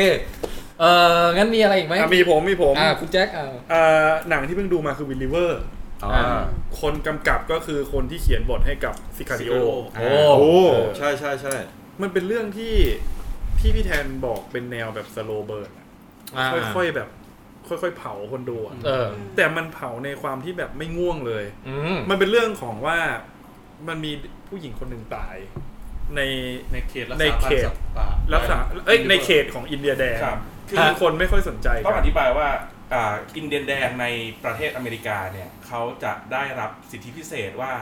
เอองั้นมีอะไรอีกไหม อ่ะมีผมมีผม อ่าคุณแจ็คอ่า เอ่อหนังที่เพิ่งดูมาคือวิลลิเวอร์ อ่า คนกำกับก็คือคนที่เขียนบทให้กับซิคาริโอ Sicario โอ้ โอ้ ใช่ใช่ใช่ มันเป็นเรื่องที่ที่พี่แทนบอกเป็นแนวแบบสโลเบิร์น อ่า ค่อยๆแบบ ค่อยๆเผาคนดูอะ เออ แต่มันเผาในความที่แบบไม่ง่วงเลย อืม มันเป็นเรื่องของว่ามันมีผู้หญิงคนหนึ่งตาย ใน ในเขตรัก ใน ษาพัน เขต ธุ์สัตว์ป่า รั รั กษาเอ้ยในเขตของอินเดียแดง ครับ คือคนไม่ค่อยสนใจ ต้กัอง น อธิบายว่าอ่าอินเดียนแดงในประเทศอเมริกาเนี่ยเขาจะได้รับสิทธิพิเศษว่า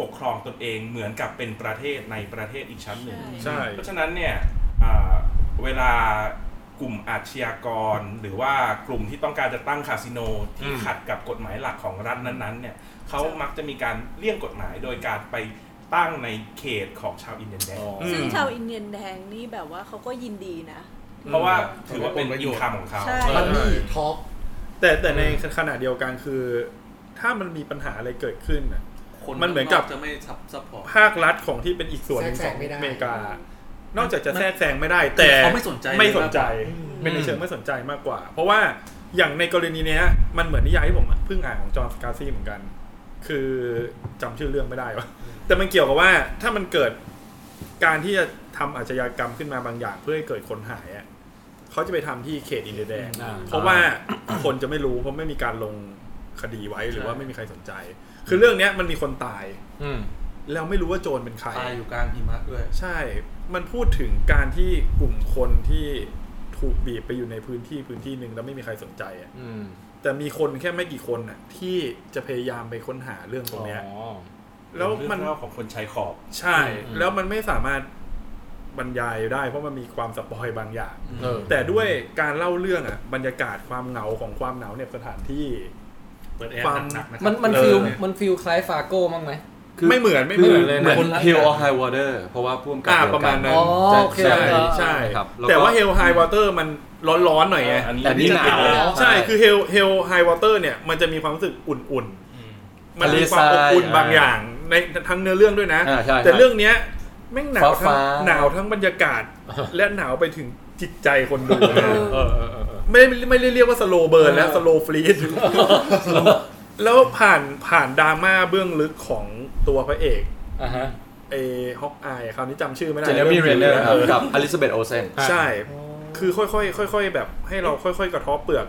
ปกครองตนเองเหมือนกับเป็นประเทศในประเทศอีกชั้นหนึ่ง ใช่ เพราะฉะนั้นเนี่ยอ่าเวลากลุ่มอาชญากร หรือว่ากลุ่มที่ต้องการจะตั้งคาสิโนที่ อืม ขัดกับกฎหมายหลักของรัฐนั้นๆเนี่ยเขามักจะมีการเลี่ยงกฎหมายโดยการไปตั้งในเขตของชาวอินเดียนแดง อืม ซึ่งชาวอินเดียนแดงนี่แบบว่าเขาก็ยินดีนะ เพราะว่าถือว่าเป็นอินคัมของเขา ใช่ มันมีท็อป แต่แต่ในขณะเดียวกันคือ ถ้ามันมีปัญหาอะไรเกิดขึ้นน่ะ คน มันเหมือนกับ จะไม่ซับซัพพอร์ต ภาครัฐของที่เป็นอีกส่วนหนึ่ง แทร ข ก อง แซงไม่ได้ อเมริกา นอกจากจะแทรกแซงไม่ได้ แต่ เขาไม่สนใจ ไม่สนใจ ไม่ เป็น สนใจ ในเชิงไม่สนใจมากกว่า เพราะว่าอย่างในกรณีเนี้ย มันเหมือนนิยายที่ผมเพิ่งอ่านของจอห์นสกาซี่เหมือนกัน คือจำชื่อเรื่องไม่ได้วะแต่มันเกี่ยวกับว่าถ้ามันเกิดการที่จะทำอาชญากรรมขึ้นมาบางอย่าง เพื่อให้เกิดคนหายอะเขาจะไปทำที่เขตอินเดียแดง อ่า เพราะว่าคนจะไม่รู้เพราะไม่มีการลงคดีไว้หรือว่าไม่มีใครสนใจ คือเรื่องเนี้ยมันมีคนตาย อืม แล้วไม่รู้ว่าโจรเป็นใคร ตายอยู่กลางหิมะด้วย ใช่ มันพูดถึงการที่กลุ่มคนที่ถูกบีบไปอยู่ในพื้นที่พื้นที่หนึ่งแล้วไม่มีใครสนใจอ่ะ อืม แต่มีคนแค่ไม่กี่คนอ่ะที่จะพยายามไปค้นหาเรื่องตรงเนี้ย อ๋อ แล้ว เรื่อง มัน เล่าของคนชายขอบ ใช่ อืม แล้วมันไม่สามารถบรรยายได้ เพราะมันมีความสปอยบางอย่าง เออ แต่ด้วยการเล่าเรื่องอ่ะบรรยากาศความเหงาของความหนาวเหน็บสถานที่ เปิดแอร์หนักๆนะครับ มันมัน เออ ฟิลมันฟิลคล้ายฟาโก้มั้งไหม คือ ไม่เหมือนไม่เห คื มื อ อน เลยะ เหมือน Hill or High Water เพราะว่าพ่วงกับ อ่าปเดียวกันระมาณนั้น อ๋อ ใช่ โอเคใช่ใช่ใช่ ใช่ ครับแล้วก็ แต่ว่าเฮลไฮวอเตอร์มันร้อนๆหน่อยไง แต่นี่หนาว ใช่ คือเฮลเฮลไฮวอเตอร์เนี่ย มันจะมีความรู้สึกอุ่นๆ มันมีความ ทะ อบเลทราย อุ่นบางอย่าง ในทั้งเนื้อเรื่องด้วยนะ อ่าใช่ แต่ ใช่ เรื่องเนี้ยแม่งหนาวทั้ง ฟ้าๆ หนาวทั้งบรรยา กาศ และหนาวไปถึงจิตใจคนดูนะ เออเออเออเออ ไม่ได้ไม่ได้เรียกว่าสโลเบิร์นแล้ว เออ สโลฟรีด แล้วผ่านผ่านดราม่าเบื้องลึกของตัวพระเอก อ่ะฮะ เอฮอกอายคราวนี้จำชื่อไม่ได้ เจเนมี่เรนเนอร์ ออ กับอลิซาเบธโอเซน ใช่ คือค่อยๆ ค่อย ๆ แบบให้เราค่อย ๆ กระเทบเปลือก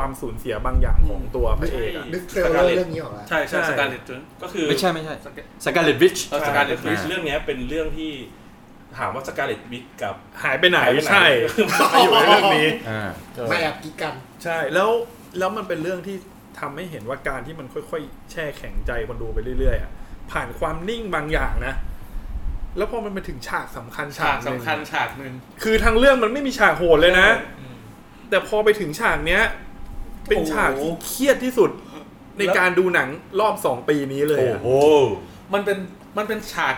ความสูญเสียบางอย่างของตัวพระเอกอะ นึกเทรลเลอร์เรื่องนี้ออกแล้ว ใช่ใช่ ใช่ สการ์เล็ตจน ก็คือ ไม่ใช่ไม่ใช่สกาเลตวิช สการ์เล็ตวิช อ่า เรื่องเนี้ยเป็นเรื่องที่ถามว่าสการ์เล็ตวิชกับ หายไปไหน ายไป ใช่ อยู่ในเรื่องนี้ อ่า ไม่แอบกิ๊กกัน ใช่ แล้ว แล้วมันเป็นเรื่องที่ทำให้เห็นว่าการที่มันค่อย ๆ แช่แข็งใจคนดูไปเรื่อยๆอะผ่านความนิ่งบางอย่างนะ แล้วพอมันไปถึงฉากสำคัญฉา ฉาก ก หนึ่ง สำคัญฉากหนึ่ง คือทางเรื่องมันไม่มีฉากโหดเลยนะ แต่พอไปถึงฉากเนี้ย เป็นฉากที่เครียดที่สุดในการดูหนังรอบสองปีนี้เลยอะ มันเป็นมันเป็นฉาก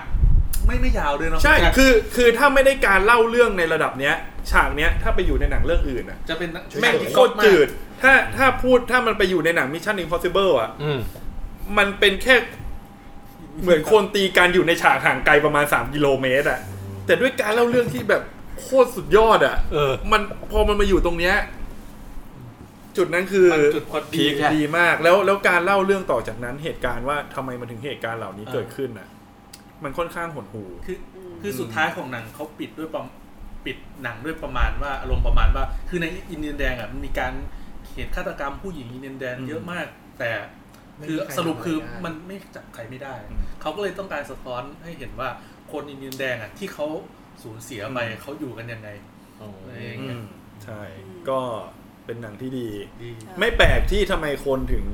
ไม่ไม่ยาวด้วยเนาะ ใช่ ฉาก คือ คือถ้าไม่ได้การเล่าเรื่องในระดับเนี้ย ฉากเนี้ย ถ้าไปอยู่ในหนังเรื่องอื่นอ่ะ จะเป็น แม่ง ฉากที่ โคตรจืด ถ้า ถ้าพูด ถ้ามันไปอยู่ในหนัง Mission Impossible อ่ะ อืม มันเป็นแค่ เหมือนคนตีกันอยู่ในฉากห่างไกลประมาณ 3 กิโลเมตรอ่ะ แต่ด้วยการเล่าเรื่องที่แบบโคตรสุดยอดอ่ะ เออ มัน พอมันมาอยู่ตรงเนี้ย จุดนั้นคือ มันจุดพอ พี ดี คอะ ดีมาก แล้ว แล้วการเล่าเรื่องต่อจากนั้น เหตุการณ์ว่าทำไมมันถึงเหตุการณ์เหล่านี้เกิดขึ้นอ่ะ มันค่อนข้างหดหู คือคือสุดท้ายของหนังเขาปิดด้วยประมปิดหนังด้วยประมาณว่าอารมณ์ประมาณว่า คือในอินเดียนแดงอ่ะมันมีการเหตุฆาตกรรมผู้หญิงอินเดียนแดงเยอะมาก แต่คือสรุปคือมันไม่จับใครไม่ได้ เขาก็เลยต้องการสะท้อนให้เห็นว่าคนอินเดียนแดงอ่ะที่เขาสูญเสียไปเขาอยู่กันยังไงอะไรอย่างเงี้ย ใช่ ก็เป็นหนังที่ดี ดี ไม่แปลกที่ทำไมคนถึง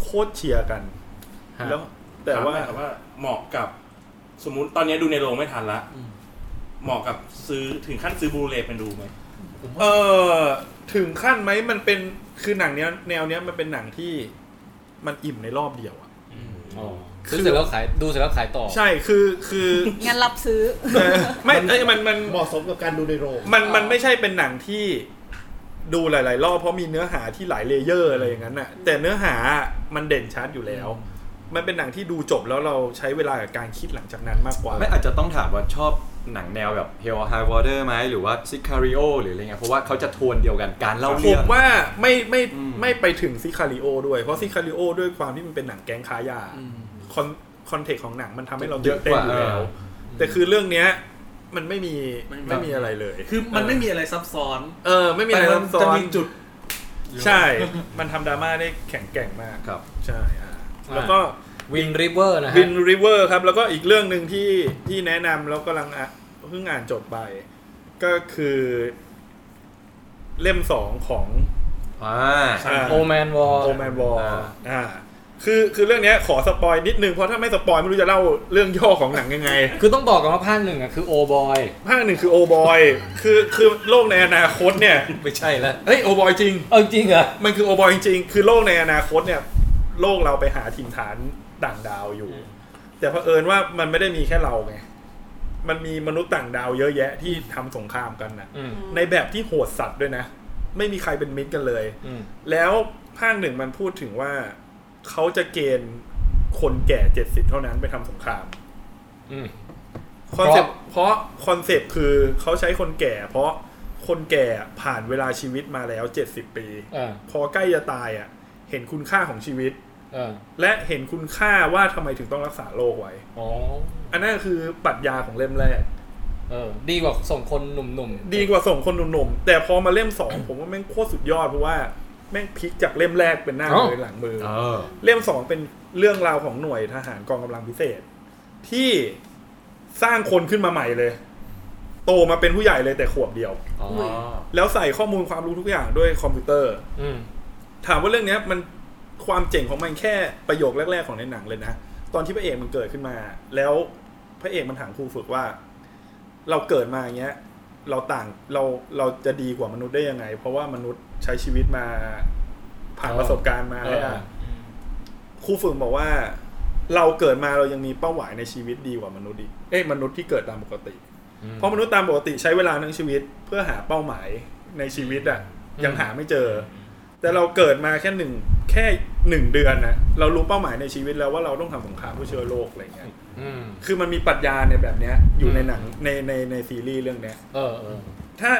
โคตรเชียร์กัน แล้ว แต่ว่า แต่ว่าเหมาะกับสมมุติตอนนี้ดูในโรงไม่ทันละเหมาะกับซื้อถึงขั้นซื้อบูเลเป็นดูไหม เออถึงขั้นไหมมันเป็นคือหนังเนี้ยแนวเนี้ยมันเป็นหนังที่มันอิ่มในรอบเดียวอะ อ๋อซื้อเสร็จแล้วขายดูเสร็จแล้วขายต่อ ใช่คือคือ งั้นรับซื้อ เออไม่เอ้ยมันมัน เหมาะสมกับการดูในโรง มันมันไม่ใช่เป็นหนังที่ดูหลาย ๆ รอบเพราะมีเนื้อหาที่หลายเลเยอร์อะไรอย่างนั้นน่ะ แต่เนื้อหามันเด่นชัดอยู่แล้ว มันเป็นหนังที่ดูจบแล้วเราใช้เวลากับการคิดหลังจากนั้นมากกว่า ไม่อาจจะต้องถามว่าชอบหนังแนวแบบ Hell or High Water ไหมหรือว่า Sicario หรืออะไรเงี้ยเพราะว่าเขาจะโทนเดียวกันการเล่า ผ เรื่อ ม ง ว่าไม่ไม่ อืม ไม่ไปถึงซิคาริโอด้วย เพราะซิคาริโอด้วยความที่มันเป็นหนังแก๊งค้ายาคอนคอนเทกต์ของหนังมันทำให้เรา เยอะ ตื่นเต้นกอว่าเอยู่ แล้ อ ว แต่คือเรื่องเนี้ยมันไม่มี ไม่มี ไม่มีอะไรเลย คือมันไม่มีอะไรซับซ้อน เออ ไม่มีอะไร แต่ ซับซ้อน จะมีจุด ใช่ มันทำดราม่าได้แข็งแกร่งมาก ครับ ใช่อ่า อ่า แล้วก็ วินริเวอร์นะฮะ วินริเวอร์ครับ แล้วก็อีกเรื่องหนึ่งที่ที่แนะนำแล้วกำลังอ่ะเพิ่งอ่านจบไป ก็คือ เล่มสองของ อ่า โอแมนวอล โอแมนวอล อ่า อ่าคือคือเรื่องเนี้ยขอสปอยนิดนึง เพราะถ้าไม่สปอยไม่รู้จะเล่าเรื่องย่อของหนังยังไง คือต้องบอกก่อนว่าภาคหนึ่งอ่ะคือโอบอย ภาคหนึ่งคือโอบอยคือคือโลกในอนาคตเนี่ย ไม่ใช่แล้ว เฮ้ยโอบอยจริง เออจริงเหรอ มันคือโอบอยจริงๆ คือโลกในอนาคตเนี่ย โลกเราไปหาถิ่นฐานต่างดาวอยู่ แต่เผอิญว่ามันไม่ได้มีแค่เราไง มันมีมนุษย์ต่างดาวเยอะแยะที่ทำสงครามกันนะ อืม ในแบบที่โหดสัตว์ด้วยนะ ไม่มีใครเป็นมิตรกันเลย อืม แล้วภาคหนึ่งมันพูดถึงว่าเขาจะเกณฑ์คนแก่เจ็ดสิบเท่านั้นไปทำสงคราม อืม คอนเซปต์เพราะคอนเซปต์คือเขาใช้คนแก่ เพราะคนแก่ผ่านเวลาชีวิตมาแล้วเจ็ดสิบปี เออ พอใกล้จะตายอ่ะ เห็นคุณค่าของชีวิต เออ และเห็นคุณค่าว่าทำไมถึงต้องรักษาโรคไว้ อ๋อ อันนั้นคือปรัชญาของเล่มแรก เออ ดีกว่าส่งคนหนุ่มๆ ดีกว่าส่งคนหนุ่มๆแต่พอมาเล่มสอง ผมว่าแม่งโคตรสุดยอดเพราะว่าแม่งพลิกจากเล่มแรกเป็นหน้า อ้าว มือหลังมือ เออ เล่มสองเป็นเรื่องราวของหน่วยทหารกองกำลังพิเศษ ที่สร้างคนขึ้นมาใหม่เลย โตมาเป็นผู้ใหญ่เลยแต่ขวบเดียว อ๋อ อุ๊ย แล้วใส่ข้อมูลความรู้ทุกอย่างด้วยคอมพิวเตอร์ อืม ถามว่าเรื่องเนี้ยมันความเจ๋งของมันแค่ประโยคแรก ๆ ของในหนังเลยนะ ตอนที่พระเอกมันเกิดขึ้นมา แล้วพระเอกมันถามครูฝึกว่า เราเกิดมาอย่างเงี้ย เราต่างเราเราจะดีกว่ามนุษย์ได้ยังไง เพราะว่ามนุษย์ใช้ชีวิตมาผ่าน อ๋อ ประสบการณ์มา เออ แล้วอะครูฝึกบอกว่า เราเกิดมาเรายังมีเป้าหมายในชีวิตดีกว่ามนุษย์อีกเอ้ยมนุษย์ที่เกิดตามปกติ เพราะมนุษย์ตามปกติใช้เวลาทั้งชีวิตเพื่อหาเป้าหมายในชีวิตอะยังหาไม่เจอ แต่เราเกิดมาแค่หนึ่งแค่หนึ่งเดือนนะเรารู้เป้าหมายในชีวิตแล้วว่าเราต้องทำสงครามเพื่อเชื้อโรคอะไรเงี้ย อืม คือมันมีปรัชญาในแบบเนี้ยอยู่ อืม ในหนังในในในซีรีส์เรื่องเนี้ย เออเออ ถ้า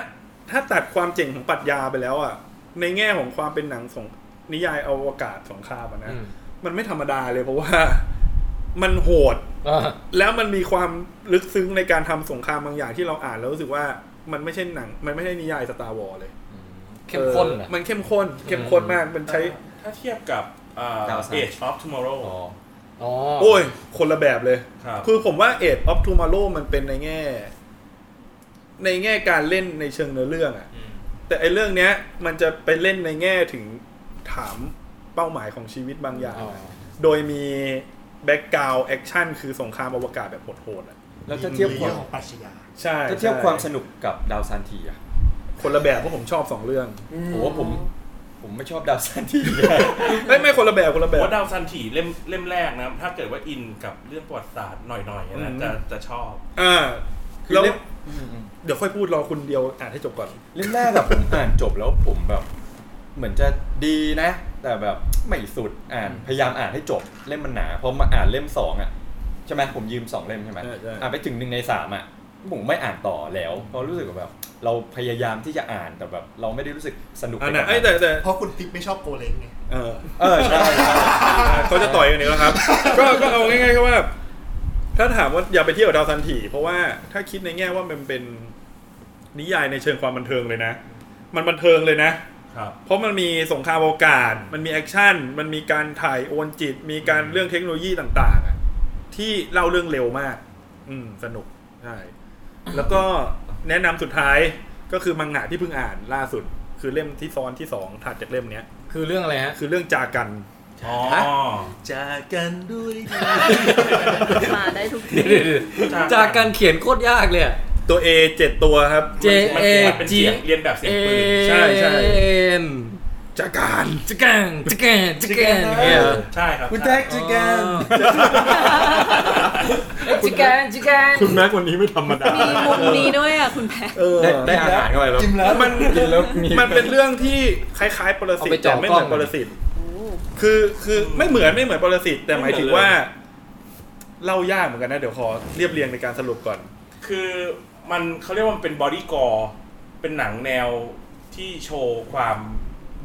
ถ้าตัดความเจ๋งของปรัชญาไปแล้วอ่ะในแง่ของความเป็นหนังของนิยายอวกาศสงครามอะนะ อืม มันไม่ธรรมดาเลยเพราะว่า มันโหด เออ แล้วมันมีความลึกซึ้งในการทำสงครามบางอย่างที่เราอ่านแล้วรู้สึกว่ามันไม่ใช่หนัง มันไม่ใช่นิยายสตาร์วอลเลย เข้มข้น ออ นะ มันเข้มข้น เข้มข้นมากมันใช้ ถ้าเทียบกับเอ่อ Thousand Age of Tomorrow อ๋อ โอ้ย คนละแบบเลย ครับ คือผมว่าเอ็ดออฟทูมาโลมันเป็นในแง่ ในแง่การเล่นในเชิงเนื้อเรื่องอะ อืม แต่ไอเรื่องเนี้ย มันจะไปเล่นในแง่ถึงถามเป้าหมายของชีวิตบางอย่าง อ๋อ โดยมีแบ็กกราวด์แอคชั่นคือสงครามอวกาศแบบโหดๆอะ แล้วจะเทียบค เรื่ วา อ ม งของปรัชญา ใช่ จะเทียบความส ใช่ นุกกับดาวซันทีอ่ะ คนละแบบเพราะผมชอบสองเรื่อง โอ้โหผมผมไม่ชอบดาวซันที ไม่ไม่คนละแบบคนละ ผ แบ ม บ ว่าดาวซันถีเล่มเล่มแรกนะ ถ้าเกิดว่าอินกับเรื่องประวัติศาสตร์หน่อยๆนะ อืม จะจะชอบ อ่า คือ แล้ว เล่ม เดี๋ยวค่อยพูดรอคุณเดียวอ่านให้จบก่อน เล่มแรกแบบผมอ่านจบแล้วผมแบบ เหมือนจะดีนะ แต่แบบไม่สุดอ่านพยายามอ่านให้จบเล่มมันหนาพอมาอ่านเล่มสองอ่ะใช่ไหมผมยืมสองเล่มใช่ไหม ใช่ใช่ อ่านไปถึงหนึ่งในสามอ่ะผมไม่อ่านต่อแล้วเพราะรู้สึกว่าแบบ เราพยายามที่จะอ่านแต่แบบ เราไม่ได้รู้สึกสนุก อ่า ไป น กั นะ บ ไอ้ยแต่แต่ เพราะคุณติ๊บไม่ชอบโกเล้งไง เออ เออใช่ใช่ เขาจะต่อยกันอีกแล้วครับ ก็ก็เอาง่ายๆก็ว่า ถ้าถามว่าอย่าไปเที่ยวดาวซันถีเพราะว่าถ้าคิดในแง่ว่ามันเป็นนิยายในเชิงความบันเทิงเลยนะ มันบันเทิงเลยนะ ครับ เพราะมันมีสงครามอวกาศ มันมีแอคชั่น มันมีการถ่ายโอนจิต มีการเรื่องเทคโนโลยีต่างๆอะที่เล่าเรื่องเร็วมาก อืม สนุก ใช่ แล้วก็แนะนำสุดท้ายก็คือมังงะที่เพิ่งอ่านล่าสุด คือเล่มที่ซ้อนที่สองถัดจากเล่มเนี้ย คือเรื่องอะไรฮะ คือเรื่องจากัน อ๋อ จากกันด้วยดี มาได้ทุกที เดี๋ยวเดี๋ยวเดี๋ยว จากการเขียนโคตรยากเลยอะ ตัว A เจ็ดตัวครับ J A เป็น G เสียงเรียนแบบเสียงปืน ใช่ใช่ N จากการ จิกังจิกังจิกังอย่างเงี้ยเหรอ ใช่ครับ คุณ ใช่ แจ็คจิแกน จิกังจิกัง คุณแม็กวันนี้ไม่ธรรมดา มีมุมนี้ด้วยอ่ะคุณแพท ได้ได้อาหารเข้าไปแล้ว จิ้มแล้ว มันกินแล้วมี มันเป็นเรื่องที่คล้ายๆปรสิต เอาไปจ่อ แต่ไม่เหมือน กล้ ป อง รสิตคือคือไม่เหมือนไม่เหมือนปรสิตแต่หมายถึงว่า เล่ายากเหมือนกันนะ เดี๋ยวขอเรียบเรียงในการสรุปก่อน คือมันเขาเรียกว่ามันเป็นบอดี้กอร์เป็นหนังแนวที่โชว์ความ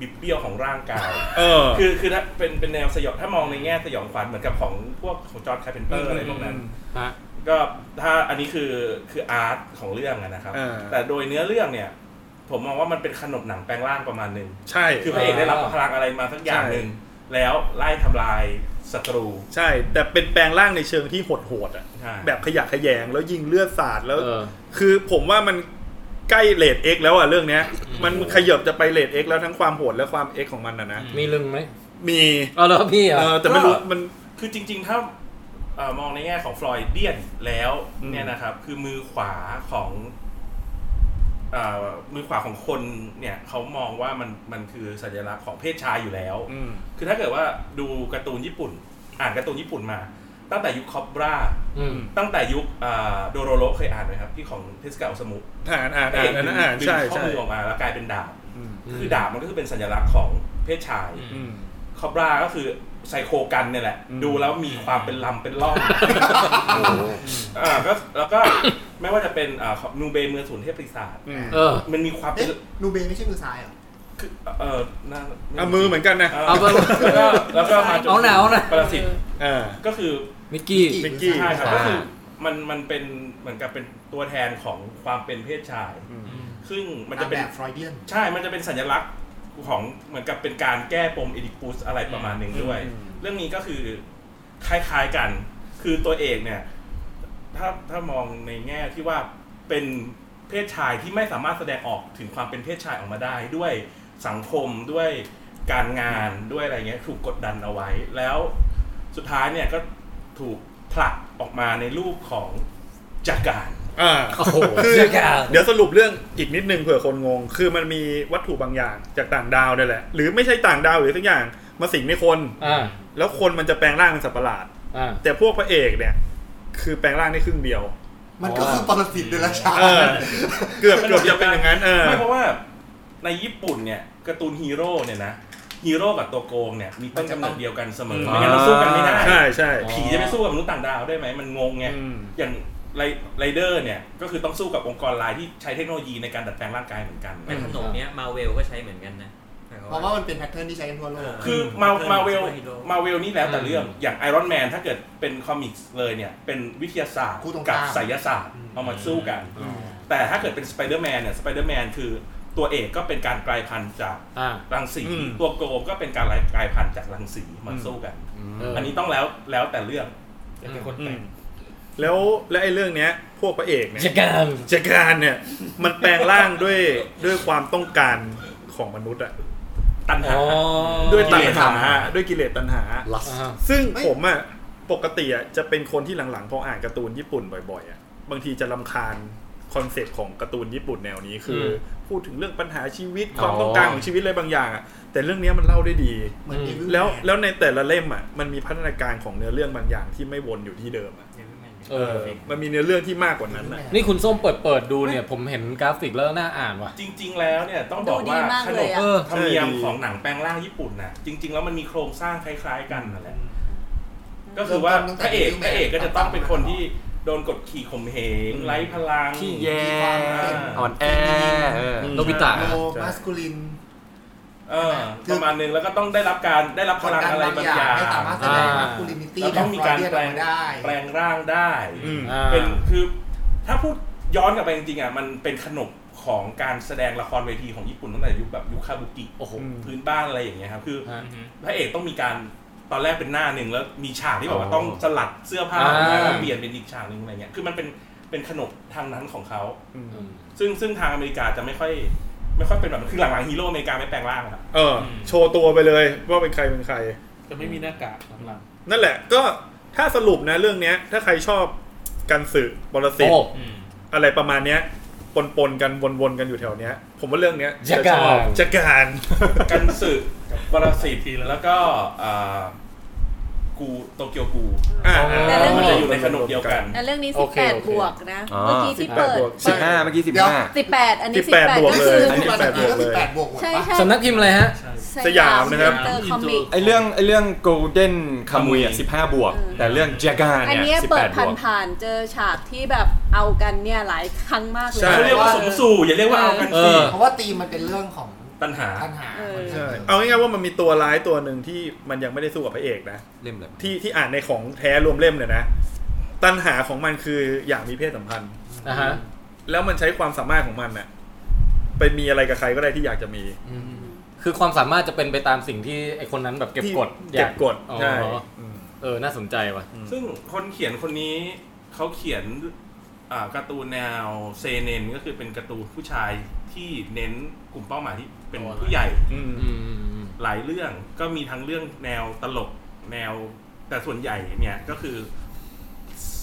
บิดเบี้ยวของร่างกาย เออ คือคือถ้าเป็นเป็นแนวสยองถ้ามองในแง่สยองขวัญเหมือนกับของพวกของจอร์ดคาร์เพนเตอร์อะไรพวกนั้น ฮะ ก็ถ้าอันนี้คือคืออาร์ตของเรื่องอะนะครับ อ่า แต่โดยเนื้อเรื่องเนี่ย ผมมองว่ามันเป็นขนบหนังแปลงร่างประมาณหนึ่ง ใช่ คือพระเอกได้รับพลังอะไรมาสักอย่างหนึ่งแล้วไล่ทำลายศัตรู ใช่ แต่เป็นแปลงร่างในเชิงที่โหดๆอ่ะ ใช่ แบบขยะแขยงแล้วยิงเลือดสาดแล้ว เออ คือผมว่ามันใกล้เลดเอ็กแล้วอ่ะเรื่องเนี้ย มันขยับจะไปเลดเอ็กแล้วทั้งความโหดและความเอ็กของมันนะนะ มีลึงไหม มี เอาเหรอพี่เหร เอ อ อแต่ไม่รู้ ก็ มัน คือจริงๆ ถ้าเออมองในแง่ของฟลอยเดียนแล้วเนี่ยนะครับ คือมือขวาของเออมือขวาของคนเนี่ยเขามองว่ามันมันคือสัญลักษณ์ของเพศชายอยู่แล้ว อืม คือถ้าเกิดว่าดูการ์ตูนญี่ปุ่น อ่านการ์ตูนญี่ปุ่นมา ตั้งแต่ยุคคอบรา อืม ตั้งแต่ยุคโดโรโรเคยอ่านไหมครับ ที่ของเทสกาอสมุ อ่านอ่านอ่านอันนั้นอ่าน ดึง ใช่ ข้อ ใช่ มือออกมาแล้วกลายเป็นดาบ อืม อืม คือดาบมันก็คือเป็นสัญลักษณ์ของเพศชาย อืม คอบราก็คือไซโคกันเนี่ยแหละ อืม ดูแล้วมีความเป็นลำเป็นล่องอ่าก็แล้วก็ไม่ว่าจะเป็นอ่านูเบย์มือศูนย์เทพปีศาจ อืม เออ มันมีความเป็ เอ๊ะ น นูเบย์ไม่ใช่มือซ้ายเหรอ คือเออน่า เอามือเหมือนกันนะ เอา เอา ไป แล้วก็แล้วก็มาจ เอาหนาเอาหนา ปรสิต เออ ก็คือ มิกกี้ มิกกี้ ใช่ครับ อ่า ก็คือมันมันเป็นเหมือนกับเป็นตัวแทนของความเป็นเพศชาย อืม ซึ่งมัน ตา จะ ม เป็ แบ น บฟรอยเดียน ใช่ มันจะเป็นสัญลักษณ์ของเหมือนกับเป็นการแก้ปมเอดิปูสอะไรประมาณหนึ่งด้วย อืม เรื่องนี้ก็คือคล้ายๆกัน คือตัวเอกเนี่ย ถ้าถ้ามองในแง่ที่ว่าเป็นเพศชายที่ไม่สามารถแสดงออกถึงความเป็นเพศชายออกมาได้ ด้วยสังคมด้วยการงานด้วยอะไรเงี้ยถูกกดดันเอาไว้ แล้วสุดท้ายเนี่ยก็ถูกผลักออกมาในรูปของจักรการ อ่า โอ้โห คือ เยอะจัง เดี๋ยวสรุปเรื่องอีกนิดนึงเผื่อคนงง คือมันมีวัตถุบางอย่างจากต่างดาวเนี่ยแหละ หรือไม่ใช่ต่างดาวหรือสักอย่างมาสิงในคน อ่า แล้วคนมันจะแปลงร่างเป็นสัตว์ประหลาด อ่า แต่พวกพระเอกเนี่ย คือแปลงร่างได้ครึ่งเดียว มันก็คือปรสิตเดรัจฉา เออ น เกือบเกือบจะเป็นอย่างนั้นเออ ไม่เพราะว่าในญี่ปุ่นเนี่ยการ์ตูนฮีโร่เนี่ยนะฮีโร่กับตัวโกงเนี่ยมีต้นกำเนิดเดียวกันเสมอ อืม ไม่งั้นเราสู้กันไม่ได้ ใช่ใช่ ผีจะไปสู้กับมนุษย์ต่างดาวได้ไหมมันงงไง อืม อย่างไรไรเดอร์เนี่ยก็คือต้องสู้กับองค์กรลายที่ใช้เทคโนโลยีในการดัดแปลงร่างกายเหมือนกัน ในขนมเนี้ยมาเวลก็ใช้เหมือนกันนะหมยควม เพราะว่ามันเป็นแพทเทิร์นที่ใช้กันทั่วโลก คือมา เพิ่ม มาเวล superhero มาเวลนี่แล้วแต่เรื่องอย่างไอรอนแมนถ้าเกิดเป็นคอมิกส์เลยเนี่ยเป็นวิทยาศาสตร์ คู่ตรง กั ข้าม ไสยศาสตร์เอามาสู้กัน แต่ถ้าเกิดเป็นสไปเดอร์แมนเนี่ยสไปเดอร์แมนคือตัวเอกก็เป็นการกลายพันธุ์จาก อ่า รังสี อืม ตัวโกก็เป็นการกลายพันธุ์จากรังสีมาสู้กัน เอออั อันนี้ต้องแล้วแล้วแต่เรื่อง อืมแล้วและไอ้เรื่องเนี้ย พวกพระเอกเนี่ย จักรัง จักรานเนี่ย มันแปลงร่างด้วยด้วยความต้องการของมนุษย์อะ ตันหา อ๋อ ด้วยตัณ กิเลส หา ตัณหา ด้วยกิเลสตัณหา อ่า ซึ่ง เฮ้ย ผมอะปกติอะจะเป็นคนที่หลังๆพออ่านการ์ตูนญี่ปุ่นบ่อยๆอะบางทีจะลำคาญคอนเซปต์ของการ์ตูนญี่ปุ่นแนวนี้คืออ ม พูดถึงเรื่องปัญหาชีวิตคอ๋อวามต้องการของชีวิตอะไรบางอย่างอะแต่เรื่องเนี้ยมันเล่าได้ดี เหมือน Evil แล้ว Man แล้วในแต่ละเล่มอะมันมีพัฒนาการของเนื้อเรื่องบางอย่างที่ไม่วนอยู่ที่เดิมอะ เอ เอ อ อ มันมีเนื้อเรื่องที่มากกว่านั้นอะ นี่คุณส้มเปิดเปิดดูเนี่ย ผมเห็นกราฟิกแล้วน่าอ่านว่ะ จริง ๆ แล้วเนี่ยต้องบอกดูว่าดีมาก ข เล น ย บ อะ เออ ธรรมเนียม เออดี ของหนังแปลงร่างญี่ปุ่นน่ะจริง ๆ แล้วมันมีโครงสร้างคล้ายๆกันนั่นแหละ ก็คือว่าพระเอกพระเอกก็จะต้องเป็นคนที่โดนกดขี่ข่มเหงไร้พลัง ขี้แย่ อ่ อ่ อ อน น แอ แอ โนบิตะ โลมาสคูลิน เออประมาณนึงแล้วก็ต้องได้รับการได้รับพลังอะไรบางอย่าง ไม่สามารถแสดงมาสคูลินิตี้ แล้วต้องมีการแปลง ได้ แปลงร่างได้ อืม อ่า เป็นคือถ้าพูดย้อนกลับไปจริงๆอ่ะมันเป็นขนบของการแสดงละครเวทีของญี่ปุ่นตั้งแต่ยุคแบบยุคคาบุกิ โอ้โห อืม พื้นบ้านอะไรอย่างเงี้ยครับคือ ฮะ อือฮึ พระเอกต้องมีการตอนแรกเป็นหน้าหนึ่งแล้วมีฉากที่แบบว่า อ๋อ ต้องสลัดเสื้อผ้า อ่า ออกมาแล้วเปลี่ยนเป็นอีกฉากหนึ่งอะไรเงี้ยคือมันเป็นเป็นขนบทางนั้นของเขา อืม อืม ซึ่งซึ่งทางอเมริกาจะไม่ค่อย ไม่ค่อยเป็นแบบนั้นคือหลังๆฮีโร่อเมริกาไม่แปลงร่างอะครับ เออ โชว์ตัวไปเลยว่าเป็นใครเป็นใคร จะไม่มีหน้ากากหลัง นั่นแหละก็ถ้าสรุปนะเรื่องเนี้ย ถ้าใครชอบการสืบบรสิต โอ้ อืม อะไรประมาณเนี้ยปนปนๆกันวนๆกันอยู่แถวเนี้ย ผมว่าเรื่องเนี้ย จะ ช การ อบจะการ กัน สึกกับปรสิตแล้วก็อ่ากูโตเกียวกู อ่ะ แต่เรื่อง มัน นี้ จะอยู่ในขนมเดียวกัน แต่เรื่องนี้ โอเคโอเค 18 บวกนะ อ๋อ เมื่อกี้ที่เปิด สิบห้าเมื่อกี้สิบ เดี๋ยว ห้า 18 อันนี้ 18 บวกเล18 ก็คื ย อ อันนี้ แปด 18บวก ก็ เล สิบ ย แปดบวกหมด ใช่ ปะ ใช่ สำนักพิมพ์อะไรฮะ สยามนะครับ เตอร์คอมิก ไอเรื่องไอเรื่อง golden kamui อ่ะ15 บวก อืม แต่เรื่อง jaga อัน เนี่ เนี้ย ย เปิด 18 บวก ผ่านๆเจอฉากที่แบบเอากันเนี่ยหลายครั้งมากเลย ใช่ เขาเรียกว่าสมสู่อย่าเรียกว่าเอากัน เอ สิ อ เพราะว่าธีมมันเป็นเรื่องของ ปัญหา ปัญหา เออ มัน ใช่ เรื่อง เอาง่ายๆว่ามันมีตัวร้ายตัวหนึ่งที่มันยังไม่ได้สู้กับพระเอกนะ เล่มเลย ที่ที่อ่านในของแท้รวมเล่มเนี่ยนะ ตัณหาของมันคืออยากมีเพศสัมพันธ์ นะฮะ แล้วมันใช้ความสามารถของมันน่ะไปมีอะไรกับใครก็ได้ที่อยากจะมี คือความสามารถจะเป็นไปตามสิ่งที่ไอคนนั้นแบบเก็บกด เก็บกด อ๋อ ใช่ เออ น่าสนใจว่ะ ซึ่งคนเขียนคนนี้เขาเขียนอ่าการ์ตูนแนวเซเนนก็คือเป็นการ์ตูนผู้ชายที่เน้นกลุ่มเป้าหมายที่เป็นผู้ใหญ่ อืม อืม หลายเรื่องก็มีทั้งเรื่องแนวตลกแนวแต่ส่วนใหญ่เนี่ยก็คือ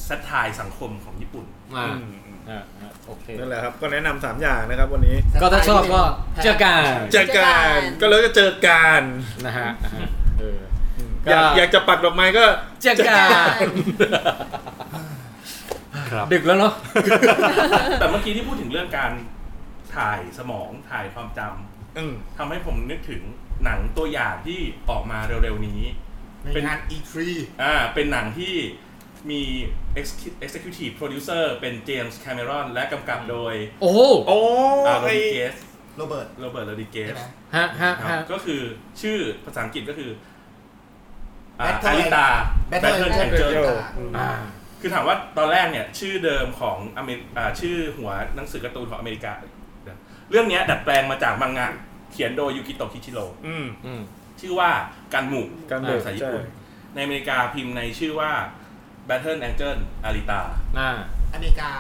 สัทายสังคมของญี่ปุ่น มา อืม อ่าฮะโอเค นั่นแหละครับ ก็แนะนำสามอย่างนะครับวันนี้ ก็ถ้าชอบก็เจอกัน เจอการก็แล้วจะเจอการ นะฮะอ่าฮะเอออก็ยากอยากจะปักดอกไม้ก็ เจอกัน ครับ ดึกแล้วเนาะ แต่เมื่อกี้ที่พูดถึงเรื่องการถ่ายสมองถ่ายความจำ อืม ทำให้ผมนึกถึงหนังตัวอย่างที่ออกมาเร็วๆนี้ ในงาน E3 อ่า เป็นหนังที่มี execu- executive producer เป็นเจมส์แคม e รอนและกำกับโดย โอ้โห โอ้ อาร์โร ไอ ดิเกส โรเบิร์ต โรเบิร์ตโรดิเกส ใช่ไหม ฮะฮะฮะ ก็คือชื่อภาษาอังกฤษก็คืออา Battle อาริตา Battle Battle Angel Angel อ่า คือถามว่าตอนแรกเนี่ย ชื่อเดิมของอเมริอ่าชื่อหัวหนังสือการ์ตูนของอเมริกาเดี๋ยวเรื่องเนี้ยดัดแปลงมาจากมังงะเขียนโดยยูกิโตะคิชิโร อืม อืม ชื่อว่ากันหมู กันหมู่ ภาษาญี่ปุ่น ใช่ ในอเมริกาพิมพ์ในชื่อว่า Battle Angel Alita อ่า อเมริกา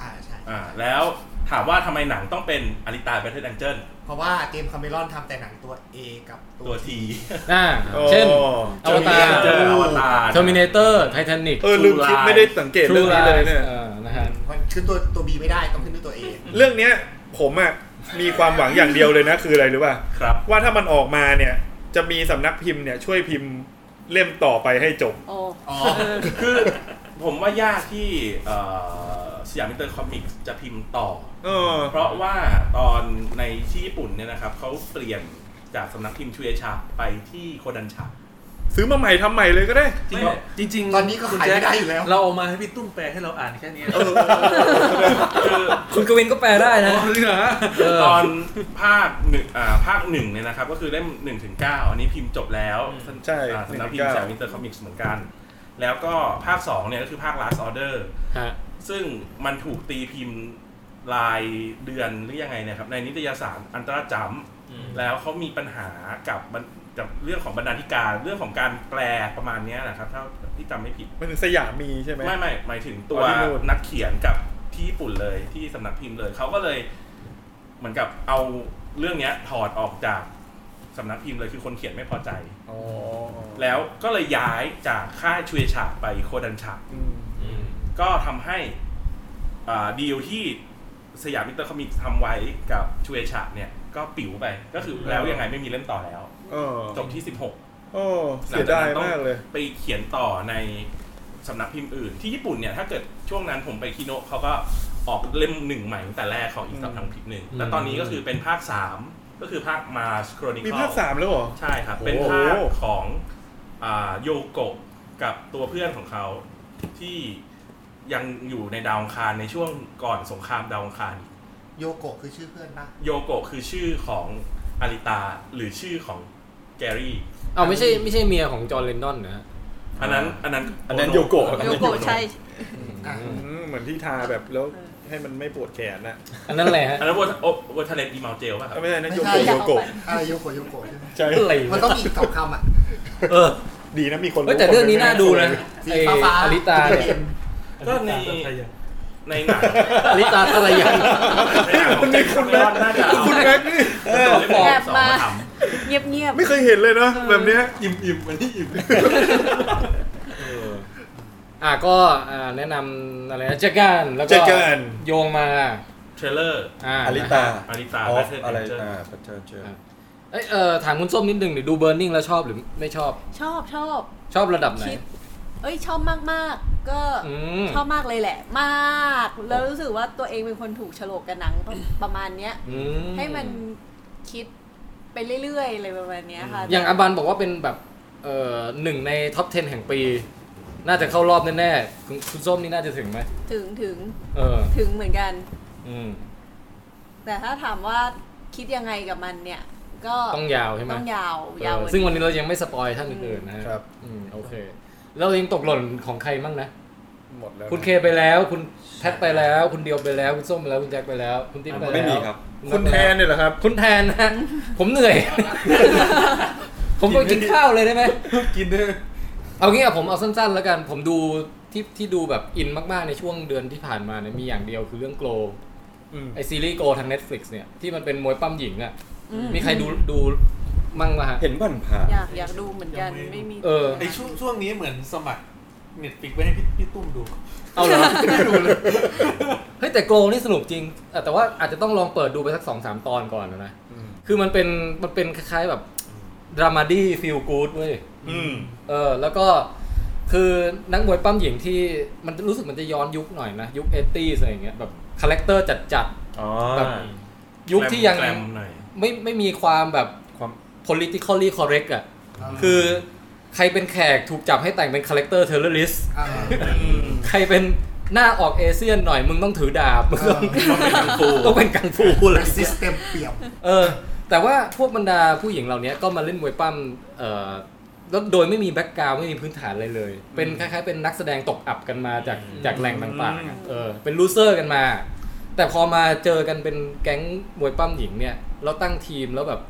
อ่าใช่ อ่าแล้วถามว่าทำไมหนังต้องเป็น Alita Battle Angel เพราะว่าเจมส์คาเมรอนทำแต่หนังตัว A กับตั ตัว ว T ที อ่า โอ้ เช่น อว ตาร เจออวตาร เทอร์มินเตอร์ ไททานิก เออลืมคิดไม่ได้สังเกตเรื่องนี้เลยเนี่ย นะฮะ มันคือตัวตัว B ไม่ได้ต้องขึ้นด้วยตัว A เรื่องเนี้ยผมอะมีความหวังอย่างเดียวเลยนะ คืออะไรรู้ป่ะ ครับ ว่าถ้ามันออกมาเนี่ย จะมีสำนักพิมพ์เนี่ยช่วยพิมพ์เล่มต่อไปให้จบ โอ้ อ๋อ คือผมว่ายากที่สยามอินเตอร์คอมิกจะพิมพ์ต่อ เออ เพราะว่าตอนในที่ญี่ปุ่นเนี่ยนะครับเขาเปลี่ยนจากสำนักพิมพ์ชูเอชาไปที่โคดัน ชา ซื้อมาใหม่ทำใหม่เลยก็ได้ จริงๆ ตอนนี้ก็ขายไม่ได้อยู่แล้ว เราเอามาให้พี่ตุ้มแปลให้เราอ่านแค่นี้ คุณกวินก็แปลได้นะ จริงเหรอ เออ ตอนภาคหนึ่งอ่าภาคหนึ่งเนี่ยนะครับ ก็คือเล่มหนึ่งถึงเก้าอันนี้พิมพ์จบแล้ว ใช่ อ่าสำนักพิม 1-9 พ์จากวินเตอร์คอมิกส์เหมือนกัน แล้วก็ภาคสองเนี่ยก็คือภาค last order ฮะ ซึ่งมันถูกตีพิมพ์รายเดือนหรือยังไงเนะครับ ในนิตยสารอันตราจัมแล้วเขามีปัญหากับบันกับเรื่องของบรรณาธิการเรื่องของการแปลประมาณเนี้ยนะครับถ้าที่จำไม่ผิด มันถึงสยามมีใช่ไหม ไม่ไม่หมายถึงตัว อ๋อที่นู่น นักเขียนกับที่ญี่ปุ่นเลยที่สำนักพิมพ์เลยเขาก็เลยเหมือนกับเอาเรื่องเนี้ยถอดออกจากสำนักพิมพ์เลยคือคนเขียนไม่พอใจ อ๋อ แล้วก็เลยย้ายจากค่ายชูเอชาไปโคดันชา อืม ก็ทำให้อ่าดีลที่สยามมิสเตอร์คอมิกทำไว้กับชูเอชาเนี่ยก็ปิ๋วไปก็คือแล้วยังไงไม่มีเล่มต่อแล้ว เออ จบที่ 16 โอ้เสียดายมากเลย ไปเขียนต่อในสำนักพิมพ์อื่น ที่ญี่ปุ่นเนี่ยถ้าเกิดช่วงนั้นผมไปคิโนะเขาก็ออกเล่มหนึ่งใหม่ตั้งแต่แรกของอีก อืม สำนักพิมพ์หนึ่ง อืม แล้วตอนนี้ก็คือเป็นภาคสามก็คือภาคมาสโครนิค มีภาคสามแล้วเหรอ ใช่ครับ โอ้โห เป็นภาคของอ่าโยโกะกับตัวเพื่อนของเขาที่ยังอยู่ในดาวอังคารในช่วงก่อนสงครามดาวอังคารอีก โยโกะคือชื่อเพื่อนปะ โยโกะคือชื่อของอาริตาหรือชื่อของแกรี่ เอาไม่ใช่ไม่ใช่เมียของจอร์นเลนดอนนะฮะ อันนั้นอันนั้น อันนั้นโยโกะ โยโกะใช่ อ่ะ อืมเหมือนที่ทาแบบแล้วให้มันไม่ปวดแขนน่ะ อันนั้นแหละฮะ อันนั้นเวอร์โอเวอร์ทะเลดีเมาเจลป่ะครับ เอาไม่ใช่นะโย ไม่ โกะ ใช่ โยโกะ อะไรโยโกะโยโกะใช่ไหม ใช่ อะไร มัน วะ ต้องมีอีกสองคำอ่ะ เออ ดีนะมีคน เฮ้ยแต่เรื่องนี้น่าดูนะ สี ไอ้ ฟ้าๆ อลิตาเนี่ย ก็ใน ในหนัง อลิตาทะเลยัง ในหนังของเจคแคมเมรอนน่าจะเอา คุณแม็กซ์นี่ ตัวเล่ม แอ ที่ บ สอง มา มาท เงียบเงียบ ไม่เคยเห็นเลยเนาะแบบเนี้ยอิ่มอิ่มอันนี้อิ่ม อ่ะก็อ่าแนะนำอะไรนะเจอกันแล้ว เจ ก็ อกัน โยงมา เทรลเลอร์ อ่า อาริตา อาริตา ออฟ เท อะไร เจอ อ่าปัจเจอเจอ เอยเออถามคุณส้มนิดหนึ่งหรือดูเบอร์นิ่งแล้วชอบหรือไม่ชอบ ชอบชอบ ชอบระดับไหน คิด เอ้ยชอบมากมากๆ ก็ อืม ชอบมากเลยแหละ มาก แล้วรู้สึกว่าตัวเองเป็นคนถูกโฉลกกับหนัง ประประมาณเนี้ย อื ให้มันคิดไปเรื่อยๆเลยประมาณเนี้ยค่ะ อย่างอบันบอกว่าเป็นแบบเอ่อหนึ่งในท็อป 10 แห่งปี น่าจะเข้ารอบแน่ๆคุณคุณส้มนี่น่าจะถึงไหม ถึงถึง เออ ถึงเหมือนกัน อืม แต่ถ้าถามว่าคิดยังไงกับมันเนี่ย ก็ ต้องยาวใช่ไหม ต้องยาวยาเออกวา ซึ่งวันนี้เรายังไม่สปอยท่านอื่นๆนะฮะ ครับ อืมโอเค เรายังตกหล่นของใครมั่งนะ หมดแล้ว คุณเคไปแล้ว คุณแพทไปแล้ว คุณเดียวไปแล้ว คุณส้มไปแล้ว คุณแจ็คไปแล้ว คุณติ๊บไปแล้ว ไม่มีครับ คุณแทนเนี่ยเหรอครับ คุณแทนนะ ผมเหนื่อย ผมไปกินข้าวเลยได้ไหม กินเด้อ เอางี้อะผมเอาสั้นๆ แล้วกัน ผมดูที่ที่ดูแบบอินมากๆ ในช่วงเดือนที่ผ่านมาเนี่ยมีอย่างเดียวคือเรื่องโกล อืม ไอซีรีส์โกลทาง Netflix เนี่ยที่มันเป็นมวยปั้มหญิงอะ อื มีใครดูดูมั่งมาฮะ เห็นบันผ่าน อยากอยากดูเหมือนกันไม่มี เออ ไอช่วงช่วงนี้เหมือนสมัครเน็ตฟิกไว้ให้พี่พี่ตุ้มดู เอาเหรอเฮ้ยแต่โกลนี่สนุกจริงเออแต่ว่าอาจจะต้องลองเปิดดูไปสักสองสามตอนก่อนนะนะ คือมันเป็นมันเป็นคล้ายๆแบบดรามาดี้ฟีลกู๊ดเว้ย อืม เออแล้วก็คือนักมวยปั้มหญิงที่มันรู้สึกมันจะย้อนยุคหน่อยนะ ยุคเอตี้อะไรอย่างเงี้ยแบบคาแรคเตอร์จัด อ๋อ ๆ ยุคที่ยัง แกรมหน่อย ไม่ไม่มีความแบบ ความ politically correct อ่ะคือใครเป็นแขกถูกจับให้แต่งเป็นคาแรคเตอร์เทเลอร์ลิสใครเป็นหน้าออกเอเชียนหน่อยมึงต้องถือดาบมึงต้องต้องเป็นกังฟูอะไรอย่างเงี้ ซิ ย สเต็มเปรียบ เออแต่ว่าพวกบรรดาผู้หญิงเหล่านี้ก็มาเล่นมวยปั้มเออแล้วโดยไม่มีแบ็กกราวไม่มีพื้นฐานอะไรเลย เป็นคล้ายๆเป็นนักแสดงตกอับกันมาจากจากแหล่งต่างๆอะเออเป็นลูเซอร์กันมา แต่พอมาเจอกันเป็นแก๊งมวยปั้มหญิงเนี่ยเราตั้งทีมแล้วแบบ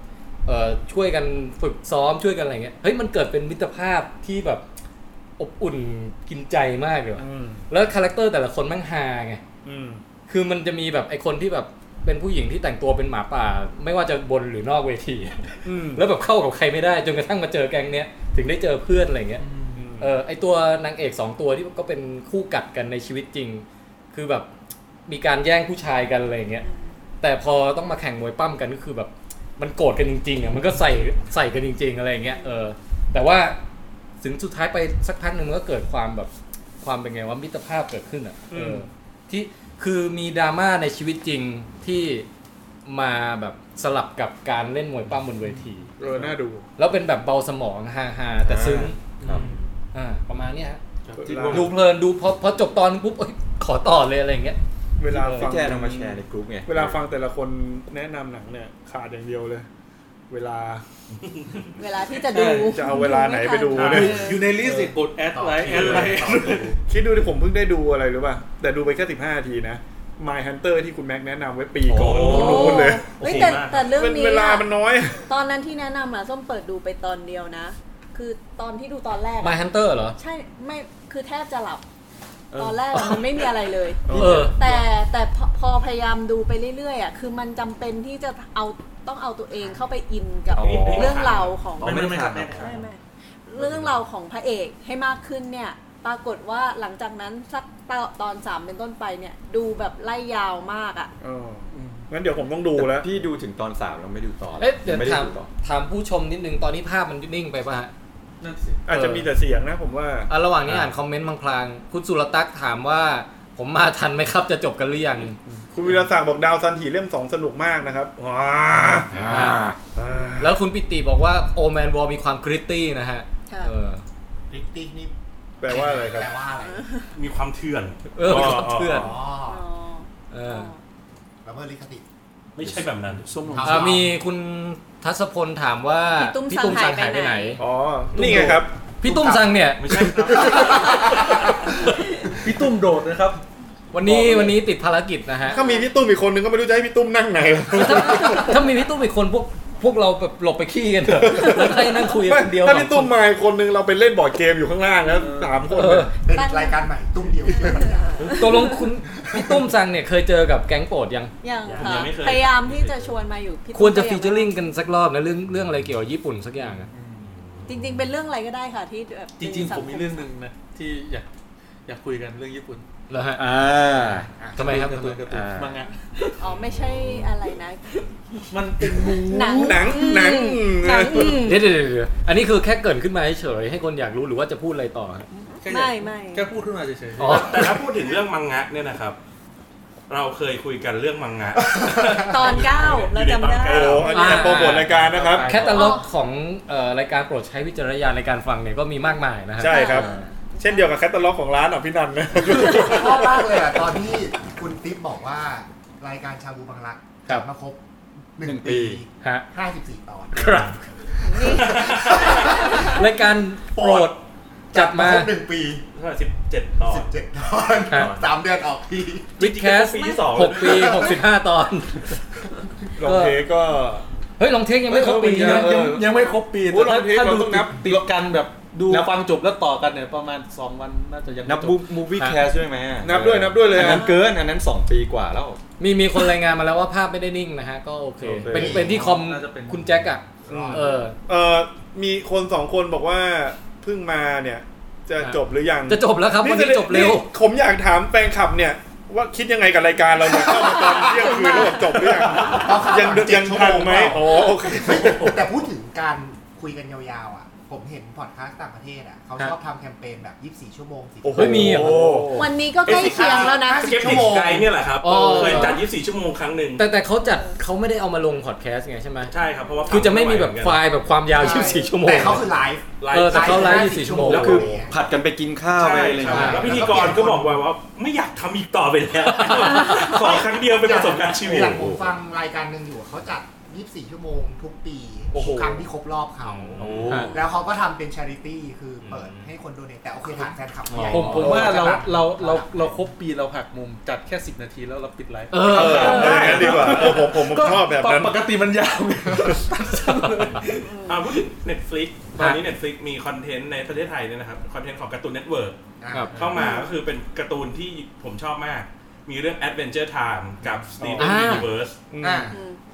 เออช่วยกันฝึกซ้อมช่วยกันอะไรเงี้ยเฮ้ยมันเกิดเป็นมิตรภาพที่แบบอบอุ่นกินใจมากเลยว่ะ อืม แล้วคาแรคเตอร์แต่ละคนแมั่งฮาไง อืม คือมันจะมีแบบไอคนที่แบบเป็นผู้หญิงที่แต่งตัวเป็นหมาป่า ไม่ว่าจะบนหรือนอกเวที อืม แล้วแบบเข้ากับใครไม่ได้จนกระทั่งมาเจอแก๊งเนี้ยถึงได้เจอเพื่อนอะไรเงี้ยเออไอตัวนางเอกสองตัวที่ก็เป็นคู่กัดกันในชีวิตจริง คือแบบมีการแย่งผู้ชายกันอะไรเงี้ยแต่พอต้องมาแข่งมวยปั้มกันก็คือแบบมันโกรธกันจริงๆอ่ะมันก็ใส่ใส่กันจริง ๆ อะไรเงี้ยเออแต่ว่าถึงสุดท้ายไปสักพักหนึ่งมันก็เกิดความแบบความเป็นไงว่ามิตรภาพเกิดขึ้นอ่ะเอออ ม ที่คือมีดราม่าในชีวิตจริงที่มาแบบสลับกับการเล่นมวยปั้มบนเวที เออน่าดู แล้วเป็นแบบเบาสมองฮาฮาๆแต่ซึ้ง ครับ อ่าประมาณเนี้ยฮะ เวลา ดูเพลินดูพอพอจบตอนนึงปุ๊บเอ้ยขอต่อเลยอะไรอย่างเงี้ย เวลา พี่ ฟัง แจนเอามาแชร์ในกลุ่มไง เวลาฟังแต่ละคนแนะนำหนังเนี่ย ขาดอย่างเดียวเลย เวลา เวลาที่จะดู จะเอาเวลาไหนไปดู ม่ทั เนี่ย อยู่ในลิสต์อีกกดแอดไลน์แอดไลน์ คิดดูดิผมเพิ่งได้ดูอะไรหรือป่ะ แต่ดูไปแค่สิบห้าทีนะ My Hunter ที่คุณแม็กแนะนำไว้ปีก่อน โอ้ โอ้ คุณรู้เลย เฮ้ยแต่ โอเคมาก แต่เรื่อง เป็น นี้ เวลา อะ มันน้อย ตอนนั้นที่แนะนำอะส้มเปิดดูไปตอนเดียวนะ คือตอนที่ดูตอนแรกอะ My Hunter เหรอ ใช่ไม่คือแทบจะหลับ ตอนแรกอะมันไม่มีอะไรเลย เออ แต่แต่พอพอพยายามดูไปเรื่อยๆอ่ะคือมันจำเป็นที่จะเอาต้องเอาตัวเองเข้าไปอินกับ อ๋อ เรื่องราวของ อ๋อไม่ได้ขาดนะ ไม่ไม่เรื่องราวของพระเอกให้มากขึ้นเนี่ย ปรากฏว่าหลังจากนั้นสักตอนตอนสามเป็นต้นไปเนี่ย ดูแบบไล่ยาวมากอ่ะ เอองั้นเดี๋ยวผมต้องดูแล้ว พี่ดูถึงตอนสามแล้วไม่ดูต่อ เอ๊ะเดี๋ยว ไม่ได้ ถาม ดูต่อ ถามผู้ชมนิดนึงตอนนี้ภาพมันนิ่งไปป่ะฮะ นั่นสิ อาจจะมีแต่เสียงนะผมว่า อ่ะระหว่างนี้อ่านคอมเมนต์พลางๆคุณสุรตักษ์ถามว่า ผมมาทันไหมครับจะจบกันหรือยัง คุณวิรศักดิ์บอกดาวซันถีเล่มสองสนุกมากนะครับว้าอ่า แล้วคุณปิติบอกว่าโอแมนวอลมีความกริตตี้นะฮะ ค่ะ เออ ริกตี้นี่ แปลว่าอะไรครับ แปลว่าอะไร มีความเถื่อน เออมีความเพื่อน อ๋อ อ๋อ เอ อ๋ อ อ แล้วเมื่อลิขสิทธิ์ ไม่ใช่แบบนั้น ส้มลง ครับ อ่ะมีคุณทัศพลถามว่า พี่ตุ้มสั่งหายไปไหน อ๋อ นี่ไงครับ พี่ตุ้มสั่งเนี่ย ไม่ใช่ครับ พี่ตุ้มโดดนะครับ วันนี้วันนี้ติดภารกิจนะฮะ ถ้ามีพี่ตุ้มอีกคนนึงก็ไม่รู้จะให้พี่ตุ้มนั่งไหน ถ้ามีพี่ตุ้มอีกคนพวก พวกเราแบบหลบไปขี้กันเถอะแล้วให้นั่งคุยกันคนเดียว ถ้าพี่ สอ ตุ้ม งคน มาอีกคนนึงเราไปเล่นบอร์ดเกมอยู่ข้างล่างแล้วสามคน เออ เป็นรายการใหม่ตุ้มเดียวเพื่อปัญญา ตกลงคุณพี่ตุ้มสั่งเนี่ยเคยเจอกับแก๊งโปรดยัง อย่าง ยัง ค่ะ ยังไม่เคย พยายามที่จะชวนมาอยู่พี่ ควรจะฟีตุ้ม เจอ ก็ยัง ริงกันสักรอบนะเรื่องเรื่องอะไรเกี่ยวกับญี่ปุ่นสักอย่างอะ จริง ๆ เป็นเรื่องอะไรก็ได้ค่ะที่แบบ จริง ๆ ผมมีเรื่อง สัค หนึ่งนะที่อยากอยากคุยกันเรื่องญี่ปุ่น แล้วฮะ อ่า ทำไมครับ กา ทำ ร์ ไม ตูนการ์ตูน อ่า มังงะ อ๋อไม่ใช่อะไรนะ มันเป็นมู หนัง หนัง อืม หนัง หนังอืม เดี๋ยวเดี๋ยวเดี๋ยวเดี๋ยวอันนี้คือแค่เกรินขึ้นมาเฉยๆให้คนอยากรู้หรือว่าจะพูดอะไรต่อฮะ แค่อยาก ไม่ไม่ แค่พูดขึ้นมาเฉย อ๋อ แต่ถ้าพูดถึงเรื่องมังงะเนี่ยนะครับ เราเคยคุยกันเรื่องมังงะ ตอนเก้าเราจำได้ อยู่ในตอนเก้า โอ้โหอันนี้โปรโมทรายการนะครับ แคตตาล็อกของเอ่อรายการโปรดใช้วิจารณญาณในการฟังเนี่ยก็มีมากมายนะฮะ ใช่ครับ เช่นเดียวกับแคตตาล็อกของร้านอ่ะพี่นันนะ ชอบมากเลยอ่ะตอนที่คุณติ๊บบอกว่ารายการชาบูบางรักจัดมาครบหนึ่งปี ฮะ ห้าสิบสี่ตอน ครับรายการโปรดจัดมา ครบหนึ่งปี สิบเจ็ดตอน สิบเจ็ดตอน ครับ สามเดือนออกที วิดแคส ปีที่สอง หกปีหกสิบห้าตอน ลองเทก็ เฮ้ยลองเทคยังไม่ครบปี ๆ นะ ยังยังยังไม่ครบปี โอ้ยเราเทคเราต้องนับ ติดกันแบบดู นับ ฟังจบแล้วต่อกันเนี่ยประมาณ 2 วันน่าจะยังไม่ นับ จ มูฟวี่ อ่ะ แคสด้วยไหมอะ นับด้วยนับด้วยเลย อันนั้น อะ เกินอันนั้น 2 ปีกว่าแล้ว มีมีคนรายงานมาแล้วว่าภาพไม่ได้นิ่งนะฮะ ก็โอเค โอเค เป็นเป็นที่คอม น่าจะเป็น คุณแจ็คอะ อืม เออ เออมีคนสองคนบอกว่าเพิ่งมาเนี่ย จะ ฮะ จบหรือยัง จะจบแล้วครับวันนี้ แสดง จบเร็ว นี่ผมอยากถามแฟนคลับเนี่ย ว่าคิดยังไงกับรายการเราเนี่ยเข้ามาตอนเที่ยงคืนแล้วแบบจบหรือยัง เราเข้า ยัง มาเจ็ด ยัง ชั่ว ทัน โง ไหม เปล่า อ๋อโอเค แต่พูดถึงการคุยกันยาวๆอ่ะ ผมเห็นพอดคาสต์ต่างประเทศอ่ะเขาชอบทำแคมเปญแบบ 24 ชั่วโมงสิ โอ้โห เฮ้ยมีเหรอ วันนี้ก็ใกล้เคียงแล้วนะ เกมติกไกเนี่ยแหละครับ อ๋อ เคยจัด 24 ชั่วโมงครั้งหนึ่ง แต่แต่เขาจัดเขาไม่ได้เอามาลงพอดแคสต์ไงใช่ไหม ใช่ครับเพราะว่า คือจะไม่มีแบบไฟล์แบบความยาว ใช่ 24 ชั่วโมง แต่เขาคือไลฟ์ ไล เออ ฟ์ แต่เขาไลฟ์ ไลฟ์ 24 ชั่วโมง แล้ ก็ ว คือผัดกันไปกินข้าว ใช่ ไปอะไรอย่าง ครัเงี้บย แล้วพิธีกรก็บอกว่าว่าไม่อยากทำอีกต่อไปแล้วขอครั้งเดียวเป็นประสบการณ์ชีวิต อย่างผมฟังรายการหนึ่งอยู่เขาจัด 24 ชั่วโมงทุกปี โอ้โห ครั้งที่ครบรอบเขา โอ้ แล้วเขาก็ทำเป็นช h ริตี้คือเปิดให้คนโดเนทแต่โอเคฐานแฟนคลับ บผมผมว่าเราเราคเรารับ เราครบปีเราหักมุมจัดแค่ 10 นาทีแล้วเราปิดไลฟ์ เออ เอาอย่างนั้นดีกว่าโอ้ผมผมผมชอบแบบนั้น ปกติมันยาวไง อ่าพูดถึง Netflix ตอนนี้ Netflix มีคอนเทนต์ในประเทศไทยเนี่ยนะครับคอนเทนต์ของการ์ตูนเน็ตเวิร์ก ครับ เข้ามาก็คือเป็นการ์ตูนที่ผมชอบมาก มีเรื่อง Adventure Time กับ Steven อ่า Universe อ่า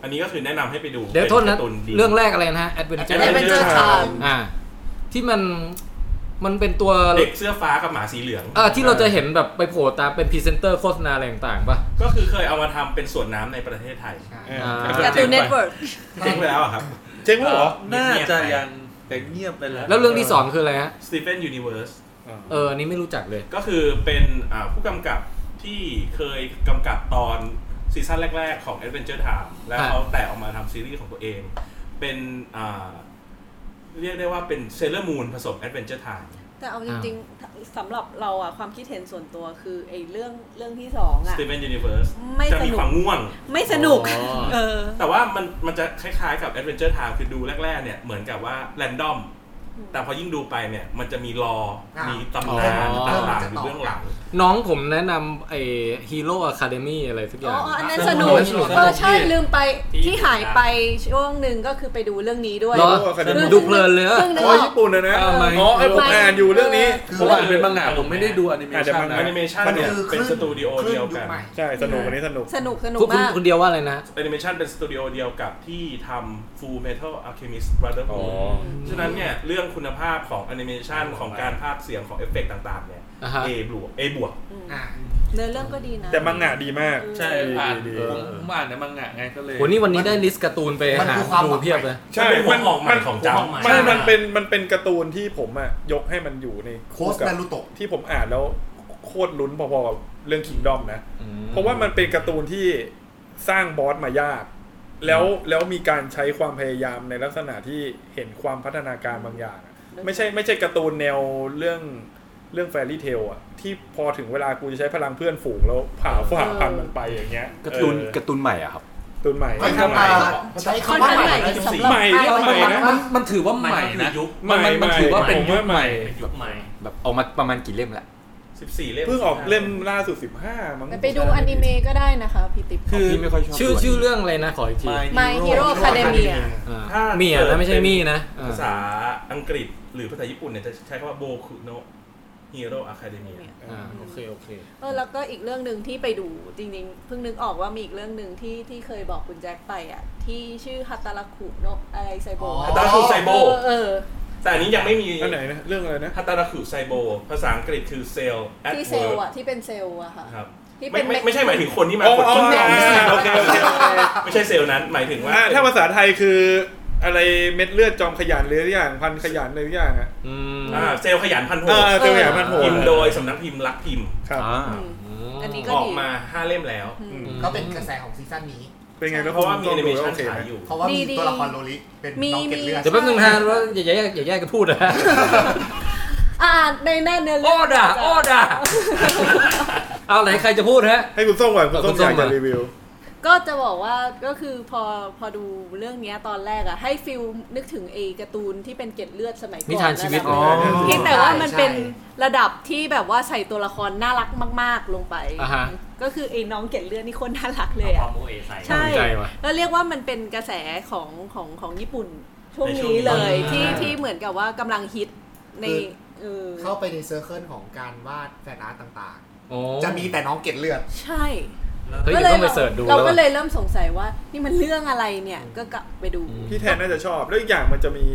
อันนี้ก็คือแนะนำให้ไปดู เดี๋ยวโทษนะ ป็การ์ตูนดี เรื่องแรกอะไรนะฮะแอดเวนเจอ Adventure ร์ Adventure Time อ่า ที่มันมันเป็นตัว เด็กเสื้อฟ้ากับหมาสีเหลือง อ่าที่เราจะเห็นแบบไปโผล่ตามเป็นพรีเซนเตอร์โฆษณาอะไรต่างๆป่ะ ก็คือเคยเอามาทำเป็นส่วนน้ำในประเทศไทย อ่า การ์ตูนเน็ตเวิร์ก เจ๊งไปแล้วอะครับ เจ๊งแล้วเหรอ น่าจะยังแต่เงียบไปแล้ว แล้วเรื่องที่สองคืออะไรฮะ Steven Universe เอออันนี้ไม่รู้จักเลย ก็คือเป็นอ่าผู้กำกับที่เคยกำกับตอนซีซั่นแรก ๆ ของ Adventure Time แล้ว ครับ เขาแตกออกมาทำซีรีส์ของตัวเอง เป็นอ่าเรียกได้ว่าเป็นเซเลอร์มูนผสม Adventure Time แต่เอาจริงๆสำหรับเราอะความคิดเห็นส่วนตัวคือไอ้เรื่องเรื่องที่สองอะ Steven Universe ไม่ จะ ส มี นุ ค ก วามง่วง ไม่สนุก อ๋อ เออ แต่ว่ามันมันจะคล้ายๆกับ Adventure Time คือดูแรกๆ เนี่ยเหมือนกับว่าแรนดอม แต่พอยิ่งดูไปเนี่ย มันจะมีรอ อ่ามี มีตำนาน อ๋อ ต่าง จะ ๆอ ต่ ยู่ อ เบื้องหลัง น้องผมแนะนำไอ้ฮีโร่อะคาเดมี่อะไรทุกอ อ๋อย่าง อันนั้นสนุก สนุก เออใช่ ที่ ลืมไป ที่ ที่หายไปช่วงหนึ่งก็คือไปดูเรื่องนี้ด้วย เหรอ พิ่ง ดูเพลินเลยอะ พิ่งนึก อ๋อ ออก ญี่ปุ่นนะนะ เออไม่ อ๋อไอผมอ่านอยู่เรื่องนี้ ผมอ่านเป็นมังงะผมไม่ได้ดูแอนิเม อาจจะ ชั มัน ง นะ งะ แอนิเมชัน มัน เนี่ย คือ เป็นสตูดิโอ คลื่น เดียว ค กั ลื่ น นคใหม่ ใช่สนุกอันนี้สนุก สนุกสนุก คุณ มาก คุณเดียวว่าอะไรนะ แอนิเมชันเป็นสตูดิโอเดียวกับที่ทำ Full Metal Alchemist Brotherhood อ๋อ ฉะนั้นเนี่ย เรื่องคุณภาพของแอนิเมชันของการภาพเสียงของเอฟเฟกต์ต่างๆ เนี่ย อ่าฮะ A บวก A บวก อ่า เนื้อเรื่องก็ดีนะ แต่มังงะดีมาก ใช่อ่าน ดี ผมผมอ่านในมังงะไงก็เลย โหนี่วันนี้ได้ลิสต์การ์ตูนไป มัน หา คือความ ดูเพียบเลย ใช่ มันเป็น มัน หัวข้อใหม่ มัน ของจำ หัวข้อใหม่มันมันเป็นมันเป็นการ์ตูนที่ผมอะยกให้มันอยู่ใน โค้ช กับ นารูโตะ ที่ผมอ่านแล้วโคตรลุ้นพอๆกับเรื่องคิงดอมนะ เพราะว่ามันเป็นการ์ตูนที่สร้างบอสมายาก แล้วแล้วมีการใช้ความพยายามในลักษณะที่เห็นความพัฒนาการบางอย่างอะไม่ใช่ไม่ใช่การ์ตูนแนวเรื่องเรื่องแฟรี่เทลอะที่พอถึงเวลากูจะใช้พลังเพื่อนฝูงแล้วผ่าฝ่าพันมันไปอย่างเงี้ย การ์ตูน เออ การ์ตูนใหม่อ่ะครับ การ์ตูนใหม่ ค่อนข้างมาใช้คำว่าใหม่ได้ สี สำหรับ ใหม่ ใคร ใหม่นะ มันมันถือว่าใหม่นะ ยุค มันมันมันถือว่าเป็นยุคใหม่ ยุคใหม่ แบบออกมาประมาณกี่เล่มละ สิบสี่เล่ม เพิ่งออกเล่มล่าสุดสิบห้ามั้ง ไปดูอนิเมะก็ได้นะคะพี่ติ๊บ คือพี่ไม่ค่อยชอบ ชื่อชื่อเรื่องอะไรนะขออีกที My Hero Academia อ่า ถ้า เมียนะไม่ใช่มีนะอ่า ภาษาอังกฤษหรือภาษาญี่ปุ่นเนี่ยจะใช้คำว่าโบคุโนะฮีโร่อะคาเดเมีย อ่าโอเคโอเค เออแล้วก็อีกเรื่องหนึ่งที่ไปดูจริงๆ เพิ่งนึกออกว่ามีอีกเรื่องหนึ่งที่ที่เคยบอกคุณแจ็คไปอ่ะ ที่ชื่อฮัตตาลาคุโนะอะไรไซโบ อ๋อ ฮัตตาราคุไซโบ เออเออ แต่อันนี้ยังไม่มี อันไหนนะเรื่องอะไรนะ ฮัตตาราคุไซโบ ภาษาอังกฤษคือเซลล์แอด ที่เซ เวิ ล ร์ ล์อ่ะ ที่เป็นเซลล์อะค่ะ ครับ ที่ ไม่ เป็น ไม่ แบบ ไม่ใช่หมายถึงคนที่มากด อ๋อ จุดกล่อง อ๋อ โอเคโอเคโอเคไม่ใช่เซลล์นั้นหมายถึงว่า อ่าถ้าภาษาไทยคืออะไรเม็ดเลือดจอมขยันหรืออะไรอย่างพันขยันอะไรอย่างอ่ะ อืม อ่าเซลล์ขยันพันโห เอ ด อเจอขยันพันโห พิ ด มพ์โดยสำนักพิมพ์รักพิมพ์ ครับ อ่า อืมอันนี้ก็ ออก ดี มาห้าเล่มแล้ว อืม ก็เป็นกระแสของซีซั่นนี้ เป็นไงแล้ว เพราะว่ามี ต้ แอง นิ ดู เมชั โอน เค ฉาย นะ อยู่ เพราะว่ามี ดีๆ ตัวละครโลลิเป็น มี น้องเกล็ดเลือด มี เดี๋ยวแป๊บนึงฮะว่าอย่าแยกอย่าแยกกันพูดนะ อ่าในหน้าเนื้อ อ้ เรื่ อด่าอ้อด่าเอาไหนใครจะพูดฮะ ให้คุณส้มก่อนคุณส้ม เออคุณส้ อ ม ยากจะ มารี รีวิว ก็จะบอกว่าก็คือพอพอดูเรื่องเนี้ยตอนแรกอะให้ฟิลนึกถึงไอ้การ์ตูนที่เป็นเกล็ดเลือดสมัยก่อน นิทานชีวิต ะ เพียงแต่ว่ามันเป็นระดับที่แบบว่าใส่ตัวละครน่ารักมาก ๆ ลงไป อ่าฮะ ก็คือไอ้น้องเกล็ดเลือดนี่คนน่ารักเล เอา ย ควา อ่ะ มโมเอใส่ ใช่ น่าสนใจว่ะ แล้วเรียกว่ามันเป็นกระแสของของของญี่ปุ่น ช่วง ในช่วง นี้ นี้ เลย อ่า ที่ที่เหมือนกับว่ากำลังฮิตในเออ เข้าไปในเซอร์เคิลของการวาดแฟนอาร์ตต่าง โอ้ ๆ จะมีแต่น้องเกล็ดเลือด ใช่ เฮ้ยเดี๋ยวต้องไปเสิร์ชดูแล้ เรา ว ก็ ว่ะ เลยเริ่มสงสัยว่า นี่มันเรื่องอะไรเนี่ยก็กลับไปดู อืม พี่แทนน่าจะชอบ แล้วอีกอย่างมันจะมี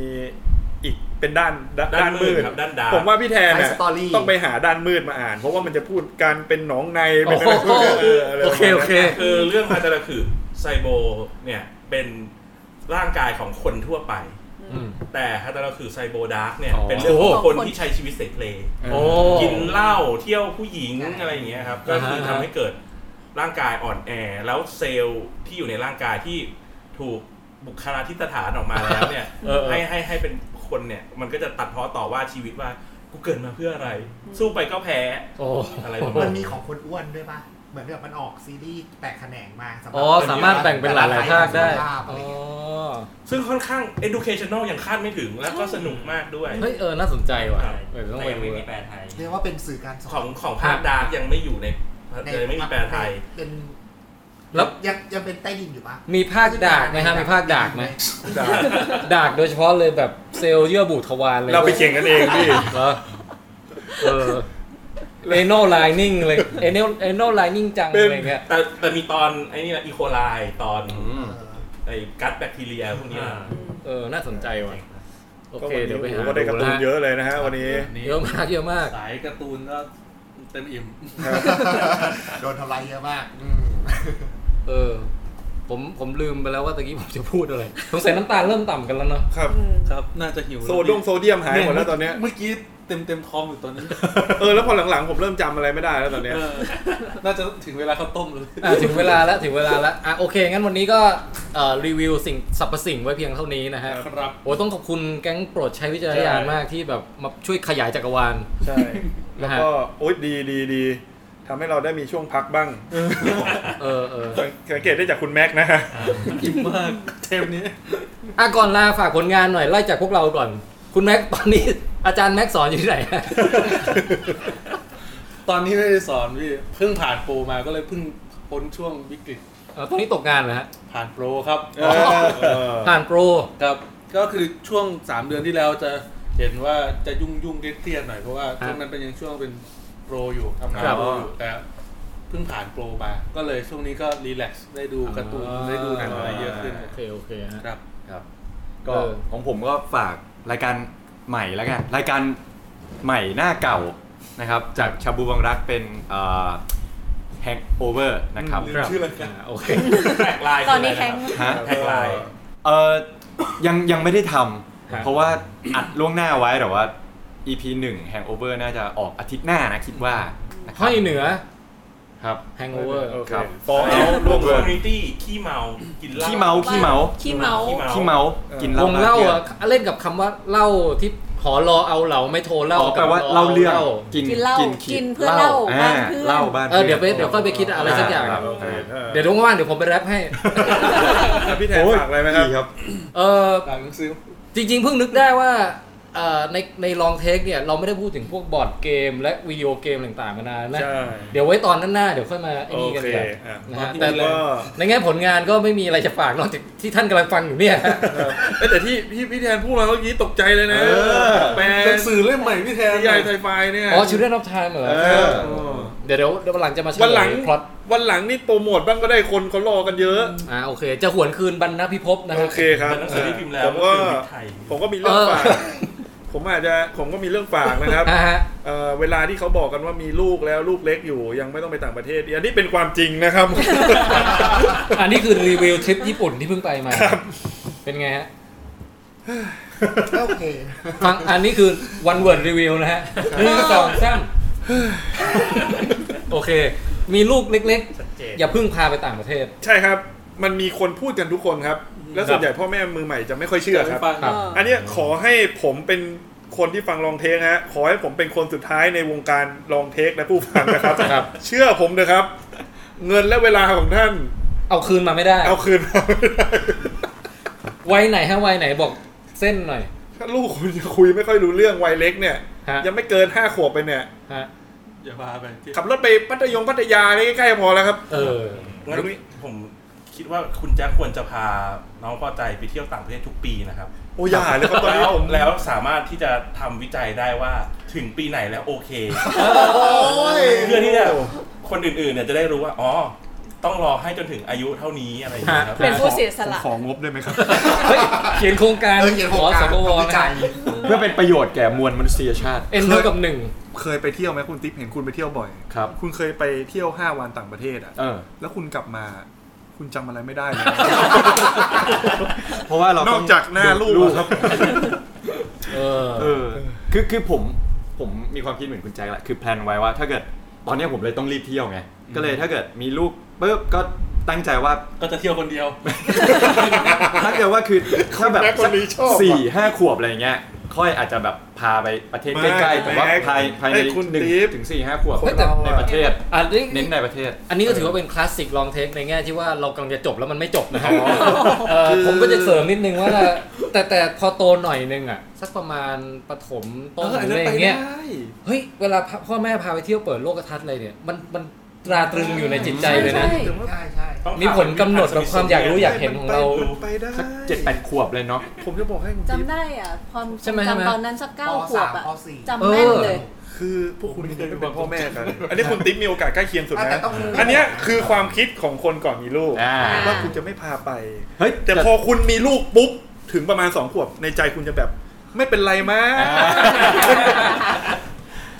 อีกเป็นด้านด้าน ด้าด้านนมืด มืดครับด้านดาร์ก ผมว่าพี่แทนเนี่ย Side story ต้องไปหาด้านมืดมาอ่าน เพราะว่ามันจะพูดการเป็นหนองในเป็นอะไร โอ้โห เอออะไรประมาณนั้น โอเคโอเค คือเรื่องพัตราคือไซโบเนี่ยเป็นร่างกายของคนทั่วไป อืม แต่ฮัตตาราคือไซโบดาร์กเนี่ย อ๋อ เป็นเรื่องข โอ้ อง โห คนที่ใช้ชีวิตเสพเล โอ้ กินเหล้าเที่ยวผู้หญิง อ่า อะไรอย่างเงี้ยครับ อ่า ก็ ฮะ คือทำให้เกิดร่างกายอ่อนแอ แล้วเซลล์ที่อยู่ในร่างกายที่ถูกบุคลาธิสถานออกมาแล้วเนี่ยให้ให้ให้เป็นคนเนี่ยมันก็จะตัดเพ้อต่อว่าชีวิตว่ากูเกิดมาเพื่ออะไร สู้ไปก็แพ้ โอ้ อะไรประมาณ มัน นี้ มีของคนอ้วนด้วยป่ะ เหมือนแบบมันออกซีรีส์แตกแขนงมาำหบ อ๋อสามารถแบ่งเป็นหลาย ๆ ภาคได้อ๋อ ซึ่งค่อนข้าง educational อย่างคาดไม่ถึงแล้วก็สนุกมากด้วย เฮ้ยเออน่าสนใจว่ะ ใช่ เออต้อง แต่ ไป ยัง ดู ไม่มี อะ แปลไทย เรียกว่าเป็นสื่อการสอน ของของภาคดาร์กยังไม่อยู่ในเลยไม่มีแปลไทย เป็น แล้ว ยังยังเป็นใต้ดินอยู่ป่ะ มีภาคดากไหมฮะมีภาคดากไหมดากโดยเฉพาะเลยแบบเซลล์เยื่อบุทวารเลย เราไปเก่งกันเองพี่ เหรอเออเอโนไลนิ่งเลยเอโนเอโนไลนิ่งจัง เป็น อะไรเงี้ย แต่แต่มีตอนไอ้นี่แหละอีโคไลตอน อืม ไอ้กัดแบคทีเรียพวกนี้นะ เออน่าสนใจว่ะโอ ก็ เค วัน เดี๋ยวไป นี้ หา ก็ได้การ์ตูนเย ดู อะเลยนะฮะวันนี้ เยอะมากเยอะมาก สายการ์ตูนก็เต็มอิ่ม โดนทำลายเยอะมาก เออ ผมผมลืมไปแล้วว่าตะกี้ผมจะพูดอะไรสงสัยน้ำตาลเริ่มต่ำกันแล้วเนาะ ครับ ครับ น่าจะหิว โซดงโซเดียมหายหมดแล้วตอนเนี้ย เมื่อกี้เต็มเต็มท้องอยู่ตอนนี้ เออแล้วพอหลังๆผมเริ่มจำอะไรไม่ได้แล้วตอนเนี้ย เออน่าจะถึงเวลาข้าวต้มเลย อ่ะถึงเวลาแล้วถึงเวลาแล้วอ่ะโอเค งั้นวันนี้ก็เอ่อรีวิวสิ่งสรรพสิ่งไว้เพียงเท่านี้นะฮะ ครับ โอ้ต้องขอบคุณแก๊งโปรดใช้วิจารณญาณมากที่แบบมาช่วยขยายจักรวาล ใช่ แล้วก็โอ๊ยดีดีดีทำให้เราได้มีช่วงพักบ้าง เออเออ สังเกตได้จากคุณแม็กซ์นะฮะ อิ่มมากเทปนี้ อ่ะก่อนลาฝากผลงานหน่อยไล่จากพวกเราก่อน คุณแม็กตอนนี้ อาจารย์แม็กสอนอยู่ที่ไหนฮะ ตอนนี้ไม่ได้สอนพี่เพิ่งผ่านโปรมาก็เลยเพิ่งพ้นช่วงวิกฤต เออตอนนี้ตกงานเหรอฮะ ผ่านโปรครับ เออ ผ่านโปร ครับก็คือช่วง 3 เดือนที่แล้วจะเห็นว่าจะยุ่งยุ่งๆเครียดๆหน่อยเพราะว่า ครับ ช่วงนั้นเป็นยังช่วงเป็นโปรอยู่ทำงาน ครับ โปรอยู่แต่เพิ่งผ่านโปรมา ก็เลยช่วงนี้ก็รีแลกซ์ได้ดูการ์ตูน อ่า ได้ดูหนังอะไรเยอะขึ้น โอเคโอเคฮะ ครับ ครับก็ เออ ของผมก็ฝากรายการใหม่แล้วกันรายการใหม่หน้าเก่านะครับ จากชาบูบังรักเป็นแฮงโอเวอร์นะครับ ครับ ชื่อรายการ อ่ะโอเค แท็กไลน์ ตอนนี้แฮง ฮะ แท็กไลน์ เออยังยังไม่ได้ท ครับ ำเพราะว่า อัดล่วงหน้าไว้แต่ว่า EP 1แฮงโอเวอร์น่าจะออกอาทิตย์หน้านะคิดว่านะครั ห้ บ อยเหนือ ครับ hangover โอเค ครับ ฟอร์เอาท์ร่วม ค กั อม น มูนิตี้ขี้เมา กินเหล้า ขี้เมาขี้เมา ขี้เมา ขี้เมา ขี้เมากินเหล้าว งเล่า เบีย อ่ะ ร์ เล่นกับคำว่าเหล่าที่หอรอเอาเหล่าไม่โทรเหล่า อ๋อแปลว่า กับ เล่าเรื่องกิน กินเหล้ากิ ขีด นเพื่อเหล้า อ่ บ้านเพื่อน เหล้าบ้าน เออเดี๋ยวไป พื่น เดี๋ยวค่อยไปคิดอะไรสักอย่าง ครับ โอเคเออ เดี๋ยวทุกว่างๆเดี๋ยวผมไปแรปให้ พี่แทนฝากอะไรไหมครับ เออ หลังซื้อ จริง ๆ เพิ่งนึกได้ว่า เอ่อในในลองเทคเนี่ยเราไม่ได้พูดถึงพวกบอร์ดเกม และวิดีโอเกมต่างๆกันานะ ใช่ เดี๋ยวไว้ตอนหน้าๆเดี๋ยวค่อยมาไอ้นี่กัน โอเค แบบ อ่ะ นะฮะ แต่ แต่ ก็ ในแง่ผลงานก็ไม่มีอะไรจะฝากนอกจากที่ท่านกำลังฟังอยู่เนี่ย เอ้ยแต่ที่พี่พี่แทนพูดมาเมื่อกี้ตกใจเลยนะ เออ แปล เป็นสื่อเล่มใหม่พี่แทน นิยายไทไฟเนี่ย อ๋อ Children of Time เหรอ เออ เออ เดี๋ยวเดี๋ยวเดี๋ยววันหลังจะมาเฉล วันหลัง ยพล็อต วันหลังนี่โปรโมทบ้างก็ได้คนเขารอกันเยอะ อ่าโอเค จะหวนคืนบรรณพิภพนะ โอ ฮะ เคครับ เป็นหนังสือที่พิมพ์แล้ว ผมก็ ก็คือมิตรไทย ผมก็มีเรื่องฝาก เออ ผมอาจจะผมก็มีเรื่องฝากนะครับ อ่าฮะ เอ่อเวลาที่เขาบอกกันว่ามีลูกแล้วลูกเล็กอยู่ยังไม่ต้องไปต่างประเทศอันนี้เป็นความจริงนะครับ อันนี้คือรีวิวทริปญี่ปุ่นที่เพิ่งไปมา เป็นไงฮะ โอเค ฟังอันนี้คือวันเวิร์ดรีวิวนะฮะหนึ่งสองสามโอเค มีลูกเล็ก ชัดเจน ๆ อย่าเพิ่งพาไปต่างประเทศ ใช่ครับ มันมีคนพูดกันทุกคนครับ และส่วนใหญ่พ่อแม่มือใหม่จะไม่ค่อยเชื่อครับ ฟัง ครับ อันเนี้ยขอให้ผมเป็นคนที่ฟังลองเทคฮะขอให้ผมเป็นคนสุดท้ายในวงการลองเทคและผู้ฟังนะครับ ครับ เชื่อผมนะครับ เงินและเวลาของท่าน เอาคืนมาไม่ได้ เอาคืนมา วัยไหนฮะวัยไหนบอกเส้นหน่อย ถ้า ลูกคุณจะคุยไม่ค่อยรู้เรื่องวัยเล็กเนี่ย ฮะ ยังไม่เกินห้าขวบไปเนี่ย ฮะ อย่าพาไปเที่ยว ขับรถไปพัทยงพัทยาอะไรใกล้ๆพอแล้วครับ เออ งั้นผมคิดว่าคุณแจ็คควรจะพาน้องพอใจไปเที่ยวต่างประเทศทุกปีนะครับ โอ้ยอย่าเลยครับตอนนี้ แล้ว ผม แล้วสามารถที่จะทำวิจัยได้ว่าถึงปีไหนแล้วโอเค เพื่อที่จะคนอื่นๆเนี่ยจะได้รู้ว่า อ๋อ ต้องรอให้จนถึงอายุเท่านี้อะไรอย่างเงี้ยครับ เป็นผู้เสียสละ ของงบได้ไหมครับ เฮ้ย เขียนโครงการ เออเขียนโครงการ สกว ทำวิ นะ จั ฮะ ย เพื่อเป็นประโยชน์แก่มวลมนุษยชาติ เอ็นเท่ากับหนึ่ง เคยไปเที่ยวไหมคุณติ๊บเห็นคุณไปเที่ยวบ่อย ครับ คุณเคยไปเที่ยว 5 วันต่างประเทศอ่ะ เออ แล้วคุณกลับมา คุณจำอะไรไม่ได้เลย เพราะว่าเรา น ต้ อ อก ง จากหน้าลูก ดู ครับ เออ เออ คือคือผมผมมีความคิดเหมือนคุณแจ็คแหละ คือแพลนไว้ว่าถ้าเกิดตอนเนี้ยผมเลยต้องรีบเที่ยวไง ก็เลยถ้าเกิดมีลูกปุ๊บก็ตั้งใจ ว่า ก็จะเที่ยวคนเดียว ถ้าเกิดว่าคือถ้าแบบ แม็กคนนี้ชอบว่ะ สี่ห้าขวบอะไรเงี้ย ค่อยอาจจะแบบพาไปประเทศใกล้ๆแต่ว่าภายภายใน ให้คุณ หนึ่ง ติ๊บ ถึงสี่ห้าขวบ เฮ้ยแต่ ในประเทศ อันนี้ เน้นในประเทศ อันนี้ก็ถือว่าเป็นคลาสสิกลองเทคในแง่ที่ว่าเรากำลังจะจบแล้วมันไม่จบนะฮะเออผมก็จะเสริมนิดนึงว่า แต่แต่พอโตหน่อยนึงอ่ะ สักประมาณประถมต้นอะไรอย่างเงี้ย เฮ้ย เวลาพ่อแม่พาไปเที่ยวเปิดโลกทัศน์อะไรเนี่ย มันมันตราตรึงอยู่ในจิตใจเลยนะ ใช่ใช่ ต้อง มีผลกำหนดแบบความอยากรู้อยากเห็นของเรา มันไปได้ เจ็ดแปดขวบเลยเนาะ ผมจะบอกให้คุณติ๊บ จำได้อ่ะความ ใช่ไหมใช่ไหม จำตอนนั้นสักเก้า ป ขวบ สาม อ่ะ ปสี่ จำแม่นเลย คือพวกคุณเคยเป็นพ่อแม่กัน อันนี้คุณติ๊บมีโอกาสใกล้เคียงสุด แต่ นะ ต้อง อันเนี้ยคือความคิดของคนก่อนมีลูก อ่า ว่าคุณจะไม่พาไป เฮ้ย แต่พอคุณมีลูกปุ๊บ ถึงประมาณสองขวบในใจคุณจะแบบ ไม่เป็นไรมา อ่า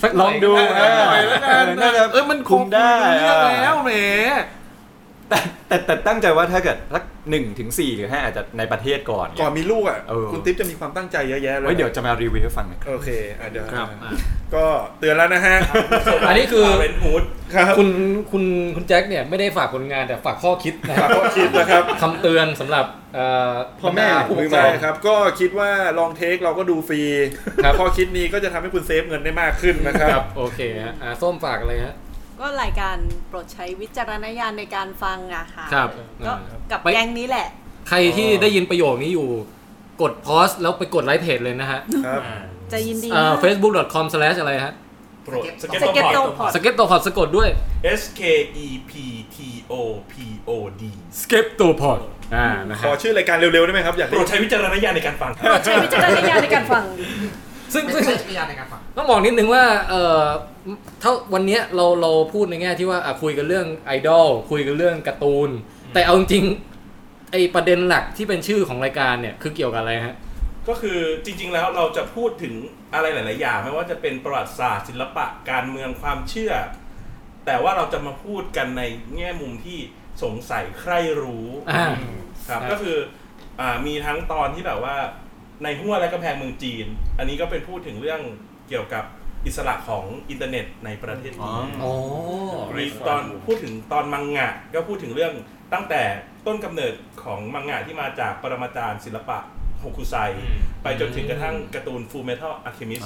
สักห ล น่ อย งดู เออ เออ ไปแล้วกัน น่าจะ เออมัน คุมได้ เรื่องแล้วแหม แต่แต่แต่ตั้งใจว่าถ้าเกิดสักหนึ่งถึงสี่หรือห้าอาจจะในประเทศก่อน ก่อนมีลูกอ่ะ เออ คุณติ๊บจะมีความตั้งใจเยอะแยะเลย เฮ้ยเดี๋ยวจะมารีวิวให้ฟังหนะ โอเคอ่ะเดี๋ยว ครับ ก็เตือนแล้วนะฮะ อันนี้คือ เป็นฮูด ครับ คุณคุณคุณแจ็คเนี่ยไม่ได้ฝากผลงานแต่ฝากข้อคิดนะค ฝา รั ก บ ข้อคิดนะครับ คำเตือนสำหรับเอ่อ ผู้ปกครองครับ ก็คิดว่าลองเทคเราก็ดูฟรี ครับ ข้อคิดนี้ก็จะทำให้คุณเซฟเงินได้มากขึ้นนะครั ครับ บโอเคฮะอ่าส้มฝากอะไรฮะ ก็รายการโปรดใช้วิจารณญาณในการฟังอะค่ะ ครับ ก็ ครับ กับแกงนี้แหละ ใครที่ได้ยินประโยคนี้อยู่กดพอสแล้วไปกดไลค์เพจเลยนะฮะ ครับ จะยินดี เอ่อ มาก facebook.com slash อะไรฮะ โปรดส ส เก็ เก็ ต ต โต Skeptopod สเก็ตตัวพอดสะกดด้วย S K E P T O P O D สเก็ตตัวพอดอ่านะ ขอ ฮะ ชื่อรายการเร็วๆได้ไหมครับ อยาก โปร ได้ ดใช้วิจารณญาณในการฟังครับ โปรดใช้วิจารณญาณในการฟัง ซึ่ง เป็น ซึ่ง เพื่อนพยานในการฟัง ต้องบอกนิดนึงว่า เออถ้าวันเนี้ยเราเราพูดในแง่ที่ว่าอ่ะคุยกันเรื่องไอดอลคุยกันเรื่องการ์ตูน แต่เอาจริงๆไอประเด็นหลักที่เป็นชื่อของรายการเนี่ยคือเกี่ยวกับอะไรฮะ ก็คือจริง ๆ แล้วเราจะพูดถึงอะไรหลาย ๆ อย่าง ไม่ว่าจะเป็นประวัติศาสตร์ ศิลปะการเมืองความเชื่อ แต่ว่าเราจะมาพูดกันในแง่มุมที่สงสัยใครรู้ อ่า ครับ ครับ ก็คืออ่ามีทั้งตอนที่แบบว่าในหัวและกำแพงเมืองจีน อันนี้ก็เป็นพูดถึงเรื่องเกี่ยวกับอิสระของอินเทอร์เน็ตในประเทศจีน อ๋อ มีตอนพูดถึงตอนมังงะก็พูดถึงเรื่องตั้งแต่ต้นกำเนิดของมังงะที่มาจากปรมาจารย์ศิลปะโฮคุไซ อืม ไปจนถึงกระทั่งการ์ตูนฟูเมทัลอะเคมิส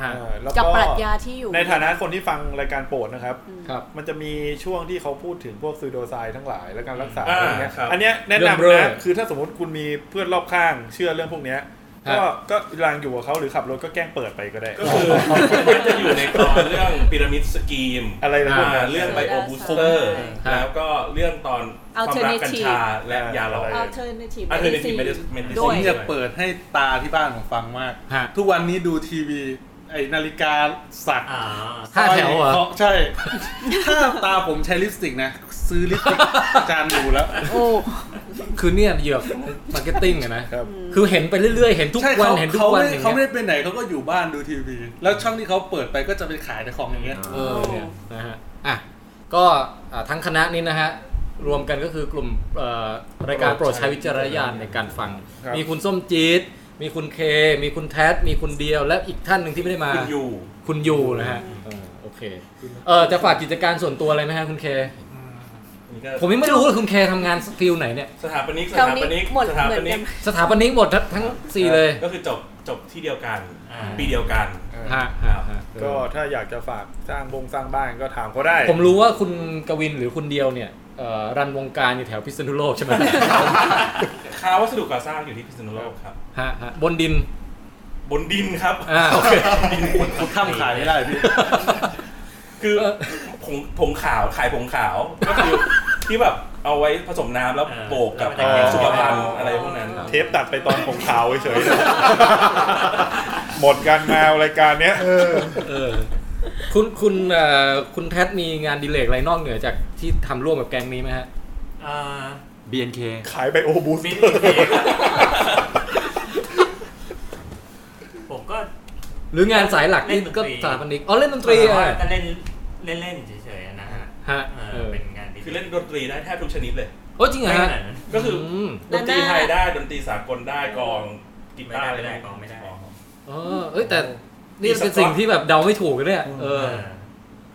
ฮะ อ่าแล้ว กับ ก็ ปรัชญาที่อยู่ ในฐานะคนที่ฟังรายการโปรดนะครับ ครับ มันจะมีช่วงที่เขาพูดถึงพวกซูโดไซด์ทั้งหลายและการรักษา อ่า อะไรเงี้ย ครับ อันเนี้ยแนะ เรื่องเบล นำ อ นะ คือถ้าสมมติคุณมีเพื่อนรอบข้างเชื่อเรื่องพวกเนี้ย ฮะ ก็ก็รางอยู่กับเขาหรือขับรถก็แกล้งเปิดไปก็ได้ ก็คือมันน่าจะอยู่ในกรอบเรื่องพีระมิดสกีม อะไรนะพวกนั้น เรื่องไบโอบูสเตอร์แล้วก็เรื่องตอนความรักกัญชาและยาหลอน alternative อันนี้เป็น medicine เมดิ ด้วยซิน ผมอยากเปิดให้ตาที่บ้านผมฟังมาก ฮะ ทุกวันนี้ดูทีวีไอ้นาฬิกาสัก อ่า ห้าแถวเหรอ ใช่ ถ้าตาผมใช้ลิปสติกนะ ซื้อลิปส ติกอาจานดูแล้ว โอ้คือเนี่ยเหยื่อมาร์เก็ตติ้งอะนะครับ คือเห็นไปเรื่อยๆ เห็นทุก ใช่ วัน เขา เห็นทุ เขา กวัน ไม่ อย่าง เขาไม่ เงี้ย ได้ไปไหนเขาก็อยู่บ้านดูทีวี แล้วช่องที่เขาเปิดไปก็จะเป็นขายแต่ของอย่างเงี้ย เออเนี่ยนะฮะอ่ะก็อ่ะทั้งคณะนี้นะฮะ รวมกันก็คือกลุ่มเอ่อรายการโปรดใช้วิจารณญาณในการฟัง ครับ มีคุณส้มจี๊ดมีคุณเค มีคุณแท็ดมีคุณเดียว และอีกท่านหนึ่งที่ไม่ได้มา คุณอยู่ คุณยูนะฮะเออโอเคเออจะฝากกิจการส่วนตัวอะไรไหมฮะคุณเค ผมยังไม่รู้ว่าคุณเคทำงานฟิลไหนเนี่ย สถาปนิกส เกา ถา หลี ปนิก หมด สถา เหมื ป อน นิ กั ก น สถาปนิกหมดทั้งสี่เลย ก็คือจบจบที่เดียวกัน ปีเดียวกัน ฮะฮะฮะ ก็ถ้าอยากจะฝากสร้างบงสร้างบ้านก็ถามเขาได้ ผมรู้ว่าคุณกวินหรือคุณเดียวเนี่ยเอ่อรันวงการอยู่แถวพิษณุโลกใช่ไหม ค้าวัสดุก่อสร้างอยู่ที่พิษณุโลกครับ ฮะฮะบนดิน บนดินครับ อ่าโอเค คุณทำขายไม่ได้พี่ คือผงผงขาวขายผงขาว ก็ คือที่แบบเอาไว้ผสมน้ำแล้วโบกกับสุขภัณฑ์อะไรพวกนั้น เทปตัดไปตอนผมขาวเฉยๆหมดกันแมวรายการเนี้ย เออคุณคุณเอ่อคุณแท็ดมีงานดีเลกอะไรนอกเหนือจากที่ทำร่วมกับแกงนี้ไหมฮะ อ่า BNK ขายไปโอบูส มิดอินเทคผมก็ หรืองานสายหลักนี่ เล่นดนตรี ก็สถาปนิกอ๋อเล่นดนตรี เอ อ่ะ อก็เล่นเล่นเล่นเฉยๆนะฮะ ฮะ เอ เอ อ อ เป็นงานดี คือเล่นดนตรีได้แทบทุกชนิดเลย โอ้จริงเหรอ ไม่ข ฮะ นาดนั้น ก็คือ ม ดนตรีไทยได้ดนตรีสากลได้กองกี ไม่ ตา ได้ ร์ ไม่ได้กองไม่ได้ เออเอ้ยแต่นี่เป็นสิ่งที่แบบเดาไม่ถูกเลยเนี่ยเอ เอ อ อ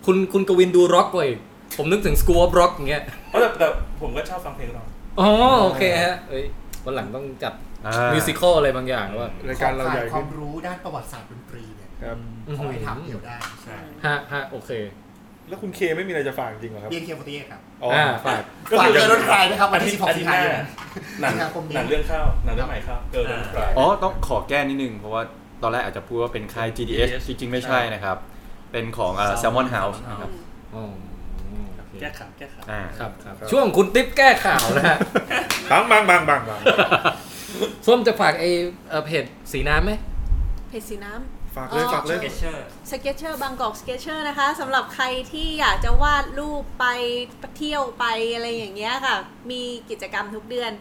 คุณคุณกวินดูร็อกกว่าอีกผมนึกถึง School of Rock อย่างเงี้ย เพราะแต่แต่ผมก็ชอบฟังเพลงเรา อ๋อโอเคฮะเอ้ยวันหลังต้องจัด อ่า มิวสิควลอะไรบางอย่างว่าร ายการเราใหญ่ ควา ขึ้น มรู้ด้านประวัติศาสตร์ดนตรีเนี่ย ครับ ขอให้ถามเดี่ยวได้ ใช่ ฮะฮะโอเค แล้วคุณเคไม่มีอะไรจะฝากจริงเหรอครับ เบียนเคียร์โปรตีครับ อ๋ออ อ่าฝาก ฝากเจอรถไฟนะครับวันที่ อา 16 ทิ สิ ต ง ย์ห หา น้า คม หนัง สิงหาคมนี้ หนังเรื่องข้าวหนังเรื่องใหม่ข้าวเกินกลา อ๋อ ต้องขอแก้นิดนึง เพราะว่าตอนแรกอาจจะพูดว่าเป็นค่าย GDS จริง ๆ ไม่ใช่นะครับ เป็นของเอ่อ Salmon House นะครับ อ๋อโอเค แก้ข่าวแก้ข่าว อ่า ครับครับ ช่วงคุณติ๊บแก้ข่าวนะฮะ บังบังบังบังบัง ส้มจะฝากไอเอ่อเพจสีน้ำไหม เพจสีน้ำ ฝากเลยฝากเลย เกเชอร์ สเก็ตเชอร์บางกอกสเก็ตเชอร์นะคะสำหรับใครที่อยากจะวาดรูปไปเที่ยวไปอะไรอย่างเงี้ยค่ะ มีกิจกรรมทุกเดือน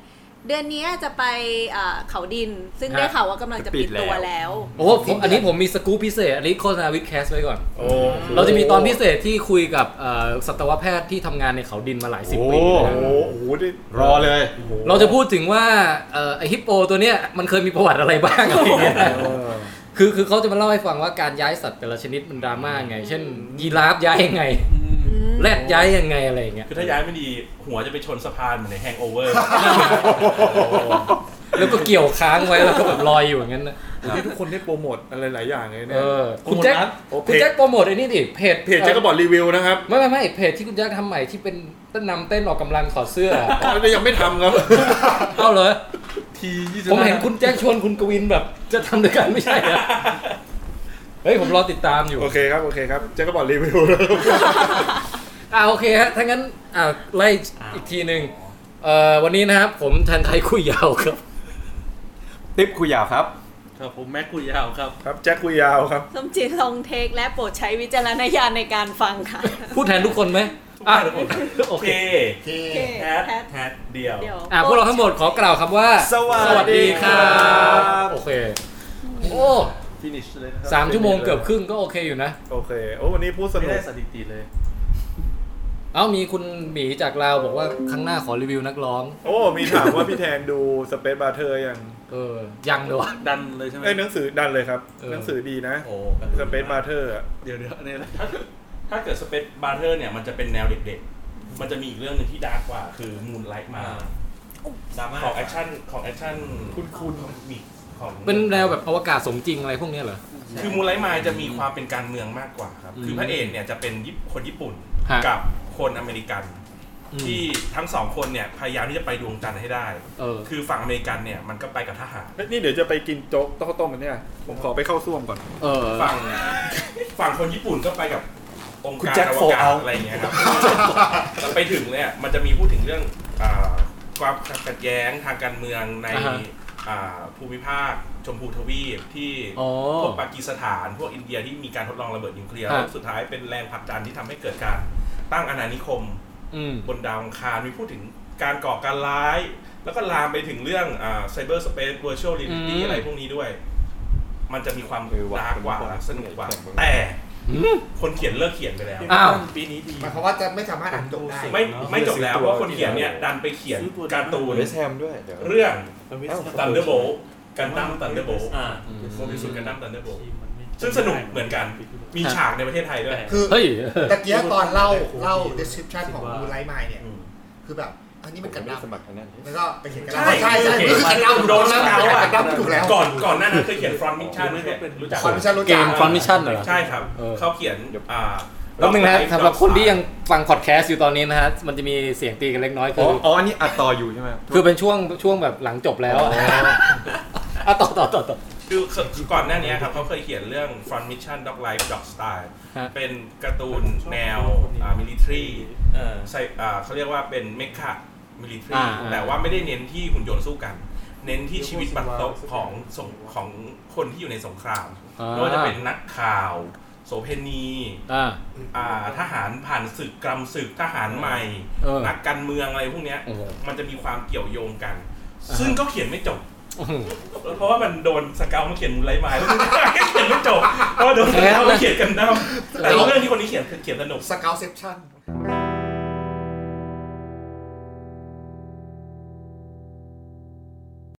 เดือนนี้จะไปเอ่อเขาดิน ซึ่ง ฮะ ได้ข่าวว่ากำลังจะ จะปิ ปิ ด ดตัว แล้ว แล้ว โอ้ผมอันนี้ผมมีสกู๊ปพิเศษ อันนี้โฆษณาวิดแคสไว้ก่อน โอ้ เราจะมีตอนพิเศษที่คุยกับเอ่อสัตวแพทย์ที่ทำงานในเขาดินมาหลายสิบปีโอ้โหนะฮโอ้ะ โอ้โหได้ รอเลย เราจะพูดถึงว่าเอ่อไอฮิปโปตัวเนี้ยมันเคยมีประวัติอะไร บ้างอะไรอย่างเงี้ย เออ คือคือเขาจะมาเล่าให้ฟังว่าการย้ายสัตว์แต่ละชนิดมันดราม่าไง เช่น ยีราฟย้ายยังไง แรดย้ายยังไงอะไรอย่างเงี้ย คือถ้าย้ายไม่ดีหัวจะไปชนสะพานเหมือนในแฮงโอ เวอร์ แล้วก็เกี่ยวค้างไว้แล้วก็แบบลอยอยู่อย่างนั้นนะ วันนี้ทุกคนได้โปรโมทอะไรหลายอย่างเลย เอ เนี่ย อ คุณแจ็ค โอ้เพจ คุณแจ็คโปรโมทไอ้นี่ดิ เพจ เพจแจ็คก็บอกรีวิวนะครับ ไม่ไม่ไม่เพจที่คุณแจ็คทำใหม่ที่เป็นเต้นนำเต้นออกกำลังถอดเสื้อ อ๋อแต่ยังไม่ทำครับ เอ้าเลย ทียี่สิบ ผมเห็นคุณแจ็คชวนคุณกวินแบบ จะทำด้วยกันไม่ใช่ เหรอเฮ้ยผมรอติดตามอยู่ โอเคครับ โอเคครับแจ็คก็บอกรีวิวนะครับ อ่าโอเคฮะถ้างั้นอ่าไล่อีกทีหนึ่งเอ่อวันนี้นะครับผมแทนไทยคุยยาวครับ ติ๊บคุยยาวครับ ครับผมแม็กคุยยาวครับ ครับแจ็คคุยยาวครับ สมจิตลงเทคและโปรดใช้วิจารณญาณในการฟังค่ะ พูดแทนทุกคนไหมอ่ะโอ โอ เค เค เค แพท แพท แพท เดียว เดี๋ยว อ่ะพวกเราทั้งหมดขอกล่าวคำว่า สวัสดีครับ โอเค โอ้ finish เลยนะครั สามชั่วโมงเกือบครึ่งก็โอเคอยู่นะ โอเค โอ้วันนี้พูดส ไม่ นุ ได้ ก สถิติเลย เอ้ามีคุณหมีจากลาวบอกว่าครั้งหน้าขอรีวิวนักร้อง โอ้ มีถามว่าพี่แทนดูสเปซบาร์เธอยัง เออ ยังเลยวะ ดันเลยใช่ไหม เอ้ยหนังสือดันเลยครับ เออ หนังสือดีนะ โอ้ สเปซบาร์เธอร์อะ เดี๋ยวเดี๋ยวอันนี้นะ ถ้าเกิดสเปซบาร์เทอร์เนี่ยมันจะเป็นแนวเด็กๆ มันจะมีอีกเรื่องหนึ่งที่ดาร์กกว่า คือมูนไลท์มา ดราม่า ของแอคชั่นของแอคชั่น คุณคุณ มีของ เป็นแนวแบบอวกาศสมจริงอะไรพวกเนี้ยเหรอ คือมูนไลท์มาจะมีความเป็นการเมืองมากกว่าครับ อืม คือพระเอกเนี่ยจะเป็นญี่ปุ่นคนญี่ปุ่น ฮะ กับคนอเมริกัน ที่ทั้งสองคนเนี่ยพยายามที่จะไปดวงจันทร์ให้ได้ เออ คือฝั่งอเมริกันเนี่ยมันก็ไปกับทหาร นี่เดี๋ยวจะไปกินโจ๊กข้าวต้มกันเนี่ย ผมขอไปเข้าซ่วมก่อน เออ ฝั่งฝั่งคนญี่ปุ่นก็ไปกับองค์ คุณ การ แจ็ค อว โฟ กาศ เอา อะไรอย่างเงี้ยครับแต่ไปถึงเนี่ยมันจะมีพูดถึงเรื่องอ่าความขัดแย้งทางการเมืองใน อ่าฮะ อ่าภูมิภาคชมพูทวีปที่ อ๋อ พวกปากีสถาน พวกอินเดียที่มีการทดลองระเบิดนิวเคลียร์ ฮะ แล้วสุดท้ายเป็นแรงผลักดันที่ทำให้เกิดการตั้งอาณานิคม อืม บนดาวอังคารมีพูดถึงการก่อการร้าย แล้วก็ลามไปถึงเรื่องไซเบอร์สเปซเวอร์ชวลลิ อื ตี้ ม อะไรพวกนี้ด้วย มันจะมีความ เออว่ะ ดาร์กกว่า ผมว่า สนุกกว่า ผมว่า แต่คนเขียนเลิกเขียนไปแล้ว อ้าว ปีนี้ดี หมายความว่าจะไม่สามารถอ่านจบได้ ไม่ไม่จบแล้ว เพราะคนเขียนเนี่ย ดันไปเขียนการ์ตูน เวสแฮมด้วยเดี๋ยว เรื่อง เอ้า ตันเดอร์โบกันดั้มตันเดอร์โบ อ่า โมบิสุกันดั้มตันเดอร์โบซึ่งสนุกเหมือนกันมีฉากในประเทศไทยด้วย คือ เฮ้ย ตะเกียตอนเล่าเล่า description ของมูไลท์ไมล์เนี่ย อืม คือแบบอันนี้มันกันดั้ม สมัครคะแนน แล้วก็ไปเขียนกันดั้ม ใช่ ใช่ใช่ โอเค ก็คือกันดั้ม โดนแล้ว กั กันแล้วอะ นดั้มถูกแล้ว ก่อนก่อนหน้านั้นเคยเขียนฟรอนต์มิชชั่นด้วยรู้จัก คอน ไหม มิชชั่นรู้ เก จัก ม Front Mission เหรอ ใช่ครับ เออ เขาเขียนอ่า แล้วหนึ่งนะสำหรับคนที่ยังฟังพอดแคสต์อยู่ตอนนี้นะฮะ มันจะมีเสียงตีกันเล็กน้อย อ๋ คือ อ อ๋ออันนี้อัดต่ออยู่ใช่ไหม คือเป็นช่วงช่วงแบบหลังจบแล้วอะอ่ะต่อต่อต่อต่อ คือคือก่อนหน้านี้ครับเขาเคยเขียนเรื่อง Front Mission Dog Life Dog Style ฮะ เป็นการ์ตูนแนวมิลิทรี เออ ใส่อ่าเขาเรียกว่าเป็นเมค a ะมิลิทรี อ่าอ่า แต่ว่าไม่ได้เน้นที่หุ่นยนต์สู้กัน เน้นที่ชีวิตบัตรตกของสงของคนที่อยู่ในสงครามไม่ว่าจะเป็นนักข่าว โสเพณี อ่า อ่าทหารผ่านศึกกรรมศึกทหารใหม่ เออ นักการเมืองอะไรพวกเนี้ย โอ้โห มันจะมีความเกี่ยวโยงกัน ซึ่งก็เขียนไม่จบ อืม เพราะว่ามันโดนสเกลมาเขียนมูลไลท์ไม้แล้วมัน ก็เขียนไม่จบเพราะว่าโดนสเกลมาเขียนกันดั้มแต่เรื่องที่คนนี้เขียนคือเขียนสนุก สเกลเซปชั่น อ